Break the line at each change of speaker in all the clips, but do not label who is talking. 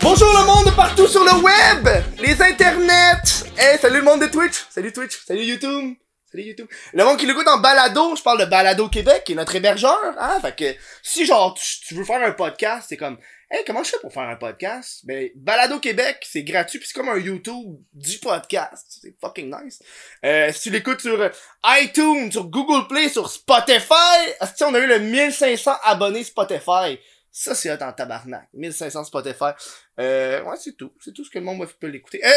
Bonjour le monde partout sur le web, les internets. Hey, salut le monde de Twitch, salut Twitch, salut YouTube, salut YouTube. Le monde qui l'écoute en balado, je parle de Balado Québec, qui est notre hébergeur, hein. Fait que si genre tu, tu veux faire un podcast, c'est comme, hey, comment je fais pour faire un podcast Ben Balado Québec, c'est gratuit, puis c'est comme un YouTube du podcast, c'est fucking nice. Euh, si tu l'écoutes sur iTunes, sur Google Play, sur Spotify, si on a eu le 1500 abonnés Spotify. Ça, c'est hot en tabarnak. 1500 Spotify. Euh, ouais, c'est tout. C'est tout ce que le monde peut l'écouter. Euh,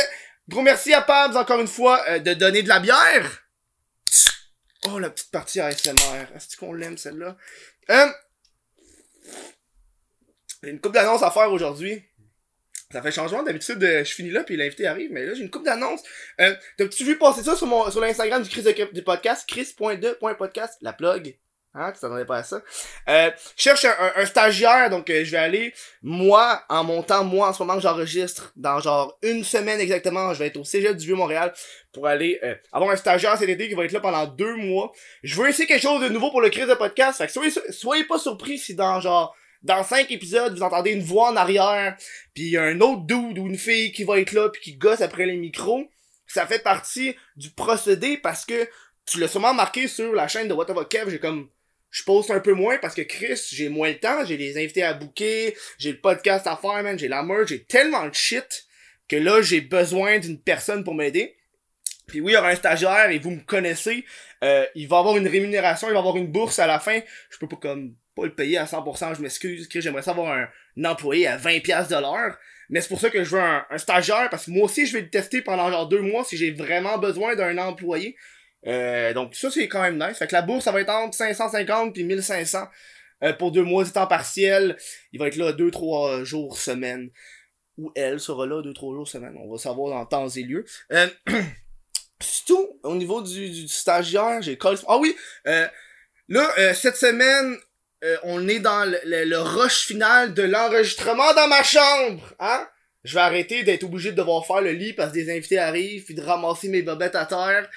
gros merci à Pabs, encore une fois, euh, de donner de la bière. Oh, la petite partie ASMR. Est-ce qu'on l'aime, celle-là? Euh, j'ai une coupe d'annonces à faire aujourd'hui. Ça fait changement. D'habitude, euh, je finis là, puis l'invité arrive. Mais là, j'ai une coupe d'annonces. Euh, T'as-tu vu passer ça sur, mon, sur l'Instagram du Chris de- du podcast? Chris.2.podcast. La plug. Hein, tu t'attendais pas à ça. Euh, je cherche un, un- un stagiaire, donc euh, je vais aller moi, en montant, moi, en ce moment, j'enregistre dans genre une semaine exactement. Je vais être au Cégep du Vieux-Montréal pour aller euh, avoir un stagiaire cet été qui va être là pendant deux mois. Je veux essayer quelque chose de nouveau pour le crise de podcast. Fait que soyez, soyez pas surpris si dans genre dans cinq épisodes, vous entendez une voix en arrière, puis un autre dude ou une fille qui va être là puis qui gosse après les micros. Ça fait partie du procédé parce que tu l'as sûrement marqué sur la chaîne de What About Kev, j'ai comme je poste un peu moins parce que Chris, j'ai moins le temps, j'ai les invités à booker, j'ai le podcast à faire, man, j'ai la merge, j'ai tellement de shit que là, j'ai besoin d'une personne pour m'aider. Puis oui, il y aura un stagiaire et vous me connaissez, euh, il va avoir une rémunération, il va avoir une bourse à la fin. Je peux pas comme pas le payer à 100%, je m'excuse, Chris, j'aimerais savoir un, un employé à 20$ piastres de l'heure. Mais c'est pour ça que je veux un, un stagiaire, parce que moi aussi, je vais le tester pendant genre deux mois si j'ai vraiment besoin d'un employé. Euh, donc ça, c'est quand même nice. Fait que la bourse, ça va être entre 550 puis 1500 euh, pour deux mois de temps partiel. Il va être là deux, trois euh, jours semaine. Ou elle sera là deux, trois jours semaine. On va savoir dans temps et lieu. Euh, c'est tout. Au niveau du, du stagiaire, j'ai call... Ah oui! euh, là, euh, cette semaine, euh, on est dans le, le- le rush final de l'enregistrement dans ma chambre. Hein? Je vais arrêter d'être obligé de devoir faire le lit parce que des invités arrivent, puis de ramasser mes bobettes à terre,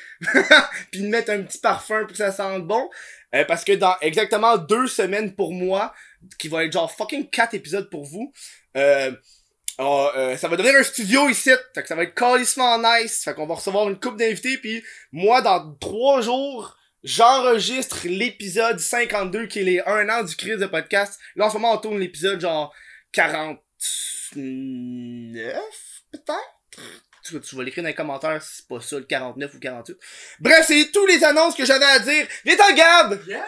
puis de mettre un petit parfum pour que ça sente bon. Euh, parce que dans exactement deux semaines pour moi, qui va être genre fucking quatre épisodes pour vous, euh, on- euh, ça va devenir un studio ici. Fait que ça va être calissement nice. Fait qu'on va recevoir une coupe d'invités, puis moi, dans trois jours, j'enregistre l'épisode 52 qui est les 1 an du crise de podcast. Là, en ce moment, on tourne l'épisode genre 49, peut-être? Tu, tu vas l'écrire dans les commentaires si c'est pas ça, le 49 ou 48. Bref, c'est tous les annonces que j'avais à dire. Viens-t'en, Gab!
Yeah!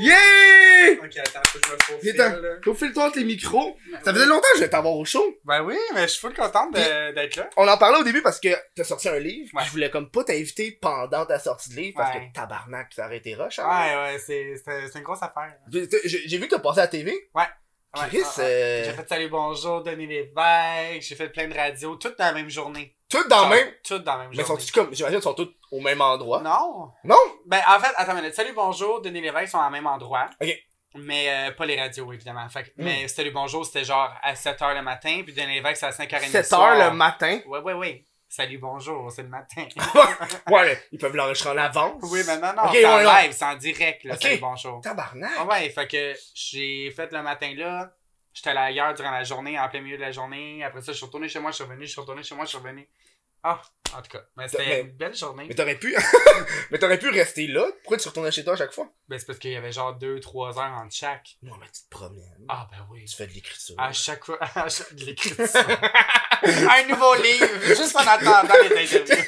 Yeah!
Ok, attends, faut que je me faufile,
Viens-t'en.
là.
Profile-toi entre les micros.
Ben
Ça
oui.
faisait longtemps que je voulais t'avoir au show.
Ben oui, mais je suis full contente de- d'être là.
On en parlait au début parce que t'as sorti un livre. puis
Ouais.
Je voulais comme pas t'inviter pendant ta sortie de livre parce
Ouais.
que tabarnak, ça aurait été rush. hein.
Ouais, ouais, c'est- c'est c'est une grosse affaire.
J'ai- J'ai j'ai vu que t'as passé à la TV.
Ouais,
Chris,
ouais, ouais.
euh,
J'ai fait Salut Bonjour, Denis Lévesque, j'ai fait plein de radios, toutes dans la même journée.
toutes dans le même.
Toutes dans la même
Mais
journée.
sont-tu comme. J'imagine qu'elles sont toutes au même endroit.
Non!
Non?
Ben, en fait, attends une minute. Salut Bonjour, Denis Lévesque sont au même endroit.
Ok.
Mais euh, pas les radios, évidemment. Fait, que-
Mm.
Mais Salut Bonjour, c'était genre à 7h le matin, puis Denis Lévesque, c'est à 5h30
7 heures le matin.
Ouais, ouais, ouais. Salut Bonjour, c'est le matin.
ouais, mais ils peuvent l'enregistrer en avance.
oui, mais non, non,
Ok,
c'est en
ouais, ouais.
live, c'est en direct, là,
Ok.
Salut Bonjour.
Tabarnak.
Ah ouais, fait que j'ai fait le matin là. J'étais allé ailleurs durant la journée, en plein milieu de la journée. Après ça, je suis retourné chez moi, je suis revenu, je suis retourné chez moi, je suis revenu. Ah, en tout cas, mais
Mais-
c'était une belle journée.
Mais t'aurais pu. mais t'aurais pu rester là. Pourquoi tu retournais chez toi à chaque fois?
Ben, c'est parce qu'il y avait genre 2-3 heures entre chaque.
Non, mais tu te promènes.
Ah, ben oui.
Tu fais de l'écriture.
À chaque fois, à chaque de l'écriture. un nouveau livre, juste en attendant les interviews.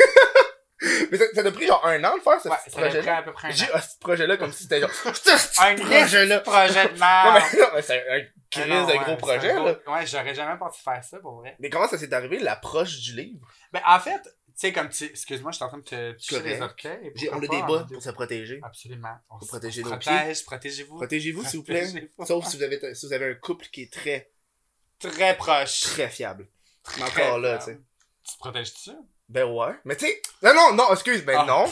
Mais ça ça t'a pris genre un an de faire ce
Ouais,
petit
ça m'a pris
projet-là.
à peu près un
J'ai
an.
ah, ce projet-là comme si c'était genre. Ce
Un
petit projet-là.
projet de
Non,
merde.
mais non, mais c'est un crise
Ah non,
de
ouais,
gros
c'est
projet,
un gros-
là.
Ouais, j'aurais jamais pensé faire ça pour vrai.
Mais comment ça s'est arrivé, l'approche du livre?
Ben, en fait, tu sais, comme tu. Excuse-moi, je suis en train de te toucher
Correct.
les orteils. hein,
J'ai- On a
le
des bas pour se
Ah,
protéger.
Absolument. On
Faut
se-
protéger
on
nos
protège, protégez-vous.
Protégez-vous, s'il vous plaît.
Protégez-vous.
Sauf si vous avez, si vous avez un couple qui est très,
Très proche.
très fiable. Mais
Très
encore là, tu
fiable.
sais.
Tu te protèges-tu?
Ben ouais. Mais tu sais. Non, non, non, excuse, ben
Ah.
non.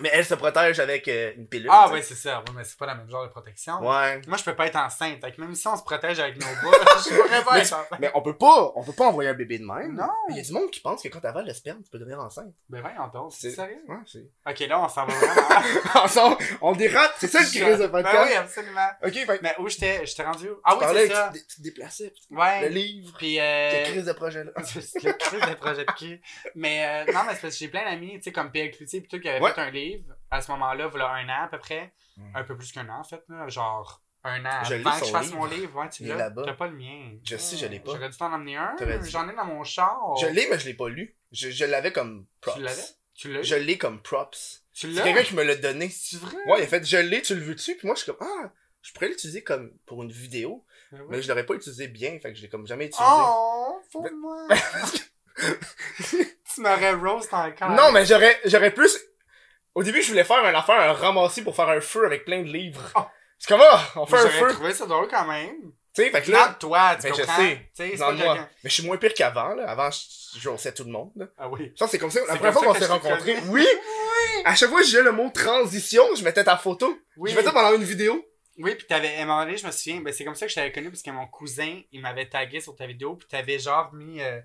Mais elle se protège avec euh, une pilule.
Ah
tu
ouais, c'est ça. Ouais, mais c'est pas la même genre de protection.
sais. Ouais.
Moi, je peux pas être enceinte. Fait que même si on se protège avec nos bras, je pourrais pas
Mais
être enceinte.
Mais on peut pas, on peut pas envoyer un bébé de même.
Non.
Il y a du monde qui pense que quand t'avales le sperme, tu peux devenir enceinte.
Ben voyons donc, c'est
C'est-
sérieux.
Ouais, c'est.
Ok, là, on s'en va vraiment.
on, on dérape, c'est ça le crise de
Ben oui,
podcast.
absolument.
Ok, fait que
Mais où j'étais, j'étais rendu où? Ah
tu
oui,
parlais,
c'est
tu
ça.
te dé- tu te déplaçais. puis Le
Ouais.
livre,
Puis,
quelle
euh...
crise de projet là.
c'est le crise de projet de cul. Mais euh, non, mais c'est parce que j'ai plein d'amis, tu sais, comme Pierre Cloutier, plutôt qui avait
Ouais.
fait un livre à ce moment-là, voilà un an à peu près.
Mm.
Un peu plus qu'un an, en fait, là. Genre, un an
Je
avant
lis
que je
son
fasse
livre.
mon livre. Ouais, tu
Il est
l'as.
là-bas.
T'as pas le mien.
Je sais, je l'ai pas.
J'aurais dû t'en emmener un.
T'aurais dû.
J'en ai dans mon char.
Je l'ai, mais je l'ai pas lu. Je, je l'avais comme props.
Tu l'avais? Tu l'as eu?
Je l'ai comme props.
Tu
C'est
l'as?
quelqu'un qui me l'a donné.
C'est vrai?
Ouais, il a fait je l'ai, tu le veux-tu? Puis moi, je suis comme, ah, je pourrais l'utiliser comme pour une vidéo,
Ben oui.
mais je l'aurais pas utilisé bien, fait que je l'ai comme jamais utilisé.
Oh, pour moi! tu m'aurais roast encore.
Non, mais j'aurais, j'aurais plus. Au début, je voulais faire un affaire, un ramassis pour faire un feu avec plein de livres.
Ah.
C'est comme, ah, on fait un
Mais J'aurais
feu.
trouvé ça drôle quand même.
Tu sais, fait que
Là,
là,
toi, tu
Ben, je
comprends?
sais.
Tu sais, c'est pas
dans moi.
quelqu'un.
Mais je suis moins pire qu'avant, là. Avant, je j'osais tout le monde, là.
Ah oui.
Ça, c'est comme ça. La
C'est
première
comme
fois qu'on
ça que
s'est
je te
rencontrés,
connais.
oui! À chaque fois que j'ai le mot transition, je mettais ta photo.
Oui,
Je fais ça pendant une vidéo.
oui puis t'avais, à un moment donné, je me souviens, ben, c'est comme ça que je t'avais connu, parce que mon cousin, il m'avait tagué sur ta vidéo, puis t'avais genre mis, euh,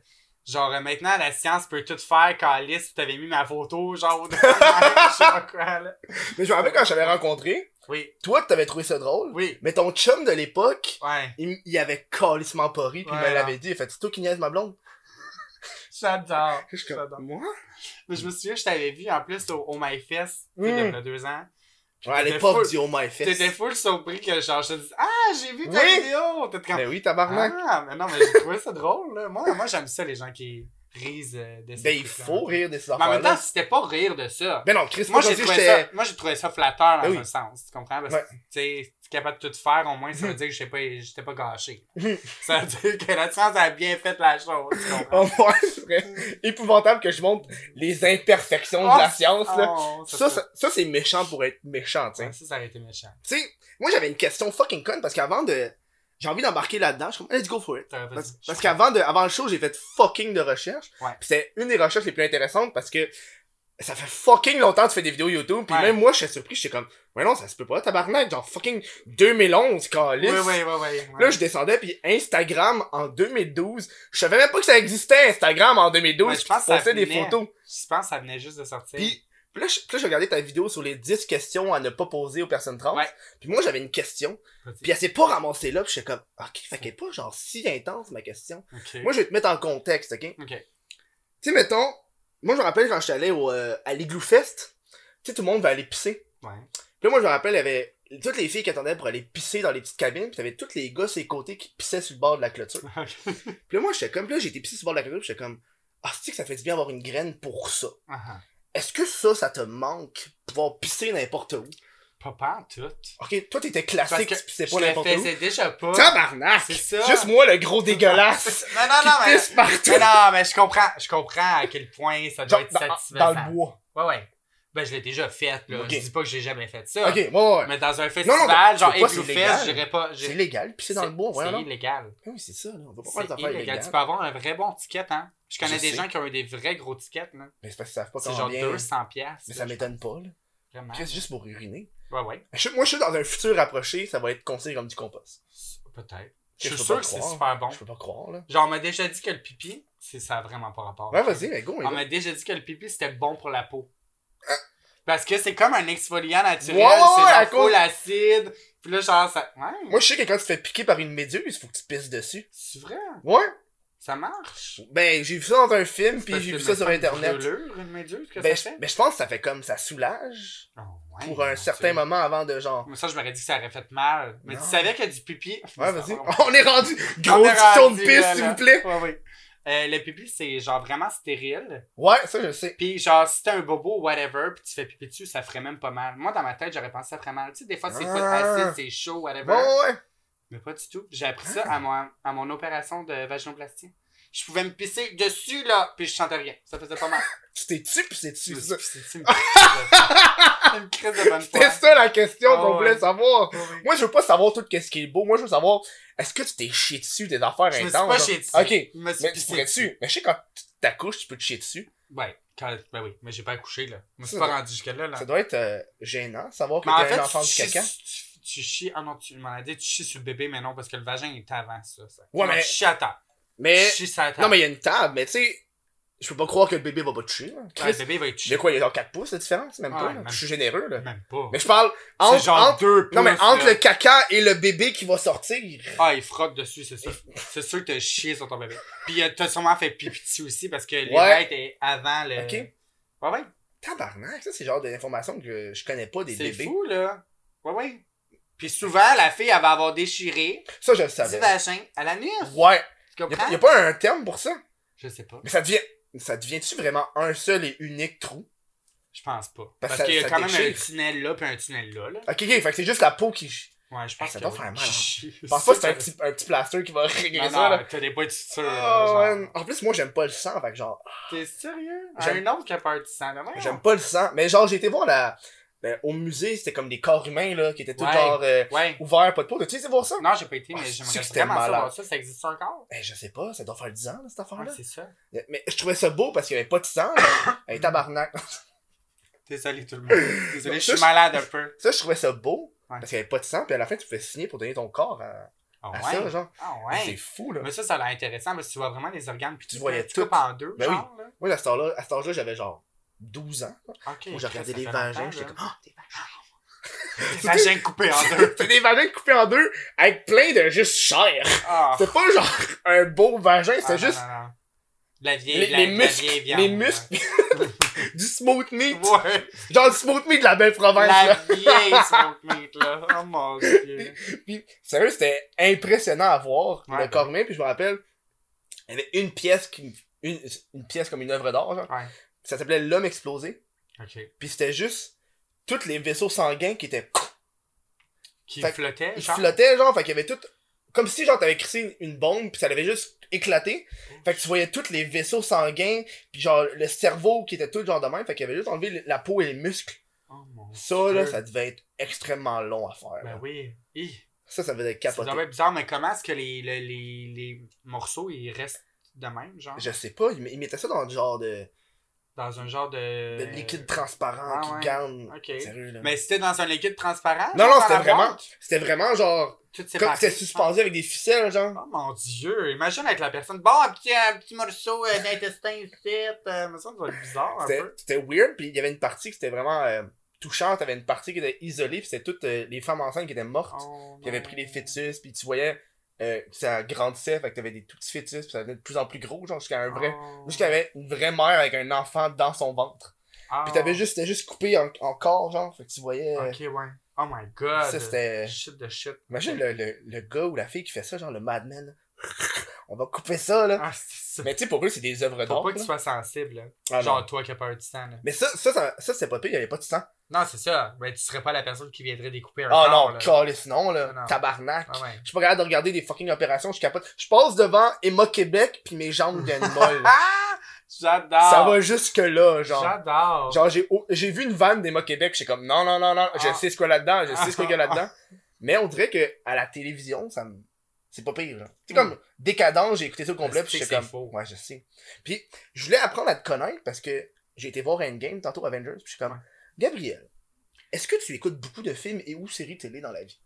genre, euh, maintenant, la science peut tout faire, Calice, puis t'avais mis ma photo, genre, au je sais pas quoi, là.
Mais je me rappelle quand je t'avais rencontré,
Oui,
toi, t'avais trouvé ça drôle.
oui,
Mais ton chum de l'époque,
ouais.
il, il avait calissement pas ri, puis il
Ouais.
me l'avait dit. Il fait, c'est toi qui niaise ma blonde.
J'adore.
Je suis
J'adore.
comme, moi?
Mais je me souviens, je t'avais vu en plus au, au MyFest, tu
Mm.
sais, il y a deux ans.
Ouais, à
T'étais
l'époque
full-
du Oh My Fest.
T'étais full surpris que genre, je te dis Ah, j'ai vu ta
Oui.
vidéo! T'es comme
Ben oui, tabarnak.
Ah, mais non, mais j'ai trouvé ça drôle, là. Moi, moi j'aime ça, les gens qui risent euh, de ces
ben, il
trucs-là.
faut rire de ces
Ah. Mais en même temps,
affaires-là.
c'était pas rire de ça.
Ben non, Chris, moi,
moi, j'ai
aujourd'hui,
trouvé, ça,
j'étais...
moi, j'ai trouvé ça flatteur dans
Ben oui.
un sens, tu comprends? Parce
Ouais.
que, tu sais, si t'es capable de tout faire, au moins, ça veut dire que j'étais pas, j'étais pas gâché. ça veut dire que la science a bien fait la chose, tu comprends?
Oh, ouais, c'est vrai. Épouvantable que je montre les imperfections de
Oh,
la science, là.
Oh,
Ça,
ça,
ça, ça, c'est méchant pour être méchant, tu sais.
Ouais, ça, ça aurait été méchant.
Tu sais, moi, j'avais une question fucking conne, parce qu'avant de... J'ai envie d'embarquer là-dedans, je suis comme, let's go for it.
T'aurais pas
Parce,
dit-
parce qu'avant de, avant le show, j'ai fait fucking de recherches.
Ouais.
Puis c'est une des recherches les plus intéressantes parce que ça fait fucking longtemps que tu fais des vidéos YouTube. Puis
Ouais.
même moi, je suis surpris. J'étais comme, ouais non, ça se peut pas, tabarnak. Genre fucking 2011,
Oui,
calice.
oui, oui, oui.
Là, je descendais, puis Instagram en 2012. Je savais même pas que ça existait, Instagram en 2012.
Ouais, je pense
puis
que ça
tu postais des
venait.
photos.
Je pense que ça venait juste de sortir.
Puis, puis là, je, puis là, je regardais ta vidéo sur les 10 questions à ne pas poser aux personnes trans.
Ouais.
Puis moi, j'avais une question. Puis elle s'est pas ramassée là, puis j'étais comme, ok, fait qu'elle est pas genre si intense ma question.
Ok.
Moi, je vais te mettre en contexte, ok? Tu
Ok.
sais, mettons, moi, je me rappelle quand j'étais allé au, euh, à l'Igloo Fest, tu sais, tout le monde va aller pisser.
Ouais.
Puis là, moi, je me rappelle, il y avait toutes les filles qui attendaient pour aller pisser dans les petites cabines, puis t'avais tous les gars sur les côtés qui pissaient sur le bord de la clôture. Puis là, moi, j'étais comme, puis là, j'ai été pisser sur le bord de la clôture, puis j'étais comme, ah, c'est que ça fait du bien avoir une graine pour ça.
Ah,
Est-ce que ça, ça te manque, pouvoir pisser n'importe où?
Pas pas tout.
Ok, toi, t'étais
Parce
classique,
que
tu pissais
Je
pas
le
n'importe où.
faisais déjà pas.
Tabarnak!
C'est ça.
Juste moi, le gros dégueulasse!
Non, non,
qui
non, mais.
pisse partout!
Mais non, mais je comprends, je comprends à quel point ça doit
Genre,
être
dans, dans
satisfaisant.
le bois.
Ouais, ouais. Ben, je l'ai déjà fait, là.
Ok.
Je dis pas que j'ai jamais fait ça.
Ok, ouais, ouais. ouais.
Ah. Mais dans un
non,
festival,
mais
genre,
c'est pas,
Igloo
c'est
Fest,
légal.
j'irais pas.
C'est
j'ai-
légal, puis c'est dans le bois, voilà.
C'est
non?
illégal.
Oui, c'est ça, là. On va pas
C'est
faire des affaires
illégal. Tu
illégales.
peux avoir un vrai bon ticket, hein. Je connais
Je
des
sais.
gens qui ont eu des vrais gros tickets, là.
Mais c'est parce qu'ils savent pas
C'est genre
combien.
200 piastres.
Mais ça
là,
m'étonne pas, là.
Vraiment.
Chris, juste pour uriner.
Ouais, ouais.
Je sais- moi, je suis dans un futur rapproché, ça va être considéré comme du compost.
Peut-être.
Je
Je suis
peux
sûr
pas
que c'est
croire.
super bon.
Je peux pas croire, là.
Genre, on m'a déjà dit que le pipi, c'est ça a vraiment pas rapport.
Ouais, vas-y, mais go, mais
On
go.
m'a déjà dit que le pipi, c'était bon pour la peau. Parce que c'est comme un exfoliant naturel.
Ah. Ouais, ouais, ouais,
c'est
à
genre
cause-
full acide. Puis là, genre, ça. Ouais.
Moi, je sais que quand tu te fais piquer par une méduse, faut que tu pisses dessus.
C'est vrai.
Ouais.
Ça marche.
Ben, j'ai vu ça dans un film, puis
Parce
j'ai
que
vu ça
me
sur
semble
Internet.
Une brûlure, une méduse, que
Ben,
ça
je-
fait.
ben, je pense que ça fait comme, ça soulage.
Oh, ouais,
Pour un
mon
certain
Dieu.
moment avant de genre.
Moi, ça, je m'aurais dit que ça aurait fait mal. Mais
Non.
tu savais que du pipi.
Ouais, vas-y. Ah
On-
On est rendu. Gros
on est
dicton de
rendu
pisse,
là,
s'il
là.
vous plaît.
Ouais, ouais. Euh, le pipi, c'est genre vraiment stérile.
Ouais, ça, je le sais.
Puis genre, si t'as un bobo, whatever, puis tu fais pipi dessus, ça ferait même pas mal. Moi, dans ma tête, j'aurais pensé que ça ferait mal. Tu sais, des fois, c'est pas
Ah.
acide, c'est chaud, whatever.
Bon, ouais.
Mais pas du tout. J'ai appris ça à mon, à mon opération de vaginoplastie. Je pouvais me pisser dessus, là, puis je sentais rien. Ça faisait pas mal.
Tu t'es-tu, puis
Je
c'est-tu,
me
ça?
suis pissé dessus, une crise de- une crise de bonne foi.
C'était ça la question
Ah
qu'on
ouais.
voulait savoir.
Oui, oui.
Moi, je veux pas savoir tout qu'est-ce qui est beau. Moi, je veux savoir, est-ce que tu t'es chié dessus des affaires
Je me suis
intenses?
pas
genre?
chié dessus.
Ok.
Je me suis
Mais tu
pissé
pourrais dessus. Mais je sais, quand tu t'accouches, tu peux te chier dessus.
Ouais. Quand- Ben oui, mais j'ai pas accouché, là. Je me suis
Ça
pas
doit-
rendu jusque-là, là.
Ça doit être euh, gênant, savoir que
Mais en
t'es
fait,
un enfant
tu,
du
chies,
caca.
tu, tu chies. Ah non, tu m'en as dit, tu chies sur le bébé, mais non, parce que le vagin est avant ça. ça.
Ouais,
Non,
mais-
Tu chies à table.
Mais,
Tu chies sur la table.
non, mais il y a une table, mais tu sais, je peux pas croire que le bébé va pas te chier. là.
Ouais, le
Chris,
bébé va être
de
chié.
quoi, il y a genre 4 pouces la différence, même
Ouais,
pas. là.
même-
Je suis généreux, là.
Même pas.
Mais je parle
C'est
entre,
genre
entre-
deux
non, mais
pouces,
entre
là.
le caca et le bébé qui va sortir.
Ah, il frotte dessus, c'est sûr. c'est sûr que t'as chié sur ton bébé. Puis euh, t'as sûrement fait pipi dessus aussi parce que
Ouais.
l'érette est avant le.
Ok.
Ouais, ouais.
Tabarnak, ça, c'est le genre d'informations que je connais pas des
C'est
bébés.
fou, là. Ouais, ouais. Puis souvent, la fille, elle va avoir déchiré
Ça, je le
du
savais.
vagin à la nuit.
Ouais.
Tu
Y a, pas-
comprends?
y a pas un terme pour ça.
Je sais pas.
Mais ça devient. Ça devient-tu vraiment un seul et unique trou?
Je pense pas.
Parce
Parce,
que
qu'il y
ça
a quand même un
déchire.
tunnel là, puis un tunnel là. là.
Ok, ok, fait que c'est juste la peau qui. Je
Ouais, je
Ah,
pense
ça
que.
doit
oui.
faire mal, hein.
Chut.
pense pas que c'est un petit, un petit plaster qui va régler
Non,
ça,
non,
là.
t'as des boîtes de suture. là,
Oh,
genre.
ouais. En plus, moi, j'aime pas le sang, fait que genre,
T'es sérieux?
J'aime-
Un autre qui a peur du sang, mais
j'aime pas le sang. Mais genre, j'ai été voir la. la- au musée, c'était comme des corps humains, là, qui étaient tout
Ouais.
genre euh,
Ouais.
ouverts, pas de peau. T'as-tu été voir ça?
Non, j'ai pas été,
Ah,
mais
c'est
j'aimerais
que c'était
vraiment
malade.
savoir ça. Ça existe encore?
Eh, je sais pas, ça doit faire 10 ans, là, cette
Ouais,
affaire-là.
c'est ça.
mais je trouvais ça beau parce qu'il y avait pas de sang, là. Eh, tabarnak.
Désolé tout le monde. Désolé, je
Ça,
suis
je-
malade un peu.
Ça, je trouvais ça beau
Ouais.
parce qu'il y avait pas de sang, puis à la fin, tu pouvais signer pour donner ton corps à,
Ah
à ça,
ouais?
genre.
Ah
C'est
ouais?
fou, là.
Mais ça, ça a l'air intéressant parce que tu vois vraiment les organes puis
Tu
tu
voyais
voyais tu
tout.
coupes en deux,
Ben
genre, là.
Moi, à cet âge-là, à cet âge-là, j'avais genre 12 ans.
Ok.
Moi, j'ai
Chris,
regardé
ça
les
fait
vagins,
longtemps,
j'étais
là.
comme, ah, des vagins.
Des vagins coupés en deux.
C'était des vagins coupés en deux avec plein de juste chair.
Ah.
C'était pas genre un beau vagin,
Ah,
c'était
non,
juste
non, non. De La vieille,
les,
de la,
les
de la
muscles,
vieille viande,
les
là.
muscles du smooth meat.
Ouais.
Genre le smooth meat de la belle province.
La
là.
vieille smoke meat, là. Oh mon dieu.
Puis, sérieux, c'était impressionnant à voir
Ouais.
le corps humain. Puis je me rappelle, il y avait une pièce, qui, une, une pièce comme une œuvre d'art. genre.
Ouais.
Ça s'appelait l'homme explosé.
Ok.
Puis c'était juste tous les vaisseaux sanguins qui étaient
Qui
Fait-
flottait,
Il
genre.
flottait, genre, fait qu'il y avait tout. Comme si, genre, t'avais crissé une une bombe, puis ça l'avait juste éclaté. Fait que tu voyais tous les vaisseaux sanguins, puis genre, le cerveau qui était tout genre de même, fait qu'il avait juste enlevé le- la peau et les muscles.
Oh mon
Ça, là,
Dieu.
ça devait être extrêmement long à faire. là.
Ben oui. Hi.
Ça, ça devait être
C'est
capoté.
dommage bizarre, mais comment est-ce que les, les, les, les morceaux ils restent de même, genre
Je sais pas, ils mettaient ça dans le genre de,
Dans un genre de.
de liquide transparent
Ah
qui
Euh, ouais.
gagne.
Ok.
Sérieux, là.
Mais c'était dans un liquide transparent
Non,
genre,
non,
dans
c'était
la boîte?
vraiment- C'était vraiment genre.
Tout
Comme
séparé.
c'était suspendu avec des ficelles, genre.
Oh mon dieu, imagine avec la personne. Bon, un petit, un petit morceau euh, d'intestin ici, euh, mais ça me semble bizarre un
C'était
peu.
c'était weird, puis il y avait une partie qui c'était vraiment euh, touchante, t'avais une partie qui était isolée, puis c'était toutes euh, les femmes enceintes qui étaient mortes,
Oh,
qui avaient
non.
pris les fœtus, puis tu voyais euh, que ça grandissait, fait que t'avais des tout petits fœtus, puis ça devenait de plus en plus gros, genre jusqu'à un vrai...
Oh.
Jusqu'à avait une vraie mère avec un enfant dans son ventre.
Ah.
Puis t'avais juste, c'était juste coupé en, en corps, genre, fait que tu voyais... euh,
Ok, ouais. Oh my god. Euh,
Ça, c'était...
Shit de shit.
Imagine le, le, le gars ou la fille qui fait ça, genre le madman. On va couper ça, là.
Ah, c'est ça.
Mais tu sais, pour eux, c'est des œuvres
Faut
d'art.
pas que tu
là.
sois sensible. là.
Ah, non.
genre, toi qui as peur du sang. Là.
Mais ça, ça, ça, ça c'est pas pire, il y avait pas de sang.
Non, c'est ça. Ben, tu serais pas la personne qui viendrait découper un
Ah
corps,
non,
là.
calisse, non, là.
Ah non.
Tabarnak.
Ah ouais.
Je suis pas capable de regarder des fucking opérations, je capote. Je passe devant Emma Québec, puis mes jambes deviennent molles.
Ah! J'adore!
Ça va jusque-là, genre.
J'adore!
Genre, j'ai, oh, j'ai vu une vanne d'Emma Québec, j'étais comme non, non, non, non, je
Ah.
sais ce qu'il y a là-dedans, je sais ce qu'il y a
Ah.
là-dedans. Mais on dirait que à la télévision, ça me. C'est pas pire, genre. C'est
Mm.
comme décadent, j'ai écouté ça au complet,
Je
puis
sais que
j'étais comme.
c'est faux.
Ouais, je sais. Puis, je voulais apprendre à te connaître parce que j'ai été voir Endgame, tantôt Avengers, puis je suis comme.
Ouais.
Gabriel, est-ce que tu écoutes beaucoup de films et ou séries télé dans la vie?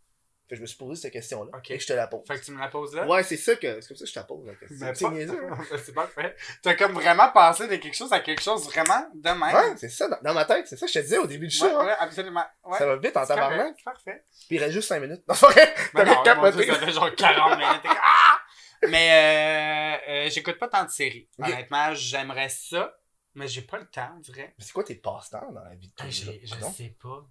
Fait que je me suis posé cette question-là.
Ok.
Et je te la pose.
Fait que tu me la poses là?
Ouais, c'est ça que. C'est comme ça que je te la pose la question.
Mais
C'est
pas-
niaiseux, hein?
c'est pas fait. T'as comme vraiment passé de quelque chose à quelque chose vraiment de même.
Ouais, c'est ça. Dans, dans ma tête, c'est ça que je te disais au début du show.
Ouais,
hein.
ouais, absolument. Ouais.
Ça va vite en
C'est correct,
tabarnak.
Parfait.
Puis il reste juste 5 minutes. Non, c'est vrai.
Mais
T'avais
non,
capoté.
mon Dieu, ça fait genre 40 minutes. T'es comme, Ah! Mais euh, euh, j'écoute pas tant de séries.
Ok.
Honnêtement, j'aimerais ça, mais j'ai pas le temps, on dirait.
Mais c'est quoi tes passe-temps dans la vie de tous
Ah,
les
j'ai-
jours,
je
non?
sais pas.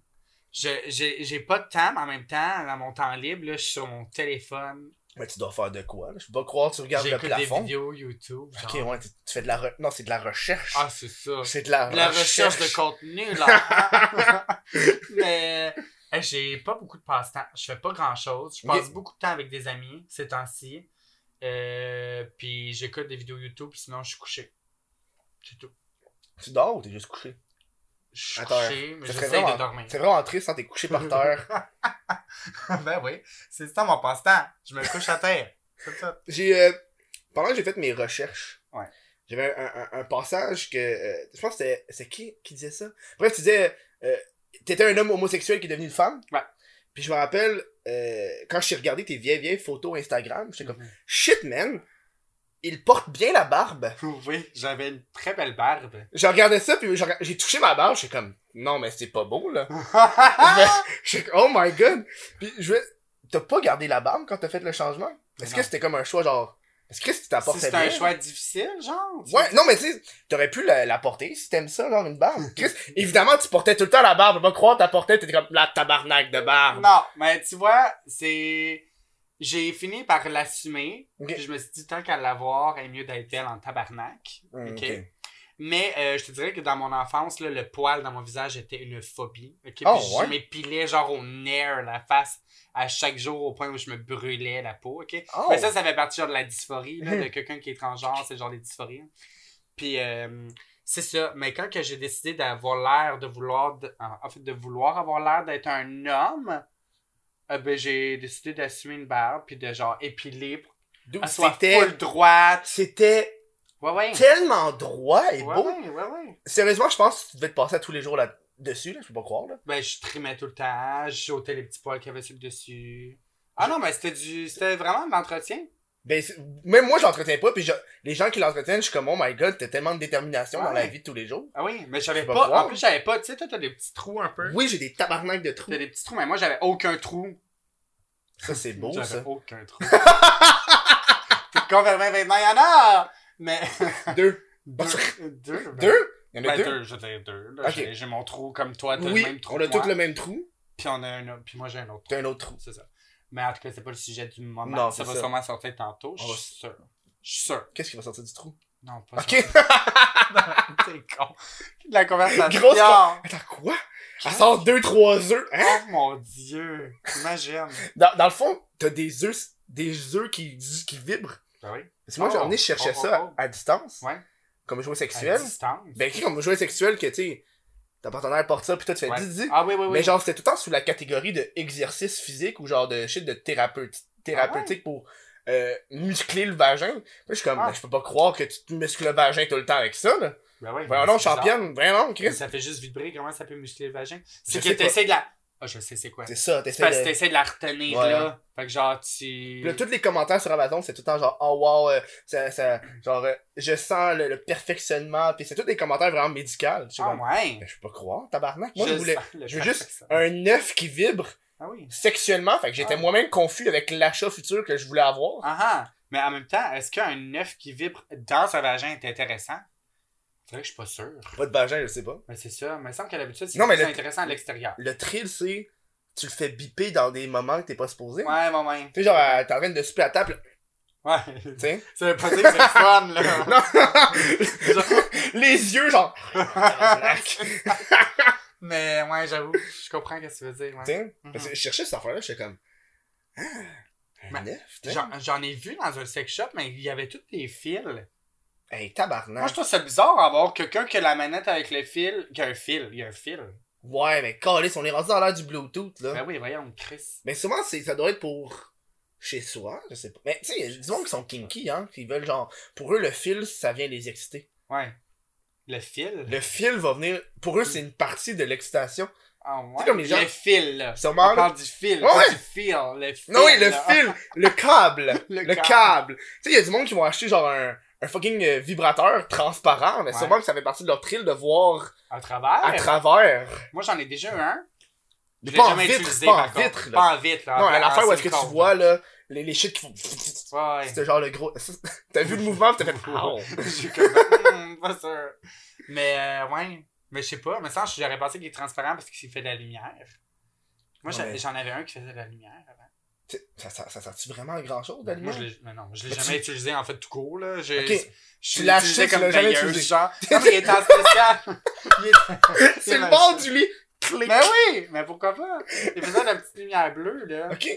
Je- J'ai j'ai pas de temps, mais en même temps, dans mon temps libre, là, je suis sur mon téléphone.
Mais tu dois faire de quoi? là? Je peux pas croire que tu regardes le
J'écoute des
plafond.
vidéos YouTube.
Ok,
genre.
ouais, tu, tu fais de la... re- Non, c'est de la recherche.
Ah, c'est ça.
c'est de la,
De la recherche de contenu, là. Mais euh, j'ai pas beaucoup de passe-temps. Je fais pas grand-chose. Je passe
Ok.
beaucoup de temps avec des amis ces temps-ci. Euh, puis j'écoute des vidéos YouTube, sinon je suis couché. C'est tout.
Tu dors ou t'es juste couché?
Je suis
Attends,
couché, mais
ça serait
j'essaie
vraiment-
de dormir.
C'est vraiment triste quand t'es couché par terre.
ben oui, c'est ça mon passe-temps. Je me couche à terre. C'est ça.
j'ai... euh, Pendant que j'ai fait mes recherches,
Ouais.
J'avais un, un- un passage que. euh, je pense que c'était- c'est qui qui disait ça Bref, tu disais. euh, T'étais un homme homosexuel qui est devenu une femme.
Ouais.
Puis je me rappelle, euh, quand j'ai regardé tes vieilles, vieilles photos Instagram, j'étais comme shit man, il porte bien la barbe.
Oui, j'avais une très belle barbe.
Je regardais ça, puis je rega- j'ai touché ma barbe, j'étais comme non, mais c'est pas beau là.
Ah!
J'étais comme, oh my god. Puis je vais. T'as pas gardé la barbe quand t'as fait le changement Est-ce
Non.
que c'était comme un choix genre. Est-ce que tu t'apportais
Si c'est
bien
un choix difficile, genre. tu
Ouais, non, mais tu sais, t'aurais pu la, la porter si t'aimes ça, genre une barbe. Chris, évidemment, tu portais tout le temps la barbe. Je vais pas croire que t'as porté, t'étais comme la tabarnak de barbe.
Non, mais tu vois, c'est. J'ai fini par l'assumer.
Ok.
Puis je me suis dit, tant qu'à l'avoir, elle est mieux d'être elle en tabarnak.
Hmm,
Ok.
ok.
Mais euh, je te dirais que dans mon enfance, là, le poil dans mon visage était une phobie. Ok,
Oh,
Puis
ouais?
Je m'épilais genre au nerf la face à chaque jour au point où je me brûlais la peau. ok?
Oh.
Mais ça, ça fait partie genre, de la dysphorie, là,
Mhm.
de quelqu'un qui est transgenre, c'est genre des dysphories. hein. Puis, euh, c'est ça. Mais quand que j'ai décidé d'avoir l'air, de vouloir, de- en en fait, de vouloir avoir l'air d'être un homme, euh, ben, j'ai décidé d'assumer une barbe, puis de genre épiler pour
D'où
qu'elle soit
c'était.
full droite.
C'était
Ouais, ouais.
tellement droit et
Ouais,
beau.
ouais, ouais, ouais.
Sérieusement, je pense que tu devais te passer à tous les jours là-dessus, là, je peux pas croire. Là.
Ben, je trimais tout le temps, je ôtais les petits poils qu'il y avait sur le dessus. Ah non, mais c'était du. C'était vraiment de l'entretien.
Ben, c'est- même moi, je l'entretiens pas, puis je- les gens qui l'entretiennent, je suis comme, oh my god, t'as tellement de détermination dans
Ouais.
la vie de tous les jours.
Ah oui, mais j'avais
Je peux
pas.
voir.
En plus, j'avais pas. Tu sais, toi, t'as des petits trous un peu.
Oui, j'ai des tabarnak de trous.
T'as des petits trous, mais moi, j'avais aucun trou.
Ça, c'est beau,
J'avais
ça.
aucun trou. Puis quand vers 20, 29, il y en a! Mais.
Deux.
deux. Deux? ben-
Deux Il y en a
Ben,
deux.
deux, je veux dire deux. là.
Ok.
J'ai- J'ai mon trou comme toi, t'as
Oui,
le même trou.
on a
que moi.
tous le même trou.
Puis, on a un autre- Puis moi, j'ai un autre
T'as un autre trou.
trou, c'est ça. Mais en tout cas, c'est pas le sujet du moment.
Non, c'est
ça va
ça.
sûrement sortir tantôt, je
On va-
suis sûr. Je suis sûr.
Qu'est-ce qui va sortir du trou
Non, pas
Ok.
ça. T'es con. De la conversation.
Grosse con- Attends, quoi? Elle sort deux, trois œufs. Hein?
Oh mon dieu. Imagine.
Dans, dans le fond, t'as des œufs, des œufs qui, qui vibrent.
Ben oui.
Parce que moi,
Oh,
j'en ai, je cherchais
oh,
ça
oh, oh.
à, à distance.
Ouais.
Comme jouet
À
sexuel.
distance.
Ben, écrit comme jouet sexuel que, tu sais, ta partenaire porte ça, puis toi, tu fais
Ouais.
didi.
Ah oui, oui, oui.
Mais genre, c'était tout le temps sous la catégorie de exercice physique ou genre de shit de thérapeute, thérapeutique pour euh, muscler le vagin. Puis je suis comme,
Ah.
ben, je peux pas croire que tu te muscles le vagin tout le temps avec ça, là.
Ben oui,
Vraiment,
mais
non,
c'est bizarre.
championne, vraiment,
Mais
Chris.
Ça fait juste vibrer, comment ça peut muscler le vagin?
Je
C'est
sais
que t'essaies de la. Ah, je sais c'est quoi.
C'est ça,
C'est parce que
t'essaies de...
t'essaies de la retenir
Ouais.
là. Fait que genre tu.
Puis là, tous les commentaires sur Amazon, c'est tout le temps genre, oh wow, euh, ça, ça- genre, euh, je sens le, le perfectionnement, puis c'est tous des commentaires vraiment médicaux. Je suis
Ah
comme,
ouais!
ben, je peux pas croire, tabarnak. Moi, je, voulais
sens le
je veux juste-
perfectionnement.
un œuf qui vibre
Ah oui.
sexuellement, fait que j'étais
Ah.
moi-même confus avec l'achat futur que je voulais avoir.
Ah ah! Mais en même temps, est-ce qu'un œuf qui vibre dans un vagin est intéressant? C'est vrai que je suis pas sûr.
Pas de vagin, je sais pas.
Mais c'est ça. Mais il me semble qu'à l'habitude, c'est
Non, mais
plus
le-
intéressant à l'extérieur.
Le thrill, c'est, tu le fais biper dans des moments que t'es pas supposé.
Ouais, ouais, ouais.
Tu sais, genre, euh, t'es en train de souper à table,
Ouais.
tu sais.
Ça veut pas dire que c'est le fun là.
Non.
Genre-
Les yeux, genre,
Mais ouais, j'avoue, je comprends ce que tu veux dire. ouais.
tu sais.
Mhm.
Parce que Je cherchais cette affaire-là, j'étais comme, ah, un
Ben,
œuf, tu sais.
J'en j'en ai vu dans un sex shop, mais il y avait tous des fils.
Hey,
Moi,
tabarnak.
je trouve ça bizarre d'avoir quelqu'un qui a la manette avec le fil. Qui a un fil. Il y a un fil.
Ouais, mais calisse, on est rendu dans l'ère du Bluetooth, là.
Ben oui, voyons, Chris.
Mais souvent, c'est, ça doit être pour chez soi, je sais pas. Mais tu sais, il y a du monde qui sont kinky, hein, qui veulent genre... Pour eux, le fil, ça vient les exciter.
Ouais. Le fil.
Le fil va venir... Pour eux, c'est une partie de l'excitation.
Ah ouais.
C'est comme les gens-
Le fil, là.
Sûrement,
On
là.
parle du fil.
Ouais,
pas
ouais.
du fil. Le fil.
Non, oui, le
là. Ah,
fil, le câble,
Le
le
câble.
câble. Tu sais, il y a du monde qui vont acheter genre un, un fucking euh, vibrateur transparent, mais
Ouais.
sûrement que ça fait partie de leur thrill de voir
À travers.
à travers.
Moi, j'en ai déjà eu un.
Mais
Je l'ai
pas en
jamais
vitre,
utilisé,
pas
par
en
contre.
vitre, là.
Pas en vitre, là.
non,
En-
à l'affaire
en
où est-ce que tu
silicone.
vois, là, les, les shit qui font... C'était
Ouais.
genre le gros... T'as vu le mouvement, pis t'as fait... Ow.
J'ai comme fait, Hmm, pas sûr. Mais euh, ouais, mais je sais pas, mais ça j'aurais pensé qu'il est transparent parce qu'il fait de la lumière. Moi
Ouais,
j'avais-
mais-
j'en avais un qui faisait de la lumière avant.
Tu sais, Ça, ça, ça sert-tu vraiment grand-chose, la
Ben, Moi
lumière?
je l'ai mais non, je l'ai
Mais
jamais utilisé en fait tout court là, j'ai
Ok.
je
Tu
l'ai
l'as
utilisé
acheté, tu
comme
l'as jamais
veilleuse,
utilisé.
genre. Non mais il est en spécial. Il est-
C'est le
il
bord
est-
du lit. Clic.
Mais oui, mais pourquoi pas Il faisait de la petite lumière bleue là.
Ok.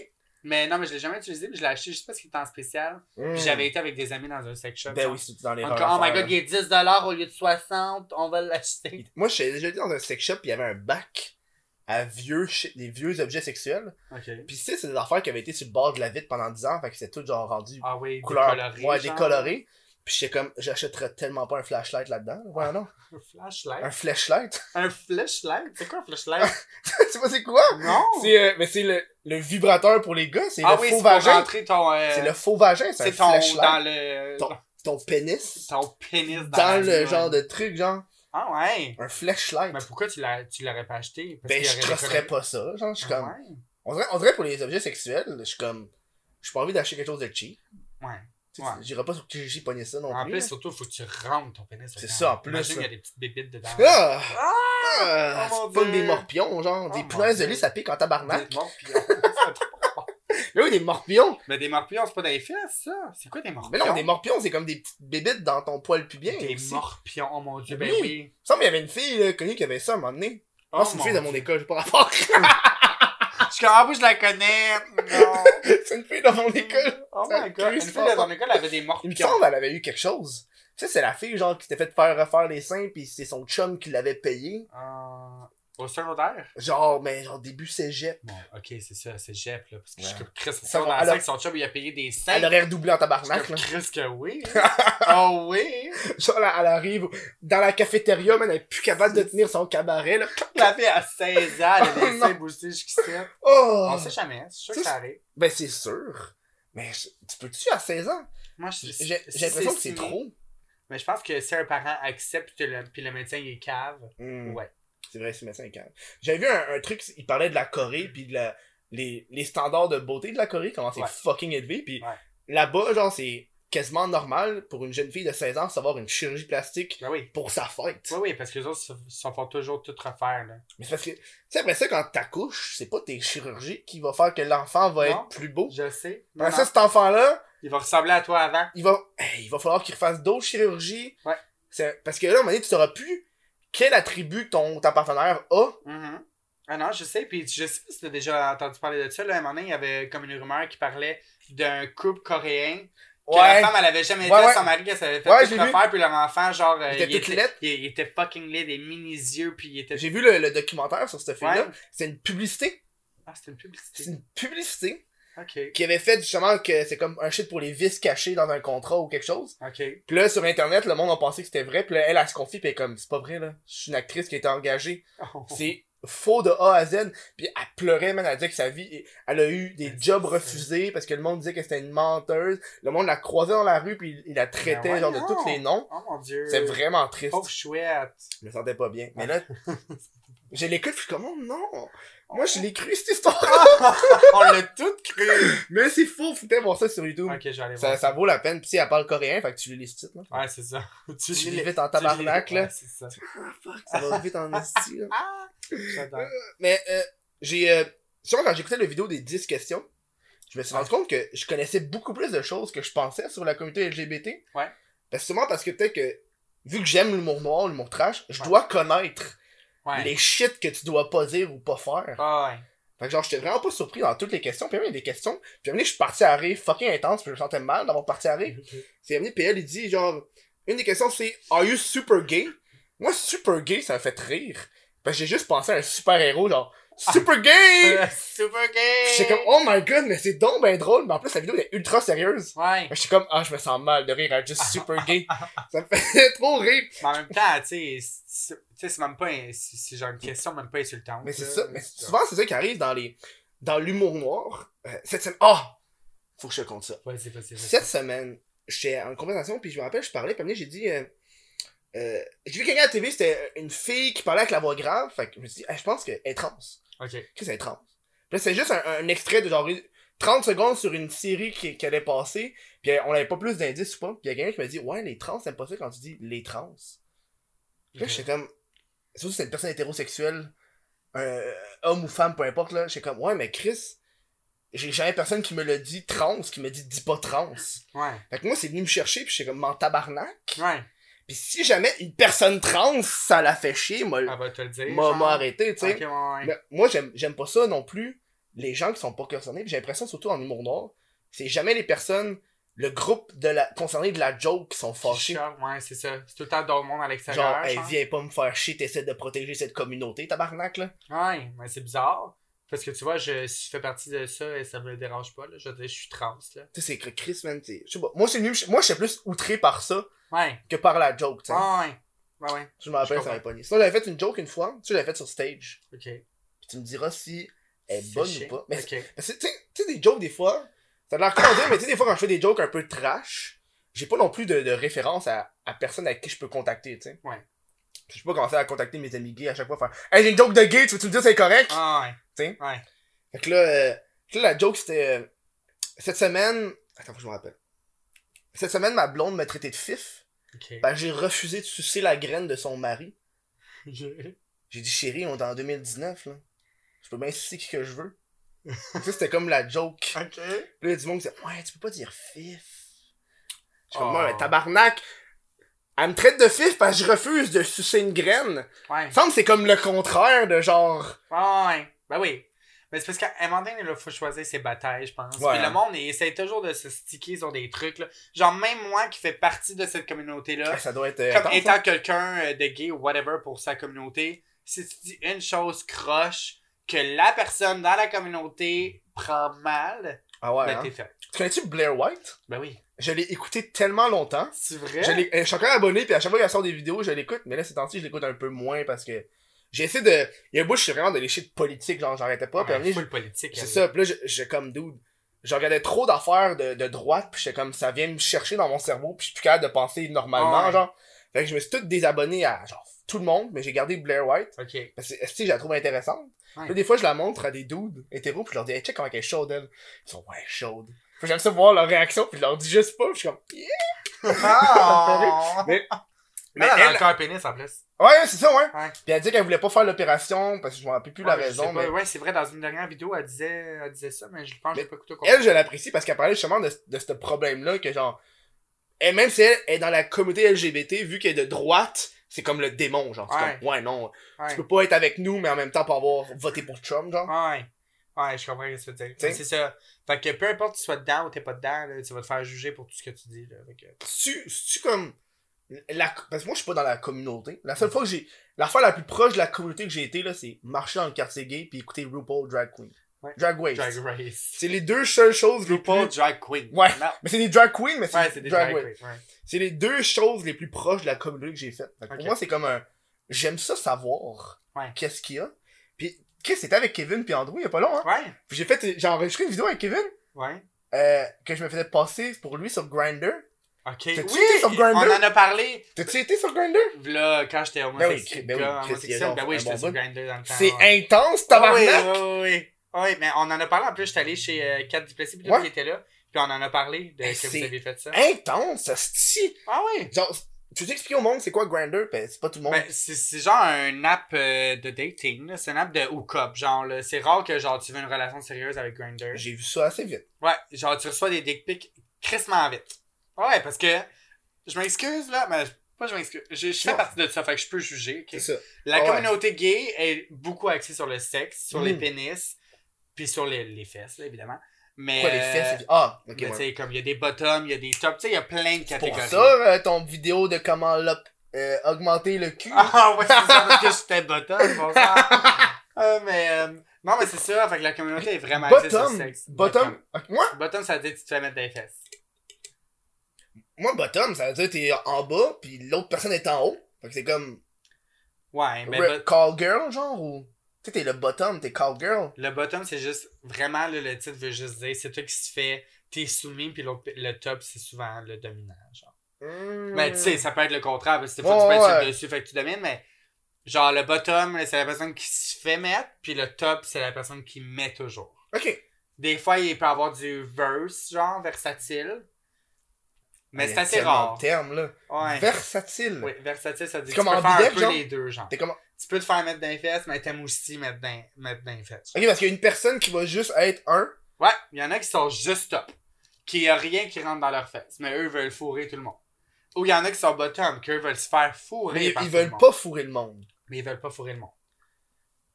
Mais non, mais je l'ai jamais utilisé, mais je l'ai acheté juste parce qu'il était en spécial. Puis j'avais été avec des amis dans un sex shop.
Hmm. Ben
genre.
oui, c'est dans les
Encore, oh my god, il est 10$ au lieu de 60$, on va l'acheter.
Moi, j'ai déjà été dans un sex shop, puis il y avait un bac à vieux, shit- des vieux objets sexuels.
Ok.
Puis tu sais, c'est des affaires qui avaient été sur le bord de la vitre pendant 10 ans, fait que c'était tout genre rendu
Ah oui,
couleur,
décoloré.
ouais,
genre.
décoloré. Puis j'étais comme, j'achèterais tellement pas un flashlight là-dedans. Ouais, non.
Un flashlight.
Un flashlight.
Un flashlight? C'est quoi un flashlight?
tu sais pas c'est quoi?
non!
C'est, euh, mais c'est le, le vibrateur pour les gars, c'est
Ah
le
oui,
faux
c'est pour
vagin.
rentrer ton... euh,
C'est le faux vagin, c'est un
C'est ton...
flashlight.
Dans le...
Ton- Ton pénis.
Ton pénis dans,
Dans,
la
le
vagine.
genre de truc, genre,
Ah ouais!
un flashlight.
Mais pourquoi tu l'as- tu l'aurais pas acheté? Parce
Ben,
qu'il y
je
aurait des
trusterais pas ça, genre, je suis comme...
Ah ouais?
On dirait, on dirait pour les objets sexuels, je suis comme. J'ai pas envie d'acheter quelque chose de cheap.
Ouais.
Tu sais,
Ouais.
J'irai pas sur Kijiji pogner ça non
En
plus.
plus,
là.
surtout, faut que tu rentres ton pénis.
C'est
dedans.
ça, en plus,
Imagine,
ça.
il y a des petites bébites dedans.
Ah!
Ah!
Ah!
Oh mon
C'est pas
Dieu!
des morpions, genre.
Oh
des
mon
punaises de
Dieu.
lit, ça pique en tabarnak.
Des morpions. C'est trop bon.
Mais oui, des morpions!
Mais des morpions, c'est pas dans les fesses, ça? C'est quoi des morpions?
Mais non, des morpions, c'est comme des petites bébites dans ton poil pubien.
Des
aussi.
morpions, oh mon dieu, ben
Oui.
oui.
Il me semble qu'il y avait une fille là, connue qui avait ça à un moment donné.
Oh
Moi, c'est une
mon
fille de mon
Dieu.
école, j'ai pas rapport.
Je suis comme, ah, moi, je la connais. Non.
c'est une fille de mon école.
Oh
Ça
my god.
pue,
Une
ce
fille de ton
bâtard.
école avait des
Il me
morpions.
semble qu'elle avait eu quelque chose. Tu sais, c'est la fille, genre, qui s'était fait faire refaire les seins, puis c'est son chum qui l'avait payé.
Euh, Au secondaire?
Genre, mais genre, début cégep.
Bon, ok, c'est ça, c'est Jep, là. Parce que je suis
Ouais.
comme Chris, c'est
Ça
dans
va,
la
alors-
salle, son chum, il a payé des seins.
Elle aurait redoublé en
Je suis
tabarnak,
comme,
là.
Chris, que oui. Oh oui.
Genre, là, elle arrive dans la cafétéria, mais elle est plus capable de tenir son cabaret, là.
La fille à 16 ans, elle a
Oh,
des
non.
seins boostés jusqu'ici.
Oh!
On sait jamais, c'est sûr
Ça,
que ça arrive.
Ben, c'est sûr. Mais je- tu peux-tu à 16 ans?
Moi, je-
J'ai j'ai l'impression que c'est
signé.
trop.
Mais je pense que si un parent accepte puis le, puis le médecin il est cave,
Hmm.
ouais.
C'est vrai, c'est médecin quand même. J'avais vu un, un truc, il parlait de la Corée, puis de la, les, les standards de beauté de la Corée, comment c'est
Ouais.
fucking élevé, puis
Ouais.
là-bas, genre, c'est quasiment normal pour une jeune fille de 16 ans de savoir une chirurgie plastique
Ben oui.
pour sa fête.
Oui, oui, parce que les autres se, se font toujours tout refaire. Là.
Mais c'est parce que, tu sais, après ça, quand t'accouches, c'est pas tes chirurgies qui va faire que l'enfant va
Non.
être plus beau.
Je sais. Non,
Après Ben,
non.
ça, cet enfant-là,
Il va ressembler à toi avant.
il va, eh, il va falloir qu'il fasse d'autres chirurgies.
Ouais.
C'est- Parce que là, à un moment donné, tu sauras plus quel attribut ton, ta partenaire a.
Mhm. Ah non, je sais. Puis je sais pas si t'as déjà entendu parler de ça. Là, un moment donné, il y avait comme une rumeur qui parlait d'un couple coréen. Que la femme, elle avait jamais dit
Ouais,
à
ouais.
son mari qu'elle s'avait fait
Ouais,
tout
j'ai vu.
refaire. Puis leur enfant, genre, euh,
était toute laite.
il, il était fucking laid, des mini-yeux. Puis il était.
J'ai vu le, le documentaire sur cette fille-là.
Ouais.
C'est une publicité.
Ah, c'était une
C'est
publicité.
une publicité
Ok.
qui avait fait justement que c'est comme un shit pour les vis cachés dans un contrat ou quelque chose.
Ok.
Puis là, sur Internet, le monde a pensé que c'était vrai. Puis là, elle, elle se confie. Puis elle est comme, c'est pas vrai, là. Je suis une actrice qui a été engagée.
Oh.
C'est faux de A à Z. Puis elle pleurait, man. Elle disait que sa vie, elle a eu des
Elle
jobs
dit ça.
refusés parce que le monde disait que c'était une menteuse. Le monde la croisait dans la rue puis il la traitait
Ben
genre de
voyons.
tous les noms.
Oh mon dieu.
C'est vraiment triste.
Oh, chouette.
Je me sentais pas bien. Mais là, je l'écoute, puis je suis comme, oh non! Moi, je l'ai cru, cette histoire!
On l'a tout cru.
Mais c'est faux! Faut peut-être voir ça sur YouTube.
Ok, je vais aller
Ça,
voir.
ça vaut la peine. Puis si elle parle coréen, fait que tu lis les sous-titres, là.
Ouais, c'est ça. tu
Tu
lis-
lis vite en
tu lis-
tabarnak, là.
Ouais, c'est ça.
Ah, fuck, ça va vite en esti, là.
Ah, j'adore.
Mais euh, j'ai. Euh, souvent, quand j'écoutais la vidéo des 10 questions, je me suis rendu compte que je connaissais beaucoup plus de choses que je pensais sur la communauté LGBT.
Ouais.
Parce, Ben, sûrement parce que peut-être que, vu que j'aime l'humour noir, l'humour trash, je
Ouais.
dois connaître
Ouais.
les shit que tu dois pas dire ou pas faire.
Ah, ouais.
Fait que genre, j'étais vraiment pas surpris dans toutes les questions. Puis même, il y a des questions. Puis à un moment donné, je suis parti à rire fucking intense, puis je me sentais mal d'avoir parti à rire. C'est amené, PL, il dit genre, une des questions c'est Are you super gay? Moi, super gay, ça m'a fait rire. Parce que j'ai juste pensé à un super héros, genre, super gay!
Euh, Super
Puis
gay.
J'étais comme, oh my god, mais c'est donc ben drôle, mais en plus, la vidéo elle est ultra sérieuse.
Ouais.
J'étais comme, ah, je me sens mal de rire à juste super gay. ça me fait trop rire.
Mais en même temps, tu sais, c'est- tu sais, c'est même pas. un- C'est c'est genre une question même pas insultante.
Mais c'est
là.
ça, mais souvent, c'est ça qui arrive dans les, dans l'humour noir. Euh, cette semaine, ah! faut que je te compte ça.
Vas-y, vas-y, vas-y.
cette semaine, j'étais en conversation, puis je me rappelle, je parlais, puis à un moment donné, j'ai dit. euh, euh, j'ai vu quelqu'un à la TV, c'était une fille qui parlait avec la voix grave, fait que je me suis dit, Ah, je pense qu'elle est trans.
Ok.
Qu'est-ce qu'elle est trans? Puis là, c'est juste un, un extrait de genre une- 30 secondes sur une série qui, qui allait passer, puis euh, on avait pas plus d'indices ou pas, puis il y a quelqu'un qui m'a dit, ouais, les trans, c'est pas ça quand tu dis les trans. Puis là, j'étais comme. Surtout si c'est une personne hétérosexuelle, un euh, homme ou femme, peu importe, là, j'étais comme, ouais, mais Chris, j'ai jamais personne qui me le dit trans, qui me dit, dis pas trans.
Ouais.
Fait que moi, c'est venu me chercher, puis j'étais comme, m'en tabarnak.
Ouais.
Puis si jamais une personne trans, ça la fait chier, m'a
Elle va te le dire.
m'a-
Ah, ben, genre.
m'a arrêté, tu sais.
Ok, ouais, ouais.
Mais Moi, j'aime j'aime pas ça non plus, les gens qui sont pas concernés. Puis j'ai l'impression, surtout en humour noir, c'est jamais les personnes, le groupe de la, concerné de la joke qui sont
Qui
fâchés.
chiale, Ouais, c'est ça. C'est tout le temps d'autres monde à
Genre,
l'extérieur.
hey,
genre.
viens pas me faire chier, t'essaies de protéger cette communauté, tabarnak, là.
Ouais, mais c'est bizarre. Parce que tu vois, je, si je fais partie de ça, et ça me dérange pas. Là. Je veux dire, je suis trans. Là.
Tu sais, c'est que Chris, man, tu sais, je sais pas. Moi, c'est mieux- moi, j'étais plus outré par ça
Ouais.
que par la joke, tu sais.
Ah, ouais. Ouais, ouais.
Je me rappelle,
je
ça m'avait pogné. Sinon, j'avais fait une joke une fois. Tu sais, j'avais fait sur stage.
Ok.
Puis tu me diras si elle est
C'est
bonne
chiant.
ou pas. Mais
Ok.
Parce que, tu sais- tu sais, des jokes, des fois, ça a l'air con à dire, mais tu sais, des fois, quand je fais des jokes un peu trash, j'ai pas non plus de, de référence à, à personne avec qui je peux contacter, tu sais.
Ouais.
Je peux pas commencer à contacter mes amis gays à chaque fois, faire Hey, j'ai une joke de gay, tu veux-tu me dire c'est correct?
Ah, ouais.
Fait que là, euh, fait que là, la joke, c'était. euh, cette semaine. Attends, faut que je me rappelle. Cette semaine, ma blonde m'a traité de fif.
Ok.
Ben, j'ai refusé de sucer la graine de son mari. Ben-
Ok.
J'ai dit, chérie, on est en 2019, là. Je peux bien sucer qui que je veux. ça, c'était comme la joke.
Ok.
Puis là, il y a du monde qui disait Ouais, tu peux pas dire fif. Je suis
Oh.
comme Ouais, tabarnak. Elle me traite de fif parce que je refuse de sucer une graine. Il
Ouais.
me semble que c'est comme le contraire de genre.
Ah, ouais. Ben oui. Mais c'est parce qu'à un moment donné, il faut choisir ses batailles, je pense.
Ouais.
Puis le monde, il essaie toujours de se sticker sur des trucs. Là. Genre, même moi qui fais partie de cette communauté-là,
Ça doit être. euh,
Ah. comme
intense, hein.
étant quelqu'un euh, de gay ou whatever pour sa communauté, si tu dis une chose croche que la personne dans la communauté prend mal,
Ah ouais.
ben
hein.
t'es fait.
Tu connais-tu Blair White
Ben oui.
Je l'ai écouté tellement longtemps.
C'est
Je,
vrai?
l'ai- euh, je suis encore abonné, puis à chaque fois qu'elle sort des vidéos, je l'écoute. Mais là, ces temps-ci, je l'écoute un peu moins parce que. J'ai essayé de. Il y a un bout, je suis vraiment de lécher de politique, genre, j'arrêtais pas. puis à un moment
Ouais,
donné,
full politique.
C'est
elle.
ça, puis là, j'ai- j'ai comme dude. Je regardais trop d'affaires de, de droite, puis j'étais comme ça vient me chercher dans mon cerveau, puis je suis plus capable de penser normalement,
Ah ouais.
genre. Fait que je me suis tout désabonné à genre tout le monde, mais j'ai gardé Blair White.
Ok.
Parce que est-ce que je la trouve intéressante.
Ouais.
Puis là, des fois, je la montre à des dudes hétéros, puis je leur dis, hey, check comment elle est chaude, elle. Ils sont, ouais, chaude. Puis j'aime ça voir leur réaction, puis je leur dis juste pas, puis je suis comme, yeah.
Ah!
Mais-
Mais elle, a encore un pénis en plus.
Ouais, ouais, c'est ça, ouais.
Ouais.
Puis elle dit qu'elle voulait pas faire l'opération, parce que je m'en rappelle plus la
Ouais, je sais
raison,
pas.
mais.
Ouais, c'est vrai, dans une dernière vidéo, elle disait, elle disait ça, mais je pense que
Mais
j'ai pas écouté au complet.
Elle, je l'apprécie parce qu'elle parlait justement de, de ce problème-là que genre. Et même si elle est dans la communauté LGBT, vu qu'elle est de droite, c'est comme le démon, genre. C'est
Ouais.
comme, ouais, non.
Ouais.
Tu peux pas être avec nous, mais en même temps pas avoir voté pour Trump, genre.
Ouais. Ouais, je comprends ce que tu veux dire.
T'sais.
Mais C'est ça. Fait que peu importe tu sois dedans ou t'es pas dedans, là, tu vas te faire juger pour tout ce que tu dis. Là. Fait que-
Tu, tu comme. La, parce que moi, je suis pas dans la communauté. La seule fois que j'ai. L'affaire la plus proche de la communauté que j'ai été, là, c'est marcher dans le quartier gay puis écouter RuPaul Drag Queen.
Ouais.
Drag Race.
Drag Race.
C'est les deux seules choses les
Pas
plus.
Drag Queen.
Ouais.
Non.
Mais c'est des drag queens, mais c'est
Ouais,
des
c'est des
drag,
Drag,
race.
Queen. ouais.
C'est les deux choses les plus proches de la communauté que j'ai faites. Fait que
Ok.
Pour moi, c'est comme un. J'aime ça savoir
Ouais.
qu'est-ce qu'il y a. Puis, Chris, c'était avec Kevin puis Andrew il y a pas long, hein.
Ouais.
Puis j'ai fait. J'ai enregistré une vidéo avec Kevin
Ouais.
euh, que je me faisais passer pour lui sur Grindr.
Ok.
T'as-tu
Oui,
été sur
on
Grindr?
en a parlé
T'as-tu été sur Grindr?
là, quand j'étais homosexuel.
Ben oui,
gars,
Chris, ben oui, Chris, il y a
homosexuel. Ben
un
oui, j'étais
bon
sur
bout.
Grindr dans le temps.
C'est
ouais.
intense,
Ah Oui,
tabarnak!
oui, oui. Ah Oui, mais on en a parlé en plus. J'étais allé chez euh, Kat Duplessis, puis tout,
Ouais.
qui était là. Puis on en a parlé de
Mais
que
c'est-
vous avez fait ça.
Intense, ça se
Ah oui.
Genre, tu veux expliquer au monde c'est quoi Grindr? Ben, c'est pas tout le monde.
Ben, c'est c'est genre un app euh, de dating, là. c'est un app de hookup. Genre, là, c'est rare que genre tu veux une relation sérieuse avec Grindr.
J'ai vu ça assez vite.
Ouais, genre tu reçois des dick pics crissement vite. Ah Ouais, parce que je m'excuse là, mais pas je m'excuse. Je, je fais
Ouais.
partie de ça, fait que je peux juger. ok?
C'est ça. Ah
La
Ouais.
communauté gay est beaucoup axée sur le sexe, sur les
Mm.
pénis, puis sur les, les fesses, là, évidemment. Mais
Quoi, les
Euh,
fesses? Ah, ok,
mais
ouais.
tu sais, comme il y a des bottoms, il y a des tops, tu sais, il y a plein de catégories.
Pour ça, euh, ton vidéo de comment l'op- euh, augmenter le cul.
Ah ouais, c'est ça, parce que j'étais bottom, bon sang. Euh, mais, euh, non, mais c'est ça, fait que la communauté est vraiment axée sur le
Bottom.
sexe.
Bottom. Ok, Moi,
Bottom, ça veut dire que tu te fais mettre des fesses.
moi, bottom, ça veut dire que t'es en bas, puis l'autre personne est en haut. Fait que c'est comme
Ouais, mais
re-
bo-
call girl, genre, ou. Tu sais, t'es le bottom, t'es call girl.
le bottom, c'est juste, vraiment, là, le titre veut juste dire, c'est toi qui se fais, t'es soumis, puis l'autre- le top, c'est souvent le dominant, genre. Mais Hmm. Ben, tu sais, ça peut être le contraire, parce que des fois,
Ouais,
tu peux être
ouais.
sur- dessus, fait que tu domines, mais genre, le bottom, là, c'est la personne qui se fait mettre, puis le top, c'est la personne qui met toujours.
Ok.
Des fois, il peut avoir du verse, genre versatile. Mais c'est
Il y a
assez
tellement
rare.
de termes, là.
Ouais.
Versatile.
Oui, versatile, ça dit
C'est
que tu
comme
peux faire un
ambidex,
peu
genre?
les deux, genre.
T'es comme.
Tu peux te faire mettre dans les fesses, mais t'aimes aussi mettre dans, mettre dans les fesses.
Ok, parce qu'il y a une personne qui va juste être un.
Ouais, il y en a qui sont juste top. Qui a rien qui rentre dans leurs fesses, mais eux veulent fourrer tout le monde. Ou il y en a qui sont bottom, qu'eux veulent se faire fourrer.
Mais ils,
par
ils
tout le
veulent
monde.
pas fourrer le monde.
Mais ils veulent pas fourrer le monde.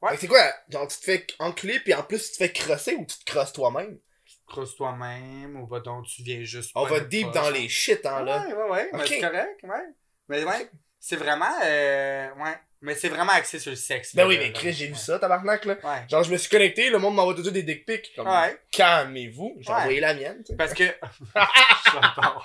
Ouais.
Fait que C'est quoi, genre, tu te fais enculer, puis en plus, tu te fais crosser ou tu te crosses toi-même?
Crosse toi-même, ou va donc tu viens juste.
On
pas
va
mettre
deep
pas,
dans
genre.
les shit, hein, là.
Ouais, ouais, ouais. mais
Ok.
c'est correct, ouais. Mais ouais, c'est vraiment. euh, ouais. Mais c'est vraiment axé sur le sexe.
Ben
là,
oui,
là,
mais
là.
Chris, j'ai vu ça, tabarnak, là.
Ouais.
Genre, je me suis connecté, le monde m'envoie tout de suite des dick pics. Comme,
Ouais.
calmez-vous. J'ai
Ouais.
envoyé la mienne, tu sais.
Parce que. J'adore.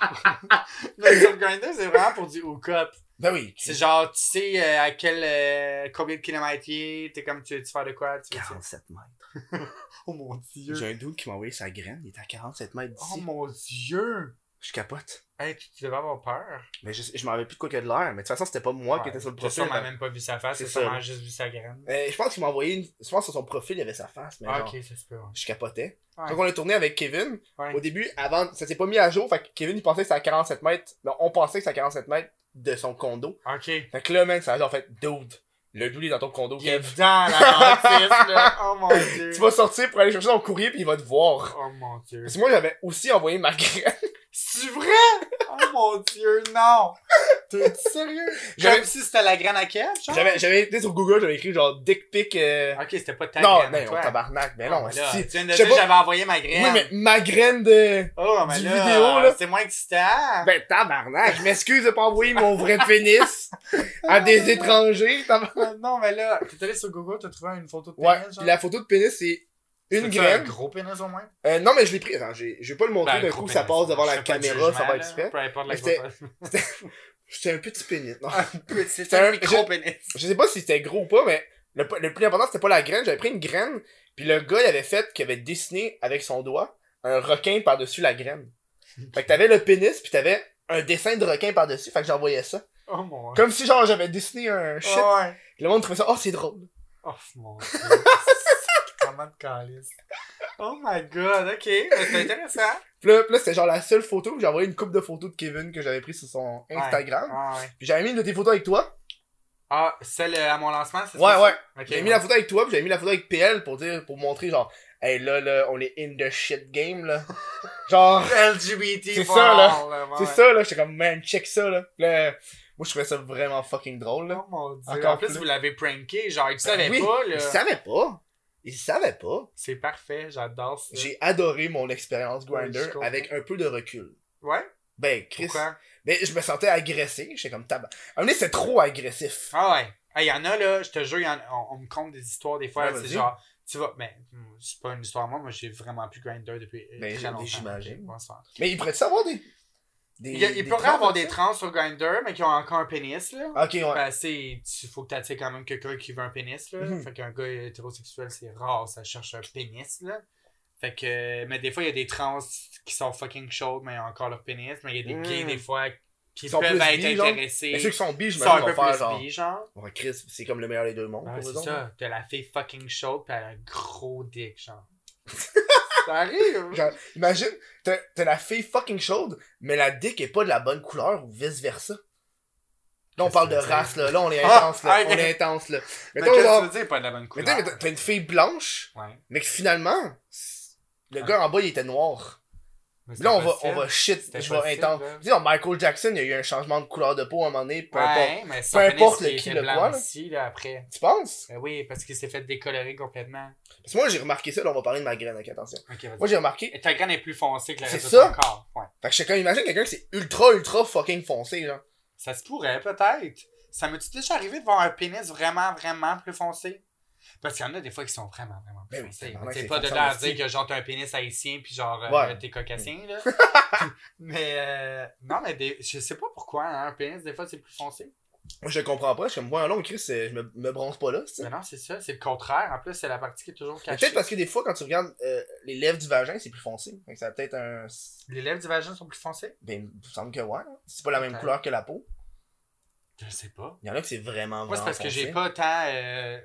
le Jump Grinder, c'est vraiment pour du hook-up.
Ben oui.
C'est genre, tu sais euh, à quel, euh, combien de kilomètres il est, t'es comme, tu veux-tu faire de quoi, tu veux -tu...
47 mètres.
Oh mon dieu.
J'ai un dude qui m'a envoyé sa graine, il est à 47 mètres
Oh
d'ici.
mon dieu.
Je capote.
Hey, tu, tu devais avoir peur.
Mais je, je m'en avais plus de quoi que de l'air, mais de toute façon, c'était pas moi qui
Ouais.
était sur le
J'ai
profil.
sûrement
mais-
même pas vu sa face,
C'est
j'ai
ça.
sûrement juste vu sa graine.
Euh, je pense qu'il m'a envoyé une... Je pense que sur son profil, il y avait sa face, mais
Ah,
genre,
ok, ça se peut, ouais.
je capotais.
Ouais.
Quand on a tourné avec Kevin,
Ouais.
au début, avant, ça s'est pas mis à jour, fait que Kevin, il pensait que c'était à 47 mètres. Non, on pensait que c'était à 47 mètres de son condo.
Ok.
Fait que là, man, ça a genre fait, dude, le dude est dans ton condo,
Il est
Kev.
dans la dentiste, là. Oh mon dieu.
Tu vas sortir pour aller chercher ton courrier, puis il va te voir.
Oh mon dieu.
Parce que moi, j'avais aussi envoyé ma graine.
C'est vrai? Oh mon dieu, non! T'es sérieux?
J'avais-
Comme si c'était la graine à catch, genre?
J'avais, j'avais été sur Google, j'avais écrit genre dick pic. euh,
Ok, c'était pas ta
Non, ben,
graine. Ah, à
non,
toi.
tabarnak, mais
Oh,
non,
mais là,
si.
Tu viens de
Je
dire
sais
que
pas-
j'avais envoyé ma
Oui,
graine.
mais ma graine de.
Oh, mais
du
là,
vidéo, là.
c'est moins excitant.
Ben, tabarnak, je m'excuse de pas envoyer mon vrai pénis à des
Ah.
étrangers, tabarnak.
non, mais là, t'es allé sur Google, t'as trouvé une photo de
Ben. Ouais,
pénis, genre?
pis la photo de pénis, c'est une
C'était un
graine.
gros pénis au moins.
Euh, non, mais je l'ai pris. Attends, j'ai, je vais pas le montrer,
Ben, un
d'un
gros
coup, ça
pénis.
passe devant
Je
la
fais pas de
caméra, ça
jugement,
va
là,
être fait.
Peu importe la
Mais c'était-
grosseur.
C'était un petit pénis. Non.
C'était un gros pénis.
je sais pas si c'était gros ou pas, mais le, le plus important, c'était pas la graine. J'avais pris une graine, puis le gars, il avait fait, qu'il avait dessiné avec son doigt un requin par-dessus la graine. Fait que t'avais le pénis, puis t'avais un dessin de requin par-dessus. Fait que j'envoyais ça.
Oh mon
Comme si, genre, j'avais dessiné un shit.
Oh, ouais.
Le monde trouvait ça, oh, c'est drôle.
Oh mon dieu. Comment de calice. Oh my god, ok. Ben, C'est intéressant.
Puis là, puis là, c'était genre la seule photo. J'ai envoyé une coupe de photos de Kevin que j'avais pris sur son Instagram.
Ah, ouais.
Puis j'avais mis une de tes photos avec toi.
Ah, celle euh, à mon lancement, c'est
Ouais,
ça?
ouais.
Ok,
J'avais
ouais.
mis la photo avec toi, puis j'avais mis la photo avec PL pour dire, pour montrer genre, hey là, là, on est in the shit game, là. genre,
LGBT
C'est
for
ça, là.
all, ouais.
c'est ça, là. J'étais comme, man, check ça, là. Puis là, moi, je trouvais ça vraiment fucking drôle, là.
Oh mon dieu.
Encore
en plus,
plus. Ah,
vous l'avez pranké, genre, il savait
oui,
pas,
Il
là.
savait pas. Il savait pas.
C'est parfait, j'adore ça.
J'ai adoré mon expérience
Ouais, je
Grinder
comprends.
avec un peu de recul.
Ouais?
Ben, Chris.
Pourquoi?
Ben, je me sentais agressé. J'étais comme, tabac. À un moment donné, c'était trop agressif.
Ah ouais. Il y en a, là, je te jure, y en- on, on me compte des histoires des fois,
Ouais,
c'est
vas-y.
genre, tu vas, mais hmm, c'est pas une histoire, moi, moi, j'ai vraiment plus Grindr depuis euh,
Ben,
très longtemps.
j'imagine.
Ouais, ça.
Mais il pourrait savoir des. des
Il, y a- il
des
pourrait
trans,
avoir
là,
des trans sur Grindr, mais qui ont encore un pénis, là.
ça? Ok, ouais.
Ben, c'est, tu, faut que t'attires quand même quelqu'un qui veut un pénis, là.
Mhm.
Fait qu'un gars hétérosexuel, c'est rare, ça cherche un pénis, là. Fait que, euh, mais des fois, il y a des trans qui sont fucking chaudes, mais ils ont encore leur pénis. Mais il y a des
Mm.
gays, des fois, qui
Ils sont
peuvent
plus
être
bi, genre.
intéressés.
Mais ceux qui sont bi,
Ils
je
sont un
me
peu
vais faire
plus
genre.
bi, genre.
Ouais, Chris, c'est comme le meilleur des deux mondes.
Ouais,
pour eux
c'est
autres.
ça. T'as la fille fucking chaude, pis elle a un gros dick, genre. ça arrive!
Genre, imagine, t'as t'as la fille fucking chaude, mais la dick est pas de la bonne couleur ou vice versa. Là, on
Qu'est-ce
parle
que
de
tu veux dire?
race, là. Là, on est
Ah,
intense, là.
ok.
On est intense, là.
Mais
Mettons,
qu'est-ce que
genre,
tu veux dire, pas de la bonne couleur?
mettons, mettons, t'as une fille blanche,
Ouais.
mais que finalement, c'est- le
Ah.
gars en bas, il était noir.
Mais c'est
Là, on va,
possible.
on va shit,
C'était
je vais
possible,
intense.
là.
Dis, dans Michael Jackson, il y a eu un changement de couleur de peau à un moment donné, peu importe.
Ouais, mais son
Peu
pénis,
importe
il
le
était
qui le
blanc
voit, là.
aussi, là, après.
Tu penses?
Ben oui, parce qu'il s'est fait décolorer complètement.
Parce que moi, j'ai remarqué ça, là, on va parler de ma graine, ok, attention.
Ok, vas-y.
Moi, j'ai remarqué,
Et Ta graine est plus foncée que le
C'est
reste
ça.
de ton corps. Ouais.
fait que je sais quand imagine quelqu'un qui c'est ultra, ultra fucking foncé, genre.
Ça se pourrait, peut-être. Ça m'est-tu déjà arrivé de voir un pénis vraiment, vraiment plus foncé? Parce qu'il y en a des fois qui sont vraiment, vraiment plus
Ben oui,
foncés.
tabarnak,
C'est
c'est
pas de
fonction
là à
aussi.
dire que genre t'as un pénis haïtien puis genre euh,
Ouais.
t'es caucasien, là. mais euh, non, mais des- je sais pas pourquoi, hein, un pénis, des fois, c'est plus foncé.
Moi, je comprends pas, je suis comme, moi, long, Chris, c'est- je me, me bronze pas là, c'est
Mais non, c'est ça, c'est le contraire. En plus, c'est la partie qui est toujours
Mais
cachée.
Peut-être parce que des fois, quand tu regardes euh, les lèvres du vagin, c'est plus foncé. Fait que ça a peut-être un.
Les lèvres du vagin sont plus foncées?
Ben, il me semble que ouais. hein. C'est pas la même
Peut-être.
couleur que la peau.
Je sais pas.
Il y en a que c'est vraiment, vraiment.
Moi, c'est parce que
foncé.
j'ai pas tant... euh,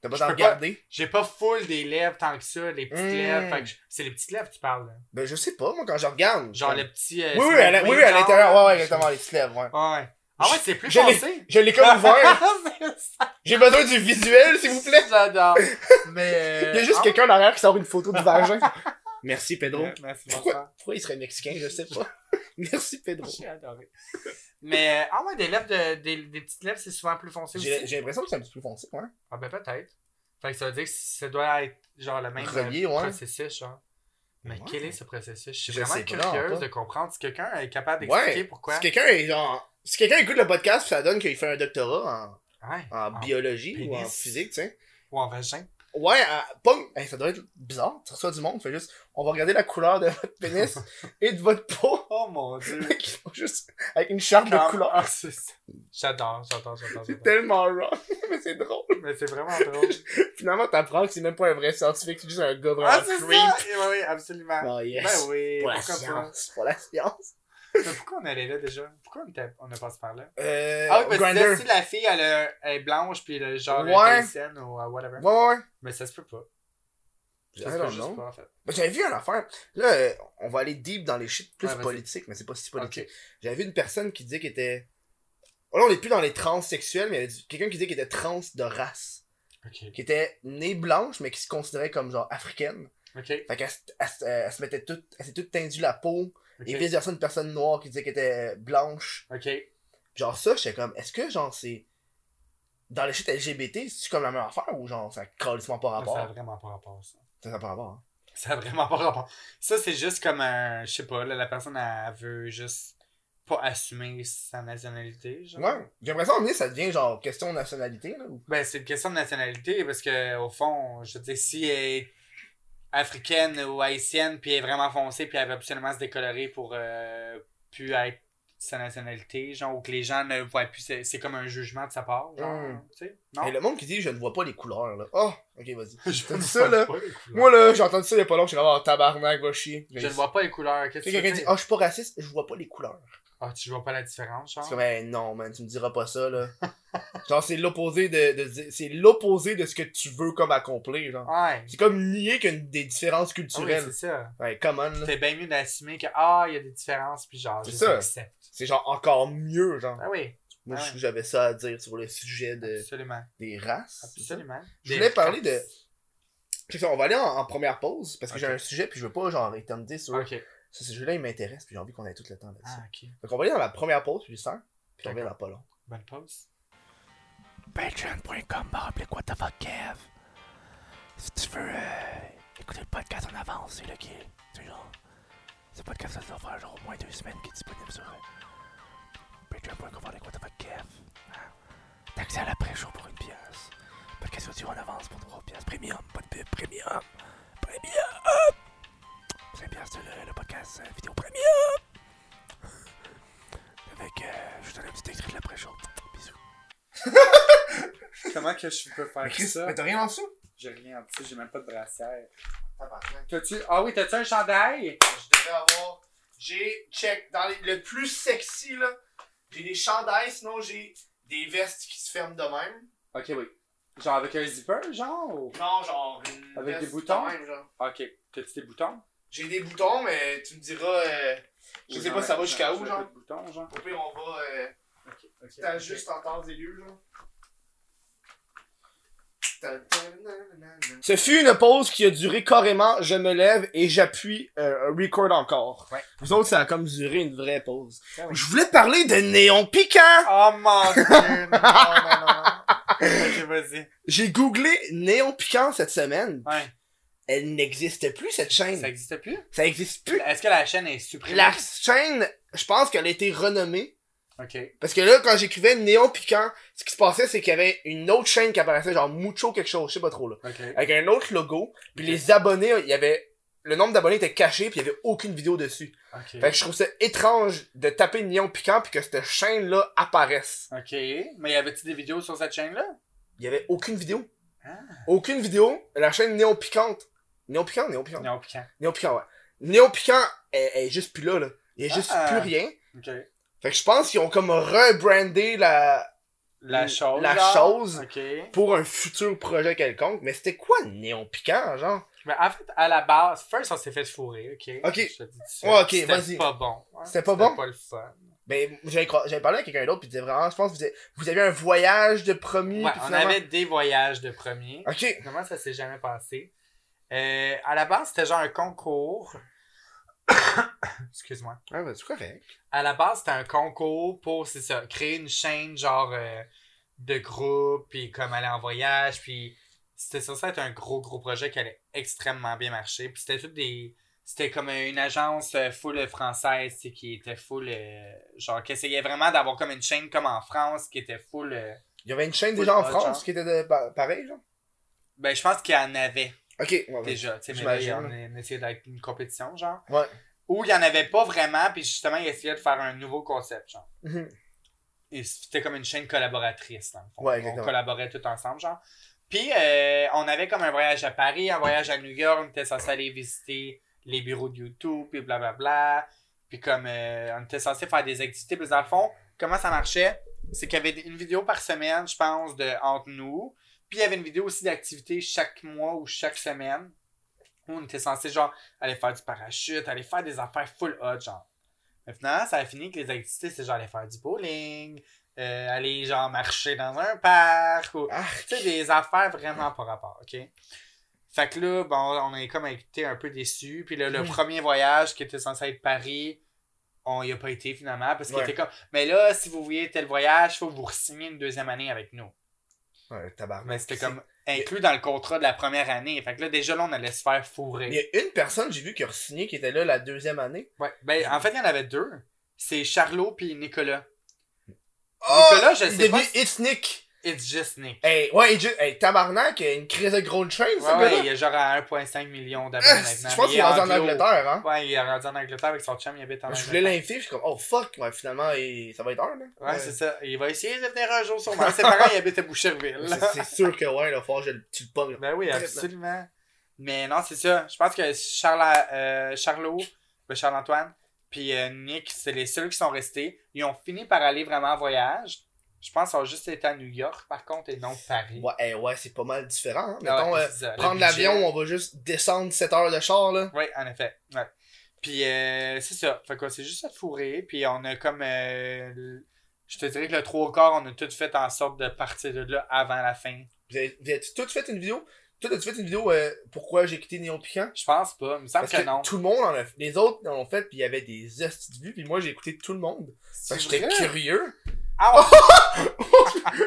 T'as pas
je
tant
peux
regardé.
J'ai pas full des lèvres tant que ça, les petites
Mm.
lèvres. Fait que je- c'est les petites lèvres que tu parles. là.
Ben, je sais pas, moi, quand je regarde.
Genre
comme-
le petit. euh,
Oui, oui,
smile
à la- oui, oui, à
genre.
l'intérieur. Ouais, ouais, exactement, les petites lèvres, ouais.
Ouais. Ah ouais, c'est plus
Je l'ai-
foncé.
Je l'ai comme ouvert.
C'est ça,
J'ai besoin du visuel, s'il vous plaît.
J'adore. Mais. euh,
Il y a juste
ah,
quelqu'un derrière qui sort une photo du vagin. Merci, Pedro.
euh, Merci,
Pourquoi,
bonsoir.
pourquoi il serait mexicain, je sais pas. Merci, Pedro.
J'ai adoré. Mais, euh, ah ouais, des lèvres, de, des, des petites lèvres, c'est souvent plus foncé
J'ai
aussi.
j'ai l'impression que c'est un petit peu plus foncé, ouais.
Ah ben peut-être. Fait que ça veut dire que ça doit être genre le même euh,
Relié, ouais.
processus, genre. Mais
Ouais.
quel est ce processus? Je suis
Je
vraiment
sais pas,
curieuse
encore.
de comprendre si quelqu'un est capable
Ouais.
d'expliquer pourquoi.
Si quelqu'un est genre. Si quelqu'un écoute le podcast, ça donne qu'il fait un doctorat en.
Ouais. Ah,
en biologie ou en
pénis.
physique, tu sais.
Ou en vagin.
Ouais, euh, pas... hey, ça doit être bizarre, ça reçoit du monde, fait juste, on va regarder la couleur de votre pénis et de votre peau,
Oh mon dieu.
Ils font juste avec une charte de couleur.
Ah, c'est ça. J'adore, j'adore, j'adore.
C'est
j'adore.
tellement wrong, mais c'est drôle.
Mais Ah, c'est vraiment drôle.
Finalement, t'apprends que c'est même pas un vrai scientifique, c'est juste un gars vraiment
ah, c'est
creep.
ça! Eh, Oui, oui, absolument.
Oh yes,
Ben oui,
pour la
pourquoi pas?
science, pour la science.
Mais pourquoi on allait là déjà? Pourquoi on, était- on a passé par là?
Euh,
Ah oui, parce que
Grindr.
là, si la fille elle, a- elle est blanche puis le genre
Ouais.
est haïtienne ou euh, whatever.
Ouais, ouais, ouais.
Mais ça se peut pas.
I
Ça se
don't
peut juste
know.
pas en fait.
Ben, J'avais vu une affaire. Là, euh, on va aller deep dans les shit plus
Ouais, vas-y.
politiques, mais c'est pas si politique.
Ok.
J'avais vu une personne qui disait qu'elle était. Oh là, on est plus dans les transsexuels, mais il y avait du- quelqu'un qui disait qu'il était trans de race.
Ok.
Qui était née blanche, mais qui se considérait comme genre africaine.
Ok. ok.
Fait qu'elle se- elle se- elle se mettait toute. Elle s'est toute tendue la peau. Et vice versa, une personne noire qui disait qu'elle était blanche.
Ok.
Genre ça, j'étais comme, est-ce que genre c'est. Dans les shit LGBT, c'est comme la même affaire ou genre ça a carrément pas
Non, Ça a
rapport?
vraiment pas rapport ça.
Ça n'a pas rapport, hein.
Ça a vraiment pas rapport. Ça, c'est juste comme un. Je sais pas, là, la personne, elle veut juste pas assumer sa nationalité, genre.
Ouais, j'ai l'impression que ça devient genre question de nationalité, là. ou-
Ben, c'est une question de nationalité, parce que, au fond, je veux dire, si elle est africaine ou haïtienne, puis elle est vraiment foncée, puis elle veut absolument se décolorer pour euh, plus être sa nationalité, genre, ou que les gens ne voient plus, c'est c'est comme un jugement de sa part, genre,
Mm.
tu sais? Non?
Et le monde qui dit je ne vois pas les couleurs, là. Oh, ok, vas-y.
je
t'as dit ça, là?
pas les
Moi,
couleurs.
là, j'ai entendu ça il y a pas longtemps, je suis vraiment en tabarnak, va chier.
Je ne vois pas les couleurs. Qu'est-ce
Tu sais,
que tu veux
quelqu'un dit,
dire?
oh, je suis pas raciste, je vois pas les couleurs.
Ah, tu vois pas la différence,
C'est
genre?
comme, ben non, man, tu me diras pas ça, là. genre, c'est l'opposé de, de, dire- c'est l'opposé de ce que tu veux comme accomplir, genre.
Ouais.
C'est comme nier qu'il y a une- des différences
Ah oui,
culturelles.
c'est ça.
ouais, come on, là.
C'est bien mieux d'assumer que, ah, il y a des différences, puis genre,
C'est
je
ça.
l'accepte.
C'est genre encore mieux, genre.
Ah oui,
Moi,
Ah
je-
ouais.
j'avais ça à dire sur le sujet de,
absolument.
des races.
Absolument.
Je
Des
voulais parler de-
races.
Check ça, on va aller en, en première pause, parce que
Ok.
j'ai un sujet, puis je veux pas, genre, éterniser sur
Ah, Ok.
ce sujet-là, il m'intéresse, puis j'ai envie qu'on ait tout le temps là-dessus.
Ah, ok.
Donc on va aller dans la première pause, puis ça, puis on revient dans pas long.
Bonne pause.
patreon.com quoi the fuck Kev. Si tu veux euh, écouter le podcast en avance, c'est le qui C'est genre. Ce podcast, ça doit faire genre au moins deux semaines qu'il est disponible sur euh, patreon.com what the fuck Kev. Hein? T'as accès à l'après-jour pour une pièce. Podcast audio en avance pour trois pièces. Premium, pas de pub, premium. Premium! 5 pièces le, le podcast euh, vidéo premium! Avec euh, juste un petit extrait de l'après-jour. Bisous.
Comment que je peux faire ça?
t'as rien en dessous?
J'ai rien en dessous, j'ai même pas de brassière.
Je
T'as-tu. Ah oui, t'as-tu un chandail?
devrais avoir. J'ai, check, dans les- le plus sexy là, j'ai des chandails, sinon j'ai des vestes qui se ferment de même.
Ok, oui. Genre avec un zipper, genre? ou-
Non, genre une
Avec des
veste de
boutons?
même, genre.
Ok. T'as-tu des boutons?
J'ai des boutons, mais tu me diras, euh, je
Ou
sais
genre
pas ça va
un-
jusqu'à
un-
où,
un
genre.
peu de boutons, genre.
Au pire, on va. Euh,
Ok. ok,
t'as
ok.
juste en temps et lieu, genre. Ta- ta- na- na- na- na. Ce fut une pause qui a duré carrément. Je me lève et j'appuie euh, record encore.
Ouais.
Vous autres, ça a comme duré une vraie pause.
Ah oui.
Je voulais parler de néon piquant.
Oh mon dieu! Non, non, non, non. Ok, vas-y.
J'ai googlé néon piquant cette semaine.
Ouais.
Elle n'existe plus cette chaîne.
Ça existe plus?
Ça n'existe plus.
Est-ce que la chaîne est supprimée?
La chaîne, je pense qu'elle a été renommée.
Ok.
Parce que là, quand j'écrivais Néon Piquant, ce qui se passait, c'est qu'il y avait une autre chaîne qui apparaissait, genre Mucho quelque chose, je sais pas trop là.
Ok.
Avec un autre logo, puis les abonnés, il y avait. Le nombre d'abonnés était caché, puis il y avait aucune vidéo dessus.
Ok.
Fait que je trouve ça étrange de taper Néon Piquant, puis que cette chaîne-là apparaisse.
Ok. Mais y avait-tu des vidéos sur cette chaîne-là?
Il y avait aucune vidéo.
Ah.
Aucune vidéo. La chaîne Néon Piquante. Néon Piquant, Néon Piquant.
Non, piquant.
Néon Piquant, ouais. Néon Piquant, elle, elle est juste plus là, là. Il y a juste
Ah.
plus rien.
Ok.
Fait que je pense qu'ils ont comme rebrandé la,
La chose.
La
genre?
chose.
Ok.
pour un futur projet quelconque, mais c'était quoi Néon Piquant, genre?
Mais en fait, à la base, first, on s'est fait fourrer, ok?
Ok.
Je te dis tout de suite.
Ouais, ok,
C'était
vas-y.
pas bon. hein.
C'était pas bon?
C'était pas le fun.
Ben, j'avais cro- j'avais parlé à quelqu'un d'autre, puis il disait vraiment, je pense que vous avez, vous avez un voyage de promis,
Ouais,
puis
on
finalement-
avait des voyages de premier.
Ok,
Comment ça s'est jamais passé? Euh, à la base, c'était genre un concours. Excuse-moi.
ah, ben, c'est correct.
À la base, c'était un concours pour, c'est ça, créer une chaîne genre euh, de groupe, puis comme aller en voyage, puis c'était censé être un gros, gros projet qui allait extrêmement bien marcher. Puis c'était tout des. C'était comme une agence euh, full française, tu sais, qui était full. euh, genre, qui essayait vraiment d'avoir comme une chaîne comme en France, qui était full. euh,
Il y avait une chaîne
Oui,
déjà en
ah,
France
genre.
qui était de- pa- pareil, genre.
Ben, je pense qu'il y en avait
Ok, ouais, ouais.
déjà. Tu sais, mais là,
J'imagine.
on, a- on essayait d'être une compétition, genre.
Ouais.
Ou il n'y en avait pas vraiment, puis justement, ils essayaient de faire un nouveau concept, genre.
Mhm.
Et c'était comme une chaîne collaboratrice, dans le fond.
Ouais,
on
exactement.
collaborait tout ensemble, genre. Puis, euh, on avait comme un voyage à Paris, un voyage à New York, on était censé aller visiter les bureaux de YouTube, puis blablabla. Puis, comme, euh, on était censé faire des activités. Puis, dans le fond, comment ça marchait? C'est qu'il y avait une vidéo par semaine, je pense, de entre nous. Puis, il y avait une vidéo aussi d'activité chaque mois ou chaque semaine. Où on était censé, genre, aller faire du parachute, aller faire des affaires full hot, genre. Mais finalement, ça a fini que les activités, c'est genre aller faire du bowling, euh, aller genre marcher dans un parc ou
Arc.
tu sais des affaires vraiment par rapport ok fait que là bon on est comme été un peu déçus puis là, le
Mm.
premier voyage qui était censé être Paris on y a pas été finalement parce qu'il
Ouais.
était comme mais là si vous voulez tel voyage faut que vous signer une deuxième année avec nous
Ouais, tabarnak.
mais c'était comme inclus dans le contrat de la première année fait que là déjà là on allait se faire fourrer
Il y a une personne, j'ai vu, qui a signé qui était là la deuxième année.
ouais ben en fait il y en avait deux c'est Charlot puis Nicolas
Oh!
Nicolas je
Il
sais
est
pas
devenu It's Nick!
si- it's just Nick
Hey, ouais, il dit- hey, tabarnak, il y a une crise de grown train, ce
Ouais, ouais,
gars-là.
il est genre à 1,5 million d'abonnés
Ah,
maintenant.
Je pense
mais
qu'il est rendu en
anglo.
Angleterre, hein.
Ouais, il est rendu en Angleterre avec son chum, il habite en
Je
Angleterre.
voulais l'inviter, puis je suis comme, oh fuck, ouais, finalement, il- ça va être un, là.
Ouais, c'est ça. Il va essayer de venir un jour sûrement. Ses parents, ils habitent à Boucherville.
C'est- C'est sûr que ouais, là, faut que je le- tu le pognes.
ben oui, absolument. Mais non, c'est ça. Je pense que Charles, euh, Charlot, ben Charles-Antoine, puis euh, Nick, c'est les seuls qui sont restés. Ils ont fini par aller vraiment en voyage. Je pense qu'ils ont juste été à New York, par contre, et non Paris. Ah
Ouais, hey, ouais, c'est pas mal différent. Hein.
Ouais,
Mettons, euh,
c'est ça, le
prendre
budget.
l'avion, on va juste descendre 7 heures de char, là.
Oui, en effet. Ouais. Puis euh, c'est ça. Fait que c'est juste à fourrer. Puis on a comme. euh, l- je te dirais que le trois quarts, on a tout fait en sorte de partir de là avant la fin.
Vous avez, vous avez tout fait une vidéo? Toi, as-tu fait une vidéo euh, pourquoi j'ai quitté Néon Piquant?
Je pense pas. Il me semble
Parce
que, non.
que tout le monde en a Les autres en ont fait, puis il y avait des hosties de vues, puis moi, j'ai écouté tout le monde.
C'est
Parce que j'étais
vrai?
curieux.
Ah, ouais,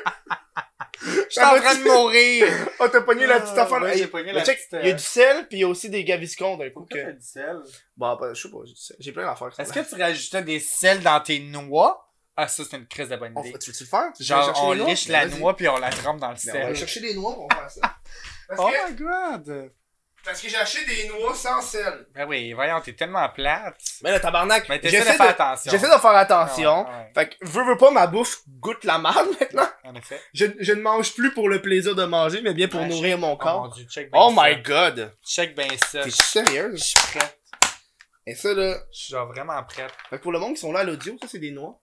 Je
suis en train de
mourir! oh, t'as pogné la
Ah,
petite affaire, là.
ouais,
Hey,
j'ai pogné
mais
la
check,
petite,
Il
euh,
y a du sel, puis il y a aussi des gaviscons d'un coup.
Pourquoi t'as
Que...
du sel?
Bon, ben, je sais pas, j'ai du sel. J'ai plein d'affaires. ça.
Est-ce que tu rajoutais des sels dans tes noix? Ah, ça, c'est une crise de bonne
On-
idée.
Tu veux-tu le faire? Tu veux aller
Genre,
chercher
on
les noix?
liche la
Vas-y.
noix puis on la trempe dans le
Ben, on va
sel.
aller chercher des noix, on va faire ça. Parce
Oh
que-
my god!
Parce que j'ai acheté des noix sans sel.
Ben oui, voyons, t'es tellement plate.
Mais là, tabarnak,
Mais
j'essaie
t'essaies de faire attention.
j'essaie de faire attention.
Ah ouais, ouais.
Fait que, veux, veux pas, ma bouffe goûte la merde maintenant.
En effet.
Je, je ne mange plus pour le plaisir de manger, mais bien pour
Ouais,
nourrir mon
Oh mon
corps.
dieu, check bien
Oh,
ça.
my god!
Check bien ça.
T'es
Je
sérieuse?
suis prête.
Et ça, là.
Je suis genre vraiment prête.
Fait que pour le monde qui sont là à l'audio, ça, c'est des noix.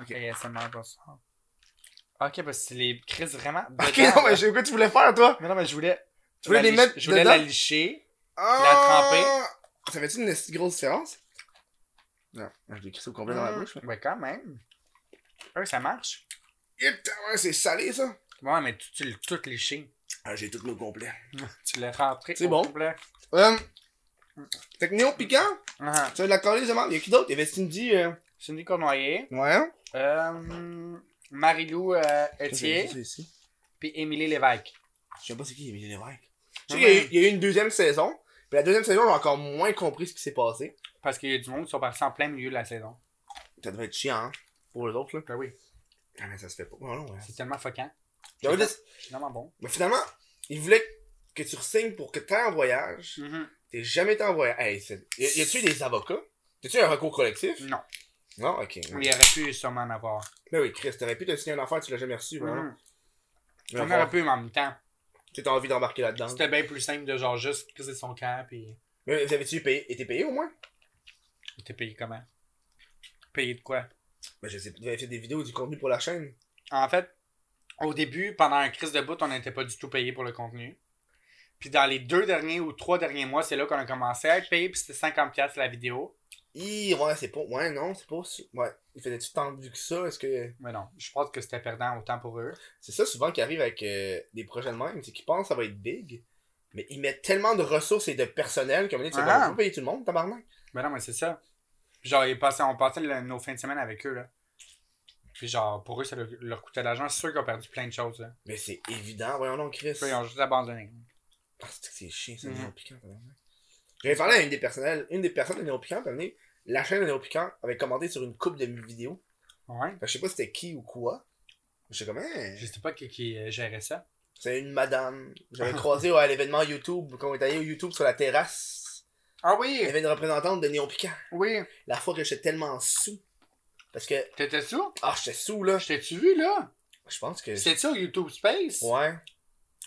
Ok, ça marche pas ça. Ok, parce que c'est les crises vraiment.
Ok,
dedans,
non, mais
là.
je sais quoi tu voulais faire, toi.
Mais non, mais je voulais.
Tu voulais
la
les
lich-
mettre
Je voulais
dedans?
la licher.
Ah! Ça fait-tu une si grosse différence? Non, je l'ai crissé au complet dans la
Mm.
bouche.
Ouais, quand même. Ouais, ça marche.
Et, putain, ouais, c'est salé, ça.
Ouais, mais tu, tu l'as tout liché.
Ah, j'ai tout le complet.
Tu l'as rentré.
C'est
au
bon.
complet.
Euh. Fait que néo piquant,
Ah,
tu as de la collée, demande. Y'a qui d'autre? Y'avait Cindy, euh.
Cindy Cournoyer.
Ouais.
Euh, Marie-Lou euh, Etier.
C'est ici.
Puis Émilie Lévesque.
Je sais pas c'est qui Émilie Lévesque. Tu sais,
Ouais,
il y a eu-
Ah ouais.
il y, a eu une deuxième saison. Puis la deuxième saison, j'ai encore moins compris ce qui s'est passé.
Parce qu'il y a du monde qui sont partis en plein milieu de la saison.
Ça devait être chiant, hein, pour les autres, là.
Ben oui,
Ah, mais ça se fait pas. Non, non, ouais.
c'est tellement foquant.
J'avais dit-
C'est vraiment bon.
Mais finalement, ils voulaient que tu re-signes pour que t'ailles en voyage. T'es jamais été en voyage. Hey, c'est- y a- y a-tu des avocats? T'as-tu un recours collectif?
Non.
Non, ok.
Il y aurait pu sûrement en avoir.
Mais oui, Chris, t'aurais pu te signer un affaire, tu l'as jamais reçu, voilà.
Mhm.
Mais
On
enfin,
aurait pu, mais en même temps,
Tu t'as envie d'embarquer là-dedans.
c'était bien plus simple de genre juste criser son camp et
Mais vous avez-tu payé? été payé au moins?
t'es payé comment? Payé de quoi?
Ben, je sais pas, tu avais fait des vidéos du contenu pour la chaîne.
En fait, au début, pendant un crise de bout, on n'était pas du tout payé pour le contenu. Puis dans les deux derniers ou trois derniers mois, c'est là qu'on a commencé à être payé, puis c'était 50$ la vidéo.
Hi, ouais, c'est pas. Ouais, non, c'est pas. su- Ouais, il faisait-tu tant de vues que ça? Est-ce que.
Mais non, je pense que c'était perdant autant pour eux.
C'est ça souvent qui arrive avec euh, des projets de même, c'est qu'ils pensent que ça va être big, mais ils mettent tellement de ressources et de personnel comme ils disent,
Ah.
on peut payer tout le monde, tabarnak.
Mais Ben non, mais c'est ça. Puis genre, ils passaient- on passait le- nos fins de semaine avec eux, là. Puis genre, pour eux, ça leur, leur coûtait de l'argent. C'est sûr qu'ils ont perdu plein de choses, là.
Mais c'est évident, voyons donc, Chris.
Puis là, ils ont juste abandonné.
Ah, c'est que c'est chiant, ça,
Mhm.
Néon Piquant, tabarnak. J'avais parlé à une des personnels, une des personnes de Néon Piquant, puis à un moment donné, la chaîne de Néon Piquant avait commandé sur une coupe de vidéos.
Ouais.
Fait que Je sais pas c'était qui ou quoi, J'étais comme, Hein,
Je sais pas qui, qui euh, gérait ça.
c'est une madame. J'avais croisé ouais, à l'événement YouTube, quand on est allé au YouTube sur la terrasse.
Ah
Il y
oui!
avait une représentante de Néon Piquant.
Oui!
La fois que j'étais tellement sous. Parce que,
T'étais sûr?
ah, j'étais sous, là.
Je t'ai-tu vu, là?
Je pense que.
C'était sur YouTube Space?
Euh, Ouais.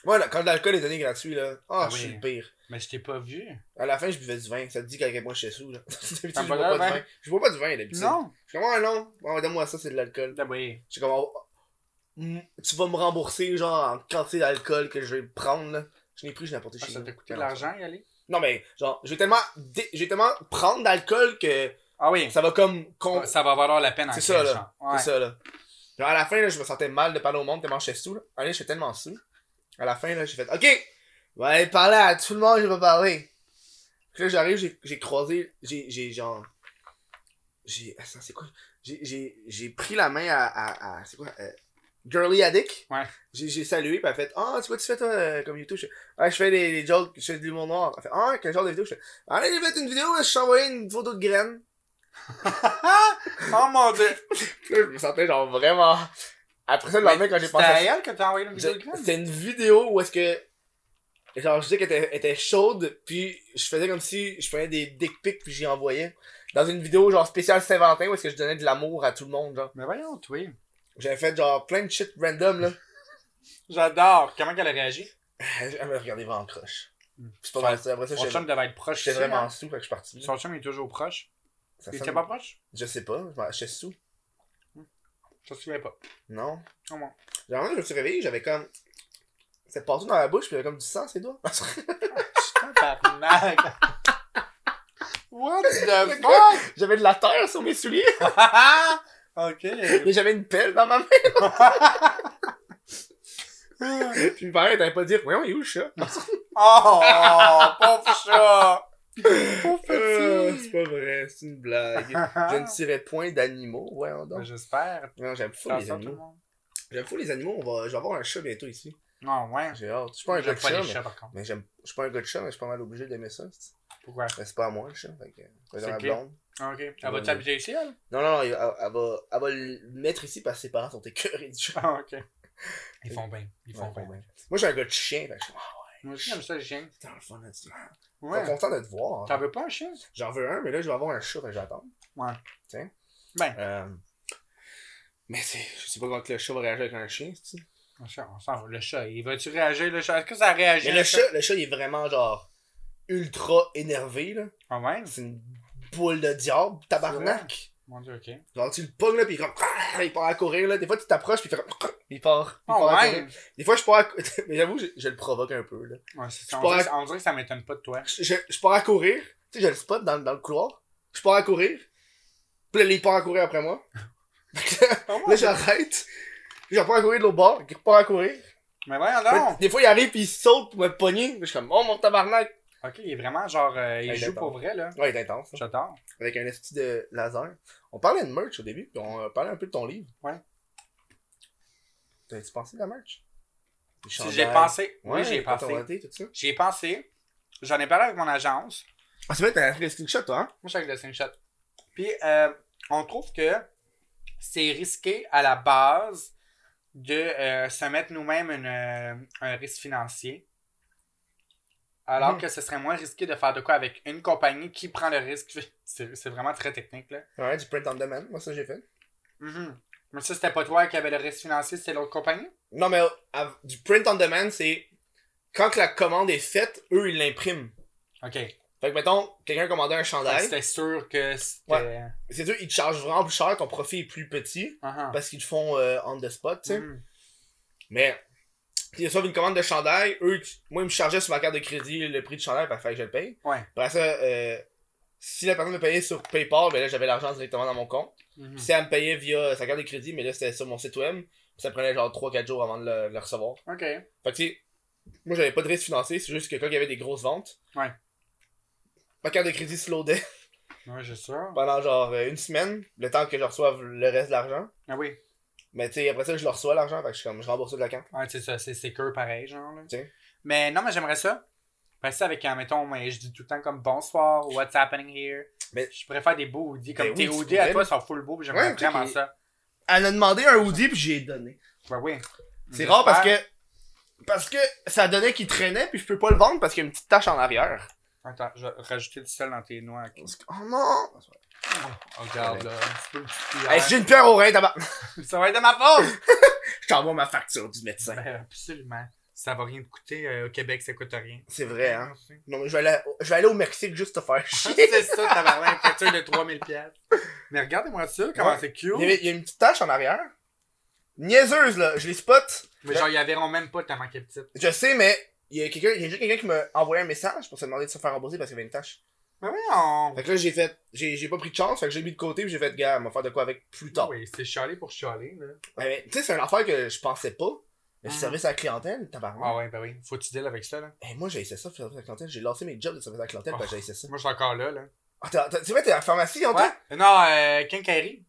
Ouais, là, quand l'alcool est donné gratuit, là. ah,
Ah
je suis
oui.
le pire.
Mais je t'ai pas vu.
À la fin, je buvais du vin. Ça te dit qu'à quel point j'étais sous, là. D'habitude,
Ah,
je bois
bah,
pas de
là,
vin. Je bois pas du vin, d'habitude.
Non?
Je suis comme, ah non, bon, donne-moi ça, c'est de l'alcool.
Ah oui.
J'ai comme, oh, mm, tu vas me rembourser, genre, en quantité d'alcool que je vais prendre, là. Je n'ai pris, je l'ai apporté
Ah,
chez
ça
nous.
t'a coûté
Mais
de
non,
l'argent, y aller?
ça- Non, mais, genre, je vais tellement, dé- je vais tellement prendre d'alcool que
Ah oui.
ça va comme. con-
Ah, Ça va valoir la peine en
Oh. C'est ça,
cash,
là.
hein. Ouais.
C'est ça, là. Genre, à la fin, là, je me sentais mal de parler au monde tellement j'étais sous, là. Allez, j'étais tellement sous. À la fin, là, j'ai fait, OK, je vais aller parler à tout le monde, je vais parler. Puis là, j'arrive, j'ai- j'ai croisé, j'ai, j'ai, genre, j'ai, attends, c'est quoi? J'ai, j'ai, j'ai pris la main à, à, à- c'est quoi? euh, Girly Addict.
Ouais.
J'ai, j'ai salué, puis elle fait, ah, c'est quoi tu fais, toi, euh, comme YouTube? Je fais, ah, je fais des, des jokes, je fais de l'humour noir. Elle fait, ah, quel genre de vidéo? Je fais, allez, j'ai fait une vidéo, je t'ai envoyé une photo de graines.
Oh mon dieu!
Puis là, je me sentais genre vraiment. Après ça, le lendemain, quand j'ai pensé.
C'était à
à ça,
elle que t'as envoyé une vidéo de
je-
graines?
C'était une vidéo où est-ce que. Genre, je disais qu'elle était, était chaude, puis je faisais comme si je prenais des dick pics, puis j'y envoyais. Dans une vidéo, genre, spéciale Saint-Valentin, où est-ce que je donnais de l'amour à tout le monde, genre.
Mais voyons, toi.
J'avais fait, genre, plein de shit random, là.
J'adore. Comment qu'elle a réagi?
Elle me regardait vraiment croche.
Mm.
Hmm. C'est pas mal ça. Après ça,
Son
j'étais
chum devait être proche.
j'étais
aussi,
vraiment
hein.
sous quand je suis parti. là.
Son chum est toujours proche.
Ça
il était
sonne-
pas proche?
Je sais pas, je m'en- j'étais sous.
Je me souviens pas.
Non.
Oh bon.
Genre, je me suis réveillé, j'avais comme. C'est partout dans la bouche, puis j'avais comme du sang, ses doigts.
Tabarnak! What the fuck?
J'avais de la terre sur mes souliers.
ok.
Mais j'avais une pelle dans ma main. Puis me parlait, t'allais pas dire, voyons, il est où le chat?
Oh, pauvre chat! Pauvre
Euh,
petit.
pas vrai, c'est une blague. Je ne tirais point d'animaux, voyons
Ben,
donc.
J'espère.
Non, j'aime fou
T'as
les
ça, tout le
animaux.
monde?
J'aime fou les animaux, on va... je vais avoir un chat bientôt ici.
Non, ouais.
J'ai hâte. Je suis pas un gars
J'aime
de
pas
chat,
les
mais...
chats, par contre.
mais j'aime... Je suis pas un gars de chat, mais je suis pas mal obligé d'aimer ça. c'est-
Pourquoi?
Mais c'est pas à moi, le chat. Fait que... Fais dans
C'est
ma
qui?
blonde.
Ah, Ok. Elle
Ouais.
va t'habiter ici, elle?
Non, non, non, elle, elle va... elle va le mettre ici parce que ses parents sont écœurés du chat.
Ah, ok. Ils font bien. Ils
Ouais,
font bien.
ouais. Moi, j'ai un gars de chien, fait que je suis ah,
Moi aussi, j'aime ça, les chiens.
ouais, dans le fun là-dessus. Je suis
Ouais.
content de te voir. hein.
T'en veux pas un chien?
J'en veux un, mais là, je vais avoir un chat, fait que j'attends.
Ouais.
Tiens.
Ben.
Euh, Mais c'est... je sais pas comment que le chat va réagir avec un chien, c'est
Un chat, on s'en va. Le chat, il va-tu réagir, le chat? Est-ce que ça réagit?
Mais le chat, le chat, il est vraiment genre ultra énervé, là.
Ah, ouais?
C'est une boule de diable, tabarnak.
Mon dieu, ok.
Genre, tu le pognes, là, pis il, est comme, Ah il part à courir, là. Des fois, tu t'approches, pis il fait comme, il part. Il
Oh,
part à
ouais!
courir. Des fois, je pars à cou- Mais j'avoue, je, je le provoque un peu, là.
Ouais, c'est ça.
Je
on,
pourrais-
dirait, que- on dirait que ça m'étonne pas de toi.
Je, je, je pars à courir. Tu sais, je le spot dans, dans le couloir. Je pars à courir. Pis là, il part à courir après moi. Là, j'arrête. Puis je repars à courir de l'autre bord. Il repart à courir.
Mais voyons
Là,
donc!
Des fois, il arrive pis il saute pour me pogner. Puis Je suis comme, oh mon tabarnak.
Ok, il est vraiment genre. euh, il
Ouais,
joue
Ben, d'accord.
pour vrai, là.
Ouais, il est intense. hein.
J'adore.
Avec un esti de laser. On parlait de merch au début, puis on euh, parlait un peu de ton livre.
Ouais.
T'as-tu pensé de la merch? Des
Si
chandails.
J'ai pensé.
Ouais,
oui, j'ai
pas ton
pensé.
raté, tout ça.
J'ai pensé. J'en ai parlé avec mon agence.
Ah, c'est vrai, t'as fait des screenshots, toi, hein?
Moi, j'ai avec le screenshot. Puis, euh, on trouve que c'est risqué à la base de euh, se mettre nous-mêmes une, euh, un risque financier. Alors
Mhm.
que ce serait moins risqué de faire de quoi avec une compagnie qui prend le risque. C'est c'est vraiment très technique, là.
Ouais, du print on demand. Moi, ça, j'ai fait.
Mhm. Mais ça, c'était pas toi qui avait le risque financier, c'était l'autre compagnie?
Non, mais euh, av- du print on demand, c'est quand que la commande est faite, eux, ils l'impriment.
Ok.
Fait que, mettons, quelqu'un commandait un
Fait que
chandail.
C'était sûr que c'était.
C'est sûr, ils te chargent vraiment plus cher, ton profit est plus petit,
Ah, ah.
parce qu'ils te font euh, on the spot, tu sais.
Mhm.
Mais, ils reçoivent une commande de chandail, eux, moi, ils me chargeaient sur ma carte de crédit le prix du chandail, fait que je le paye.
Ouais.
Après ça, euh, si la personne me payait sur PayPal, ben là, j'avais l'argent directement dans mon compte.
Mhm.
Si elle me payait via sa carte de crédit, mais là, c'était sur mon site web, ça prenait genre 3-4 jours avant de le, le recevoir.
Mhm. Ok.
Fait que, tu sais, moi, j'avais pas de risque financier, c'est juste que quand il y avait des grosses ventes,
Ouais.
ma carte de crédit se loadait
Ouais, j'ai sûr.
pendant genre euh, une semaine, le temps que je reçoive le reste de l'argent.
Ah oui.
Mais tu sais, après ça, je le reçois l'argent, fait que je, suis comme, je rembourse de la carte.
Ouais, c'est ça, c'est sécure pareil, genre. Là.
Tiens.
Mais non, mais j'aimerais ça. Passer avec un, mettons, mais je dis tout le temps comme bonsoir, what's happening here.
Mais-
je préfère des beaux hoodies. Comme
Ben
tes
oui, tu
hoodies à
pourrais,
toi sont full beaux, puis j'aimerais
Ouais, tu sais
vraiment
qu'il-
ça.
Elle a demandé un hoodie, puis j'ai donné.
Ben oui.
C'est rare parce que. Parce que ça donnait qu'il traînait, puis je peux pas le vendre parce qu'il y a une petite tache en arrière.
Attends, je vais rajouter du sel dans tes noix. ok?
Oh non!
Oh, regarde là. C'est pas une petite cuillère.
Hey, si j'ai une pierre au rein, tabac!
Ça va être de ma faute!
Je t'envoie ma facture du médecin.
ben, absolument. Ça va rien te coûter. euh, au Québec, ça coûte rien.
C'est vrai, hein. Non, mais je vais aller, je vais aller au Mexique juste te faire chier.
C'est ça, t'as parlé une facture de 3000 piastres. Mais regardez-moi ça, comment
Ouais.
c'est cute.
Il y, avait- il y a une petite tache en arrière. Niaiseuse, là. Je les spot.
Mais genre, ils la verront même pas tellement qu'elle est petite.
Je sais, mais il y a quelqu'un, il y a juste quelqu'un qui m'a envoyé un message pour se demander de se faire rembourser parce qu'il y avait une tache.
Mais Ben voyons!
Fait que là, j'ai fait, j'ai j'ai pas pris de chance, fait que j'ai mis de côté puis j'ai fait, gars, on va faire de quoi avec plus tard.
Oui, c'est chialé pour chialer, là.
Ouais, mais tu sais, c'est une affaire que je pensais pas. Le
Mm.
service à la clientèle, tabarnak.
Ah ouais, ben oui. Faut que tu deals avec ça, là.
Hey, moi, j'ai essayé ça, le service à la clientèle. J'ai lancé mes jobs de service à la clientèle parce que j'ai essayé ça.
Moi, je suis encore là, là.
Ah, t'as- t'as- c'est vrai, t'es à la pharmacie, on
Ah. Ouais. Non, euh, quincaillerie.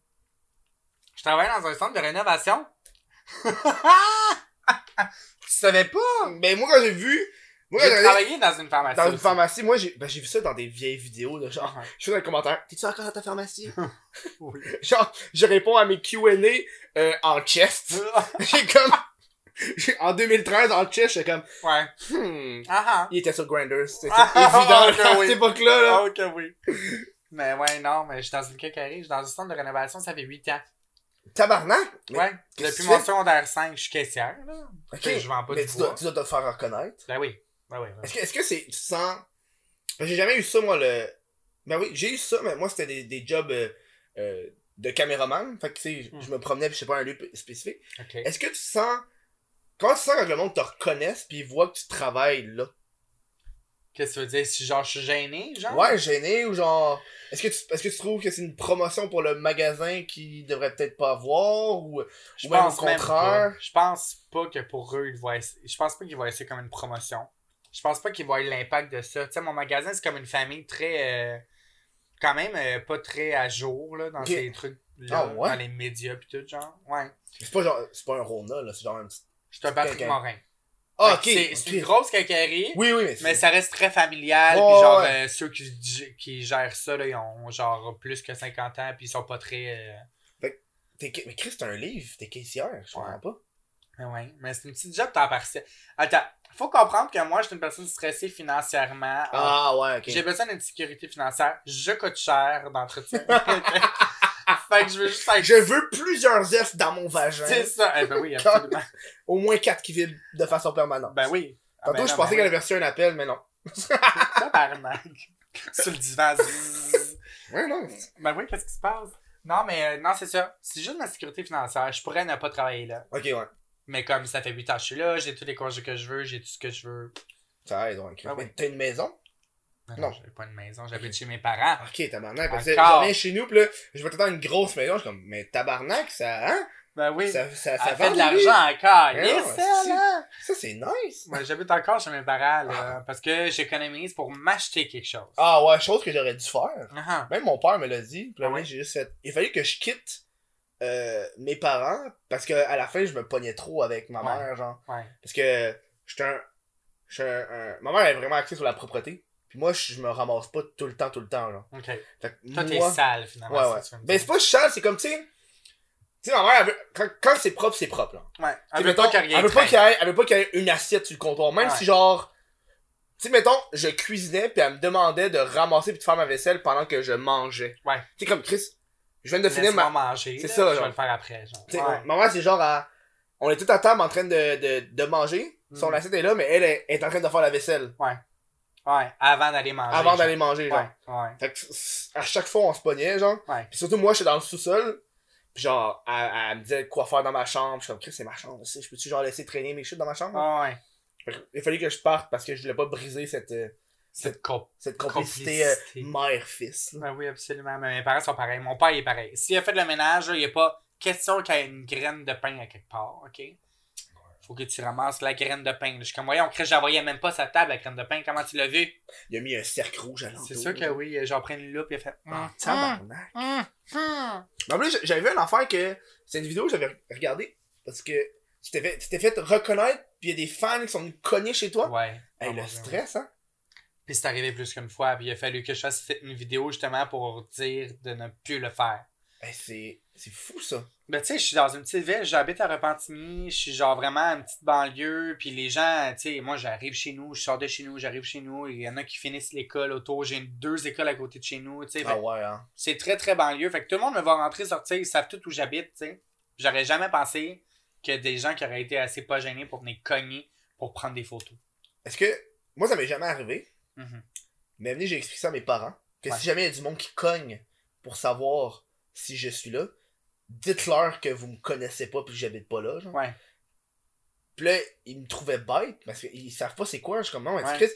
Je travaillais dans un centre de rénovation. tu savais pas?
Mais Ben, moi, quand j'ai vu, moi, quand
J'ai
j'allais
travaillé dans une pharmacie.
dans une
aussi.
pharmacie, moi, j'ai ben, j'ai vu ça dans des vieilles vidéos, là, genre.
Ah,
Je fais dans le commentaire, t'es-tu encore à ta pharmacie?
oui.
Genre, je réponds à mes Q&A euh, en chest. J'ai comme... j'ai- En 2013, en chest, j'étais comme...
ouais.
Hmm...
Ah ah.
Il était sur Grindr, c'était
Ah, ah,
évident
ah,
là, à
oui.
cette époque-là, là.
Ah, ok, oui. mais ouais, non, mais je suis dans une quincaillerie. Je suis dans un centre de rénovation, ça fait 8 ans.
Tabarnak! Mais-
Ouais.
qu'est-ce
Depuis
que tu
mon
fais?
secondaire 5, je suis caissière, là.
Ok,
Fait que Je vends pas
mais
du
tu
bois.
dois, tu dois te faire reconnaître.
Ben oui. Ben oui. ben oui.
Est-ce que est-ce que c'est... tu sens... J'ai jamais eu ça, moi, le... Ben oui, j'ai eu ça, mais moi, c'était des, des jobs euh, euh, de caméraman. Fait que, tu sais, je-
Hmm.
je me promenais, puis je sais pas, un lieu p- spécifique.
Ok.
Est-ce que tu sens. Comment tu sens quand le monde te reconnaisse pis voit que tu travailles là?
Qu'est-ce que tu veux dire? Si genre je suis gêné, genre?
Ouais, gêné ou genre. Est-ce que, tu... Est que tu trouves que c'est une promotion pour le magasin qui devrait peut-être pas avoir ou.
Je
Ou même
pense
au
même
contraire.
pas. Je pense pas que pour eux, ils voient. Je pense pas qu'ils voient ça comme une promotion. Je pense pas qu'ils voient l'impact de ça. Tu sais, mon magasin, c'est comme une famille très. euh, quand même euh, pas très à jour, là, dans
Ok.
ces trucs-là.
Ah ouais?
Dans les médias, pis tout, genre. Ouais.
C'est pas genre. C'est pas un Rona là, c'est genre un petit.
Je suis un Patrick
Quelqu'un.
Morin.
Ah,
Fait
ok!
que C'est c'est
ok.
une grosse cacarie.
Oui, oui, mais c'est.
Mais ça reste très familial,
Ouais,
puis genre,
ouais.
euh, ceux qui, g- qui gèrent ça, là, ils ont genre plus que 50 ans, puis ils sont pas très... euh,
t'es ca- Mais Chris, c'est un livre, t'es caissière, je comprends
Ouais.
pas.
Mais ouais, mais c'est une petite job temps partiel. Attends, faut comprendre que moi, je suis une personne stressée financièrement.
Ah, ouais, ok.
J'ai besoin d'une sécurité financière. Je coûte cher d'entretien. fait que je veux juste faire...
Je veux plusieurs F dans mon vagin.
C'est ça. Eh ben oui, absolument.
Au moins quatre qui vibrent de façon permanente.
ben oui. Ah
Tantôt,
ben
je
non,
pensais
ben
qu'elle avait reçu un appel, mais non.
oui. Tabarnak. Sur le divan. zzzz.
Ouais, non.
ben oui, qu'est-ce qui se passe? Non, mais euh, non, c'est ça. C'est juste ma sécurité financière. Je pourrais ne pas travailler là.
Ok, ouais.
Mais comme ça fait 8 ans que je suis là, j'ai tous les congés que je veux, j'ai tout ce que je veux.
Ça aide, ouais. Chris.
Ah oui.
Mais T'as une maison?
Non,
Non.
j'avais pas une maison, j'habite chez mes parents.
Ok, tabarnak, parce que
Encore.
j'en viens chez nous, pis là, je vais t'attendre une grosse maison, je suis comme, mais tabarnak, ça, hein?
Ben oui.
Ça, ça, ça
Elle fait
vend
de
lui.
l'argent encore.
Mais
Yes,
non,
elle,
c'est-
hein?
Ça, c'est nice!
Moi, j'habite encore chez mes parents, là, parce que j'économise pour m'acheter quelque chose.
Ah ouais, chose que j'aurais dû faire.
Ah,
Même mon père me l'a dit, pis là,
Ah ouais?
j'ai juste fait, il fallait que je quitte euh, mes parents, parce que à la fin, je me pognais trop avec ma
Ouais.
mère, genre.
ouais.
Parce que j'étais un. J'étais un, un- Ma mère est vraiment axée sur la propreté, pis moi, je je me ramasse pas tout le temps, tout le temps, genre.
OK.
Fait que
Toi, t'es
moi-
sale, hein, finalement.
Ouais,
si
ouais.
tu veux me
Ben,
dire.
c'est pas sale, c'est comme, tu sais. Tu sais, ma mère, elle veut- quand, quand c'est propre, c'est propre, là.
Ouais.
Tu
Elle
sais,
veut
mettons,
pas qu'il y ait
elle veut pas
traîne.
qu'il y ait- elle veut pas qu'il y ait une assiette sur le comptoir. Même
Ouais.
si, genre. Tu sais, mettons, je cuisinais, puis elle me demandait de ramasser puis de faire ma vaisselle pendant que je mangeais.
Ouais.
Tu sais, comme Chris, je viens de finir
Laisse-moi
ma.
manger.
C'est
là,
ça,
Je
genre.
vais le faire après, genre.
tu sais,
Ouais.
Ma mère, c'est genre, à... on est tout à table en train de, de, de manger. Son
Mm.
assiette est là, mais elle est, est en train de faire la vaisselle
Ouais, avant d'aller manger.
avant
genre.
d'aller manger, genre.
Ouais, ouais.
Fait que, c'est- à chaque fois, on se pognait, genre.
Ouais.
Puis surtout, moi, j'étais dans le sous-sol. Puis genre, elle, elle me disait quoi faire dans ma chambre. Je suis comme, Chris, c'est ma chambre. tu sais, Je peux-tu genre laisser traîner mes chutes dans ma chambre?
Ah, ouais.
Fait que, Il fallait que je parte parce que je voulais pas briser cette, euh,
C'est con.
cette complicité, euh,
Complicité.
mère-fils. là.
Ben oui, absolument. Mais mes parents sont pareils. Mon père il est pareil. S'il a fait le ménage, là, il n'y a pas question qu'il y ait une graine de pain à quelque part, OK? Faut que tu ramasses la graine de pain. Je suis comme, voyons, Chris, je la voyais même pas sa table, la graine de pain. Comment tu l'as vu?
Il a mis un cercle rouge à l'entour.
C'est sûr que oui. J'en prends une loupe, il a fait...
Ah,
Hum,
tabarnak.
hum, hum.
Mais En plus, j'avais vu une affaire que. C'est une vidéo que j'avais regardée parce que tu t'es fait, tu t'es fait reconnaître, puis il y a des fans qui sont venus te cogner chez toi.
Ouais.
Hey,
Ah,
le
mon Dieu.
stress, hein?
Puis c'est arrivé plus qu'une fois, puis il a fallu que je fasse une vidéo justement pour dire de ne plus le faire.
Hey, c'est c'est fou ça.
Ben, tu sais, je suis dans une petite ville, j'habite à Repentigny, je suis genre vraiment une petite banlieue, puis les gens, tu sais, moi j'arrive chez nous, je sors de chez nous, j'arrive chez nous, il y en a qui finissent l'école autour, j'ai deux écoles à côté de chez nous, tu sais, fait
Ah
que
ouais, hein.
c'est très très banlieue, fait que tout le monde me va rentrer, sortir, ils savent tout où j'habite, tu sais. J'aurais jamais pensé que des gens qui auraient été assez pas gênés pour venir cogner pour prendre des photos.
Est-ce que. Moi, ça m'est jamais arrivé,
Mhm.
mais venez, j'ai expliqué ça à mes parents. Que
Ouais.
si jamais il y a du monde qui cogne pour savoir si je suis là, dites-leur que vous me connaissez pas puis que j'habite pas là, genre.
Ouais.
Puis là, ils me trouvaient bête parce qu'ils savent pas c'est quoi. Je suis comme, non, mais
Ouais.
Chris,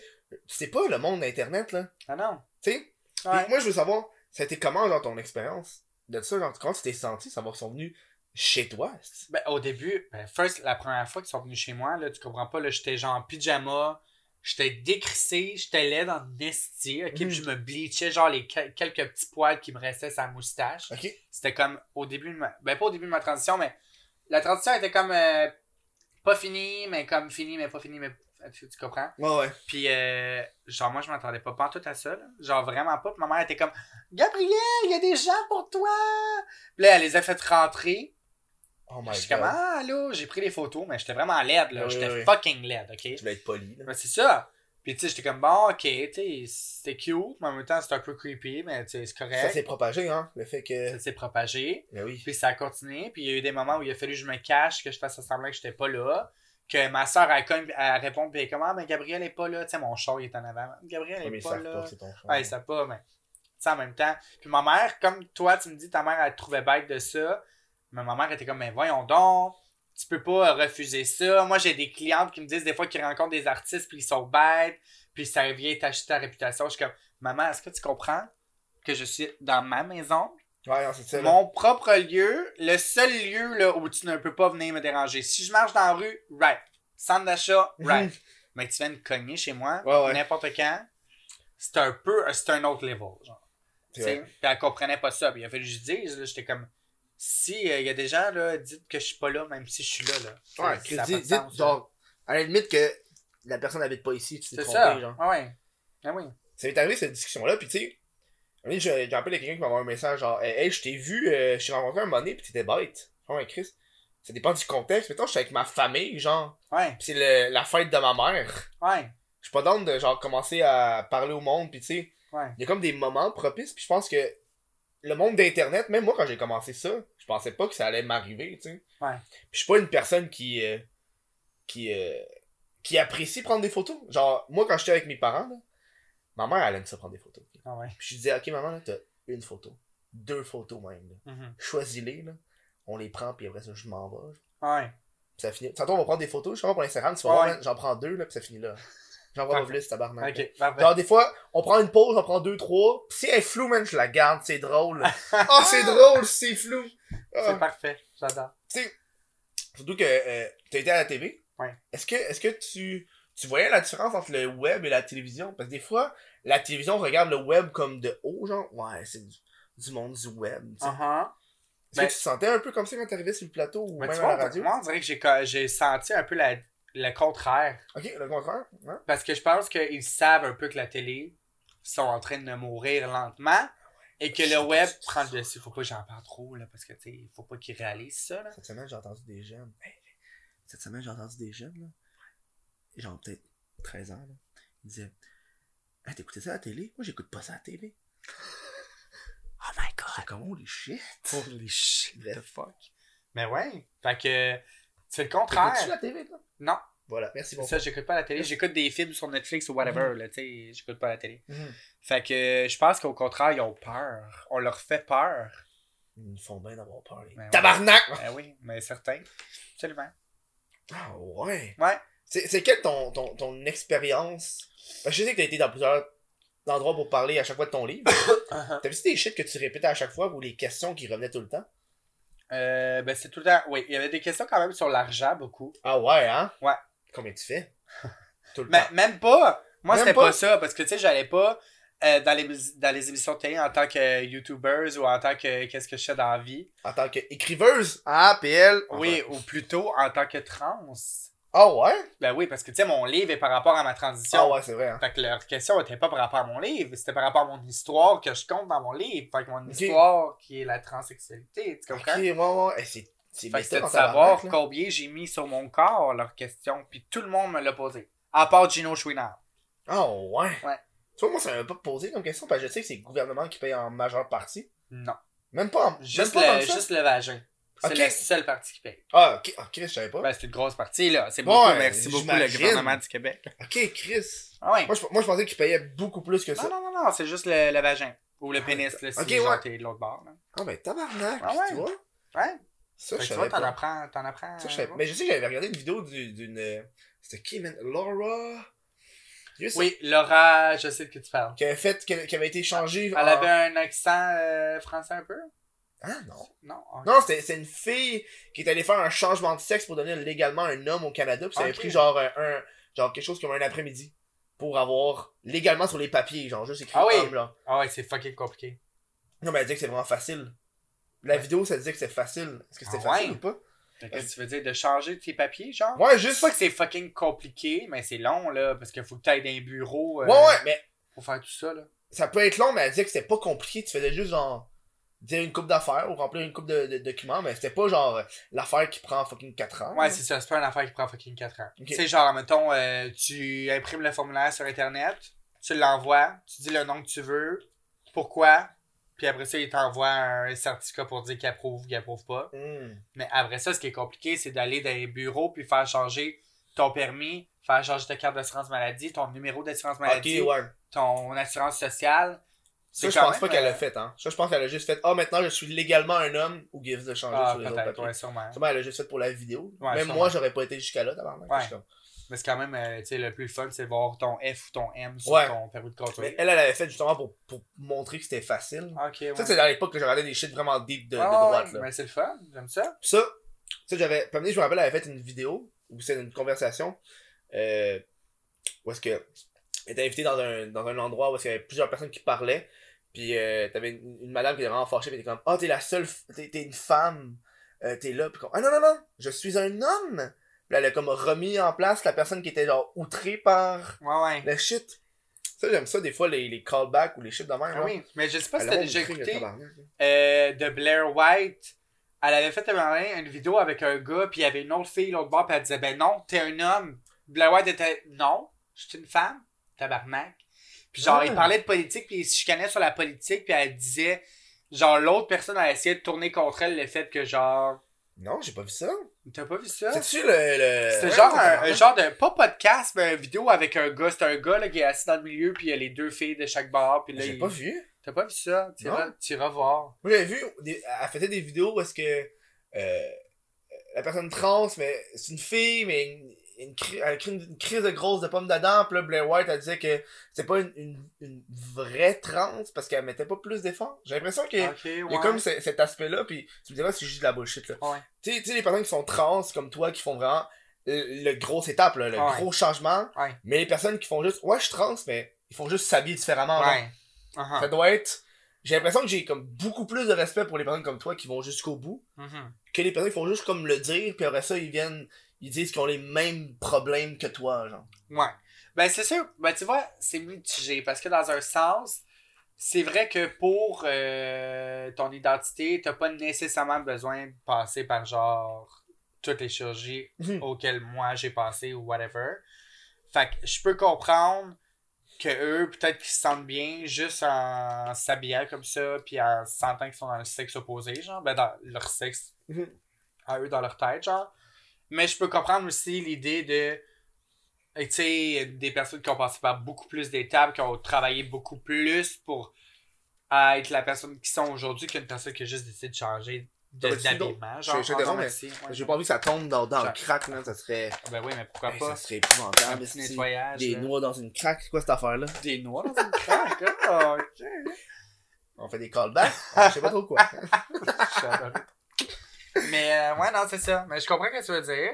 c'est pas le monde d'Internet, là.
Ah non?
Tu sais? Puis
Ouais.
moi, je veux savoir, ça a été comment, genre, ton expérience de ça, genre, comment tu t'es senti, savoir qu'ils sont venus chez toi? c'est-
Ben, au début, ben, first, la première fois qu'ils sont venus chez moi, là, tu comprends pas, là, j'étais genre en pyjama, j'étais décrissé, j'étais laid dans le esti, ok,
Mm.
puis je me bleachais genre les quel- quelques petits poils qui me restaient sur la moustache.
Ok.
C'était comme au début de ma... Ben, pas au début de ma transition, mais la transition était comme euh, pas finie, mais comme finie, mais pas finie, mais... Tu, tu comprends?
Ouais, ouais.
Puis, euh, genre, moi, je m'attendais pas, pas en tout à ça, là. Genre, vraiment pas. Puis ma mère était comme, Gabriel, il y a des gens pour toi! Puis là, elle les a fait rentrer.
Oh my
Je suis
god.
comme, ah, là, j'ai pris les photos, mais j'étais vraiment laide, là.
Oui,
j'étais
oui, oui.
fucking laide, ok?
Tu vas être poli, là.
Ben, c'est ça. Puis, tu sais, j'étais comme, bon, ok, tu sais, c'était cute, mais en même temps, c'était un peu creepy, mais tu sais, c'est
Ça s'est
correct.
propagé, hein, le fait que.
Ça s'est propagé.
Ben oui.
Puis, ça a continué. Puis, il y a eu des moments où il a fallu que je me cache, que je fasse semblant que j'étais pas là. Que ma soeur, elle, cogne, elle répond, puis elle est comme, ah, mais Gabriel est pas là. Tu sais, mon chat, il est en avant. Gabriel
Ouais, Ah, mais
est
ils
pas
savent
là.
pas que c'est ton frère.
Ouais, ça pas, mais. Tu sais, en même temps. Puis ma mère, comme toi, tu me dis, ta mère, elle te trouvait bête de ça. Mais ma mère était comme, mais voyons donc, tu peux pas euh, refuser ça. Moi, j'ai des clientes qui me disent des fois qu'ils rencontrent des artistes, puis ils sont bêtes, puis ça vient t'acheter ta réputation. Je suis comme, maman, est-ce que tu comprends que je suis dans ma maison,
Ouais, non, c'est ça. là.
mon propre lieu, le seul lieu là, où tu ne peux pas venir me déranger. Si je marche dans la rue, right. Centre d'achat, right. Mais tu viens de cogner chez moi,
Mhm. Ouais, ouais.
n'importe quand, c'est un peu, c'est un autre level. Genre.
C'est vrai.
T'sais, Puis elle comprenait pas ça. Puis il a fallu que je dise, là, j'étais comme, si euh, il y a des gens, là, dites que je suis pas là, même si je suis là. là. T'sais,
Ouais,
ça a
dis-
pas de
dites,
sens, là.
genre, à la limite que la personne n'habite pas ici, tu t'es
c'est
trompé,
ça.
genre.
Ah ouais. Ah oui.
Ça m'est arrivé cette discussion-là, pis tu sais, un moment donné, j'ai j'ai appelé quelqu'un qui m'a envoyé un message, genre, hey, hey, je t'ai vu, euh, je t'ai rencontré un moment donné, pis t'étais bête. Oh, ouais, Chris. Ça dépend du contexte. Mettons, je suis avec ma famille, genre,
Ouais,
pis c'est le- la fête de ma mère.
ouais,
Je suis pas down de, genre, commencer à parler au monde, pis tu sais,
ouais.
il y a comme des moments propices, pis je pense que le monde d'Internet, même moi, quand j'ai commencé ça, je pensais pas que ça allait m'arriver, tu sais.
Ouais.
Pis je suis pas une personne qui. euh, qui. euh, qui apprécie prendre des photos. Genre, moi, quand j'étais avec mes parents, là, ma mère, elle aime ça prendre des photos.
Ah ouais.
Puis je disais, ok, maman, là, t'as une photo. Deux photos même. là.
Mhm.
Choisis-les, là. On les prend, puis après ça, je m'en vais. Puis
Ah Ouais.
ça finit. Tantôt, on va prendre des photos. Je suis pour Instagram. Tu vas
Ouais.
voir, man, j'en prends deux, là, puis ça finit là. J'en prends pas
Parfait.
plus, tabarnak. là.
Ok, parfait.
Genre, des fois, on prend une pause, on prend deux, trois. Pis si elle est floue, man, je la garde. C'est drôle. Ah, c'est drôle, c'est flou. Ah.
C'est parfait. J'adore.
Tu sais, surtout que euh, t'as été à la TV.
Ouais.
Est-ce que, est-ce que tu, tu voyais la différence entre le web et la télévision? Parce que des fois, la télévision regarde le web comme de haut, genre, ouais, c'est du, du monde du web. tu sais.
Ah ah.
Est-ce
ben-
que tu te sentais un peu comme ça quand t'arrivais sur le plateau ou
Mais
même
tu
à
vois,
la radio?
moi, on dirait que j'ai co- j'ai senti un peu la, le contraire.
Ok, le contraire. hein?
Parce que je pense qu'ils savent un peu que la télé sont en train de mourir lentement et que le web prend le dessus. Faut pas que j'en parle trop, là, parce que, tu sais, il faut pas qu'ils réalisent ça, là.
Cette semaine, j'ai entendu des jeunes. Hey, Cette semaine, j'ai entendu des jeunes, là. Genre, peut-être 13 ans, là. Ils disaient, hey, t'écoutais ça à la télé? Moi, j'écoute pas ça à la télé.
Oh my god.
C'est comme, holy shit.
Holy shit,
the
fuck. Mais ouais, fait que c'est le
T'écoutes-tu
contraire.
la télé, toi?
Non,
Voilà, merci
c'est
beaucoup.
ça, j'écoute pas la télé. J'écoute des films sur Netflix ou whatever,
Mm-hmm.
là, tu sais, j'écoute pas la télé.
Mhm.
Fait que je pense qu'au contraire, ils ont peur. On leur fait peur.
Ils nous font bien d'avoir peur. les
Ben ouais.
Tabarnak!
Ben oui, mais certains. Absolument.
Ah ouais!
Ouais.
C'est c'est quelle ton, ton, ton expérience? Parce que Je sais que t'as été dans plusieurs endroits pour parler à chaque fois de ton livre. T'as vu des shit que tu répétais à chaque fois ou les questions qui revenaient tout le temps?
Euh, ben c'est tout le temps. Oui, il y avait des questions quand même sur l'argent beaucoup.
Ah ouais, hein?
Ouais. Ben,
Combien tu fais? Tout le
Mais
temps.
même pas! Moi,
Même
c'était
pas.
pas. ça, parce que tu sais, j'allais pas euh, dans, les, dans les émissions de télé en tant que YouTuber ou en tant que qu'est-ce que je fais dans la vie.
En tant qu'écriveuse! Ah, PL!
Oui, ou plutôt en tant que trans.
Ah ouais?
Ben oui, parce que tu sais, mon livre est par rapport à ma transition.
Ah ouais, c'est vrai. hein.
Fait que leur question était pas par rapport à mon livre, c'était par rapport à mon histoire que je compte dans mon livre. Fait que mon
Ok.
histoire qui est la transsexualité, tu
Ok,
comprends?
ouais, ouais. Eh, c'est c'est
Fait que
méta
c'était de
en
savoir
tabarnak, là.
combien j'ai mis sur mon corps, leur question, puis tout le monde me l'a posé. À part Gino Chouinard.
Ah ouais?
Ouais.
Tu vois, moi, ça m'avait pas posé comme question, parce que je sais que c'est le gouvernement qui paye en majeure partie.
Non.
Même pas en.
Juste,
même pas
le,
comme ça.
juste le vagin. C'est
Ok.
la seule partie qui paye.
Ah, ok, ah, Chris, je savais pas.
Ben, c'est une grosse partie, là. C'est
Ouais,
beaucoup, merci beaucoup, le
j'imagine.
gouvernement du Québec.
Ok, Chris.
Ah ouais.
Moi, je, moi, je pensais qu'il payait beaucoup plus que ça.
Ah
Ah,
Non, non, non, non, c'est juste le, le vagin. Ou le pénis, là, si
Ok,
genre
ouais.
t'es de l'autre bord. là.
Ah, ben, tabarnak,
Ah ouais.
tu vois?
Ouais.
Ça,
Fait
je
que tu vois,
savais
t'en
pas.
apprends, t'en apprends.
Ça, je savais-
euh,
Mais je sais que j'avais regardé une vidéo du- d'une. euh, C'était qui, man? Laura. Je sais-
Oui, Laura, je sais de qui tu parles.
Qui avait, fait, qui avait- qui avait été changée.
Elle
en-
avait un accent euh, français un peu?
Ah, non.
Non. ok.
Non, c'est c'est une fille qui est allée faire un changement de sexe pour devenir légalement un homme au Canada. Puis ça avait
Ok.
pris genre un, un- genre quelque chose comme un après-midi pour avoir légalement sur les papiers, genre juste écrit
Ah oui.
homme, là.
Ah ouais, c'est fucking compliqué.
Non, mais elle disait que c'est vraiment facile. La vidéo, ça disait que c'est facile. Est-ce que c'était
Ah ouais?
facile ou pas?
Fait
Euh,
que tu veux dire de changer tes papiers, genre?
Ouais,
Je sais
juste.
pas que c'est fucking compliqué, mais c'est long, là, parce qu'il faut que t'ailles dans un bureau
Ouais, ouais, mais
pour faire tout ça, là.
ça peut être long, mais elle disait que c'était pas compliqué. Tu faisais juste genre dire une coupe d'affaires ou remplir une coupe de, de documents, mais c'était pas genre euh, l'affaire qui prend fucking 4 ans.
Ouais,
là.
c'est ça, c'est pas une affaire qui prend fucking 4 ans.
Ok.
Tu sais, genre, mettons, euh, tu imprimes le formulaire sur Internet, tu l'envoies, tu dis le nom que tu veux, pourquoi, puis après ça, il t'envoie un certificat pour dire qu'il approuve ou qu'il approuve pas.
Hmm.
Mais après ça, ce qui est compliqué, c'est d'aller dans les bureaux puis faire changer ton permis, faire changer ta carte d'assurance maladie, ton numéro d'assurance
Ok,
maladie,
ouais.
ton assurance sociale.
Ça,
C'est
je
quand
pense pas
même,
qu'elle
euh,
l'a fait, hein. Ça, je pense qu'elle a juste fait Ah, maintenant, je suis légalement un homme ou gives de changer
Ah,
sur les autres
peut-être,
papiers.
ouais, sûrement.
Sûrement, elle l'a juste fait pour la vidéo.
Ouais,
Même
sûrement.
moi, j'aurais pas été jusqu'à là, tabarnak.
Ouais.
Je suis comme-
Mais c'est quand même, euh, tu sais, le plus fun, c'est de voir ton F ou ton M sur
Ouais.
ton permis de
Mais
conduire.
elle, elle l'avait fait justement pour, pour montrer que c'était facile.
Ok, Ah, ouais.
Ça, c'est à l'époque que je regardais des shit vraiment deep de, de
Ah,
droite,
ouais,
là.
Mais c'est le fun, j'aime ça.
Puis ça, ça j'avais. Puis à un moment donné, je me rappelle, elle avait fait une vidéo où c'était une conversation euh, où est-ce que elle était invitée dans un, dans un endroit où est-ce qu'il y avait plusieurs personnes qui parlaient. Puis euh, t'avais une, une madame qui était vraiment fâchée, puis elle était comme Ah, t'es la seule. f- T'es, t'es une femme. Euh, t'es là. Puis comme Ah non, non, non, je suis un homme. Puis elle a comme remis en place la personne qui était genre outrée par
Ouais, ouais.
le shit. Ça, j'aime ça des fois, les, les callbacks ou les shit de même.
Ah
là.
oui, mais je sais pas si
Elle
t'as
a
déjà
montré le
écouté
tabarnak, là.
euh, de Blair White. Elle avait fait à un moment donné, une vidéo avec un gars, puis il y avait une autre fille, l'autre bord, puis elle disait Ben non, t'es un homme. Blair White était Non, je suis une femme, tabarnak. Puis genre,
Ah.
il parlait de politique, puis il se chicanait sur la politique, puis elle disait Genre, l'autre personne a essayé de tourner contre elle le fait que genre.
Non, j'ai pas vu ça.
T'as pas vu ça?
C'est-tu le. le...
C'était
euh, Ouais,
genre un,
tabarnak.
un genre de pas podcast mais une vidéo avec un gars, c'est un gars là, qui est assis dans le milieu puis il y a les deux filles de chaque bar puis là
J'ai
il-
pas vu.
T'as pas vu ça Tu
Non.
iras tu iras voir.
Moi, j'avais vu, des- elle faisait des vidéos où est-ce que euh, la personne trans, mais c'est une fille, mais une, une cri- elle crie une, une crise de grosse de pomme d'Adam. Puis là, Blair White, elle disait que c'était pas une, une, une vraie trans parce qu'elle mettait pas plus d'efforts. J'ai l'impression qu'il y a-
OK, Ah, ouais.
il y a comme ce- cet aspect-là, puis tu me diras si c'est juste de la bullshit. là.
Ouais.
Tu sais- tu sais, les personnes qui sont trans comme toi, qui font vraiment le, le grosse étape, là, le
Ouais.
gros changement,
Ouais.
mais les personnes qui font juste, ouais, je suis trans, mais ils font juste s'habiller différemment. là.
Ouais. Uh-huh.
Ça doit être. J'ai l'impression que j'ai comme beaucoup plus de respect pour les personnes comme toi qui vont jusqu'au bout
Mhm.
que les personnes qui font juste comme le dire, puis après ça, ils viennent, ils disent qu'ils ont les mêmes problèmes que toi, genre.
Ouais. Ben, c'est sûr. Ben, tu vois, c'est mitigé parce que dans un sens, c'est vrai que pour euh, ton identité, t'as pas nécessairement besoin de passer par genre toutes les chirurgies
Mhm.
auxquelles moi j'ai passé ou whatever. Fait que je peux comprendre que eux, peut-être qu'ils se sentent bien juste en s'habillant comme ça, puis en sentant qu'ils sont dans le sexe opposé, genre, ben dans leur sexe
Mhm.
à eux dans leur tête, genre. Mais je peux comprendre aussi l'idée de. Et tu sais, des personnes qui ont passé par beaucoup plus d'étapes, qui ont travaillé beaucoup plus pour être la personne qu'ils sont aujourd'hui qu'une personne qui a juste décidé de changer de-
Ah, ben, c'est
d'habillement. Genre,
Je- je
Ah,
te
non,
rends,
mais si, ouais.
J'ai pas envie que ça tombe dans, dans le
Genre.
crack, là, ça serait.
Ah, Ben oui, mais pourquoi
Hey,
pas?
ça serait
Un
épouvantable,
petit
esti.
nettoyage.
Des
là.
noix dans une crack, c'est quoi cette affaire-là
Des noix dans une craque, hein? Ok.
On fait des callbacks Je sais pas trop quoi.
Mais euh, ouais, non, c'est ça. Mais je comprends ce que tu veux dire.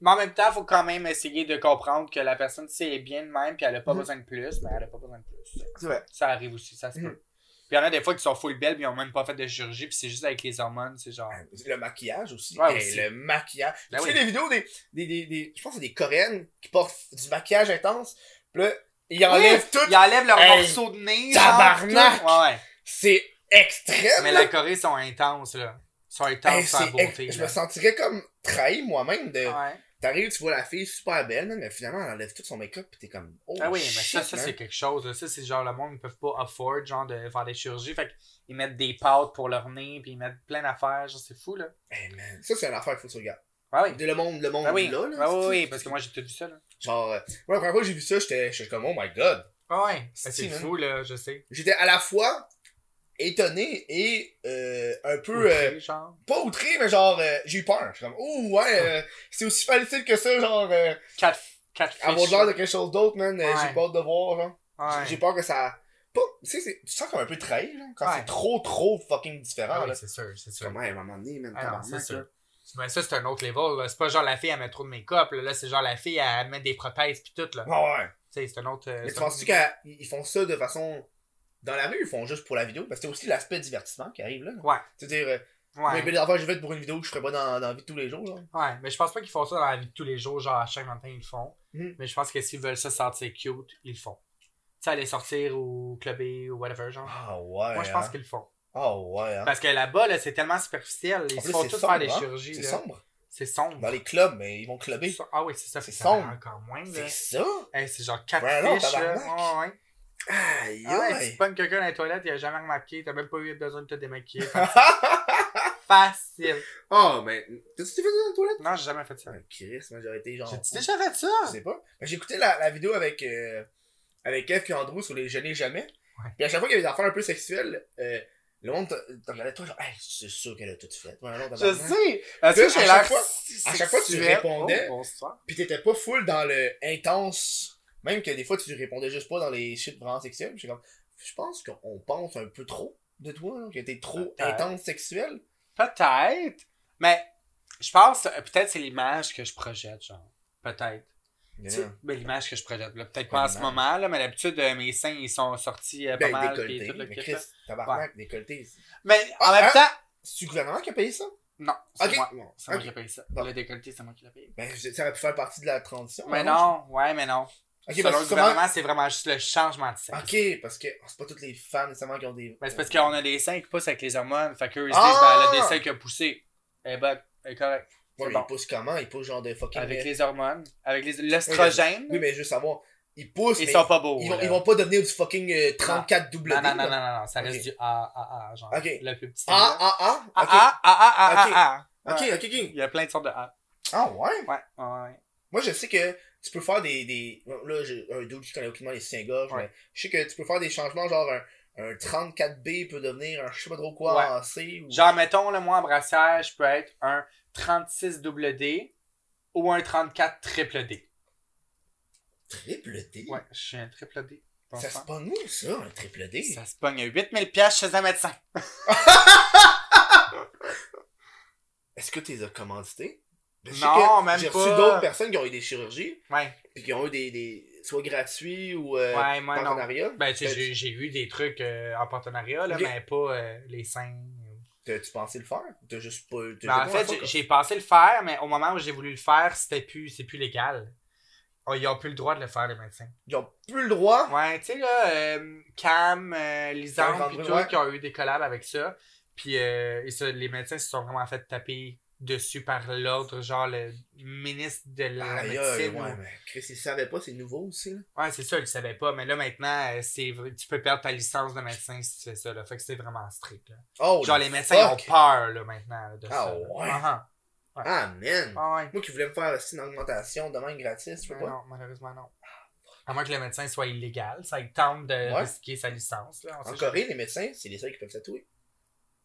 Mais en même temps, il faut quand même essayer de comprendre que la personne, si elle est bien de même puis elle n'a pas
Mhm.
besoin de plus, ben elle n'a pas besoin de plus.
C'est vrai.
Ça arrive aussi, ça se
Mhm.
peut. Puis il y en a des fois qui sont full belles, puis ils ont même pas fait de chirurgie, puis c'est juste avec les hormones, c'est genre.
Ah, Le maquillage aussi.
Ouais,
Hey,
aussi.
Le maquillage.
Ben
tu
oui.
sais, les vidéos des, des, des, des- Je pense que c'est des coréennes qui portent du maquillage intense. Puis là, ils enlèvent tout.
Ils enlèvent leur
Hey,
morceau de nez. genre,
tabarnak!
tout. Ouais, ouais.
C'est extrême.
Mais
là.
la Corée, ils sont intenses, là. Ils sont intenses
Hey,
sur la
c'est
beauté.
ex- Je
là.
me sentirais comme trahi moi-même de.
Ouais.
T'arrives, tu vois la fille super belle, man, mais finalement, elle enlève tout son make-up pis t'es comme. Oh,
Ah oui, mais
shit,
ça, ça
man.
c'est quelque chose. là. Ça, c'est genre le monde, ils peuvent pas afford genre, de faire des chirurgies. Fait qu'ils mettent des pâtes pour leur nez, puis ils mettent plein d'affaires. Genre, c'est fou, là.
Hey, man. Ça, c'est une affaire qu'il faut que tu regardes.
Ah oui.
De le monde, le monde
Ah oui.
là, là.
Ah oui,
c'est-tu?
oui, parce que moi, j'ai tout vu ça, là.
Genre, euh, ouais, la première fois que j'ai vu ça, j'étais j'étais comme, oh my god.
Ah ouais.
C'est
C'est
man.
fou, là, je sais.
J'étais à la fois étonné et euh, un peu. euh,
Outré, genre.
pas outré, mais genre, euh, j'ai eu peur. J'étais comme, oh ouais, euh, c'est aussi facile que ça, genre, euh,
Quatre, quatre fiches.
avoir l'air de quelque chose d'autre, man. euh,
Ouais.
J'ai peur de voir, genre.
Ah Ouais.
J'ai peur que ça. Pas... Tu sais, c'est- tu sens comme un peu trahi, genre, quand
Ouais.
c'est trop, trop fucking différent,
Ah
là.
oui, c'est sûr, c'est sûr.
Comment elle m'a emmené, même
Ah non, c'est
tabarnak,
sûr.
là.
Mais ça, c'est un autre level. là. C'est pas genre la fille, elle met trop de make-up. Là, Là, c'est genre la fille, elle met des prothèses pis tout. Là. Tu
Ouais, ouais.
sais, c'est un autre. euh,
Mais tu
c'est un
penses-tu
autre-
qu'ils font ça de façon. Dans la rue, ils font juste pour la vidéo? Parce que c'est aussi l'aspect divertissement qui arrive là.
Ouais.
C'est-à-dire, euh,
Ouais.
mais ben, des affaires que je vais pour une vidéo que je ferais pas dans, dans la vie de tous les jours, genre.
ouais. Mais je pense pas qu'ils font ça dans la vie de tous les jours. Genre, à chaque matin, ils le font.
Mhm.
Mais je pense que s'ils veulent se sentir cute, ils le font. Tu sais, aller sortir ou clubber ou whatever, genre.
Ah ouais.
hein. Moi, je pense qu'ils le font.
Ah ouais, hein.
Parce que là-bas, là, c'est tellement superficiel. Ils
En
se
plus,
font
c'est
tous
sombre,
faire des
hein?
chirurgies.
C'est
là.
sombre.
C'est sombre.
Dans les clubs, mais ils vont clubber.
So- Ah oui, c'est ça.
C'est
fait que ça en
sombre.
a Encore moins, là.
C'est ça?
Hey, c'est genre quatre
Ouais, non,
fiches. là.
tabarnak.
Ouais, ouais.
Aïe,
Ah ouais, tu
aïe.
pognes quelqu'un dans les toilettes, il a jamais remarqué, t'as même pas eu besoin de te démaquiller. Facile. Facile.
Oh, mais. T'as-tu fait ça dans la toilette?
Non, j'ai jamais fait ça.
Ah, Chris, moi, j'aurais été genre.
J'ai déjà fait ça.
Je sais pas. Ben, J'écoutais la, la vidéo avec, euh, avec Eve et Andrew sur les Je n'ai jamais.
Ouais.
Puis à chaque fois qu'il y avait des affaires un peu sexuelles, euh, le monde te- te regardait toi genre, hey, c'est sûr qu'elle a tout fait. Ouais, non,
Je
tabarnak.
sais. Est-ce que
à
j'ai
chaque
l'air
fois-
si-
à chaque fois, tu
sexuel?
répondais.
Oh, bonsoir.
Puis t'étais pas full dans le intense. Même que des fois, tu répondais juste pas dans les shit vraiment sexuels. J'étais comme, je pense qu'on pense un peu trop de toi, là, que t'es trop
Peut-être.
intense sexuelle.
Peut-être. Mais je pense, euh, peut-être c'est l'image que je projette, genre. Peut-être. Tu sais, ben, l'image que je projette. là. Peut-être pas en ce
L'image.
moment, là, mais d'habitude, euh, mes seins, ils sont sortis euh, pas
Ben,
mal. puis
décolleté.
tout le
Mais
kit,
Chris,
là.
tabarnak, décolleté.
mais en
Ah,
même
hein?
temps,
C'est-tu le gouvernement qui a payé ça?
non, c'est
Ok.
moi. C'est moi
Ok.
qui ai payé ça.
Bon.
Le décolleté, c'est moi qui l'ai payé.
Ben, je- ça aurait pu faire partie de la transition.
Mais non, ouais, mais non.
Ok, ben, parce
Selon
que
le
comment-
gouvernement, c'est vraiment juste le changement de sexe.
Ok, parce que oh, c'est pas toutes les femmes nécessairement qui ont des. euh,
Ben, c'est parce qu'on a des seins qui poussent avec les hormones. Fait qu'eux, ils se
Ah!
disent, ben, elle a des seins qui a poussé. Eh ben, elle est correct.
Ouais,
c'est
mais
bon.
Ils poussent comment Ils poussent genre de fucking. euh,
Avec les hormones, avec les- l'estrogène,
Oui, mais je veux savoir. Ils poussent.
ils
mais
sont pas beaux.
ils, vont,
là.
ils vont pas devenir du fucking euh, 34 double
non, non,
D,
non,
là.
non, non, non, ça reste
Ok.
du ah, ah, ah, genre.
Ok.
Le plus petit.
Ah,
là.
ah,
ah,
ah.
ah, ah, ah, ah,
Ok.
ah.
Ok,
Ouais.
ok, ok.
Il y a plein de sortes de ah.
Ah, ouais.
Ouais, ouais, ouais.
Moi, je sais que tu peux faire des. des... Là, j'ai un dude qui connaît aucunement les soutiens-gorge,
Ouais.
mais je sais que tu peux faire des changements, genre un, un 34B peut devenir un je sais pas trop quoi
Ouais.
en C. Ou...
Genre, mettons, le moi, en brassière, je peux être un 36 double D ou un 34 triple D.
Triple D.
Ouais, je suis un triple D. Bon
Ça
sang.
se pas nous, ça, un triple D.
Ça se pogne à 8000 pièces chez un médecin.
Est-ce que tu les as commandités? Ben, je sais
Non,
que
même
J'ai reçu
pas.
d'autres personnes qui ont eu des chirurgies,
Ouais,
puis qui ont eu des. des soit gratuits ou euh,
ouais, moi non.
partenariat.
Ben, tu sais,
Ben,
j'ai- j'ai eu des trucs euh, en partenariat, là,
Ok.
mais pas euh, les scènes.
T'as- Tu pensais le faire? T'as juste pas. t'as
Ben, en
juste pas
fait,
fait,
j'ai-
quoi.
j'ai pensé le faire, mais au moment où j'ai voulu le faire, c'était plus, c'est plus légal. Oh, ils ont plus le droit de le faire, les médecins.
Ils ont plus le droit.
Ouais, tu sais, là, euh, Cam, euh,
Cam
Lisanne,
Landry,
puis tout,
ouais.
qui ont eu des collabs avec ça. Puis euh, et ça, les médecins se sont vraiment fait taper dessus par l'ordre, genre le ministre de la
Aïe, aïe,
médecine.
ouais,
ou-
mais Chris, ils savaient pas, c'est nouveau aussi. Là.
Ouais, c'est ça, ils savaient pas. Mais là, maintenant, euh, c'est vrai- tu peux perdre ta licence de médecin si tu fais ça. Là. Fait que c'est vraiment strict. là.
Oh,
Genre,
le
les médecins
fuck.
ont peur, là, maintenant, de
Ah
ça. là.
ouais.
Ah,
Ah, man.
ah. Ah ouais.
Moi qui voulais me faire aussi une augmentation de même gratis, je peux
Mais
pas.
Ben non, malheureusement, non. À moins que le médecin soit illégal, ça il tente de
Ouais.
risquer sa licence. Là, on sait
En
jamais.
Corée, les médecins, c'est les seuls qui peuvent tatouer.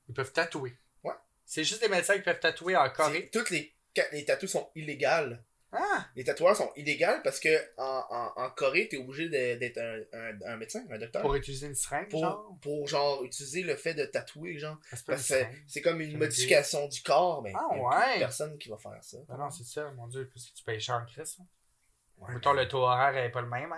Ils peuvent tatouer.
Ouais.
C'est juste les médecins qui peuvent tatouer en Corée.
C'est- Toutes les, ca- les tatous sont illégales.
Ah!
Les tatoueurs sont illégales parce que en, en, en Corée, t'es obligé de- d'être un, un, un médecin, un docteur.
Pour utiliser une seringue,
pour,
genre?
pour, genre utiliser le fait de tatouer, genre.
Ça se peut,
Parce
une
que
seringue.
c'est comme
Ça
une
me
modification du corps, mais
Ah
il y a
ouais. Ben
plus personne qui va faire ça.
Non, non, c'est ça, mon Dieu, parce que tu payes cher en Christ. hein.
Ouais.
Mettons, le taux horaire n'est pas le même. hein.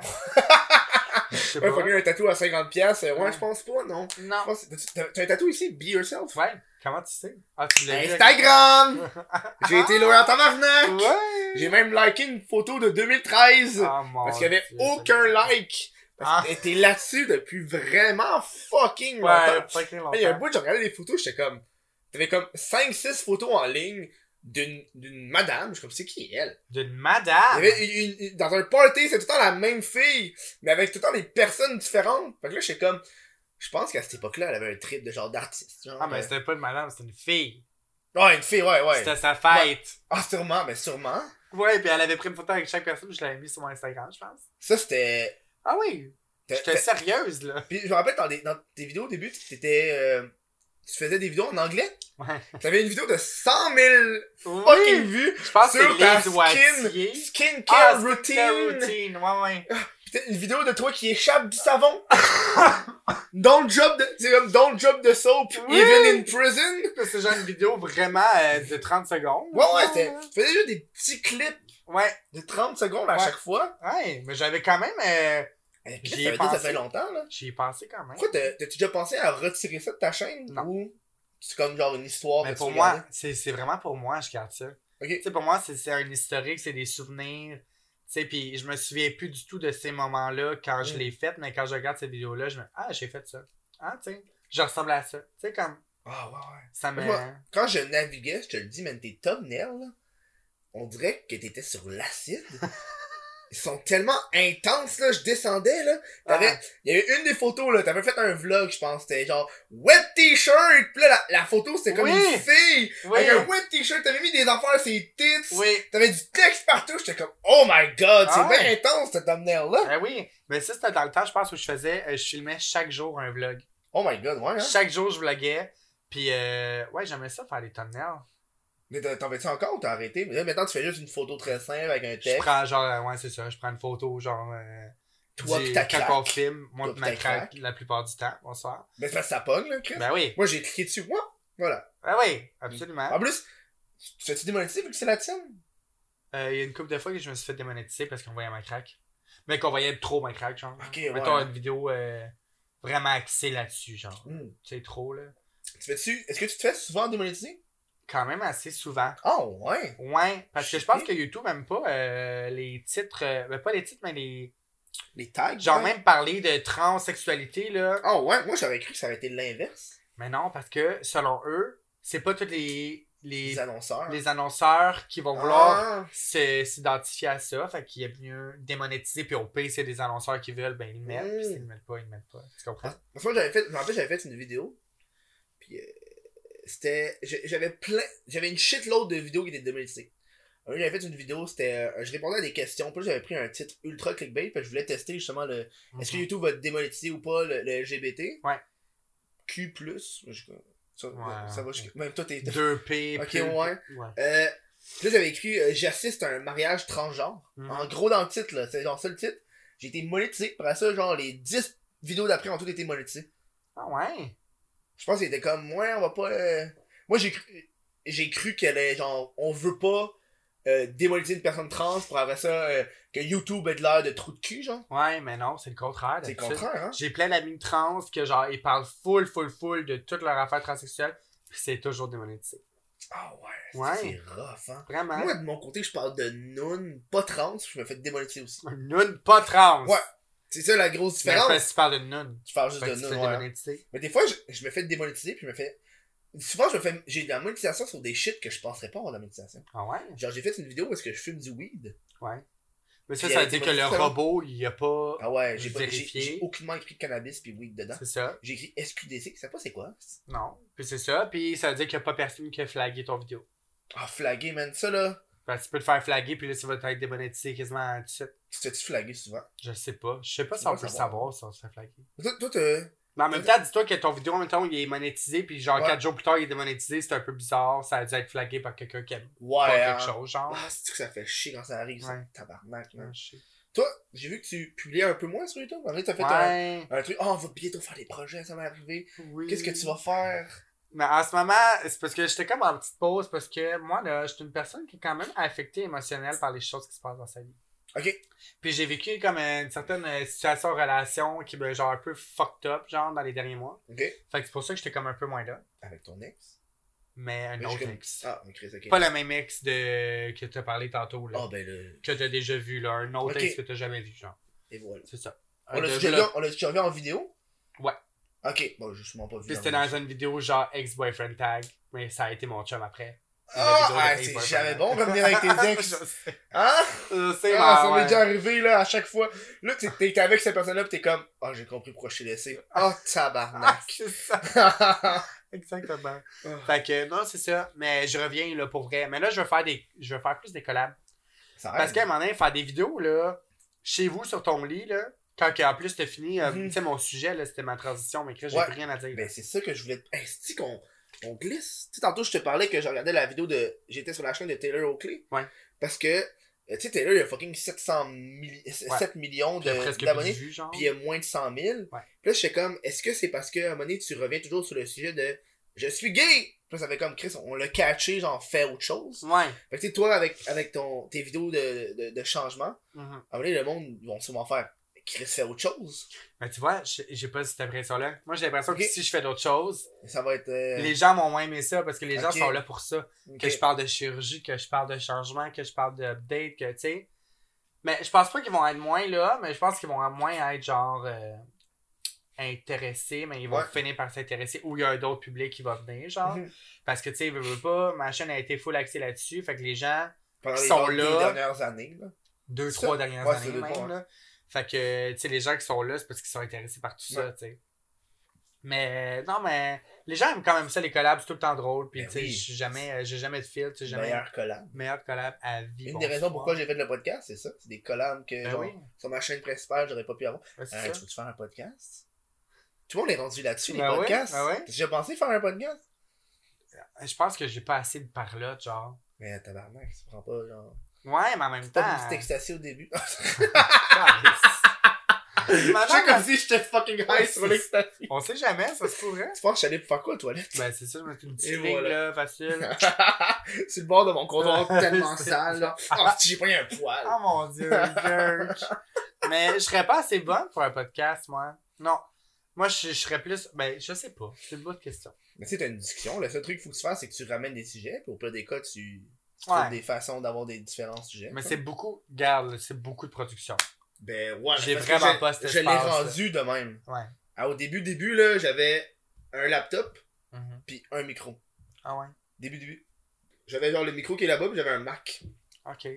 Je sais
Ouais,
pas.
fucker un tatou à 50$, pièces ouais,
Ouais.
je pense pas, non. Je
Non.
pense, t'as- t'as un tatou ici, Be Yourself?
Ouais, comment tu sais? Ah, tu
Ben,
l'as vu,
Instagram! J'ai été loin en tabarnak!
avec- Ouais!
J'ai même liké une photo de 2013!
Ah, mon
parce qu'il y avait
Dieu,
aucun
c'est- Ah,
like! Parce que t'es là-dessus depuis vraiment fucking
Ouais,
longtemps.
pas été longtemps.
Il y a un bout, j'ai regardé les photos, j'étais comme. T'avais comme 5-6 photos en ligne d'une d'une madame, je suis comme, c'est qui elle?
D'une
Il
madame.
y avait une- une- dans un party, c'était tout le temps la même fille, mais avec tout le temps des personnes différentes. Fait que là, j'étais comme. Je pense qu'à cette époque-là, elle avait un trip de genre d'artiste. genre,
Ah, mais
euh,
c'était pas une madame, c'était une fille.
Ouais, une fille, ouais, ouais.
C'était sa fête.
Ah, sûrement, mais sûrement.
Ouais, puis elle avait pris une photo avec chaque personne, je l'avais mis sur mon Instagram, je pense.
Ça, c'était.
Ah oui!
t'as-
J'étais
t'as-
sérieuse, là.
Puis je me rappelle, dans, des- dans tes vidéos au début, tu t'étais, euh, tu faisais des vidéos en anglais.
Ouais.
T'avais une vidéo de 100 000 fucking
Oui!
vues
Je pense que c'est
sur ta
les
skin,
doigtiers.
skincare
Ah,
routine.
ta routine, ouais, ouais.
Puis t'as une vidéo de toi qui échappe du savon. don't drop de, c'est comme don't drop de soap,
Oui.
even in prison.
C'est genre une vidéo vraiment euh, de 30 secondes.
Ouais, ouais, c'était- tu faisais juste des petits clips
Ouais,
de 30 secondes à
Ouais.
chaque fois.
ouais, mais j'avais quand même. euh,
Eh,
J'y
Chris,
ai
ça veut dire que ça
pensé.
fait longtemps, là.
J'y ai pensé quand même.
Pourquoi t'as- t'as-tu déjà pensé à retirer ça de ta chaîne?
Non.
Ou c'est comme genre une histoire
Mais
que tu
pour
veux
moi,
garder?
c'est c'est vraiment pour moi, je garde ça. Tu
Ok.
sais, pour moi, c'est c'est un historique, c'est des souvenirs. Tu sais, puis je me souviens plus du tout de ces moments-là quand je
Mm.
l'ai fait, mais quand je regarde cette vidéo-là, je me dis, ah, j'ai fait ça. Ah, tu sais, je ressemble à ça. Tu sais, comme,
Ah, ouais, ouais.
ça me.
Moi- Quand je naviguais, je te le dis, même tes thumbnails, là, on dirait que t'étais sur l'acide. Ils sont tellement intenses, là. Je descendais, là. T'avais-
Ah.
Il y avait une des photos, là. T'avais fait un vlog, je pense. C'était genre wet t-shirt. Puis là, la, la photo, c'était comme
Oui.
une fille.
Oui,
Avec un wet t-shirt. T'avais mis des affaires, ses tits.
oui.
T'avais du texte partout. J'étais comme, oh my god, c'est
Ah ouais.
bien intense, ce thumbnail-là.
Ben oui, mais ça, c'était dans le temps, je pense, où je faisais, euh, je filmais chaque jour un vlog.
Oh my god, ouais, hein.
Chaque jour, je vloguais. Puis, euh, ouais, j'aimais ça faire des thumbnails.
Mais t'en t'en fais-tu encore ou t'as arrêté? Mais là, maintenant, tu fais juste une photo très simple avec un
Je
texte.
prends, genre, euh, ouais, c'est ça, je prends une photo, genre. euh,
Toi
du-
pis ta
Quand
craque.
on filme, moi
Toi pis
pis ma
ta
craque,
craque.
la plupart du temps, bonsoir.
Mais ça, ça pogne, là, Chris.
Ben oui,
Moi, j'ai cliqué dessus. Moi, voilà.
ben oui, absolument.
En plus, tu fais-tu démonétiser vu que c'est la tienne?
Euh, Il y a une couple de fois que je me suis fait démonétiser parce qu'on voyait ma craque. Mais qu'on voyait trop ma craque, genre.
Ok, ouais.
Mettons une vidéo euh, vraiment axée là-dessus, genre.
Hmm.
Tu sais, trop, là.
Tu fais-tu... Est-ce que tu te fais souvent démonétiser?
Quand même assez souvent.
Oh, ouais.
Ouais, parce que je pense que YouTube aime pas euh, les titres, euh, ben pas les titres, mais les.
Les tags.
Genre
ouais.
même parler de transsexualité, là.
Oh, ouais. Moi, j'aurais cru que ça aurait été l'inverse.
Mais non, parce que selon eux, c'est pas tous les, les,
Les annonceurs.
les annonceurs qui vont vouloir
Ah.
se- s'identifier à ça. Fait qu'il est mieux démonétiser, puis au pire, s'il y a des annonceurs qui veulent, ben ils le mettent,
Mm.
puis s'ils le mettent pas, ils le mettent pas. Tu comprends?
Parce que moi, j'avais fait... Je me rappelle, j'avais fait une vidéo. Puis, euh, c'était... j'ai- J'avais plein... J'avais une shitload de vidéos qui étaient démonétisées. Un jour, J'avais fait une vidéo, c'était... euh, Je répondais à des questions. Puis là, j'avais pris un titre ultra clickbait. Parce que je voulais tester, justement, le... Ah. Est-ce que
Mhm.
YouTube va démonétiser ou pas le, le LGBT?
Ouais.
Q+, je- ça,
Ouais.
ça va jusqu'à... Même toi, t'es...
Mmh. Deux P,
Ok,
plus-
ouais.
ouais.
Euh, là, j'avais écrit euh, J'assiste à un mariage transgenre
Mhm. ».
En gros, dans le titre, là. C'est genre ça, le titre. J'ai été monétisé. Après ça, genre, les 10 vidéos d'après ont toutes été monétisées.
Ah ouais?
Je pense qu'ils étaient comme « Ouais, on va pas... euh, Moi, j'ai cru... J'ai cru qu'elle est genre... On veut pas euh, démonétiser une personne trans pour après ça, euh, que YouTube ait de l'air de trou de cul, genre.
Ouais, mais non, c'est le contraire.
C'est le
d'habitude.
contraire, hein?
J'ai plein d'amis trans que genre ils parlent full full full de toute leur affaire transsexuelle puis c'est toujours démonétisé.
Ah ouais,
Ouais.
c'est rough, hein?
Vraiment.
Moi, de mon côté, je parle de non, pas trans, je me fais démonétiser aussi.
Un Nun pas trans.
Ouais, C'est ça la grosse
Mais c'est
différence.
parce que tu parles de nun.
Je parle juste
Fait que
de
tu te fais
non, ouais.
démonétiser.
Mais des fois, je, je me fais démonétiser, puis je me fais. Souvent, je me fais. J'ai de la monétisation sur des shit que je penserais pas avoir de la monétisation.
Ah ouais?
Genre, j'ai fait une vidéo où est-ce que je fume du weed.
Ouais. Mais ça,
Puis
ça veut
elle
dire que le
démonétise ça.
robot, il y a pas.
Ah ouais, j'ai pas. J'ai
Vérifier.
j'ai aucunement écrit cannabis puis weed dedans.
C'est ça.
J'ai écrit SQDC, je sais pas c'est quoi.
Non. Puis c'est ça. Puis ça veut dire qu'il n'y a pas personne qui a flagué ton vidéo.
Ah, flagué, man, ça là.
Fait que tu peux te faire flaguer, puis là, ça va être démonétisé quasiment tout de suite.
Tu te fais-tu flaguer souvent?
Je sais pas. Je sais pas si
Tu
on
vas
peut
savoir.
savoir si on se fait flaguer.
Toi, toi, t'as.
Mais en même temps, dis-toi que ton vidéo, en même temps, il est monétisé, puis genre
Ouais.
4 jours plus tard, il est démonétisé, c'est un peu bizarre, ça a dû être flagué par quelqu'un qui aime
Ouais.
pas
hein.
quelque chose, genre.
Ah, c'est que ça fait chier quand ça arrive, ça.
Ouais.
Tabarnak, man.
Ouais, je sais.
Toi, j'ai vu que tu publiais un peu moins sur YouTube. En vrai, t'as fait un,
Ouais,
un truc. Oh, on va bientôt faire des projets, ça va arriver.
oui.
Qu'est-ce que tu vas faire
Mais en ce moment, c'est parce que j'étais comme en petite pause, parce que moi, là, je suis une personne qui est quand même affectée émotionnelle par les choses qui se passent dans sa vie.
Ok.
Puis j'ai vécu comme euh, une certaine euh, situation relation qui m'a genre un peu fucked up, genre dans les derniers mois.
Ok.
Fait que c'est pour ça que j'étais comme un peu moins là.
Avec ton ex.
Mais un
Mais je
autre
connais-
ex.
Ah, ok, ok.
Pas le même ex de... que t'as parlé tantôt, là.
Ah, ben là.
Que t'as déjà vu, là. Un autre
Ok.
ex que t'as jamais vu, genre.
Et voilà.
C'est ça.
On
Un
l'a
de-
déjà
là-
vu en- on l'a déjà vu en vidéo
Ouais.
Ok, bon, je suis sûrement pas vu.
Puis
en
c'était
vidéo.
dans une vidéo genre ex-boyfriend tag, mais ça a été mon chum après.
Ah,
vidéo de
ah,
Hey
c'est
Boyfriend.
jamais bon de revenir avec tes ex.
Je sais.
Hein
Je sais,
Ah,
mais
ça
ouais.
m'est déjà arrivé, là, à chaque fois. Là, t'es- t'es avec cette personne-là, pis t'es comme, ah, j'ai compris pourquoi je t'ai laissé. Ah,
Ah,
tabarnak.
c'est ça. Exactement.
Ah.
Fait que non, c'est ça. Mais je reviens là pour vrai. Mais là, je vais faire des. Je vais faire plus des collabs.
Ça
Parce
que
qu'à un moment donné, faire des vidéos là, chez vous sur ton lit, là, quand que, en plus t'as fini, euh,
Mhm.
tu sais, mon sujet, là, c'était ma transition, mais que j'ai
Ouais.
plus rien à dire.
Ben, c'est ça que je voulais. te- Hey, c'est-tu qu'on on glisse? Tu sais, tantôt, je te parlais que je regardais la vidéo de. J'étais sur la chaîne de Taylor Oakley.
Ouais.
Parce que, euh, tu sais, Taylor, il a fucking 700 milli- 7 millions
J'ai presque
de-
plus
d'abonnés.
de vues, genre.
Puis euh, il y a moins de 100 000. Puis là, j'étais comme, est-ce que c'est parce qu'à un moment donné, tu reviens toujours sur le sujet de je suis gay? Puis là, ça fait comme Chris, on l'a catché, genre, fais autre chose.
Ouais.
Fait que, tu sais, toi, avec, avec ton, tes vidéos de, de, de changement,
Mhm.
à un moment donné, le monde, ils vont sûrement faire Chris, fais autre chose.
Mais Ben, tu vois, j'ai j'ai pas cette impression-là. Moi, j'ai l'impression
Ok.
que si je fais d'autres choses,
Ça va être. euh,
les gens vont moins aimer ça parce que les gens
Ok.
sont là pour ça.
ok.
que je parle de chirurgie, que je parle de changement, que je parle d'update, que tu sais. Mais je pense pas qu'ils vont être moins là, mais je pense qu'ils vont moins être genre euh, intéressés, mais ils vont
Ouais.
finir par s'intéresser ou il y a un autre public qui va venir, genre.
Mhm.
Parce que tu sais, veux, veux pas, ma chaîne a été full axée là-dessus, fait que les gens,
Pendant
qui
les
sont
deux
là.
dernières années, là.
deux,
Ça,
trois dernières
ouais, c'est
années
deux,
même,
trois, ouais.
là. Fait que, tu sais, les gens qui sont là, c'est parce qu'ils sont intéressés par tout ça,
Ouais.
tu sais. Mais, non, mais, les gens aiment quand même ça, les collabs, c'est tout le temps drôle, puis
Ben
tu sais,
oui.
je suis jamais, euh, j'ai jamais de filtre, j'ai jamais
Meilleur collab.
meilleur collab à vie.
Une
bon
des raisons
soir.
pourquoi j'ai fait le podcast, c'est ça. C'est des collabs que,
Ben
genre,
oui,
sur ma chaîne principale, j'aurais pas pu avoir.
ben c'est
Hey, Euh, tu
ça.
veux-tu faire un podcast? Tout le monde est rendu là-dessus, les
Ben ouais,
podcasts.
ben ouais.
J'ai pensé faire un podcast.
Je pense que j'ai pas assez de parlotte, genre.
Mais tabarnak, tu prends pas, genre.
Ouais, mais en même temps.
T'as vu, tu t'extasies au début.
Ah, Calisse.
Je
Madame,
sais comme si j'étais fucking high
Ouais,
sur
c'est-
l'extasie.
On sait jamais, ça se pourrait.
Tu penses que j'allais faire quoi aux toilettes?
Ben, c'est ça, je me suis une petite
Et
ligne,
voilà.
là, facile.
Sur le bord de mon comptoir
Ouais,
tellement
c'est-
sale, là. Ah, si j'ai pas eu un poil.
Oh mon dieu, jerk. Mais je serais pas assez bonne pour un podcast, moi. Non. Moi, je, je serais plus. Ben, je sais pas. C'est une bonne question.
Mais tu sais, t'as une discussion. Le seul truc qu'il faut que tu fasses, c'est que tu ramènes des sujets, puis au pire des cas, tu, tu
Ouais.
trouves des façons d'avoir des différents sujets.
Mais c'est beaucoup. Garde, là, c'est beaucoup de production.
Ben ouais,
J'ai
parce que
vraiment
je-
pas cet
Je l'ai
espace,
rendu de même.
Ouais.
Ah, au début, début, là, j'avais un laptop,
Mhm.
puis un micro.
Ah ouais.
Début, début. J'avais genre le micro qui est là-bas, puis j'avais un Mac.
Ok.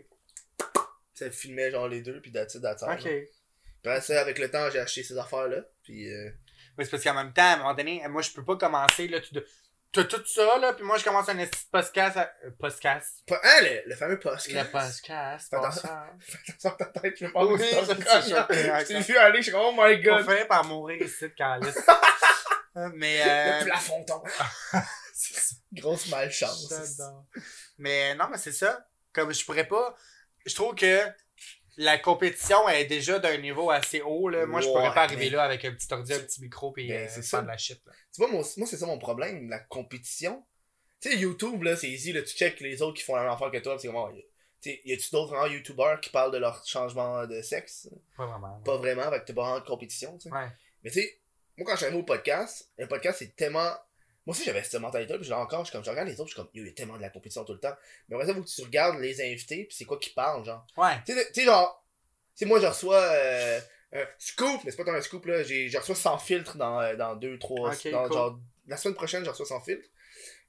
Ça filmait genre les deux, puis d'attitude d'attitude.
Ok.
Puis après ça, avec le temps, j'ai acheté ces affaires-là, puis. euh,
Mais c'est parce qu'en même temps, à un moment donné, moi, je peux pas commencer, là, tu dois- T'as tout ça, là, puis moi, je commence un esti de podcast. à- euh, podcast.
pas- Hein, le, le fameux podcast.
Le podcast.
Attends.
bonsoir.
Sur ta tête, je me parle
Oui,
de
ça,
ça.
c'est choqué,
Je
ça.
t'ai vu aller, je suis comme, oh my
On
god.
finit par mourir ici, de calice. Mais,
Le
euh,
plafond tombe.
c'est ça.
Grosse malchance.
J'adore. Mais non, mais c'est ça. Comme je pourrais pas. Je trouve que la compétition est déjà d'un niveau assez haut. Là. Moi, je pourrais
Ouais,
pas arriver
mais-
là avec un petit ordi, un petit micro, puis
Ben,
euh,
c'est
faire
ça.
de la shit. Là.
Tu vois, moi, aussi- moi c'est ça mon problème, la compétition. Tu sais, YouTube, là, c'est easy, là, tu check les autres qui font la même affaire que toi, pis c'est comme, oh, y a- tu sais, y a-tu d'autres vraiment YouTubers qui parlent de leur changement de sexe?
Pas vraiment.
Pas vraiment, fait que t'es pas vraiment de compétition, tu sais.
Ouais.
Mais tu sais, moi, quand je suis arrivé au podcast, le podcast, c'est tellement. Moi aussi, j'avais cette mentalité, puis je l'ai encore, je, suis comme, je regarde les autres, je suis comme, Yo, il y a tellement de la compétition tout le temps. Mais après ça, faut que tu regardes les invités, puis c'est quoi qui parlent, genre.
Ouais.
Tu sais, tu sais, genre, tu sais, moi, je reçois euh, un scoop, mais c'est pas tant un scoop, là. j'ai- Je reçois sans filtre dans, euh, dans deux, trois.
Ok,
dans-
cool.
genre, la semaine prochaine, je reçois sans filtre.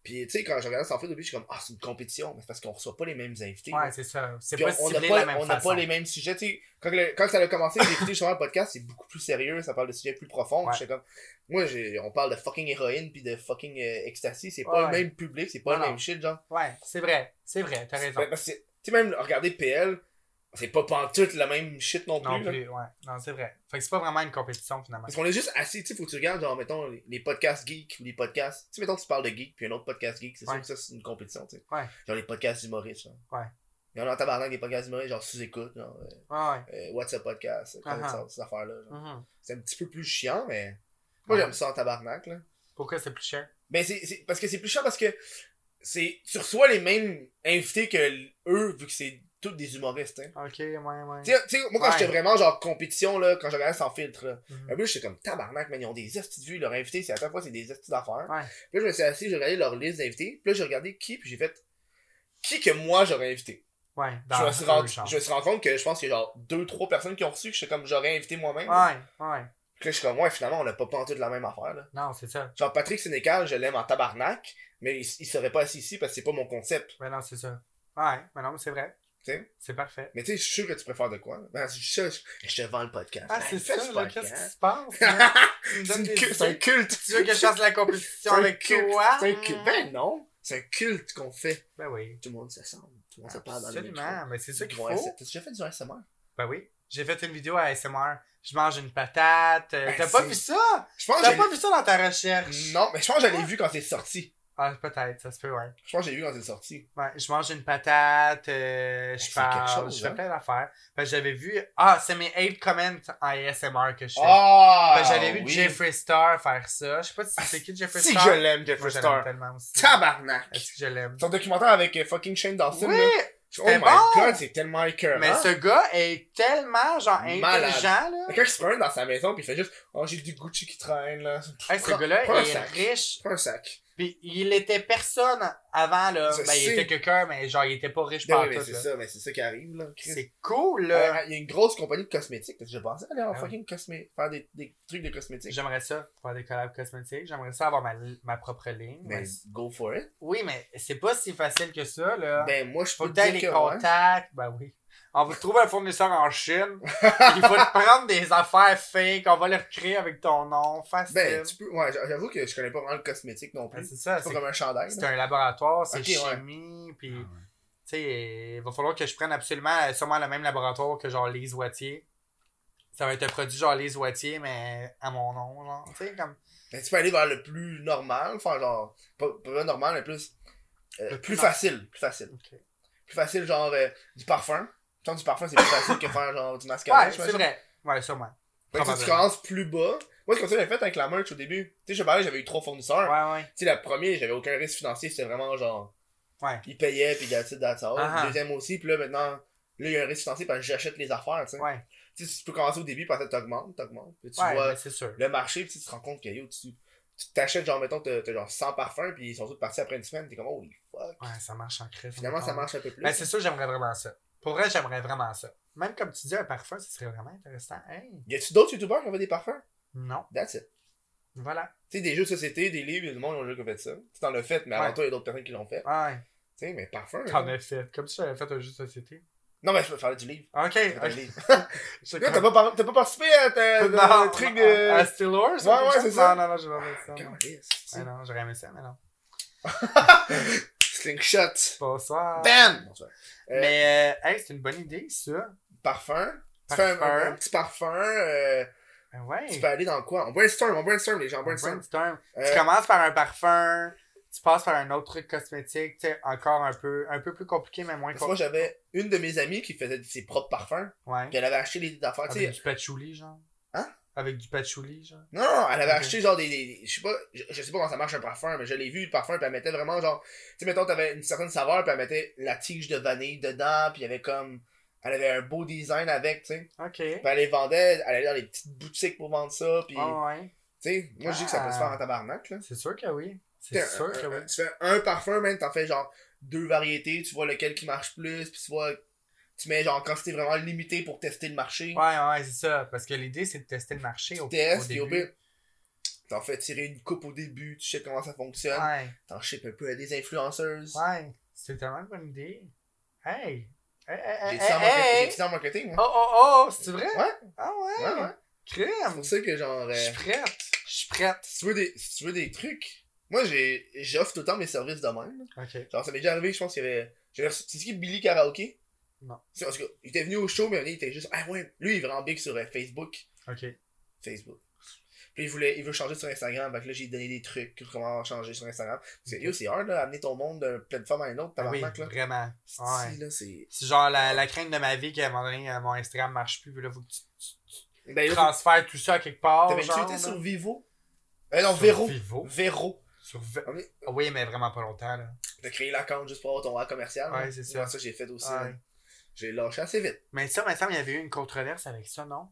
Puis, tu sais, quand je regarde sans filtre, au début, je suis comme, ah, c'est une compétition, mais c'est parce qu'on reçoit pas les mêmes invités.
Ouais,
là.
c'est ça. C'est
Puis
pas
on- on n'a
ciblé de la
pas,
même
on n'a
façon.
pas les mêmes sujets. tu sais. Quand, le- quand ça a commencé, j'ai écouté justement le podcast, c'est beaucoup plus sérieux, ça parle de sujets plus profonds.
Ouais.
J'étais comme, moi, j'ai- on parle de fucking héroïne puis de fucking euh, ecstasy, c'est pas
Ouais.
le même public, c'est pas
Non,
le
non.
même shit, genre.
Ouais, c'est vrai. C'est vrai, t'as raison.
Ben, parce que, tu sais, même, regardez PL, c'est pas pantoute le même shit non plus.
Non
là.
plus, ouais. Non, c'est vrai. Fait que c'est pas vraiment une compétition finalement.
Parce qu'on est juste assez, tu sais, faut que tu regardes, genre, mettons, les, les podcasts geeks ou les podcasts. Tu sais, mettons, tu parles de geek puis un autre podcast geek, c'est
Ouais.
sûr que ça, c'est une compétition, tu sais.
Ouais.
Genre, les podcasts humoristes, genre.
Ouais.
Il y en a en tabarnak des podcasts humoristes, genre, sous-écoute, genre, euh,
Ouais, ouais.
euh, What's Up Podcast, euh,
Ah, ah.
ça, ces affaires-là, genre.
Mhm.
C'est un petit peu plus chiant, mais. Moi,
Ouais.
j'aime ça en tabarnak, là.
Pourquoi c'est plus cher?
Ben, c'est, c'est- parce que c'est plus chiant parce que c'est, tu reçois les mêmes invités que l- eux, vu que c'est tous des humoristes, hein.
Ok, ouais, ouais.
Tu sais, tu sais, moi, quand
Ouais.
j'étais vraiment, genre, compétition, là, quand je regardais sans filtre, là,
Mhm.
un peu, j'étais comme tabarnak, man, ils ont des hosties de vues, leurs invités, c'est à chaque fois, c'est des hosties d'affaires.
Ouais.
Puis là, je me suis assis, j'ai regardé leur liste d'invités, puis là, j'ai regardé qui, puis j'ai fait qui que moi j'aurais invité.
Ouais,
je, me
dans
suis
dans le
rendu,
genre.
je me suis rendu compte que je pense qu'il y a genre deux, trois personnes qui ont reçu, que je suis comme j'aurais invité moi-même. là.
Ouais, ouais.
Puis là, je suis comme, ouais, finalement, on n'a pas pantoute la même affaire, là.
Non, c'est ça.
Genre, Patrick Sénécal, je l'aime en tabarnak, mais il, il serait pas assis ici parce que c'est pas mon concept.
Mais Ben non, c'est ça. Ouais, mais non, mais c'est vrai.
Tu sais?
C'est parfait.
Mais tu sais, je suis sûr que tu préfères de quoi, là. Ben, je, je- je- je te vends le podcast.
Ah,
Ben,
c'est
fais
ça,
ce
là,
podcast.
qu'est-ce qui se passe? man? Tu me
C'est
donnes
une
des
cu- c'est un
idées.
culte.
Tu veux que je fasse de la
C'est
compétition
un
avec
culte.
toi?
C'est un culte. Ben non, c'est un culte qu'on fait.
Ben oui.
Tout le monde s'assemble. Tout le monde se parle dans le micro.
Absolument, mais c'est ça qu'il
Du
faut.
ASMR. T'as déjà fait du ASMR?
Ben oui. J'ai fait une vidéo à ASMR. Je mange une patate. Euh,
Ben,
T'as pas
c'est-
vu ça?
Je pense que
T'as
j'ai- Mm.
pas vu ça dans ta recherche?
Non, mais je pense que j'avais vu quand c'est sorti.
Ah, peut-être, ça se peut, ouais.
Je pense que j'ai vu quand c'est sorti.
Ouais, je mange une patate, euh,
Ben, c'est
je
quelque
parle,
chose,
je fais
hein?
plein d'affaires. Fait que j'avais vu... Ah, c'est mes 8 comments en ASMR que je fais.
Ah!
Fait que j'avais Ben, vu
oui.
Jeffree Star faire ça. Je sais pas si c'est qui Jeffree
Si
Star.
je l'aime,
Moi,
Jeffree
je l'aime
Star.
tellement aussi.
Tabarnak!
Est-ce que je l'aime?
Son documentaire avec euh, fucking Shane Dawson,
Oui!
là. Oh
C'était
my
bon!
god, c'est tellement écœurant.
Mais ce gars est tellement, genre,
Ah. Malade.
intelligent, là.
Quelqu'un qui se promène dans sa maison pis il fait juste Oh, j'ai du Gucci qui traîne, là.
Hey, ce
Prends-
gars-là
prends un
est
sac.
riche.
Prends un sac.
Puis il était personne avant, là.
Je
ben, il
sais.
était quelqu'un, mais genre, il était pas riche
Ben
par
oui, mais
tout,
c'est
là.
ça, mais c'est ça qui arrive, là. Chris.
C'est cool, là.
Euh, Il y a une grosse compagnie de cosmétiques. T'as déjà pensé à aller en
Ah oui.
fucking cosmé... faire des, des trucs de cosmétiques?
J'aimerais ça, faire des collabs cosmétiques. J'aimerais ça avoir ma, ma propre ligne.
Ben,
Mais-
go for it.
Oui, mais c'est pas si facile que ça, là.
Ben, moi, je
Ah. Faut
peux
que
te
t'aies
dire
les
que ouais.
contacts. Ben oui. On va te trouver un fournisseur en Chine. il faut te prendre des affaires fake. On va les recréer avec ton nom. Facile.
Ben, tu peux. Ouais, j'avoue que je connais pas vraiment le cosmétique non
Ben,
plus.
c'est ça.
C'est pas
c'est-
comme un chandail.
C'est
là.
un laboratoire. C'est
Ok, ouais.
chimie. Puis, tu sais, il va falloir que je prenne absolument, euh, sûrement le même laboratoire que genre Lise Wattier. Ça va être un produit genre Lise Wattier, mais à mon nom, genre. Tu sais, comme.
Mais tu peux aller vers le plus normal, enfin, genre, pas, pas normal, mais plus. euh,
Le plus
plus
normal.
facile, plus facile.
Ok.
Plus facile, genre, euh, du parfum. Genre, du parfum, c'est plus facile que faire, genre, du mascara.
Ouais, c'est
j'imagine.
vrai. Ouais, sûrement.
Fait que Ben, tu- tu
Probablement.
commences plus bas. Moi, c'est comme ça que j'avais fait avec la merch au début. Tu sais, je parlais, j'avais eu trois fournisseurs.
Ouais, ouais.
Tu sais, la première, j'avais aucun risque financier, c'était vraiment genre.
Ouais.
Ils payaient, puis that's it, that's all.
Ah ah.
Deuxième aussi, puis là, maintenant, là, il y a un risque financier parce que j'achète les affaires, tu sais.
Ouais,
Tu sais, tu peux commencer au début, puis après, t'augmentes, t'augmentes. Puis tu
ouais,
vois
ben, c'est sûr.
le marché, puis tu te rends compte que yo, tu tu t'achètes, genre, mettons, t'as t'as genre 100 parfums, puis ils sont tous partis après une semaine, t'es comme, holy fuck.
Ouais, ça marche en crise.
Finalement, ça
mettons.
marche un peu plus.
Ben, c'est sûr, j'aimerais vraiment ça. Pour vrai, j'aimerais vraiment ça. Même comme tu dis, un parfum, ce serait vraiment intéressant. Hey,
Y a-tu d'autres youtubeurs qui ont fait des parfums?
non,
That's it.
voilà.
Tu sais, des jeux de société, des livres, il y a du monde qui ont déjà fait ça. Tu t'en as fait, mais avant
Ouais.
toi, il y a d'autres personnes qui l'ont fait.
Ouais,
Tu sais, mais parfum.
t'en
là.
as fait. Comme si j'avais fait un jeu de société.
Non, mais je peux parler du livre.
Ok,
Je peux parler
ok.
du livre.
C'est
Là, T'as
comme-
pas, par- t'as pas participé à ta-
Non, Ah,
le truc de.
À Still Wars,
Ouais, ouais,
quelque
c'est
chose?
ça.
Non, non, non, je vais pas faire ça. non.
Calisse,
Ouais,
c'est-
Ah, non, j'aurais aimé ça, mais non.
Slingshot.
Bonsoir.
Bam! Bonsoir. Ben, Euh,
Mais, euh, hey, c'est une bonne idée, ça.
Parfum. Tu fais un,
Parfum.
un petit parfum. euh,
Ben ouais.
Tu peux aller dans quoi? On brainstorm, on brainstorm, les gens, on brainstorm.
Brainstorm.
Euh,
Tu commences par un parfum, tu passes par un autre truc cosmétique, tu sais, encore un peu, un peu plus compliqué, mais moins
Parce que moi,
compliqué.
j'avais une de mes amies qui faisait ses propres parfums.
Ouais.
Puis elle avait acheté les affaires. Ah, tu sais.
Ah, Avec du patchouli, genre.
Hein?
Avec du patchouli, genre.
Non, non, elle avait
Ok.
acheté genre des. des- je sais pas, je, je sais pas comment ça marche un parfum, mais je l'ai vu le parfum, puis elle mettait vraiment genre. Tu sais, mettons, t'avais une certaine saveur, puis elle mettait la tige de vanille dedans, puis il y avait comme. Elle avait un beau design avec, tu sais.
Ok.
Puis elle Ben, les vendait, elle allait dans les petites boutiques pour vendre ça. Puis,
Ah ouais.
tu sais, moi, je dis que ça peut se faire en tabarnak, là.
C'est sûr que oui.
Tu
C'est
sais,
sûr
un-
que
un-
oui.
Tu fais un parfum, même, t'en fais genre deux variétés, tu vois lequel qui marche plus, puis tu vois. Tu mets genre en quantité vraiment limitée pour tester le marché.
Ouais, ouais, c'est ça. Parce que l'idée, c'est de tester le marché au,
tu
au
testes, puis
début.
au pire, t'en fais tirer une coupe au début, tu sais comment ça fonctionne.
Ouais,
T'en shippes un peu à des influenceuses.
ouais. C'est tellement une bonne idée. Hey! Hey,
J'ai
hey, hey,
dit ça en marketing- j'ai
hey,
dit
hey.
ça en marketing, moi.
Oh, oh, oh! C'est vrai?
Ouais.
Ah eh, ouais?
Ouais, ouais. C'est
Crème!
pour ça que genre.
Je
euh,
suis prête! Je suis prête!
si, tu veux des, si tu veux des trucs, moi, j'ai- j'offre tout le temps mes services de même.
Ok.
Genre, ça m'est déjà arrivé, je pense qu'il y avait. j'avais reçu- C'est qui Billy Karaoke
Non.
C'est- En tout cas, il était venu au show, mais il était juste. Ah ouais, lui, il est vraiment big sur euh, Facebook.
Ok.
Facebook. Puis il voulait, il veut changer sur Instagram, donc là, j'ai donné des trucs sur comment changer sur Instagram. Parce que yo, c'est hard, là, amener ton monde d'une plateforme à une autre,
Ah oui,
tabarnak, là.
vraiment.
Si,
Ouais.
là, c'est.
C'est genre la, la crainte de ma vie qu'à un moment donné, euh, mon Instagram marche plus, puis là, faut que tu, tu-
Ben,
tu
là,
transfères tout ça à quelque part.
t'avais-tu
genre,
été sur
là?
Vivo Eh non,
Sur
Véro.
Vivo.
Véro.
Sur Ve-
Ah oui.
Ah Oui, mais vraiment pas longtemps, là.
T'as créé l'account juste pour avoir ton rang commercial.
Ouais,
là.
c'est ça.
Moi, ça, j'ai fait aussi. là.
Ouais.
J'ai lâché assez vite.
Mais ça, il me semble, il y avait eu une controverse avec ça, non?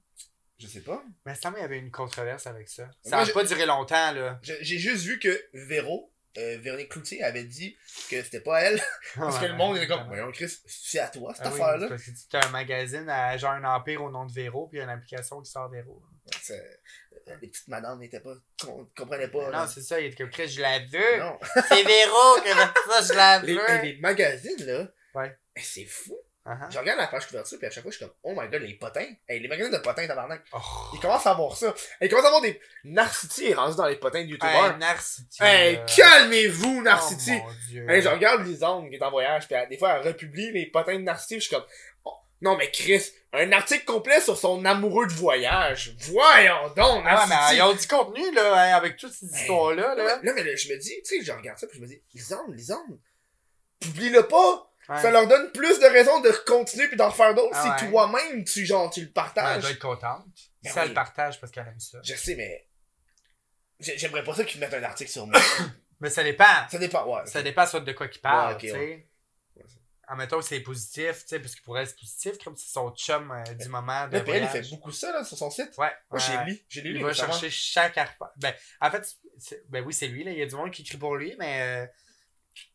Je sais pas.
Il me semble, il y avait eu une controverse avec ça. Ça
Moi,
n'a
je-
pas duré longtemps, là.
Je- J'ai juste vu que Véro, euh, Véronique Cloutier, avait dit que c'était pas elle. Parce que le monde était comme, voyons, Chris, c'est à toi cette
Ah oui,
affaire-là.
c'est parce que tu as un magazine à genre un empire au nom de Véro, puis il y a une application qui sort Véro.
C'est- euh, Les petites madames n'étaient pas, com- comprenaient pas.
non,
là.
c'est ça, il était comme Chris, je la veux.
Non.
C'est Véro que ça, je la
Les,
veux.
les magazines, là.
Ouais.
eh, C'est fou.
Ah,
Je regarde la page couverture, puis à chaque fois, je suis comme, oh my god, les potins. Eh, les magazines de potins, tabarnak.
ah. Oh.
Ils commencent à avoir ça. Eh, Ils commencent à avoir des. Narcity est rendu dans les potins de
Hey,
youtubeurs.
Narcity.
Hey,
là.
calmez-vous, Narcity!
Oh, Euh, mon Dieu.
Hey, je regarde Lisande qui est en voyage, puis elle- des fois elle republie les potins de Narcity, puis je suis comme Oh, Non mais Chris, un article complet sur son amoureux de voyage. Voyons donc,
Ah,
Narcity.
mais ils ont du contenu, là, hein, avec toutes ces
Hey. Là,
histoires-là, là.
mais- là, mais là, je me dis, tu sais, je regarde ça, puis je me dis, Lisande, Lisande, publie-le pas.
Ouais.
Ça leur donne plus de raisons de continuer puis d'en refaire d'autres
Ah
si
ouais.
toi-même tu genre tu le
Ben, Elle
partages.
doit être contente.
Ben
ça,
oui.
elle partage parce qu'elle aime ça.
je sais, mais j'ai- j'aimerais pas ça qu'ils mettent un article sur moi.
Mais ça dépend.
ça dépend, ouais.
Ça dépend soit de quoi qu'il parle,
Ah, Ouais, ok,
tu sais.
ouais. Ouais, c'est-
Admettons que c'est positif, tu sais, parce que pour elle, c'est positif, comme si son chum euh, du moment de
Là, puis elle, il
voyage.
fait beaucoup ça là, sur son site.
Ouais.
Moi, j'ai
ouais.
lu, j'ai lu.
Il
les
va
commentaires.
chercher chaque arpa. Ben, en fait, c'est- ben oui, c'est lui, là. Il y a du monde qui écrit pour lui, mais euh,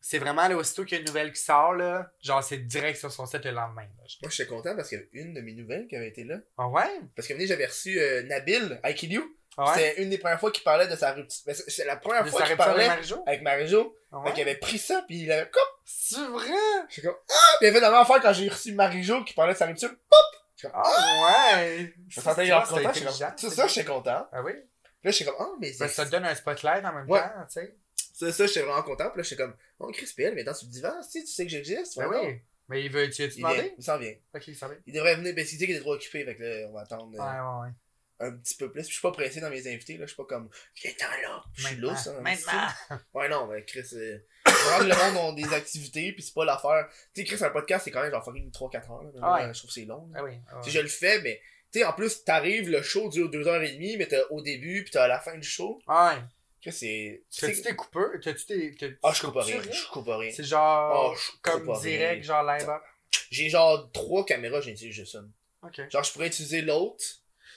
c'est vraiment, là, aussitôt qu'il y a une nouvelle qui sort, là, genre, c'est direct sur son site le lendemain. là.
Moi, j'étais content parce qu'il y avait une de mes nouvelles qui avait été là.
Ah ouais?
Parce que venez, j'avais reçu euh, Nabil, I Kill You.
Ah ouais?
C'était une des premières fois qu'il parlait de sa rupture. Mais c'est- C'est la première
De
fois
sa
qu'il
rupture avec
parlait
Marie-Jo?
avec Marie-Jo. Fait
Ah ouais?
qu'il avait pris ça, puis il avait comme.
C'est vrai?
J'étais comme. Ah! Puis il avait fait la même affaire quand j'ai reçu Marie-Jo qui parlait de sa rupture. Pop! J'étais comme. Ah!
Ah ouais!
Je me sentais
Tu
genre
vois, c'était
content. J'étais comme.
intelligent,
C'est
c'est
ça,
bien.
j'étais content.
Ah oui?
Là, j'étais comme. Ah, mais
Ben,
c'est.
ça te donne un spotlight en même
Ouais.
temps, tu sais.
Ça, ça, j'étais vraiment content. Puis là, j'étais comme. Oh, Chris PL, mais dans ce divan, si tu sais que j'existe.
Ben
voyons.
oui. Mais il veut, tu as-tu
Il vient,
demandé?
il s'en vient.
Ok, ça va.
Il devrait venir, ben, c'est dit qu'il est trop occupé, fait que là, on va attendre. euh,
Ouais, ouais, ouais.
un petit peu plus. Puis Je suis pas pressé dans mes invités, là. Je suis pas comme, j'étais là. Je suis là, ça.
Maintenant.
Ouais, non, mais Chris, euh, vraiment que le monde ont des activités, puis c'est pas l'affaire. Tu sais, Chris, un podcast, c'est quand même genre fucking 3-4 heures. là. Vraiment,
Ouais.
Je trouve que c'est long. là.
Ah oui. ah
Tu
ouais.
sais, je le fais, mais, tu sais, en plus, t'arrives, le show dure 2h30, mais t'as au début, puis t'as à la fin du show.
Ah ouais.
Chris, c'est.
T'as-tu
c'est-
tes coupeurs? T'as-tu tes. t'as-
Ah, je coupe pas
tu
rien.
rien?
Je coupe pas rien.
C'est
Ah,
genre.
je coupe
Comme
pas
direct,
rien.
genre live up.
J'ai genre trois caméras, j'utilise juste ça.
Ok.
Genre, je pourrais utiliser l'autre.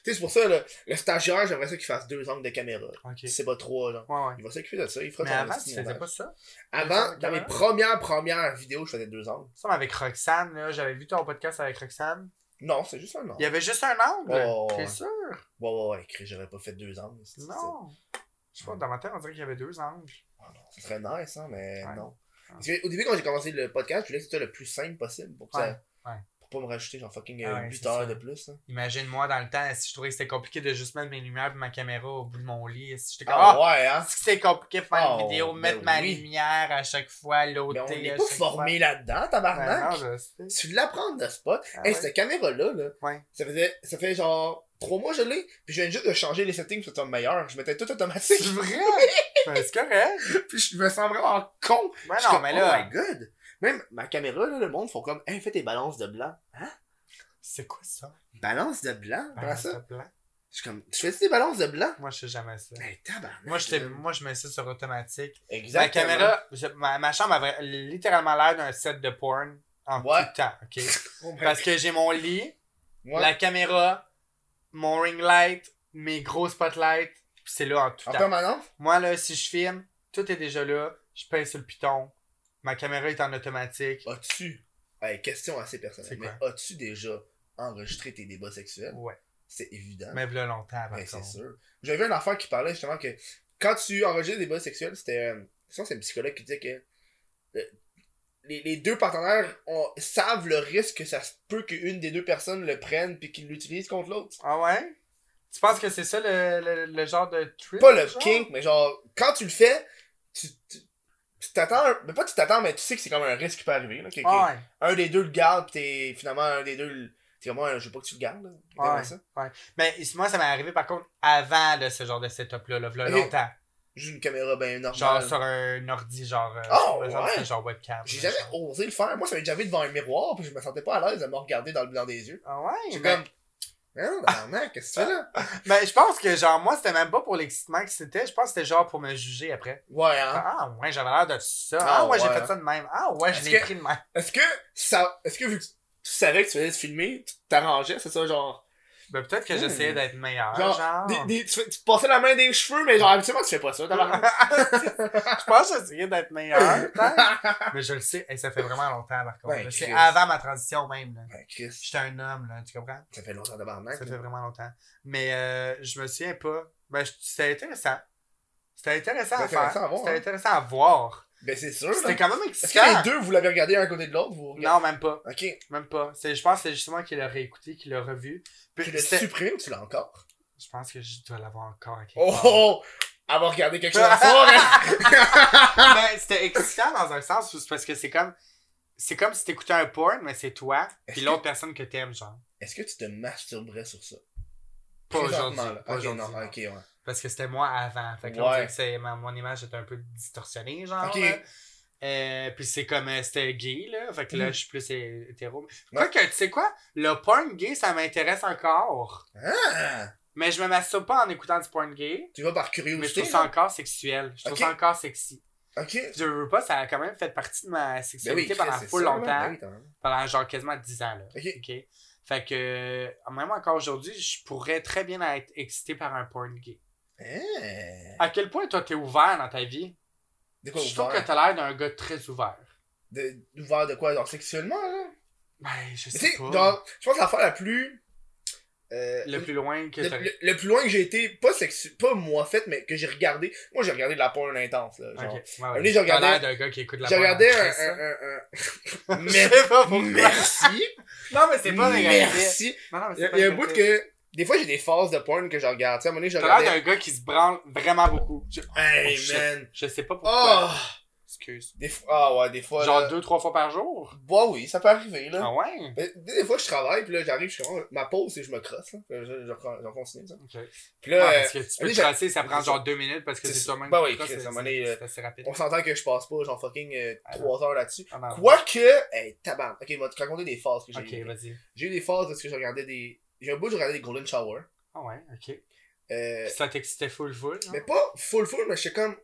Tu sais, c'est pour ça, le, le stagiaire, j'aimerais ça qu'il fasse deux angles de caméra.
Ok.
C'est pas trois, genre.
Ouais, ouais.
Il va s'occuper de ça, il fera
Mais
ton
avant,
esti
tu
de
faisais
montage.
pas ça?
Avant,
Deux
dans
ans,
mes
ouais.
premières premières vidéos, je faisais deux angles.
Ça, mais avec Roxane, là, j'avais vu ton podcast avec Roxane.
Non, c'est juste un angle.
Il y avait juste un angle.
Oh,
T'es
ouais.
sûr?
Ouais, ouais, ouais, écrit, j'aurais pas fait deux angles. c'est-
Non. Je sais pas, dans ma tête, on dirait qu'il y avait deux angles.
c'est- oh non, ça serait nice, hein, mais
Ouais.
non.
Ah.
Parce que au début, quand j'ai commencé le podcast, je voulais que c'était le plus simple possible pour que ça-
ouais.
Pour pas me rajouter genre fucking
Ah ouais,
8
c'est
heures
ça.
de plus. hein.
Imagine-moi dans le temps, si je trouvais que c'était compliqué de juste mettre mes lumières et ma caméra au bout de mon lit. Si j'étais comme,
Ah
ah,
ouais, hein.
est-ce que c'est compliqué de faire
Oh,
une vidéo,
ben
mettre ma
oui.
lumière à chaque fois,
Mais
l'ôter
on
à
n'est pas
chaque fois.
formé là-dedans,
Ben non,
tabarnak.
je sais.
Tu l'apprends de spot.
Ah
Hey,
ouais.
cette caméra-là, là,
Ouais.
ça faisait ça fait genre 3 mois que je l'ai, puis je viens juste de changer les settings pour que ça soit meilleur. Je mettais tout automatique,
C'est vrai? Ben, c'est correct.
puis je me sens vraiment con.
Ben
Je suis
non,
comme,
mais
Oh
là,
my god! Même ma caméra, là, le monde font comme, hey, fais tes balances de blanc. Hein?
c'est quoi ça?
Balance de blanc? Comment
Ben,
Ah, ça?
s'il te plaît.
Je suis comme, tu fais des balances de blanc?
Moi, je sais jamais ça.
Hey, tabarnak.
Moi, je, t'ai- moi, je mets ça sur automatique.
euh, Exactement.
Ma caméra, je- ma, ma chambre avait littéralement l'air d'un set de porn en
Ouais.
tout temps, ok?
Oh my
Parce que j'ai mon lit,
God.
la caméra, mon ring light, mes gros spotlights, pis c'est là en tout
En
temps.
permanence?
Moi, là, si je filme, tout est déjà là, je pèse sur le piton, ma caméra est en automatique.
As-tu, hey, question assez personnelle,
C'est
mais
quoi?
as-tu déjà enregistré tes débats sexuels?
Ouais,
C'est évident.
mais là longtemps, par
Ben, c'est
contre.
sûr. J'avais vu un enfant qui parlait justement que quand tu enregistres des débats sexuels, c'était. euh, je pense que c'est un psychologue qui disait que euh, les, les deux partenaires ont- savent le risque que ça se peut qu'une des deux personnes le prenne puis qu'ils l'utilisent contre l'autre.
Ah ouais? Tu penses que c'est ça le, le- le genre de trip?
Pas le
genre?
kink, mais genre, quand tu le fais, tu. tu- tu t'attends, un- mais pas tu t'attends, mais tu sais que c'est comme un risque qui peut arriver. Là, que- que
Ah ouais.
Un des deux le garde, pis t'es finalement un des deux. le- T'es comme, Ouais, je veux pas que tu le gardes. Là, T'aimerais ça.
Mais moi, ça m'est arrivé par contre avant de ce genre de setup-là, là, v'là
Ok.
longtemps.
Juste une caméra ben
Genre
normale.
sur un ordi, genre. euh,
Oh,
genre,
ouais.
genre webcam.
J'ai
là,
jamais
genre.
osé le faire. Moi, ça m'est déjà vu devant un miroir, puis je me sentais pas à l'aise de me regarder dans le blanc des yeux.
Ah ouais?
J'étais
mais-
comme, hein, tabarnak, qu'est-ce que tu fais là?
Ben, je pense que, genre, moi, c'était même pas pour l'excitement que c'était. Je pense que c'était genre pour me juger après.
Ouais, hein.
Ah, ouais, j'avais l'air de ça.
Ah,
Ah, ouais, j'ai
ouais,
fait
hein.
ça de même. Ah, ouais, je
Est-ce
l'ai
que-
pris de même.
Est-ce que ça, est-ce que vu que tu savais que tu faisais te filmer, tu t'arrangeais, c'est ça, genre.
Ben, peut-être que j'essayais d'être meilleur.
Genre,
Ah, Genre,
des- des- tu, fais- tu passais la main des cheveux, mais genre, habituellement, tu fais pas ça, tabarnak. Ben,
je pense que j'essayais d'être meilleur. peut-être. mais je le sais, Hey, ça fait vraiment longtemps, par contre.
Ben,
là. c'est
Chris.
avant ma transition même. Là.
Ben, Chris,
J'étais un homme, là, tu comprends?
ça fait longtemps, tabarnak.
Ça
là.
fait vraiment longtemps. Mais euh, je me souviens pas. Ben, je- c'était intéressant. C'était intéressant
C'était
à faire.
intéressant à voir,
C'était
hein.
intéressant à voir.
Ben, c'est sûr, là.
C'était quand même
Est-ce
excitant.
que les deux, vous l'avez regardé un à côté de l'autre, vous?
Non, même pas.
Ok.
Même pas. C'est- Je pense que c'est justement qu'il l'a réécouté, qu'il l'a revu. Puis
Tu l'as
c'était-
supprimé ou tu l'as encore?
Je pense que je dois l'avoir encore. à quelque
Oh,
part.
oh, oh. Elle va regarder quelque chose à soir, hein.
Ben, c'était excitant dans un sens où c'est parce que c'est comme. C'est comme si t'écoutais un porn, mais c'est toi, puis
Est-ce
l'autre personne que t'aimes, genre.
Est-ce que tu te masturberais sur ça?
Pas
Présentement,
aujourd'hui.
là.
Pas
Ok,
aujourd'hui,
non,
non.
ok, ouais.
Parce que c'était moi avant. Fait que
Ouais.
là, on dirait que c'est- ma- mon image était un peu distorsionnée, genre.
Ok.
là. Euh, puis c'est comme. euh, C'était gay, là. Fait que là,
Mm.
je suis plus hé- hétéro.
Ouais.
Quoique, tu sais quoi? Le porn gay, ça m'intéresse encore.
Ah!
Mais je me masturbe pas en écoutant du porn gay.
Tu vas par
Mais je trouve
curiosité.
ça
là.
encore sexuel. Je trouve
Ok.
ça encore sexy.
Ok.
Je veux pas, ça a quand même fait partie de ma
Ben oui,
sexualité
Chris,
pendant
c'est
full
ça, là.
longtemps.
Ben oui, t'as raison.
pendant genre quasiment 10 ans. Là.
Ok.
OK? Fait que, euh, même encore aujourd'hui, je pourrais très bien être excité par un porn gay.
Hein?
À quel point toi t'es ouvert dans ta vie?
De quoi
je trouve que
ouvert?
t'as l'air d'un gars très ouvert.
De, ouvert de quoi? Genre sexuellement, là?
Ben, je
Tu
sais
sais,
pas.
genre, je pense que l'affaire la plus. euh,
Le plus loin que
le,
t'as.
le- le plus loin que j'ai été, pas sexu, pas moi faite, mais que j'ai regardé. Moi, j'ai regardé de la porn intense, là. Genre, Un
Ok. Ouais, ouais.
moment donné, je
T'as
regardais-
l'air d'un gars qui écoute la
j'ai
porn
regardé
en
un.
stress, là.
un- un- un-
Je
Mer-
sais pas pourquoi.
Merci!
Non, mais c'est pas négatif.
Merci!
Non, non, mais
Il y
c'est
a,
pas
il y a un bout
négatif.
que. Des fois, j'ai des phases de porn que je regarde. Tu sais, à un moment donné, je
T'as
regardais.
l'air d'un gars qui se branle vraiment beaucoup. Je,
Hey,
Oh, shit.
man!
je sais pas pourquoi.
Oh!
Excuse.
Des fois. Ah, ouais, des fois.
Genre
là-
deux, trois fois par jour?
Bah oui, ça peut arriver, là.
Ah ouais?
Mais Des, des fois, je travaille, puis là, j'arrive, je suis comme, ma pause, c'est que je me crosse, là. Je, je, je, reprends- je continue, ça.
Ok.
Puis là,
Ouais,
euh,
Ah, parce que tu peux
allez,
te
j'ai-
tracer, ça prend
c'est ça.
genre deux minutes parce que
C'est
c'est
ça.
toi-même
Ben
qui
oui,
te traces,
Chris, à un
c'est-
moment donné,
c'est assez rapide.
on s'entend que je passe pas, genre fucking euh,
Ah,
trois heures là-dessus.
Ah, non.
Quoique, hey, tabarnak. Ok, je vais te raconter des phases que j'ai
Ok,
eues.
vas-y.
J'ai eu des phases parce que je regardais des. J'ai un bout, où je regardais des Golden Shower.
Ah ouais, ok.
Euh,
Puis ça t'excitait full full. non?
mais pas full full, mais j'étais comme.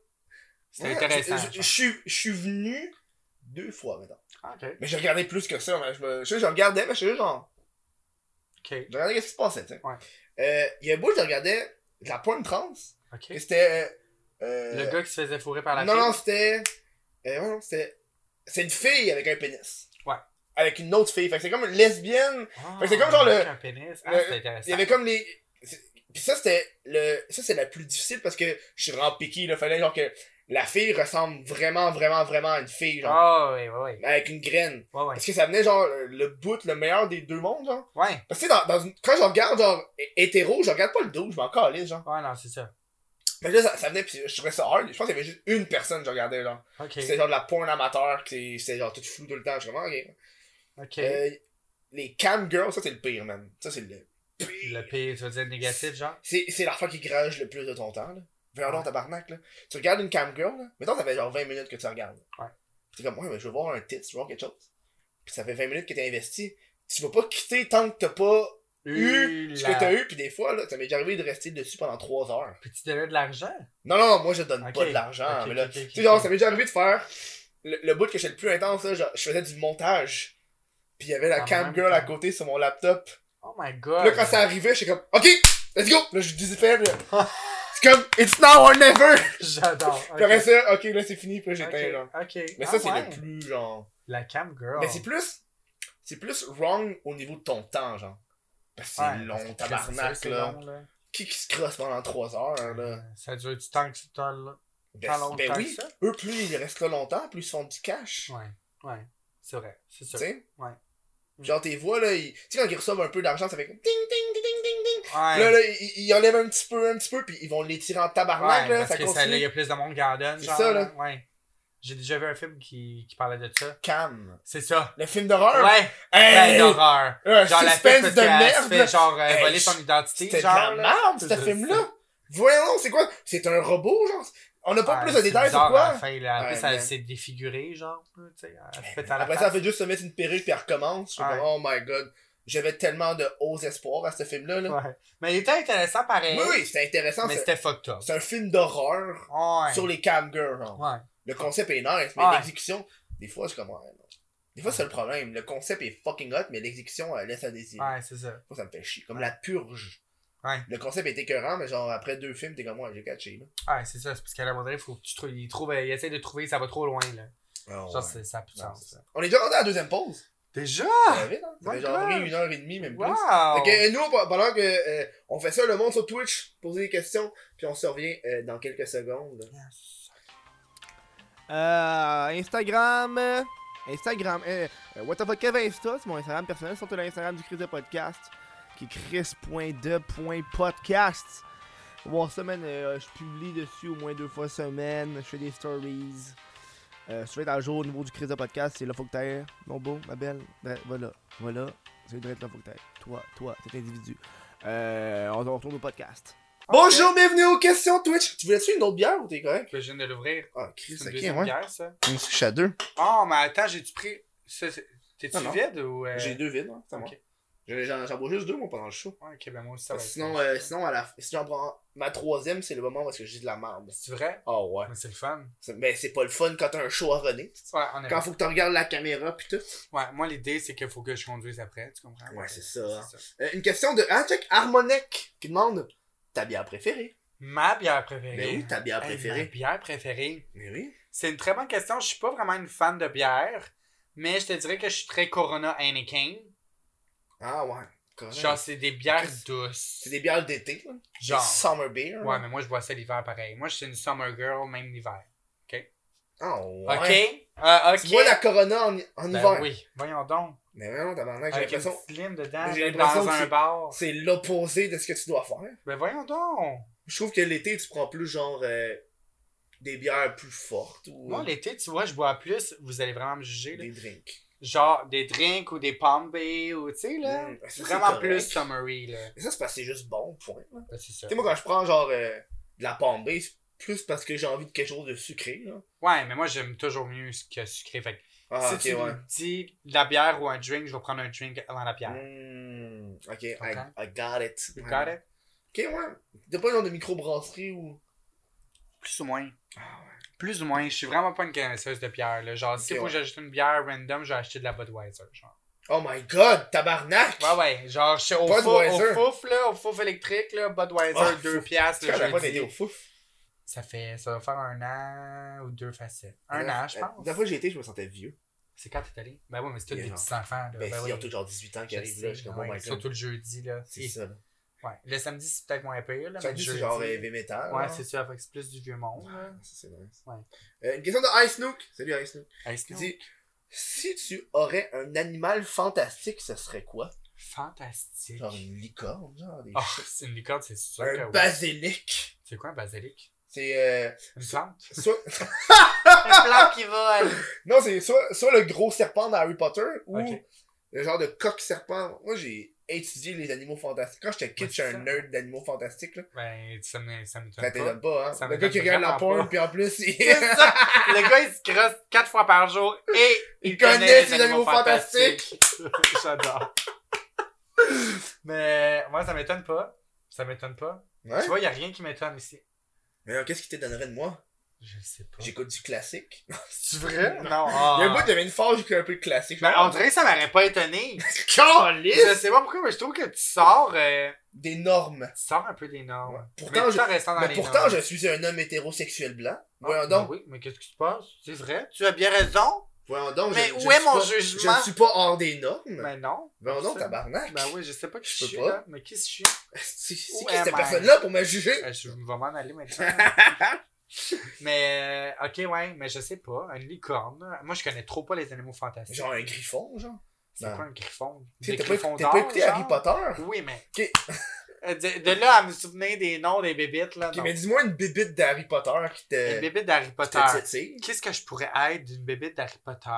C'était
Ouais,
intéressant.
je- Je je suis je suis venu deux fois, maintenant.
Ah, Ok,
Mais j'ai regardé plus que ça, mais je me. Je, je regardais, mais je suis juste genre.
ok,
Je regardais qu'est-ce qui se passait, tu sais.
Ouais.
Euh, il y a un bout, où je regardais de la porn trans.
ok.
Et c'était. euh, euh,
Le gars qui se faisait fourrer par la
non,
fille.
non, c'était. euh, ouais, non, c'était. C'est une fille avec un pénis.
Ouais.
Avec une autre fille. Fait que c'est comme une lesbienne.
Ah,
Fait que c'est comme genre le-
avec un pénis. Ah,
le-
c'était
Il
intéressant.
y avait comme les. c'est- Puis ça, c'était. le Ça, c'est la plus difficile parce que je suis vraiment piqué. Là. Fallait genre que la fille ressemble vraiment, vraiment, vraiment à une fille. Genre.
Ah, ouais, ouais, ouais.
Avec une graine.
Ouais, ouais.
Est-ce que ça venait genre le- le bout, le meilleur des deux mondes, genre?
Ouais,
Parce que tu sais, dans, dans une... quand je regarde genre hé- hétéro, je regarde pas le dos, je m'en calisse, genre.
ouais, non, c'est ça.
Fait que là, ça, ça venait pis je trouvais ça hard. Je pense qu'il y avait juste une personne que je regardais, genre.
Ok,
C'était genre de la porn amateur, qui c'était genre tout flou tout le temps. Je suis vraiment, ok.
ok.
Euh, les cam girls, ça c'est le pire, man. Ça c'est le pire.
Le pire, tu veux dire négatif, genre?
C'est, c'est l'affaire qui grage le plus de ton temps, là. Vers donc, tabarnak, là. Tu regardes une cam girl, là. Mettons, ça fait genre 20 minutes que tu regardes.
Ouais.
T'es comme, ouais, mais je veux voir un titre, je veux voir quelque chose. Puis ça fait 20 minutes que t'es investi. Tu vas pas quitter tant que t'as pas eu ce que
Hula.
t'as eu. Puis des fois, là, ça m'est déjà arrivé de rester dessus pendant 3 heures.
Puis tu donnais de l'argent?
Non, non, moi je donne
Ok.
pas de l'argent.
Ok,
Ah, mais là,
ok, ok,
tu sais, genre,
ok.
ça m'est déjà arrivé de faire le, le bout que j'étais le plus intense, là, genre, je faisais du montage. Puis il y avait la
En
cam
même
girl à
temps.
côté sur mon laptop.
Oh my
Puis
god.
là, quand ça arrivait, j'étais comme, OK, let's go! Là, je disais faire, là. C'est comme, it's now or never!
J'adore.
Puis après
ok.
ça, OK, là, c'est fini, puis là, j'éteins,
Ok,
genre.
Ok.
Mais
Ah
ça, c'est
ouais.
le plus, genre.
La cam girl.
Mais c'est plus. C'est plus wrong au niveau de ton temps, genre. Parce que c'est
Ouais, parce
long,
que Chris,
tabarnak,
c'est
là.
long, là.
Qui qui se crosse pendant 3 heures,
Euh,
là?
Ça dure du temps que tu t'en là.
Ben,
Tant longtemps
ben
que
oui,
ça.
eux, plus ils restent là longtemps, plus ils font du cash.
Ouais, ouais. C'est vrai, c'est
Tu
sûr.
sais?
Ouais. Mm.
Genre, tes voix, là, ils- tu sais, quand ils reçoivent un peu d'argent, ça fait comme ding, ding, ding, ding, ding, ding.
Ouais.
Là, là, ils, ils enlèvent un petit peu, un petit peu, puis ils vont l'étirer en tabarnak,
Ouais,
là,
parce
ça
que ça, là, il y
continue.
a plus de monde qui en donne,
C'est
genre.
ça, là.
là. Ouais. J'ai déjà vu un film qui, qui parlait de ça.
Cam.
C'est ça.
Le film d'horreur?
Ouais,
Hey!
ouais d'horreur.
Un
Genre la fille
suspense
parce
de
qu'elle se
merde! là.
fait genre euh,
Hey,
voler son
je-
identité,
C'était de
genre.
la
là.
merde,
Je
ce
sais.
film-là! Voyons, c'est quoi? C'est un robot, genre? On n'a pas
Ouais,
plus de
c'est
détails, c'est
bizarre, hein. à
quoi?
la fin, là. Après,
Ouais,
ça
mais-
s'est défiguré, genre. là, Tu sais, elle se pète à la
Après ça, elle fait juste se mettre une perruque, puis elle recommence. Je suis
Ouais.
comme, oh my god, j'avais tellement de hauts espoirs à ce film-là. là.
Ouais. Mais il était intéressant pareil.
Oui, oui, c'était intéressant.
Mais
c'est-
c'était fucked up.
C'est un film d'horreur
Ouais.
sur les cam girls, genre.
Ouais.
Le concept est nice, mais
Ouais.
l'exécution, des fois, je suis comme, ouais, non. Des fois, c'est le problème. Le concept est fucking hot, mais l'exécution elle laisse à désirer.
Ouais, c'est ça.
Moi, ça me fait chier. Comme la purge.
Ouais.
Le concept est écœurant, mais genre, après deux films, t'es comme moi, j'ai catché, là.
Ouais, c'est ça. C'est parce qu'à un moment donné, faut que tu trouves, il, trouve, il essaie de trouver, ça va trop loin, là.
Oh,
Genre,
ouais.
c'est- ça a plus de
Non,
sens.
c'est ça. On est déjà rendu à la deuxième pause.
Déjà?
Ça va vite, hein? Ça
my
fait genre pris
God.
une heure et demie, même plus.
Wow!
Fait que euh, nous, pe- pendant que euh, on fait ça, le monde sur Twitch, posez des questions, puis on se revient euh, dans quelques secondes.
Yes.
Euh, Instagram. euh, Instagram. Euh, euh, What the fuck Kev Insta, c'est mon Instagram personnel, surtout l'Instagram du Chris de Podcast, qui est chris.de.podcast. Voir ça, man, euh, je publie dessus au moins deux fois semaine, je fais des stories. Euh, je vais être à jour au niveau du Chris de Podcast, c'est là faut que t'ailles, hein, mon beau, ma belle. Dre- Voilà, voilà, c'est direct là faut que t'ailles. Toi, toi, cet individu. Euh, on on retourne au podcast.
Bonjour, bienvenue aux questions Twitch. Tu voulais-tu une autre bière ou t'es correct?
Là, je viens de l'ouvrir.
Ah,
C'est
Chris,
une
ok,
deuxième
ouais.
bière, ça.
Je suis à deux.
Oh, mais attends, j'ai-tu pris. ça, c'est- T'es-tu
Non, non.
vide ou. euh,
J'ai deux vides, hein, c'est à moi.
Ok.
J'en- J'en j'en bois juste deux, moi, pendant le show.
Ouais, ok, ben moi aussi, ça va être
sinon,
bon.
euh, sinon, à la... si j'en prends ma troisième, c'est le moment où est-ce que j'ai de la merde.
C'est vrai?
Ah ouais.
Mais c'est le fun.
C'est- Ben, c'est pas le fun quand t'as un show à runner.
Ouais, en effet.
Quand faut que tu regardes la caméra, pis tout.
Ouais, moi, l'idée, c'est qu'il faut que je conduise après, tu comprends?
Ouais,
Ok,
c'est ça. Euh, une question de ah, check Harmonec qui demande ta bière préférée.
Ma bière préférée.
Mais oui, ta bière
Eh, Hey, ben,
préférée.
Ma bière préférée.
Mais oui.
C'est une très bonne question. Je suis pas vraiment une fan de bière, mais je te dirais que je suis très Corona Heineken.
Ah ouais. correct.
Genre, c'est des bières
Qu'est-ce-
douces.
C'est des bières d'été, là. Des
Genre.
Summer beer. là.
Ouais, mais moi, je bois ça l'hiver pareil. Moi, je suis une summer girl, même l'hiver.
Ah ouais.
OK? Euh, OK.
Tu bois la Corona en, en
Ben
hiver.
oui, voyons donc.
Mais vraiment, tabarnak, j'ai
Avec une
l'impression
petite lime dedans,
j'ai l'impression
dans
que
un
c'est-
bar.
que c'est l'opposé de ce que tu dois faire.
Ben voyons donc.
Je trouve que l'été, tu prends plus genre euh, des bières plus fortes ou
Moi, l'été, tu vois, je bois plus. Vous allez vraiment me juger, là.
des drinks.
Genre des drinks ou des pombées ou, tu sais, là.
Mm, ça, c'est
vraiment
correct.
plus summery, là.
Mais ça, c'est parce que c'est juste bon, point. là.
Ben, c'est ça.
Tu sais, moi, quand je prends genre euh, de la pombée, c'est plus parce que j'ai envie de quelque chose de sucré. Là.
Ouais, mais moi, j'aime toujours mieux ce que sucré. Fait que
Ah,
si
ok,
tu
ouais.
me dis de la bière ou un drink, je vais prendre un drink avant la bière.
Mm, ok, I,
Comprends?
I got it.
You got it?
Ok, ouais. T'as pas le nom de microbrasserie ou.
Plus ou moins.
Ah ouais.
Plus ou moins. Je suis vraiment pas une connaisseuse de bière, là. Genre, si
Ok,
faut
ouais.
que j'ajoute une bière random, je vais acheter de la Budweiser, genre.
Oh my god, tabarnak!
Ouais, ouais, genre, je suis au, fouf,
Budweiser.
au fouf, là, au fouf électrique, là,
Ah,
Budweiser, 2
fouf.
piastres,
Tu
le
sais, j'avais pas été
jeudi.
au fouf.
Ça fait, ça va faire un an ou deux facettes. Un
La-
an, je
la-
pense.
La fois que j'ai été, je me sentais vieux.
C'est quand t'es allé? Ben oui, mais c'est tous
Il y a
des
genre-
petits enfants, là.
Ben, si,
Ben oui,
il y a tout genre 18 ans qui
je
arrive là, je
sais,
suis comme, oh
ouais,
my god.
Surtout le jeudi, là.
C'est
Et-
ça, là.
Ouais, le samedi, c'est peut-être moins pire, là,
Tu
mais
as
le
dit, c'est
jeudi...
genre euh, heavy metal.
Ouais,
là.
c'est ça, fait que c'est plus du vieux monde,
Ah,
là.
ça, c'est nice.
Ouais.
Euh, une question de Ice Nook. Salut Ice Nook.
Hey,
Qui
sinon,
dit Si tu aurais un animal fantastique, ce serait quoi
fantastique.
Genre une licorne, genre des
Oh,
ch-
c'est une licorne, c'est sûr que
Un
oui.
basilic.
C'est quoi un basilic?
C'est euh,
Une plante?
soit...
Une plante qui vole!
Non, c'est soit, soit le gros serpent dans Harry Potter ou
Ok.
le genre de coq-serpent. Moi, j'ai étudié les animaux fantastiques. Quand j'étais kid,
Ouais,
j'étais
c'est
un
ça.
nerd d'animaux fantastiques. Là.
Ben, ça me ça me
Ça
donne pas.
t'étonne pas, hein?
Ça
le
m'étonne
gars qui regarde la
vraiment
porn,
pas.
puis en plus, il,
C'est ça. Le gars, il se crosse quatre fois par jour et
il connaît les animaux fantastiques.
fantastiques. J'adore. Mais moi, ça m'étonne pas. Ça m'étonne pas.
Ouais.
Tu vois, il n'y a rien qui m'étonne ici.
Mais alors, qu'est-ce qu'il te donnerait de moi?
Je sais pas.
J'écoute du classique.
C'est vrai? Non.
Il y a un bout,
ah.
j'avais une phase, j'écoutais un peu de classique.
Ben, on dirait que ça m'aurait pas étonné. je
Calisse!
sais pas pourquoi, mais je trouve que tu sors, euh,
Des normes.
tu sors un peu des normes.
Ouais.
mais
Pourtant,
tout
je...
en restant dans
mais
les
pourtant
normes.
je suis un homme hétérosexuel blanc.
hein. Ah,
Voyons
ben
donc.
oui, mais qu'est-ce qui se passe? C'est vrai? Tu as bien raison.
Voyons donc.
Mais
je,
où
je
est
suis
mon
pas- Je
jugement?
ne suis pas hors des normes.
Mais non.
Voyons donc,
Ça-
tabarnak.
Ben oui, je sais pas qui
Je
je
peux
suis,
pas.
là, mais qui je suis?
C'est c'est
Où
qui
am
cette
I?
personne-là pour me juger?
Euh, je vais m'en aller maintenant. mais, euh, ok, ouais, mais je sais pas. Une licorne. là. Moi, je connais trop pas les animaux fantastiques.
Genre un griffon, genre.
C'est
non.
quoi un griffon?
Tu
Des
sais, T'as pas,
griffons
t'as pas écouté
d'or,
Harry
genre?
Potter?
Oui, mais.
Ok.
Euh, De, de là à me souvenir des noms des bébites, là.
Ok,
non.
mais euh, dis-moi une bibite d'Harry Potter qui
Une
te.
bébite d'Harry
qui
Potter.
te titille.
Qu'est-ce que je pourrais être d'une bébite d'Harry Potter?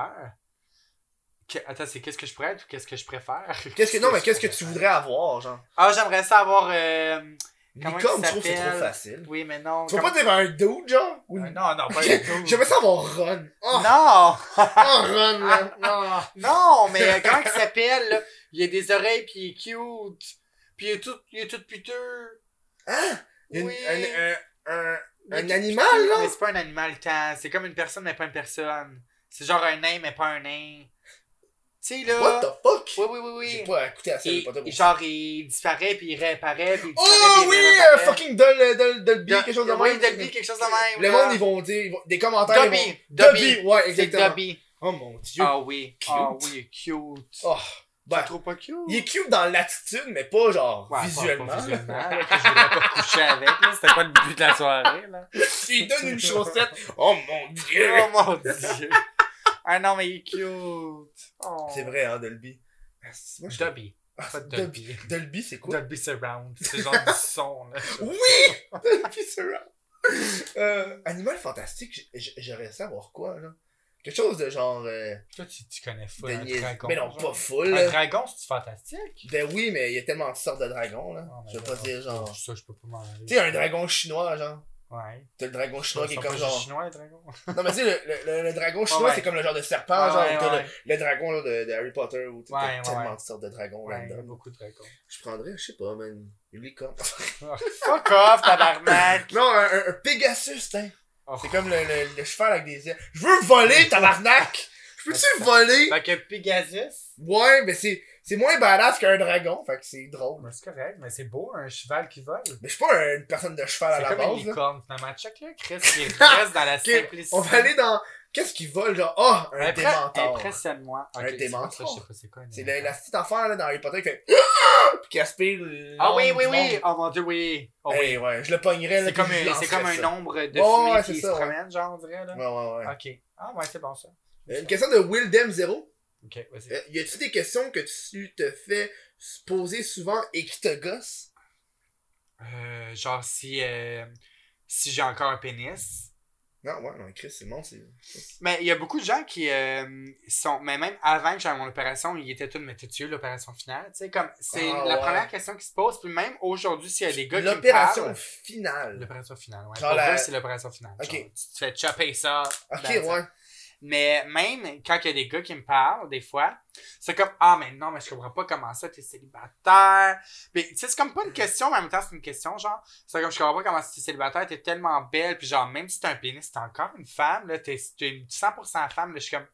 Que- Attends, c'est qu'est-ce que je pourrais être ou qu'est-ce que je préfère?
Qu'est-ce que. Non, mais
je
qu'est-ce que
pourrais
tu
faire?
voudrais avoir, genre?
Ah, j'aimerais ça avoir. euh, Comment
Licorne,
il
je trouve que c'est
s'appelle?
trop facile.
Oui, mais non.
Tu vas
comme-
pas dire un dude, genre? Ou
Euh,
une-
Non, non, pas du tout.
J'aimerais ça avoir Ron. Oh,
Non!
oh, Ron, là.
Ah, non, mais euh, comment il s'appelle? là? Il a des oreilles, puis il est cute. Puis il est tout, il est tout piteux.
Hein? Une-
Oui.
un- un- un-
Il est
un
tout
animal,
piteux,
là?
Mais c'est pas un animal, tant. C'est comme une personne, mais pas une personne. C'est genre un nain, mais pas un nain. sais,
What
là.
the fuck?
Oui, oui, oui,
J'ai
oui.
pas écouté assez Harry
Et,
Potter.
et
pour ça.
genre, il disparaît, puis il réapparaît, puis il disparaît,
Oh
puis il
oui!
réapparaît.
euh, Fucking Dol- Dol- Dolby,
Do-
quelque chose de
oui,
même.
Dolby, quelque chose de
Le
même. là.
monde, ils vont dire ils vont- des commentaires. ils
Dobby,
vont-
Dobby.
Dobby, ouais,
C'est
exactement.
Dobby.
Oh mon dieu.
Ah oui. Ah oui, cute.
Oh, ben,
trop pas cute.
il est cute dans l'attitude, mais pas genre
Ouais, pas- pas
visuellement.
visuellement, là, que je voulais pas coucher avec, là. C'était pas le but de la soirée, là.
il lui donne une chaussette. Oh mon dieu.
Oh mon dieu. Ah non, mais il est cute. Oh.
C'est vrai, hein, Dolby. Ah, c'est- moi, je-
Dobby.
Ah,
Pas
c'est- Dolby.
Dobby.
Dolby, c'est quoi?
Dolby Surround. C'est genre du son, là.
Oui! Dolby Surround. Euh, Animal fantastique, j- j- j'aurais savoir quoi, là? Quelque chose de genre. euh,
Toi, tu, tu connais pas
de
un
niais-
dragon.
Mais non,
genre.
pas full,
Un
là.
dragon, c'est fantastique.
Ben oui, mais il y a tellement de sortes de dragons, là.
Oh, mais
je veux pas
là,
dire genre.
Ça, je peux pas m'en aller.
Ah. Tu sais, un dragon chinois, genre.
Ouais.
T'as le dragon chinois qui est
Ils sont
comme
pas
genre.
chinois, les dragons.
Non, mais tu sais, le, le- le- le dragon chinois,
Ah Ouais, ouais.
c'est comme le genre de serpent,
Ouais,
Ah, genre.
ouais,
ou t'as
ouais.
Le, le dragon là, de, de Harry Potter, ou t'as
Ouais, ouais,
tellement
ouais.
de sortes de dragons
Ouais, il y a
random.
beaucoup de dragons.
Je prendrais, je sais pas, man. Une licorne.
Fuck off, tabarnak!
non, un, un- un Pegasus, hein.
Oh.
C'est comme le, le- le cheval avec des ailes. Je veux voler, tabarnak! Je peux-tu voler?
Fait que Pegasus.
Ouais, mais c'est, c'est moins badass qu'un dragon, fait que c'est drôle.
Ben, c'est correct, mais c'est beau, un cheval qui vole.
Mais je suis pas une personne de cheval Ah, à
C'est
la
comme
base,
une
là.
licorne, finalement. Check là, Chris, il reste dans la
Ok,
simplicité. Euh,
On va aller dans. Qu'est-ce qui vole, genre? Ah, un
Impre-
démentor.
Impressionne-moi.
Un
Ok, c'est
démentor.
ça, Je sais pas c'est quoi. un
C'est la,
démentor.
la petite affaire, là, dans Harry Potter qui fait. Puis qui aspire. le
Ah oui,
nombre
oui,
du
oui.
monde.
Oh mon dieu, oui. Oh, oui.
Hey, ouais, je le pognerais, là.
C'est comme,
puis je
un- c'est comme un
lancerais ça.
nombre de
Ouais,
fumée
ouais, c'est
qui se
ça, ouais.
promène, genre, on dirait, là.
Ouais, ouais, ouais.
Ok. Ah ouais, c'est bon, ça.
Euh, Une question de Will Dem Zero.
Ok, vas-y.
Euh, y a-tu des questions que tu te fais poser souvent et qui te gossent?
Euh, genre, si, euh, si j'ai encore un pénis.
Non, ouais, non, Chris, c'est bon, c'est.
Mais il y a beaucoup de gens qui euh, sont. Mais même avant que j'aie mon opération, ils étaient tous, mais t'as tué l'opération finale. Tu sais, comme, c'est
Ah,
la
ouais.
première question qui se pose. Puis même aujourd'hui, s'il y a des gars qui. me
L'opération
parlent-
finale.
L'opération finale, ouais.
Genre
Pour
la-
eux, c'est l'opération finale.
Ok.
Genre, tu te fais chopper ça.
Ok,
dans Ben, ça.
ouais.
Mais même quand il y a des gars qui me parlent, des fois, c'est comme Ah, mais non, mais je comprends pas comment ça, t'es célibataire. Mais tu sais, c'est comme pas une question, mais en même temps, c'est une question, genre. C'est comme je comprends pas comment t'es célibataire, t'es tellement belle, puis genre, même si t'as un pénis, t'es encore une femme, là, t'es t'es 100% femme, là, je suis comme.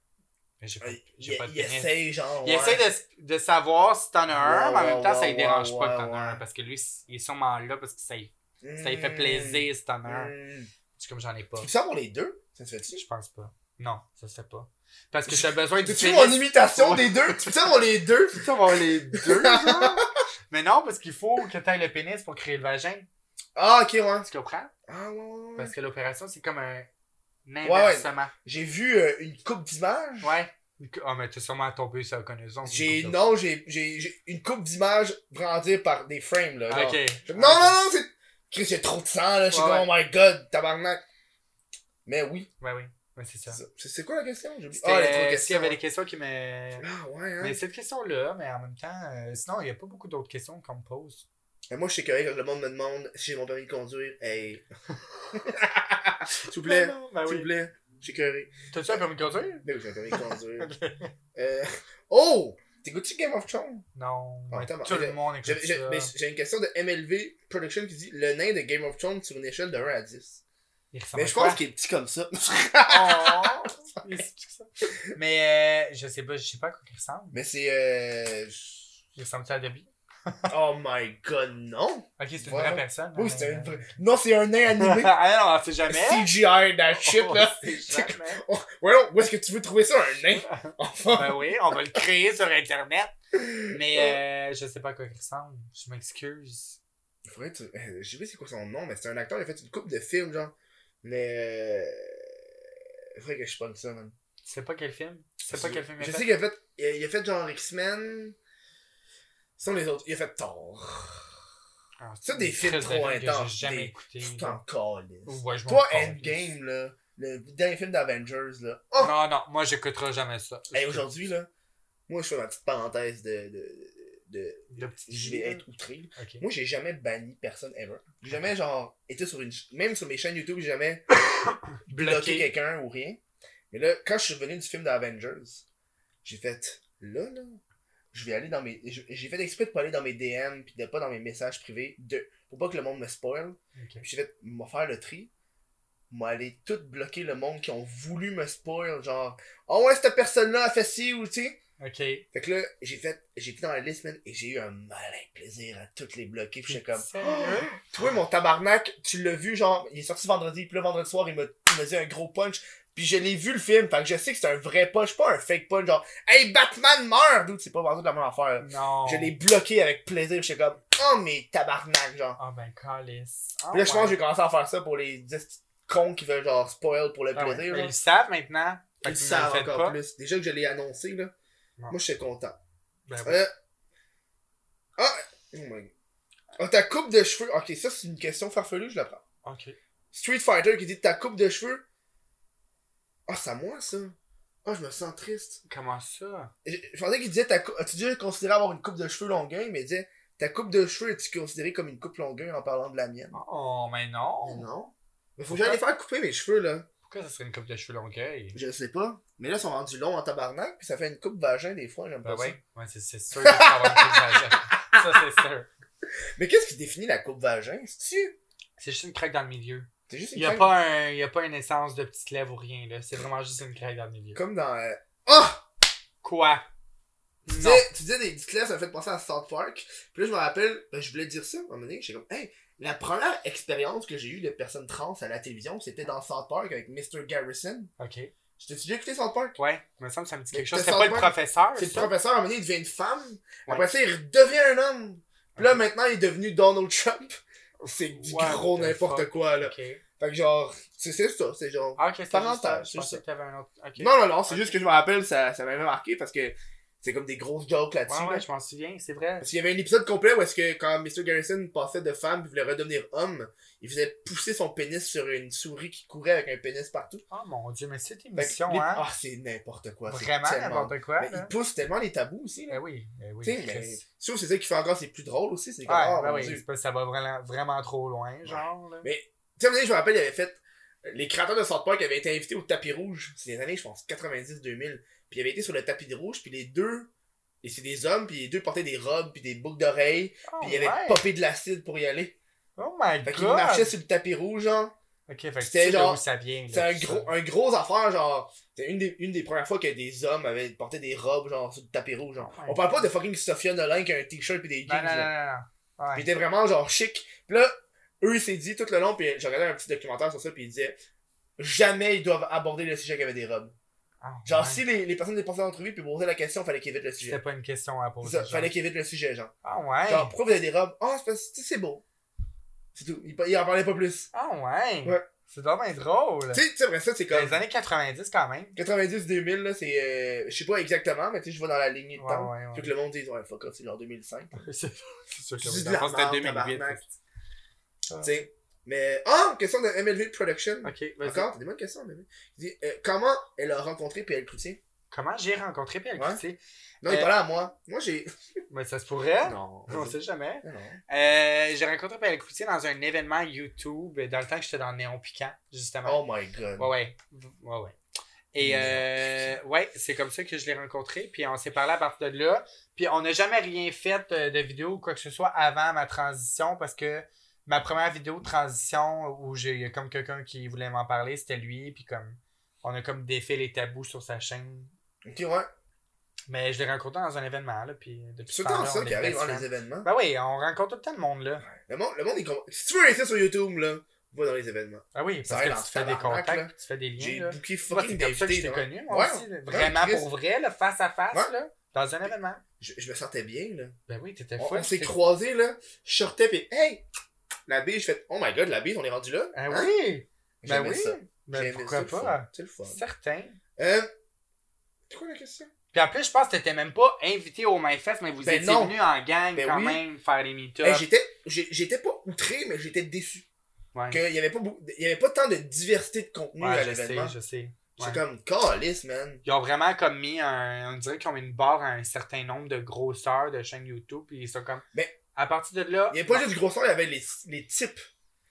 Mais j'ai pas,
Il,
j'ai pas de
il
pénis.
essaye, genre.
Il
ouais.
essaie de, de savoir si t'en as un,
Ouais,
mais en même
ouais,
temps, ça
ouais,
lui dérange
ouais,
pas que t'en
ouais.
as un, parce que lui, il est sûrement là parce que ça lui, ça lui fait
Mm.
plaisir si t'en as un.
Mm.
C'est comme j'en ai pas.
Tu ça pour les deux Ça se fait-tu
Je pense pas. Non, ça se fait pas. Parce que j'ai besoin du
T'as-tu mon
pénis.
imitation
Ouais.
des deux Tu ça pour les deux
Tu peux avoir les deux, genre? Mais non, parce qu'il faut que t'ailles le pénis pour créer le vagin.
Ah, ok, ouais.
Tu comprends?
Ah, ouais, ouais, ouais.
Parce que l'opération, c'est comme un
ouais.
inversement.
J'ai vu euh, une coupe d'images.
Ouais. Ah, mais t'es sûrement tombé sur la connaissance.
J'ai,
non.
non, j'ai, j'ai, j'ai une coupe d'images brandir par des frames, là. genre.
Ok.
Je- Non, non, non, c'est. Chris, il y a trop de sang, là. Je suis
Ouais,
comme, oh my god, tabarnak. Mais oui.
Ouais, oui. Ouais, c'est ça.
C'est, c'est- c'est quoi la question J'ai oublié.
C'était,
Ah, les trois
euh, S'il y
questions.
avait des questions qui me.
Ah, ouais, hein.
Mais cette question-là, mais en même temps, euh, sinon, il n'y a pas beaucoup d'autres questions qu'on me pose.
Mais moi, je suis curieux quand le monde me demande si j'ai mon permis de conduire. Hey. S'il vous plaît.
Ben non, ben
S'il vous
oui.
plaît. J'ai curé.
T'as-tu un permis de conduire?
Mais oui, j'ai un permis de conduire. Euh, Oh! T'écoutes-tu Game of Thrones?
Non.
Ah,
mais
attends,
tout
mais-
le monde
J'ai
écoute
j'ai-
ça.
mais j'ai une question de MLV Production qui dit le nain de Game of Thrones sur une échelle de 1 à 10.
Il
Mais
ressemble à
je
Ah, quoi?
pense qu'il est petit comme ça.
Oh, il est tout ça. Mais euh, je sais pas, je sais pas à quoi il ressemble.
Mais c'est. Euh...
Il ressemble à Dobby?
Oh my god, non!
Ok, c'est une
Ouais.
vraie personne. hein,
Oui,
Ah, mais- euh,
c'est un vrai. Non, c'est un nain animé.
ah non, c'est jamais.
CGI, that shit,
Oh,
là.
c'est
C'est-
jamais.
Ouais, non, où est-ce que tu veux trouver ça, un nain? Enfin.
ben oui, on va le créer sur Internet. Mais euh, je sais pas à quoi il ressemble. Je m'excuse.
Il faudrait que tu- euh, Je sais pas c'est quoi son nom, mais c'est un acteur, il a fait une coupe de films, genre. Mais. Euh... Il faudrait que je pogne ça, man.
Tu sais pas quel film? Tu sais pas quel film il a
Je
fait?
sais qu'il a fait. Il a, il a fait genre X-Men. Ce sont les autres. Il a fait Thor.
Ah, c'est
Ça, des
une
films
crise de
trop
film que
intenses,
J'ai jamais
des-
écouté.
Tu t'en
là.
calisses.
Ouais, je m'en
Toi,
parle.
Endgame, là. Le dernier film d'Avengers, là. Oh!
Non, non, moi j'écouterai jamais ça.
Hey, aujourd'hui, là. Moi, je fais ma petite parenthèse de. de, de...
Le petit-
Je vais être outré.
Ok.
Moi, j'ai jamais banni personne ever. J'ai jamais, genre, été sur une. ch- Même sur mes chaînes YouTube, j'ai jamais bloqué
Bloqué.
quelqu'un ou rien. Mais là, quand je suis revenu du film d'Avengers, j'ai fait. Là, là. Je vais aller dans mes. je- J'ai fait exprès de pas aller dans mes DM puis de pas dans mes messages privés de... pour pas que le monde me spoil.
Ok.
Puis j'ai fait. M'a faire le tri. M'a aller Ah tout bloquer le monde qui ont voulu me spoil. Genre, oh ouais, cette personne-là a fait ci ou tu sais.
Ok.
Fait que là, j'ai fait, j'étais dans la liste, man, et j'ai eu un malin plaisir à toutes les bloquer. Puis j'étais comme,
Sérieux?
toi, mon tabarnak, tu l'as vu, genre, il est sorti vendredi, puis là, vendredi soir, il m'a il m'a dit un gros punch. Puis je l'ai vu le film, fait que je sais que c'est un vrai punch, pas un fake punch, genre, hey, Batman meurt! D'où c'est pas vendu de la même affaire. là.
Non.
Je l'ai bloqué avec plaisir, j'étais comme, oh, mais tabarnak, genre.
Ah ben, calice. Ah
Puis là, je pense
ouais.
que j'ai commencé à faire ça pour les 10 cons qui veulent, genre, spoil pour le
Ah ouais.
plaisir.
Mais
là.
Ils le savent maintenant.
Ils
Fait
le
qu'ils ne
savent
faites
encore
pas.
plus. Déjà que je l'ai annoncé, là,
Non.
moi, j'étais content.
Ben, ouais.
Euh, Ah! Oh my god. Ah, ta coupe de cheveux. Ok, ça c'est une question farfelue, je la prends.
Ok.
Street Fighter qui dit ta coupe de cheveux. Ah, c'est à moi ça. Ah, je me sens triste.
Comment ça?
Je, je pensais qu'il disait ta coupe. As-tu déjà considéré avoir une coupe de cheveux longueuil, mais il disait ta coupe de cheveux est-tu considérée comme une coupe longueuil en parlant de la mienne
Oh, mais non.
Mais Non. Mais faut que j'aille les faire couper mes cheveux là.
Pourquoi ça serait une coupe de cheveux longueuil?
Je sais pas. Mais là, ils sont rendus longs en tabarnak, puis ça fait une coupe vagin des fois, j'aime
Ben
pas ça.
ouais. Ouais, c'est c'est sûr que ça va avoir une coupe vagin. Ça, c'est sûr.
Mais qu'est-ce qui définit la coupe vagin C'est-tu
C'est juste une craque dans le milieu.
C'est juste
Il
une
n'y a,
crème-
pas un- il y a pas une essence de petite lèvre ou rien, là. C'est vraiment juste une craque dans le milieu.
Comme dans. euh, Ah
Quoi?
Tu
Non.
disais, tu disais des petites lettres, ça m'a fait penser à South Park. Puis là, je me rappelle, ben, je voulais dire ça à un moment donné. J'étais comme, hey, la première expérience que j'ai eue de personnes trans à la télévision, c'était dans South Park avec Mr. Garrison.
Ok.
J'étais-tu déjà écouté South Park?
Ouais, il me semble que ça me dit
Mais
quelque chose.
t'as
C'est pas le
senti-
professeur,
C'est le
ça?
professeur, à un moment donné, il devient une femme.
Ouais.
Après ça, il redevient un homme. Puis là,
Ok.
maintenant, il est devenu Donald Trump. C'est du
What
gros
the
n'importe
fuck?
quoi, là.
Ok.
Fait que genre, c'est c'est ça, c'est genre.
Ah, ok, c'est
Parenthèse,
juste ça.
c'est
Je pensais
ça.
que t'avais un autre. Ok.
Non, non, non, c'est
Ok.
juste que je me rappelle, ça, ça m'avait marqué parce que c'est comme des grosses jokes là-dessus.
Ouais,
là.
ouais, je m'en souviens, c'est vrai.
Parce qu'il y avait un épisode complet où est-ce que quand Mr. Garrison passait de femme et voulait redevenir homme, il faisait pousser son pénis sur une souris qui courait avec un pénis partout.
Oh mon dieu, mais cette
Fait que
émission,
les-
hein?
Ah, c'est n'importe quoi. c'est
Vraiment
tellement-
n'importe quoi,
Mais il
là.
pousse tellement les tabous aussi.
Eh
Là.
oui, eh oui.
Tu sais, mais-
Chris.
Je trouve que c'est ça qui fait encore, c'est plus drôle aussi. C'est comme,
Ouais,
ah,
ben
mon
oui,
Dieu.
c'est parce que ça va vraiment, vraiment trop loin, genre, là.
Mais- Tu sais, à un moment donné, je me rappelle, il avait fait. euh, Les créateurs de South Park avaient été invités au tapis rouge. C'est les années, je pense, 90-2000. Puis ils avaient été sur le tapis de rouge, puis les deux. Et c'est des hommes, puis les deux portaient des robes, puis des boucles d'oreilles,
Oh,
puis ils avaient
ouais.
popé de l'acide pour y aller.
Oh my
Fait qu'ils
god!
marchaient sur le tapis rouge, genre.
Ok, fait que tu
C'était
sais
genre-
d'où ça vient, là.
C'est un
tout
gros,
ça.
un gros affaire, genre. C'est une des, une des premières fois que des hommes avaient porté des robes, genre, sur le tapis rouge, genre.
Ouais.
On parle pas de fucking Sophia Nolin qui a un t-shirt pis des jeans,
Non, non, non,
là.
non, non. Ouais.
Pis était vraiment, genre, chic. Pis là, eux, ils s'est dit tout le long, pis j'ai regardé un petit documentaire sur ça, pis ils disaient, jamais ils doivent aborder le sujet qu'avaient des robes.
Ah,
Genre,
ouais.
si les, les personnes dépensaient l'entrevue pis posaient la question, fallait qu'ils évitent le
C'était
sujet.
pas une question à poser.
Ça,
genre.
fallait qu'ils évitent le sujet, genre.
Ah ouais!
Genre, pourquoi vous avez des robes? Ah, c'est parce que c'est beau. C'est tout. Ils, ils en parlaient pas plus.
Ah ouais!
Ouais.
C'est dommage drôle!
Tu sais, tu sais, après ça, c'est comme.
Les années 90 quand même.
90-2000, là, c'est. euh, je sais pas exactement, mais tu sais, je vois dans la lignée de
Ouais,
temps.
ouais, ouais.
Faut que le monde dise, ouais, fuck off, c'est genre 2005.
C'est c'est sûr que
C'est
oui.
de
Dans
la
le fond,
merde,
c'était 2008.
tabarnak.
Ah.
Tu sais. Mais. Ah, question de MLV Production.
Ok, vas-y.
Encore, t'as des bonnes questions, MLV. Il dit, euh, comment elle a rencontré PL Cloutier
Comment j'ai rencontré Pierre
Ouais.
Coutier?
Non, il
Euh,
parlait à moi. Moi, j'ai.
Mais ça se pourrait.
Non.
On sait jamais.
Non.
Euh, j'ai rencontré Pierre Coutier dans un événement YouTube euh, dans le temps que j'étais dans Néon Piquant, justement.
Oh my god.
Ouais, ouais. Ouais, ouais. Et euh, ouais, c'est comme ça que je l'ai rencontré. Puis on s'est parlé à partir de là. Puis on n'a jamais rien fait euh, de vidéo ou quoi que ce soit avant ma transition parce que ma première vidéo de transition où j'ai il y a comme quelqu'un qui voulait m'en parler, c'était lui. Puis comme on a comme défait les tabous sur sa chaîne.
Ok, ouais.
Mais je l'ai rencontré dans un événement là. Puis depuis
C'est
ce
tout le temps
temps-là,
ça
on est
qui arrive dans
best
les événements.
ben oui, on rencontre tout le temps de monde, là.
Le monde, le monde est con- Si tu veux rester sur YouTube, là, va dans les événements.
Ah oui,
Ça
parce
aide en
que tu fais des
tabarnak, là.
contacts, puis tu fais des
J'ai
liens, là.
booké
Moi, c'est
fucking
comme ça que je
d'invités,
t'ai
genre.
connu, moi
Ouais,
aussi. là.
ouais,
Vraiment
Chris.
pour vrai, là, face à face,
Ouais.
là, dans un événement.
Je je me sentais bien, là.
Ben oui, t'étais
On,
fou.
on s'est
t'étais-
croisés, là. Je sortais, pis hey! La bise, je fais, oh my god, la bise, on est rendu là.
Ah
Hein?
oui! Ben
J'aimais
oui!
ça.
Ben
J'aimais
pourquoi
ça, le
pas?
fun. C'est le fun.
Certain.
Euh, c'est quoi la question?
Puis en plus, je pense que t'étais même pas invité au MyFest, mais vous
Ben
étiez
non.
venus en gang
Ben
quand
oui.
même faire les meet
Hey, j'étais, j'ai- j'étais pas outré, mais j'étais déçu.
Ouais,
Qu'il y avait pas beaucoup- il y avait pas tant de diversité de contenu à
Ouais, je
l'événement.
sais, je sais.
C'est
ouais.
comme, calice, man.
Ils ont vraiment comme mis un. On dirait qu'ils ont mis une barre à un certain nombre de grosseurs de chaînes YouTube, puis ils sont comme.
Ben,
à partir de là.
Il y avait pas juste du gros son, il y avait les, les types.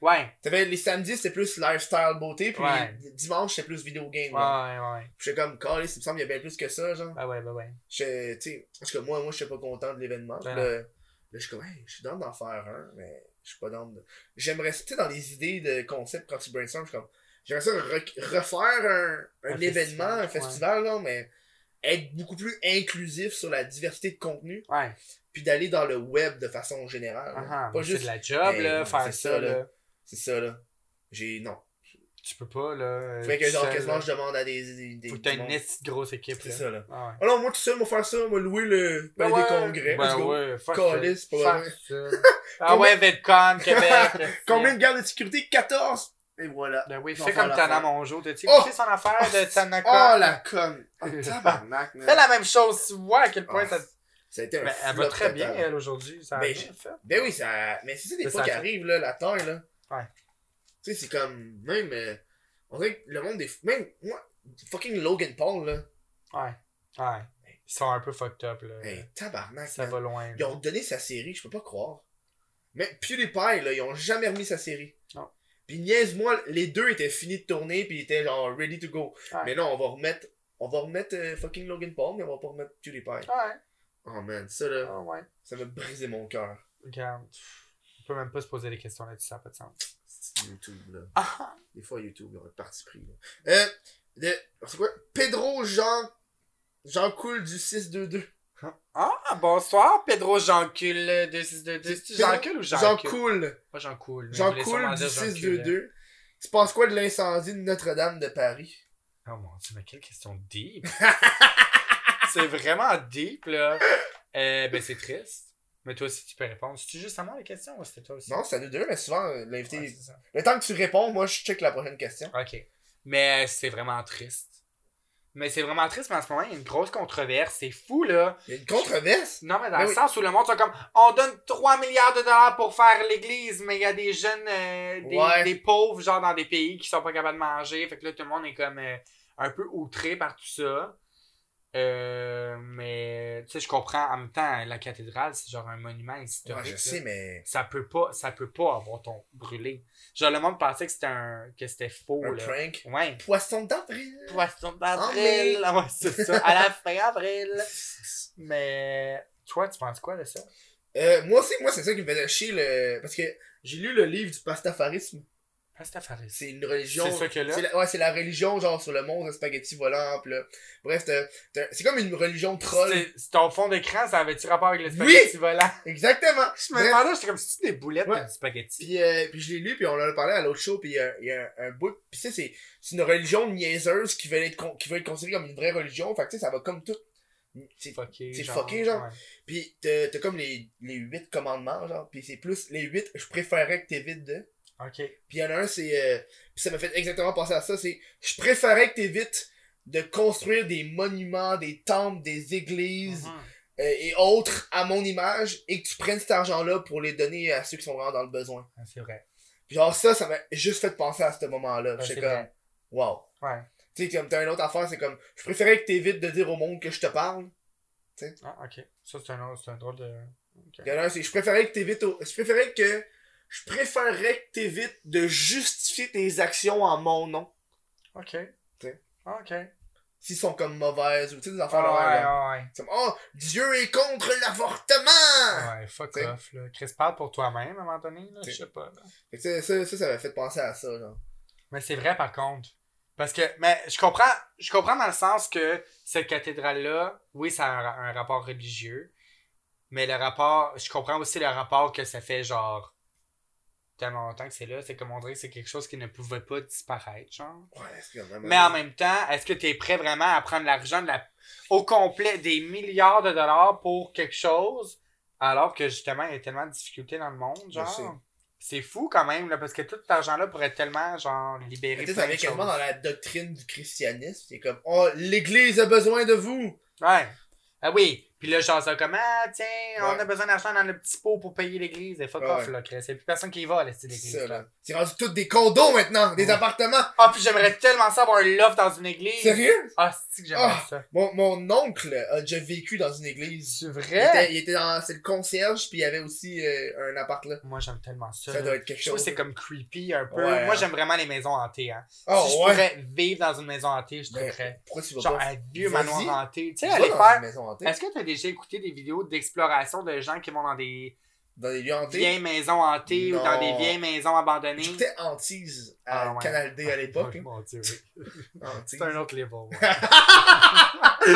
Ouais,
T'avais les samedis, c'était plus lifestyle beauté, puis
Ouais.
les dimanches, c'était plus vidéo game.
ouais,
là.
ouais, ouais.
Puis J'étais comme, calice, il me semble qu'il y a bien plus que ça, genre.
Ben ouais, ben ouais.
J'étais, tu sais, parce que moi, moi, j'étais pas content de l'événement. Puis
Ben
Là, là, je suis comme, hey, je suis dans d'en faire un, mais je suis pas dans de... J'aimerais, tu sais, dans les idées de concept, quand tu brainstorm, je suis comme, j'aimerais ça re- refaire un, un
Un
événement,
festival,
un
ouais.
festival, là, mais être beaucoup plus inclusif sur la diversité de contenu,
Ouais.
puis d'aller dans le web de façon générale. là.
Ah, ah,
Euh, pas
mais
juste.
C'est de la job,
Hey,
là,
non,
faire ça,
c'est ça,
là.
là. C'est ça, là. J'ai. Non.
Tu peux pas, là. euh,
Fait que
tout
genre,
seul,
quasiment,
là.
je demande à des. des, des
Faut que t'aies
du
une
monde.
nest grosse équipe,
C'est
là.
ça, là.
Ah ouais.
Ah non, moi tout seul, moi faire ça, moi louer le palais
Ouais.
des congrès.
Ben
let's go.
ouais, fuck
Calisse,
ça.
pas vrai.
Fuck ça. Ah ouais, VidCon, Québec.
Combien de gardes de sécurité 14 Et voilà.
Ben oui,
Ils vont
fais
faire
comme
l'affaire.
Tana Mongeau. T'as-tu
Oh!
écouté son affaire de Tana
Oh
Con?
la conne Oh tabarnak, man.
Fais la même chose, tu vois à quel point
Ah,
ça...
Ça a été un
Ben, elle va
flop
très bien,
total.
elle, aujourd'hui. Ça a
Ben,
bien
j'ai-
fait.
Ben oui, ça. Mais c'est ça des
Ça,
fois
ça
qui
fait.
arrive, là, la taille, là.
Ouais.
Tu sais, c'est comme. Même. euh, on dirait que le monde des. Même. Moi, fucking Logan Paul, là.
Ouais,
Ben,
ouais. Ils sont un peu fucked up, là.
Hey, tabarnak,
Ça
man.
va loin. là.
ben, Ils ont donné sa série, je peux pas croire. Mais PewDiePie, là, ils ont jamais remis sa série.
Non.
Puis niaise-moi, les deux étaient finis de tourner, puis ils étaient genre ready to go.
Ouais.
Mais là, on va remettre. On va remettre euh, fucking Logan Paul, mais on va pas remettre PewDiePie.
Ouais,
Oh man, ça là,
ah ouais.
ça m'a brisé mon cœur.
Regarde, pff, on peut même pas se poser des questions là-dessus, ça n'a pas de sens.
YouTube, là.
Ah, ah.
Des fois, YouTube, ils ont un parti pris. Là. Euh, de- c'est quoi Pedro Jean. Jean Cool du 622.
Ah, bonsoir, Pedro Jean-Cul euh, de 622. C'est-tu
Pedro-
Jean-Cul ou
Jean
Jean-Cul?
Cool.
Pas Jean-Cool. mais
Jean
je voulais
Cool
sûrement
du
dire hein. Jean-Cul,
622. Tu penses quoi de l'incendie de Notre-Dame de Paris
là. Oh mon dieu, mais quelle question deep! c'est vraiment deep, là. Euh, ben, c'est triste. Mais toi aussi, tu peux répondre. C'est-tu juste à moi la question ou c'était toi aussi?
Non, c'est à nous deux, mais souvent, euh, l'invité.
Ouais, c'est ça.
Le temps que tu réponds, moi, je check la prochaine question.
OK. Mais euh, c'est vraiment triste. Mais c'est vraiment triste, mais en ce moment, il y a une grosse controverse. C'est fou, là.
Il y a une controverse
Non, mais dans
Ben
le
oui.
sens où le monde sont comme on donne 3 milliards de dollars pour faire l'église, mais il y a des jeunes, euh, des,
Ouais.
des pauvres, genre dans des pays qui sont pas capables de manger. Fait que là, tout le monde est comme euh, un peu outré par tout ça. Euh, mais tu sais, je comprends. En même temps, la cathédrale, c'est genre un monument
Ouais,
historique.
je
là.
sais, mais.
Ça peut pas, ça peut pas avoir ton brûlé. Genre, le monde pensait que c'était un, que c'était faux,
Un
Oh là.
prank.
Ouais.
Poisson d'avril.
Poisson
d'avril.
d'avril. Ah Ouais, c'est ça. À la fin avril. Mais toi, tu penses quoi de ça?
Euh, moi aussi, moi, c'est ça qui me faisait chier. Le... Parce que j'ai lu le livre du pastafarisme.
Pastafarisme.
C'est une religion.
C'est ça que là.
C'est la- Ouais, c'est la religion, genre, sur le monde de spaghetti volant. Pis là... Bref, t'as- t'as- c'est comme une religion troll.
C'est- c'est ton fond d'écran, ça avait-tu rapport avec le
Oui!
spaghetti volant?
Exactement.
Je me
Bref.
demandais, j'étais comme, c'est-tu des boulettes
Ouais.
de du spaghetti?
Puis, euh, puis je l'ai lu, puis on en a parlé à l'autre show, puis il y a, il y a un, un bout. Puis ça, c'est c'est une religion niaiseuse qui veut être, con- qui veut être considérée comme une vraie religion. Fait que tu sais, ça va comme tout. C'est-
Fucké,
C'est fucké, genre.
ouais.
Puis t'as t'as comme les, les 8 commandements, genre. Puis c'est plus les 8, je préférais que t'évites de.
Ok.
Puis il y en a un, c'est. euh, puis ça m'a fait exactement penser à ça c'est je préférais que t'évites de construire des monuments, des temples, des églises
Mhm.
euh, et autres à mon image et que tu prennes cet argent-là pour les donner à ceux qui sont vraiment dans le besoin.
Ah, C'est vrai.
Puis genre ça, ça m'a juste fait penser à ce moment-là.
Ouais,
J'étais
Ah, c'est
comme,
vrai.
wow.
Ouais.
Tu sais, comme t'as une autre affaire, c'est comme, je préférais que t'évites de dire au monde que je te parle.
Ah, ok. Ça, c'est un, autre- c'est un drôle de.
Il y en a un, c'est je préférais que t'évites au- Je préférais que. Je préférais que t'évites de justifier tes actions en mon nom.
Ok. Ah,
T'sais.
Ok.
S'ils sont comme mauvaises ou tu sais, des affaires de même, là.
Ah, ouais, ouais,
C'est comme, oh, Dieu est contre l'avortement!
ouais. Ouais, fuck
Ah, T'sais.
off, là. Chris, parle pour toi-même à un moment donné, là. Je
T'sais.
sais pas, là.
Fait que ça, ça, ça, ça m'a fait penser à ça, genre.
Mais c'est vrai, par contre. Parce que, mais je comprends, je comprends dans le sens que cette cathédrale-là, oui, ça a un, ra- un rapport religieux, mais le rapport, je comprends aussi le rapport que ça fait, genre, tellement longtemps que c'est là, c'est comme on dirait que c'est quelque chose qui ne pouvait pas disparaître, genre.
Ouais, c'est quand même.
Mais en même temps, est-ce que tu es prêt vraiment à prendre l'argent de la, au complet des milliards de dollars pour quelque chose, alors que justement, il y a tellement de difficultés dans le monde,
sais.
genre? C'est fou quand même, là, parce que tout cet argent-là pourrait être tellement, genre,
Mais
libéré.
tu sais,
plein
ça
de
vient quasiment
choses.
dans la doctrine du christianisme. C'est comme, oh, l'église a besoin de vous!
Ouais. Ah oui. Puis là, genre, ça comme, ah, tiens, on
Ouais.
a besoin d'argent dans le petit pot pour payer l'église. Et fuck
Ouais.
off, là, Chris. Y'a plus personne qui y va, là,
C'est
c'est l'église.
ça,
là.
là. C'est rendu toutes des condos maintenant, des
Ouais.
appartements.
Ah, puis j'aimerais tellement ça avoir un loft dans une église.
Sérieux?
Ah, c'est que j'aimerais
Ah.
ça.
Mon, mon oncle a déjà vécu dans une église.
C'est
Il était,
vrai?
il était dans. C'est le concierge, puis il y avait aussi euh, un appart là.
Moi, j'aime tellement ça.
Ça
là.
doit être quelque
Uh-huh. Je trouve que
chose.
c'est comme creepy un peu.
Ouais,
Moi,
hein.
j'aime vraiment les maisons hantées. Hein.
Oh
si je
ouais!
pourrais vivre dans une maison hantée, je
Ben,
trouverais.
Pourquoi tu vas
Genre,
pas?
un vieux
Vas-y.
manoir hanté. Tu sais,
vas
aller
dans
faire
une maison hantée.
Est-ce que tu as déjà écouté des vidéos d'exploration de gens qui vont dans des,
Dans les lieux hantés.
vieilles maisons hantées ou
Non.
dans des vieilles maisons abandonnées.
J'écoutais Hantise à
Ah ouais.
Canal D à l'époque.
Oui,
hein.
mon Dieu, oui.
Hantise.
C'est un autre level. ouais.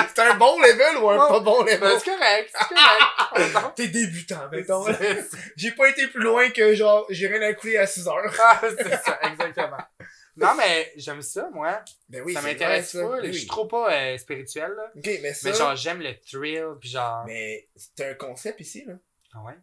C'est un bon level ou un
Non,
pas bon level?
Ben, c'est correct, c'est correct. Pardon.
T'es débutant, mettons. là.
C'est ça.
J'ai pas été plus loin que genre, j'ai rien à couler à 6 heures.
Ah, c'est ça, exactement. Non, mais j'aime ça, moi.
Ben oui,
ça
c'est
m'intéresse
vrai, ça.
pas. là.
Oui,
Je
oui.
suis trop pas euh, spirituel, là.
Ok, mais ça.
Mais genre, j'aime le thrill, puis genre.
Mais c'est un concept ici, là.
Ah ouais?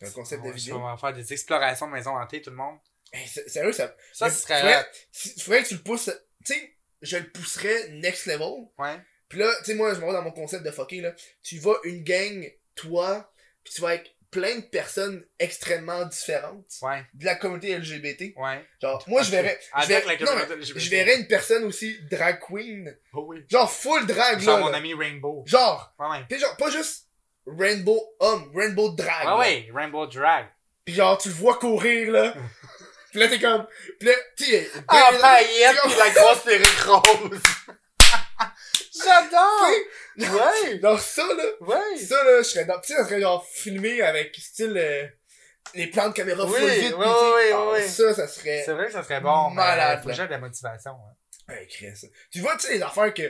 C'est un concept
Ah Ouais,
de
On
vidéo.
va faire des explorations de maisons hantées, tout le monde.
Hey, s- sérieux, ça.
Ça,
Mais
ce serait.
faudrait- si- faudrait que tu le pousses. Tu sais, je le pousserais next level.
Ouais.
Puis là, tu sais, moi, je me vois dans mon concept de fucking, là. Tu vas une gang, toi, puis tu vas avec plein de personnes extrêmement différentes
Ouais.
de la communauté LGBT.
Ouais.
Genre, moi, je verrais. je
Avec
verrais-
la
non, mais
communauté LGBT.
je verrais une personne aussi drag queen.
Oh oui.
Genre, full drag,
Genre
là,
mon
là.
ami Rainbow.
Genre,
Ouais, ouais.
pis genre, pas juste rainbow homme, rainbow drag.
Ah Ouais,
là.
ouais. Rainbow Drag.
Pis genre, tu le vois courir, là. pis là, t'es comme. Pis là, tu sais,
Ah,
ben-
paillettes pis la grosse perruque rose. J'adore! Ouais!
Genre, ça, là.
Ouais!
Ça, là, je serais dans. Tu sais, ça serait genre filmé avec style. euh, les plans de caméra
Oui,
full vite. puis, tu sais,
oui, oui,
ah,
oui.
Ça, ça serait.
C'est vrai que ça serait bon.
Malade,
Malade. Faut
là.
que j'aie de la motivation. hein.
Ouais, Chris. Tu vois, tu sais, les affaires que.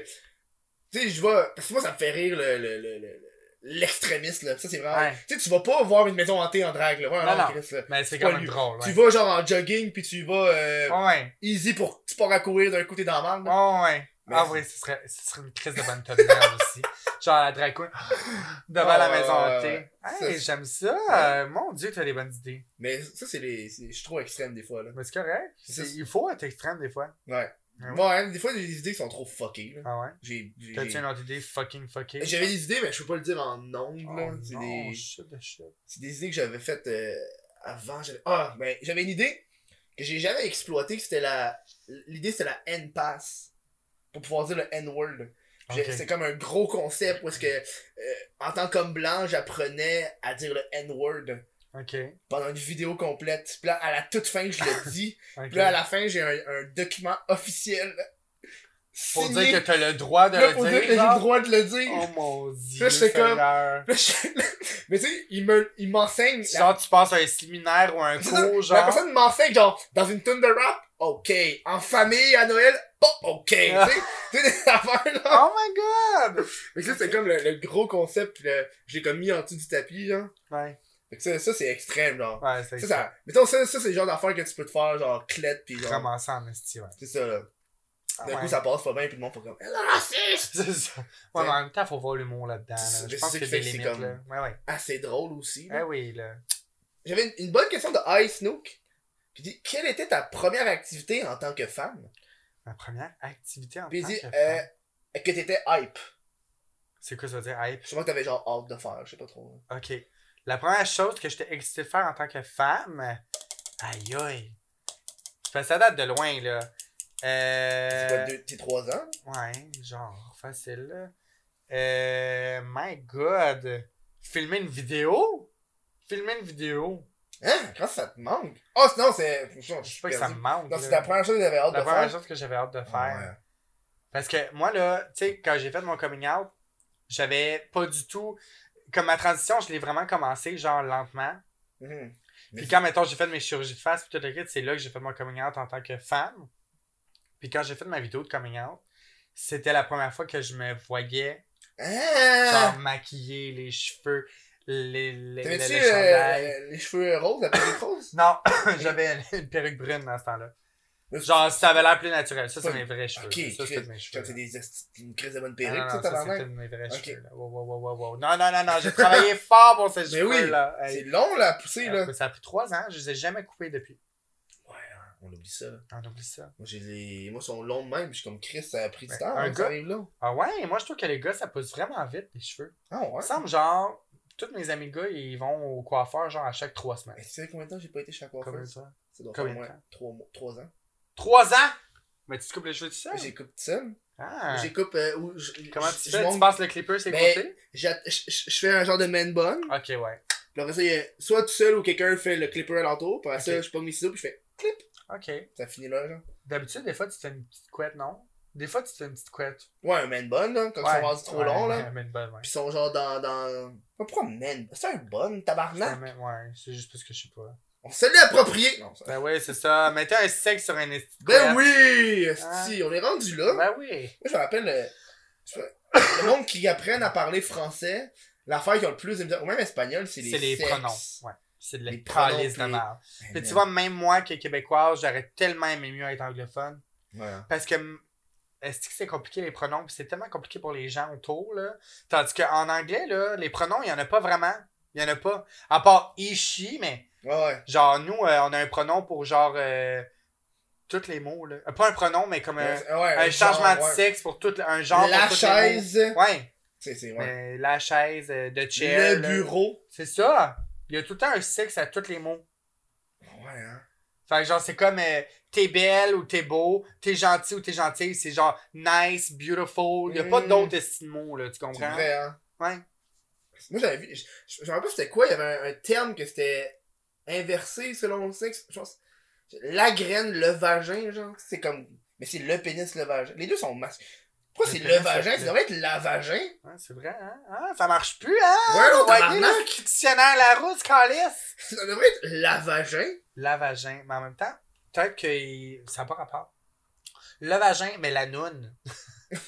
Tu sais, je vois. Parce que moi, ça me fait rire le. le, le, le- L'extrémiste, là. Ça, c'est vraiment.
Ouais.
Tu sais, tu vas pas voir une maison hantée en drague, là. Ouais,
Non,
non,
non.
Chris, là.
Mais c'est
pas
quand même
lui.
drôle.
Tu
Ouais.
vas genre en jogging, puis tu vas euh,
Ouais,
easy pour tu pars à courir d'un côté dans la marde.
ouais, ouais. Ah
Mais-
oui, ce serait, ce serait une crise de bonne thumbnail aussi. Genre la drag queen devant
Ah,
la
ouais,
maison
ouais,
hantée.
ouais.
Hey,
Ça,
j'aime ça. Euh, Mon dieu, t'as des bonnes idées.
Mais ça, c'est les. c'est- Je suis trop extrême des fois, là.
Mais c'est correct.
Ça,
C'est-
c'est-
Il faut être extrême des fois.
Ouais.
Ah ouais?
Bon, hein, des fois, les idées sont trop fuckées, là.
Ah ouais?
J'ai. j'ai-
T'as-tu une autre idée fucking fucking?
J'avais des idées, mais je peux pas le dire en nombre,
Oh
là. C'est
non,
des.
shit de shit.
C'est des idées que j'avais faites euh, avant. j'avais- Ah, ben, j'avais une idée que j'ai jamais exploitée, que c'était la. L'idée, c'était la N-Pass. Pour pouvoir dire le N-Word. J'ai-
Ok.
C'était comme un gros concept où est-ce que, euh, en tant qu'homme blanc, j'apprenais à dire le N-Word
Ok.
pendant une vidéo complète. Puis là, à la toute fin, je le dis.
ok.
Puis là, à la fin, j'ai un, un document officiel.
Pour
signé.
dire que t'as le droit de
Là, pour
le
dire
dire.
que j'ai le
genre?
droit de le dire.
Oh mon dieu.
Là, j'étais comme-
Seigneur.
Là, je- Mais tu sais, il me- il m'enseigne. la-
Genre, tu passes à un séminaire ou un
C'est ça,
cours,
La
genre.
personne m'enseigne, genre, dans une tune de rap, ok. En famille, à Noël, pas ok. Tu sais, tu sais, des affaires, là.
Oh my god!
Fait que ça, c'est comme le, le gros concept, pis le, je l'ai comme mis en dessous du tapis, genre.
Ouais,
Fait que ça, ça c'est extrême, genre.
ouais, c'est
Ça, ça, mettons, ça, ça c'est le genre d'affaires que tu peux te faire, genre, clette, pis genre.
vraiment ça en esti, ouais.
C'est ça, là.
Ah,
D'un
ouais.
coup, ça passe pas bien, pis le monde fait comme, elle est raciste!
C'est ça. Ouais, mais en même temps, faut voir l'humour là-dedans.
C'est-
Là. Je
c'est
pense
ça
qu'il y a
qui
des
fait que c'est
limites,
comme-
là. Ouais, ouais.
Ah, c'est drôle aussi, là.
Ah oui, là.
J'avais une, une bonne question de High Snook. Pis dit, quelle était ta première activité en tant que femme?
Ma première activité en
Pis il
tant
dit,
que
euh,
femme.
que t'étais hype.
C'est quoi ça veut dire hype?
Je crois que t'avais genre hâte de faire, je sais pas trop.
Ok. La première chose que j'étais excité de faire en tant que femme. Aïe aïe. Parce que ça date de loin, là.
C'est quoi,
Euh.
deux- t'es 3 ans?
Ouais, genre, facile, là. Euh. My god. Filmer une vidéo? Filmer une vidéo?
Hein? Quand ça te manque? Ah, oh, sinon, c'est. Je
Je
suis
sais pas que ça me
perdu.
manque.
Non,
là.
c'est la première chose que j'avais hâte
La
de
première
faire.
chose que j'avais hâte de faire.
Ah, ouais.
Parce que moi, là, tu sais, quand j'ai fait mon coming out, j'avais pas du tout. Comme ma transition, je l'ai vraiment commencé, genre, lentement.
Mhm. Mais-
Puis quand, mettons, j'ai fait mes chirurgies de face, puis tout le reste, c'est là que j'ai fait mon coming out en tant que femme. Puis quand j'ai fait ma vidéo de coming out, c'était la première fois que je me voyais,
Ah!
genre, maquiller les cheveux, les, les, le-
T'avais-tu
le
euh,
chandail.
euh, les cheveux roses, la perruque rose?
Non, j'avais une perruque brune dans ce temps-là. Genre, ça avait l'air plus naturel. Ça, c'est
Pas-
mes vrais cheveux.
Ok,
ça,
Chris,
c'est mes
quand
cheveux.
t'es des esti- une crise de bonne
Ah
perruque,
non,
ça,
non, ça,
tabarnak.
c'était mes vrais
Ok.
cheveux. Là. Wow, wow, wow, wow, wow. Non, non, non, non, j'ai travaillé fort pour ces
Mais Ben oui,
cheveux-là.
C'est
Hey.
long, là, à pousser, là.
Ça a pris trois ans, je les ai jamais coupés depuis.
Ouais, hein, on oublie ça. là.
On oublie ça.
Moi, j'ai les. Moi, ils sont longs de même, je suis comme Chris, ça a pris du
Ben,
temps,
un
on
gars-
arrive là.
Ah ouais, moi je trouve que les gars, ça pousse vraiment vite les cheveux.
Ah, ouais.
Il me semble genre, tous mes amis gars, ils vont au coiffeur genre à chaque trois
Mais
semaines.
tu sais Ben, combien de temps j'ai pas été chez la
Combien
coiffeuse?
de temps?
Ça doit
Combien
faire
de
moins
temps?
3 trois ans.
Trois ans? Mais tu te coupes les cheveux tout seul?
J'ai coupé tout seul.
Ah.
J'ai coupé. euh, où je-
Comment
je-
tu
je
fais? Tu
monte-
passes le clipper, c'est
Ben-
côté?
J'att- je je- je fais un genre de man bun.
Ok, ouais.
Puis après ça, il y a soit tout seul ou quelqu'un fait le clipper alentour. Puis après ça,
Ok.
je pogne mes ciseaux puis je fais clip.
Ok.
Ça finit là, genre.
D'habitude, des fois, tu fais une petite couette, non? Des fois, tu te fais une petite couette.
Ouais, un man bun, là, quand ils sont rendus trop
ouais,
longs,
ouais,
là.
mais une bonne, ouais.
Pis ils sont genre dans. dans... Mais Pourquoi man C'est un bun,
C'est un
tabarnak
mec- Ouais, c'est juste parce que je sais pas.
On s'est l'approprié Non, ça-
Ben oui, c'est ça. Mettez un sexe sur un esti de
Ben
couette.
oui hein? esti, on est rendu là.
Ben oui!
Moi, je me rappelle, euh, je sais pas, le monde qui apprennent à parler français, l'affaire qui a le plus de misère, ou même espagnol, c'est les
C'est les
sexes.
pronoms. Ouais. C'est de la
Les pronoms,
calice de
puis-
merde.
Ben,
Puis tu
man.
vois, même moi qui est québécois, j'aurais tellement aimé mieux être anglophone.
Ouais.
Parce que hum, est-ce que c'est compliqué les pronoms? Puis c'est tellement compliqué pour les gens autour, là. Tandis qu'en anglais, là, les pronoms, il y en a pas vraiment. Il y en a pas. À part ishi, mais
Ouais, ouais.
genre nous, euh, on a un pronom pour genre euh, tous les mots, là. Euh, Pas un pronom, mais comme un,
Ouais, ouais,
un
genre,
changement
ouais.
de sexe pour tout un genre. pour
La
tous les mots.
chaise.
Ouais.
C'est, c'est, ouais.
mais la chaise, euh, de chair.
le
là.
bureau.
C'est ça. Il y a tout le temps un sexe à tous les mots.
Ouais, hein.
Fait que genre, c'est comme euh, t'es belle ou t'es beau, t'es gentil ou t'es gentille. C'est genre nice, beautiful. Il y a pas
Mm.
d'autres esti de mots, là. Tu
C'est
comprends?
vrai, hein.
Ouais.
Moi, j'avais vu. Je, je- je me rappelle c'était quoi Il y avait un, un terme que c'était inversé selon le sexe. Je pense. La graine, le vagin, genre. C'est comme. Mais c'est le pénis, le vagin. Les deux sont masques. Pourquoi
Le
c'est le
pénis,
vagin
le-
Ça devrait être la vagin.
Hein, c'est vrai, hein? Hein, Ça marche plus, hein?
Ouais, non,
On va aider
tabarnak.
le dictionnaire Larousse, calice!
Ça devrait être la vagin.
La vagin. Mais en même temps, peut-être que il- ça n'a pas rapport. Le vagin, mais la noune. Tu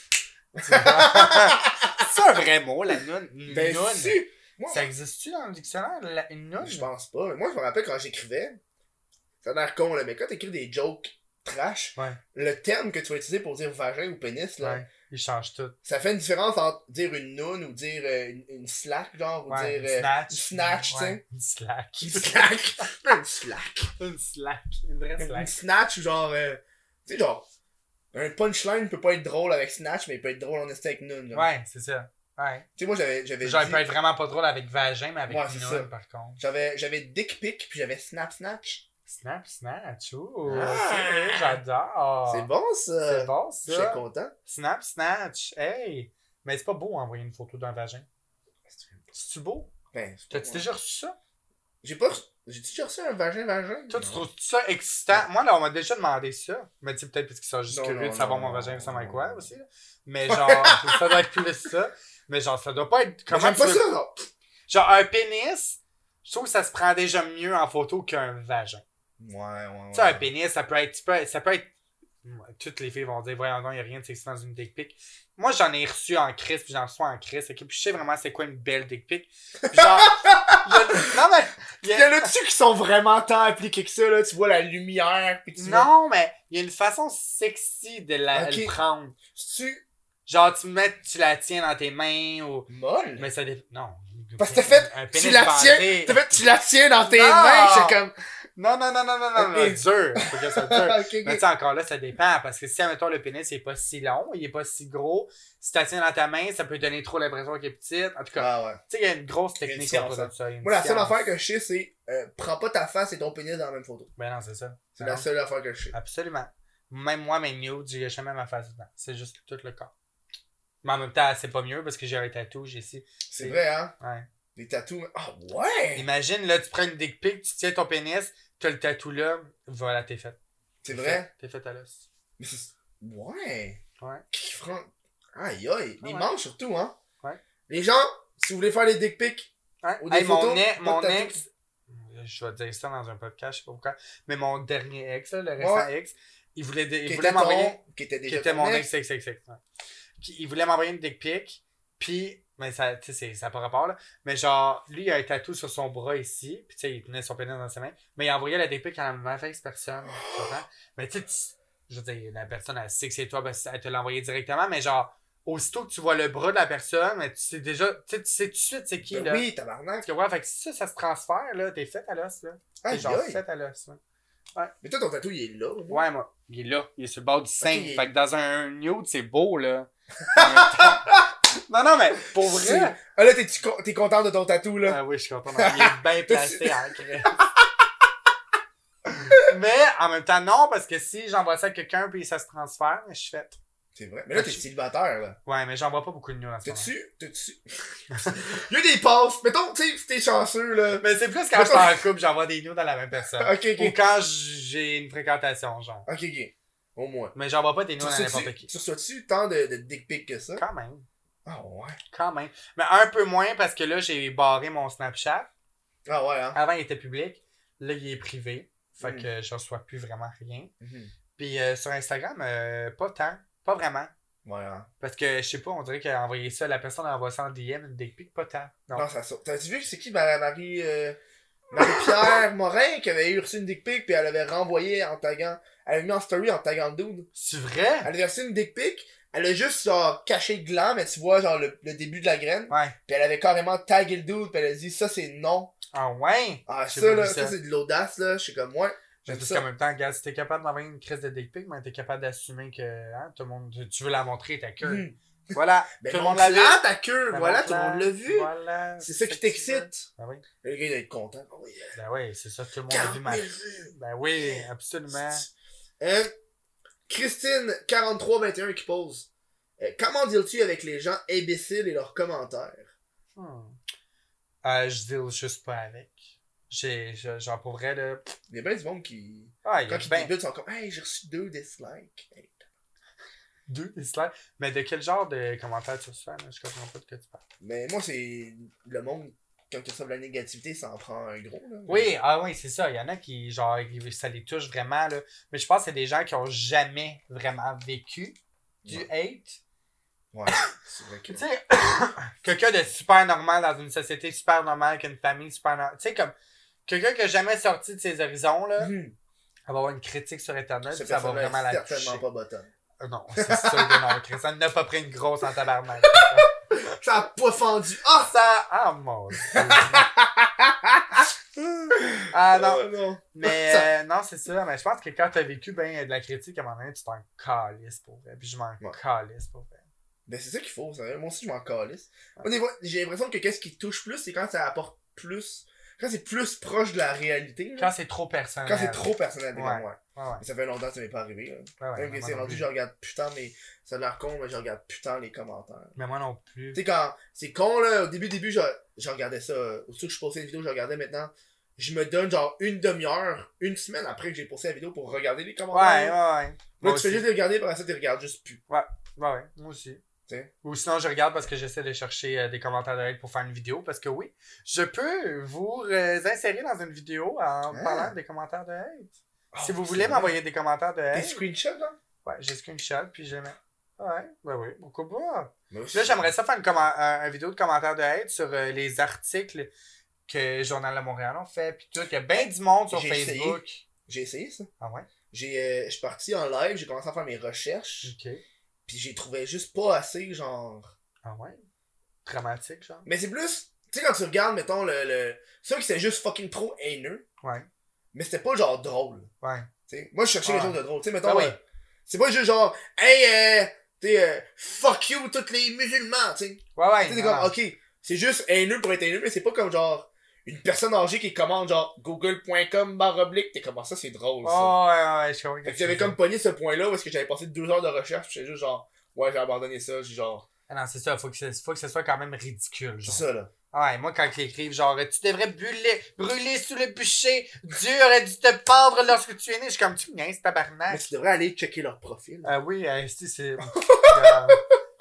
vois? c'est un vrai mot, la noune. Une
Ben,
noune.
si. Moi,
Ça existe-tu dans le dictionnaire, la- une noune?
je pense pas. Moi, je me rappelle quand j'écrivais. Ça a l'air con, là, mais quand t'écris des jokes trash,
Ouais.
le terme que tu vas utiliser pour dire vagin ou pénis, là,
Ouais, il change tout.
ça fait une différence entre dire une noun ou dire euh, une, une slack, genre, ou
Ouais,
dire. euh,
snatch.
du snatch, tu sais.
Ouais, Une slack.
Une slack. Non, une slack.
une slack. Une vraie
Une
slack.
snatch ou genre. euh, tu sais, genre. Un punchline peut pas être drôle avec snatch, mais il peut être drôle en esti avec noun. genre.
Ouais, c'est ça. Ouais.
Tu sais, moi j'avais. J'avais
Genre, il
dit-
peut être vraiment pas drôle avec vagin, mais avec
Ben, Ouais, c'est ça.
noune, par contre.
j'avais j'avais dick pic, puis j'avais snap snatch.
Snap, snatch. Ouh,
Ah!
ok, j'adore.
C'est bon ça.
Ah. C'est bon,
Je suis
ça.
content.
Snap, snatch. Hey! Mais c'est pas beau envoyer une photo d'un vagin. C'est-tu beau?
Ben, c'est
T'as-tu
pas-
déjà reçu ça?
J'ai pas. reçu- J'ai-tu déjà reçu un vagin vagin?
Toi, tu trouves ça excitant? Moi, là, on m'a déjà demandé ça. Mais tu sais, peut-être parce qu'ils sont juste
Non,
curieux
non,
de savoir
non,
mon vagin
non,
ressemble à
non,
quoi
non.
aussi. là. Mais genre, ça doit être plus ça. Mais genre, ça doit pas être.
Comment
Comment
pas
tu veux-
ça, non.
Genre, un pénis, je trouve que ça se prend déjà mieux en photo qu'un vagin.
Ouais, ouais, ouais.
Tu sais, un pénis, ça peut être. tu peux- ça peut être. Toutes les filles vont dire, voyons, non, il n'y a rien de sexy dans une dick pic. Moi, j'en ai reçu en crise, puis j'en reçois en crise, ok? Puis je sais vraiment c'est quoi une belle dick pic. Puis Genre. il y a- non, mais.
Il y en a-tu qui sont vraiment tant appliqués que ça, là? Tu vois la lumière, pis tu vois-
Non, mais il y a une façon sexy de la
Ok.
le prendre.
C'est-tu
Genre, tu mets, tu la tiens dans tes mains ou.
molle?
Mais ça dépend. Non.
Parce que t'as fait-
Un
Tu
pénis
la
bandé.
tiens, t'as fait, tu la tiens dans tes
Non.
mains, c'est comme.
Non, non, non, non, non, non, non.
Ok.
Dur. Faut que ça dure.
Ok, ok.
Mais tu sais, encore là, ça dépend. Parce que si, admettons, le pénis, il est pas si long, il est pas si gros, si tu la tiens dans ta main, ça peut donner trop l'impression qu'il est petit. En tout cas,
Ah ouais.
tu sais, il y a une grosse
Il y a une
technique
science,
autour de ça. il y a une
Moi, la seule
science.
affaire que je sais, c'est euh, prends pas ta face et ton pénis dans la même photo.
Ben non, c'est ça.
C'est
Non,
la seule affaire que je sais.
Absolument. Même moi, mes nudes, j'ai jamais ma face dedans. C'est juste tout le corps. Mais en même temps, c'est pas mieux parce que j'ai un tatou, j'ai ici.
C'est vrai, hein?
Ouais.
Les tatous. Ah ouais!
Imagine, là, tu prends une dick pic, tu tiens ton pénis, t'as le tatou là, voilà, t'es fait.
C'est
T'es
vrai?
fait. T'es fait à l'os.
Mais c'est- Ouais.
Ouais.
Qui prend. Aïe aïe.
Ah
Les
ouais.
manches surtout, hein.
Ouais.
Les gens, si vous voulez faire les dick pics,
Hein?
Ou des
Hey, mon,
photos,
ex-
pas de
mon
tatou.
ex, je vais dire ça dans un podcast, je sais pas pourquoi, mais mon dernier ex, là, le récent ex, il voulait, de- il
qui
voulait
étaient
m'envoyer,
ton, qui étaient
qui
déjà
était
ton
mon ex, ex, ex, ex, ouais. Qui- Il voulait m'envoyer une dick pic, puis, mais ça, tu sais, c'est- ça n'a pas rapport, là, mais genre, lui, il a un tatou sur son bras ici, puis tu sais, il tenait son pénis dans sa main, mais il envoyait la dick pic à la mauvaise personne, tu
Ah,
comprends? Mais tu sais, tu- je veux dire, la personne, elle sait que c'est toi, parce qu'elle te l'a envoyé directement, mais genre, aussitôt que tu vois le bras de la personne, mais tu sais déjà, tu sais, tu sais tout de suite c'est qui,
Ben
là.
oui, tabarnak.
Parce que ouais, fait que ça, ça se transfère, là. T'es fait à l'os, là. T'es
Aïe
genre
aïe.
fait à l'os, là.
Mais toi, ton tatou, il est là.
Ouais, moi. Il est là. Il est sur le bord du sein.
Ok, il est-
Fait que dans un nude, c'est beau, là. En même temps- non, non, mais pour vrai.
C'est- Ah là, t'es-tu con- t'es content de ton tatou, là?
Ah oui, je suis content. d'en- Il est bien placé en crème. mais en même temps, non, parce que si j'envoie ça à quelqu'un puis ça se transfère, je suis faite.
C'est vrai. Mais là, t'es
Ah, Je-
célibataire, là.
Ouais, mais j'envoie pas beaucoup de nudes en ce moment.
T'as-tu. T'as-tu. il y a des passes. Mettons, tu sais, si t'es chanceux, là.
Mais c'est plus quand je suis en couple, j'envoie des nudes à la même personne.
Ok,
Ou
ok.
quand j'ai une fréquentation, genre.
Ok, ok. Au moins.
Mais j'envoie pas des
Tu
noix à n'importe
reçois-tu
qui.
tu reçois-tu tant de, de dick pics que ça?
Quand même.
Ah ouais.
Quand même. Mais un peu moins parce que là, j'ai barré mon Snapchat.
Ah ouais, hein?
Avant, il était public. Là, il est privé. Fait
Mm.
que je reçois plus vraiment rien.
Mhm.
Puis euh, sur Instagram, euh, pas tant. Pas vraiment.
Ouais, hein?
Parce que, je sais pas, on dirait qu'envoyer ça, la personne envoie ça en DM, une dick pic, pas tant. Non.
Non, ça saute. T'as-tu vu que c'est qui Marie, Marie, euh, Marie-Pierre Morin qui avait eu reçu une dick pic puis elle avait renvoyé en taguant. Elle avait mis en story en taguant le dude.
C'est vrai?
Elle avait reçu une dick pic, elle a juste genre caché le gland, mais tu vois genre le, le début de la graine.
Ouais.
Puis elle avait carrément tagué le dude, puis elle a dit ça c'est non.
Ah ouais?
Ah
J'ai
ça
pas
là,
vu
ça,
ça.
c'est de l'audace là, je suis comme ouais.
Mais
J'aime
Parce
ça.
qu'en même temps, regarde, si t'es capable d'envoyer une crise de dick pic, mais t'es capable d'assumer que hein, tout le monde, tu- tu veux la montrer, ta queue.
Hmm.
Voilà.
Ben,
tout le
montre-la,
monde l'a vu.
ta queue,
Ben,
voilà, tout le
montre-la.
monde l'a vu.
Voilà.
C'est ça qui t'excite.
Ben oui.
Le gars il est content. Oh, yeah.
Ben oui, c'est ça, tout le monde a
40
vu
000
ma.
vues.
Ben oui, absolument.
Euh, Christine 4321 qui pose. Euh, comment deals-tu avec les gens imbéciles et leurs commentaires?
Hmm. Euh, je deal juste pas avec. J'ai, je- genre, pour vrai, là. pff,
Il y a bien du monde qui.
Ah, il y a
Quand ils
ben
débutent, ils sont comme Hey, j'ai reçu deux dislikes. Hey.
deux dislikes. Mais de quel genre de commentaires tu reçois, là? Je comprends pas de quoi tu parles.
Mais moi, c'est. Le monde, quand tu reçois de la négativité, ça en prend un gros. Là.
Oui, ah oui, c'est ça. Il y en a qui, genre, ils- ça les touche vraiment, là. Mais je pense que c'est des gens qui ont jamais vraiment vécu du hate.
Ouais, c'est vrai que.
Tu sais, quelqu'un de super normal dans une société super normale, qu'une famille super normale. Tu sais, comme, quelqu'un qui a jamais sorti de ses horizons, là.
Hum,
Elle va avoir une critique sur Internet,
cette
puis ça va
personne-là est
vraiment la toucher.
certainement pas bottom.
Euh, Non, c'est sûr que non. Chris, elle n'a pas pris une grosse en tabarnak.
Ça a pas fendu. Ah!
ça... Ah, mon Dieu. ah, non.
Oh, non.
Mais euh, non, c'est ça. Mais je pense que quand t'as vécu ben, de la critique, à un moment donné, tu t'en calisses pour vrai. Puis je m'en
Ouais.
calisse pour vrai.
Ben, c'est ça qu'il faut, sérieux. Moi aussi, je m'en calisse. Moi, des fois, j'ai l'impression que qu'est-ce qui touche plus, c'est quand ça apporte plus. Quand c'est plus proche de la réalité. là.
Quand c'est trop personnel.
Quand c'est trop personnel,
Ouais.
comme moi.
Ouais, ouais.
Mais ça fait longtemps que ça m'est pas arrivé. là.
Ouais, ouais,
Même
moi
que c'est
non
rendu,
plus.
je regarde putain, mais ça a l'air con, mais je regarde putain les commentaires.
Mais moi non plus.
Tu sais, quand c'est con, là, au début, début, je, je regardais ça. euh, Au-dessus que je postais une vidéo, je regardais maintenant. Je me donne genre une demi-heure, une semaine après que j'ai posté la vidéo pour regarder les
Ouais, ouais,
commentaires.
ouais.
Moi,
Moi
tu fais
aussi.
juste les regarder, par ça, tu les regardes juste plus.
Ouais, ouais, moi aussi.
T'sais.
Ou sinon, je regarde parce que j'essaie de chercher euh, des commentaires de hate pour faire une vidéo. Parce que oui, je peux vous euh, insérer dans une vidéo en
Ah.
parlant des commentaires de hate. si
Oh,
vous
c'est
voulez
vrai.
m'envoyer des commentaires de
Des
hate,
screenshots, là?
ouais, j'ai screenshot puis j'aime. Ouais, ben oui, pourquoi pas.
Moi aussi.
Puis Là, j'aimerais ça faire une, commen- un- un vidéo de commentaires de hate sur euh, les articles que Journal de Montréal ont fait. Puis tout, il y a bien du monde sur
J'ai
Facebook.
J'ai essayé ça.
Ah ouais?
J'ai, euh, je suis parti en live, j'ai commencé à faire mes recherches,
Ok.
puis j'ai trouvé juste pas assez, genre.
Ah ouais? Dramatique, genre?
Mais c'est plus, tu sais, quand tu regardes, mettons, le. le... Ceux qui c'était juste fucking trop haineux,
Ouais,
mais c'était pas genre drôle.
ouais.
tu sais. Moi, je cherchais
Ouais.
quelque chose de drôle. Tu sais, mettons,
Ben oui.
euh, c'est pas juste genre, hey, euh, t'es euh, fuck you, tous les musulmans, tu sais.
Ouais, ouais.
Tu sais, c'est
non,
comme,
non.
ok, c'est juste haineux pour être haineux, mais c'est pas comme genre une personne âgée qui commande genre google.com barre oblique, t'es comme, ah, ça, c'est drôle, ça.
Oh, ouais, ouais, je comprends.
Fait que
qu'est-ce
j'avais
tu veux
comme pogné ce point-là où est-ce que j'avais passé deux heures de recherche, pis j'étais juste genre, ouais, j'ai abandonné ça, j'ai genre,
Ah non, c'est ça, faut que, ce- faut que ce soit quand même ridicule.
c'est
Genre.
ça, là.
Ouais, Ah, moi, quand ils écrivent genre, tu devrais brûler, brûler sous le bûcher, Dieu aurait dû te pendre lorsque tu es né, je suis comme, tu niaises,
Mais
tabarnak.
tu devrais aller checker leur profil.
Ah oui, euh, si, c'est. Euh,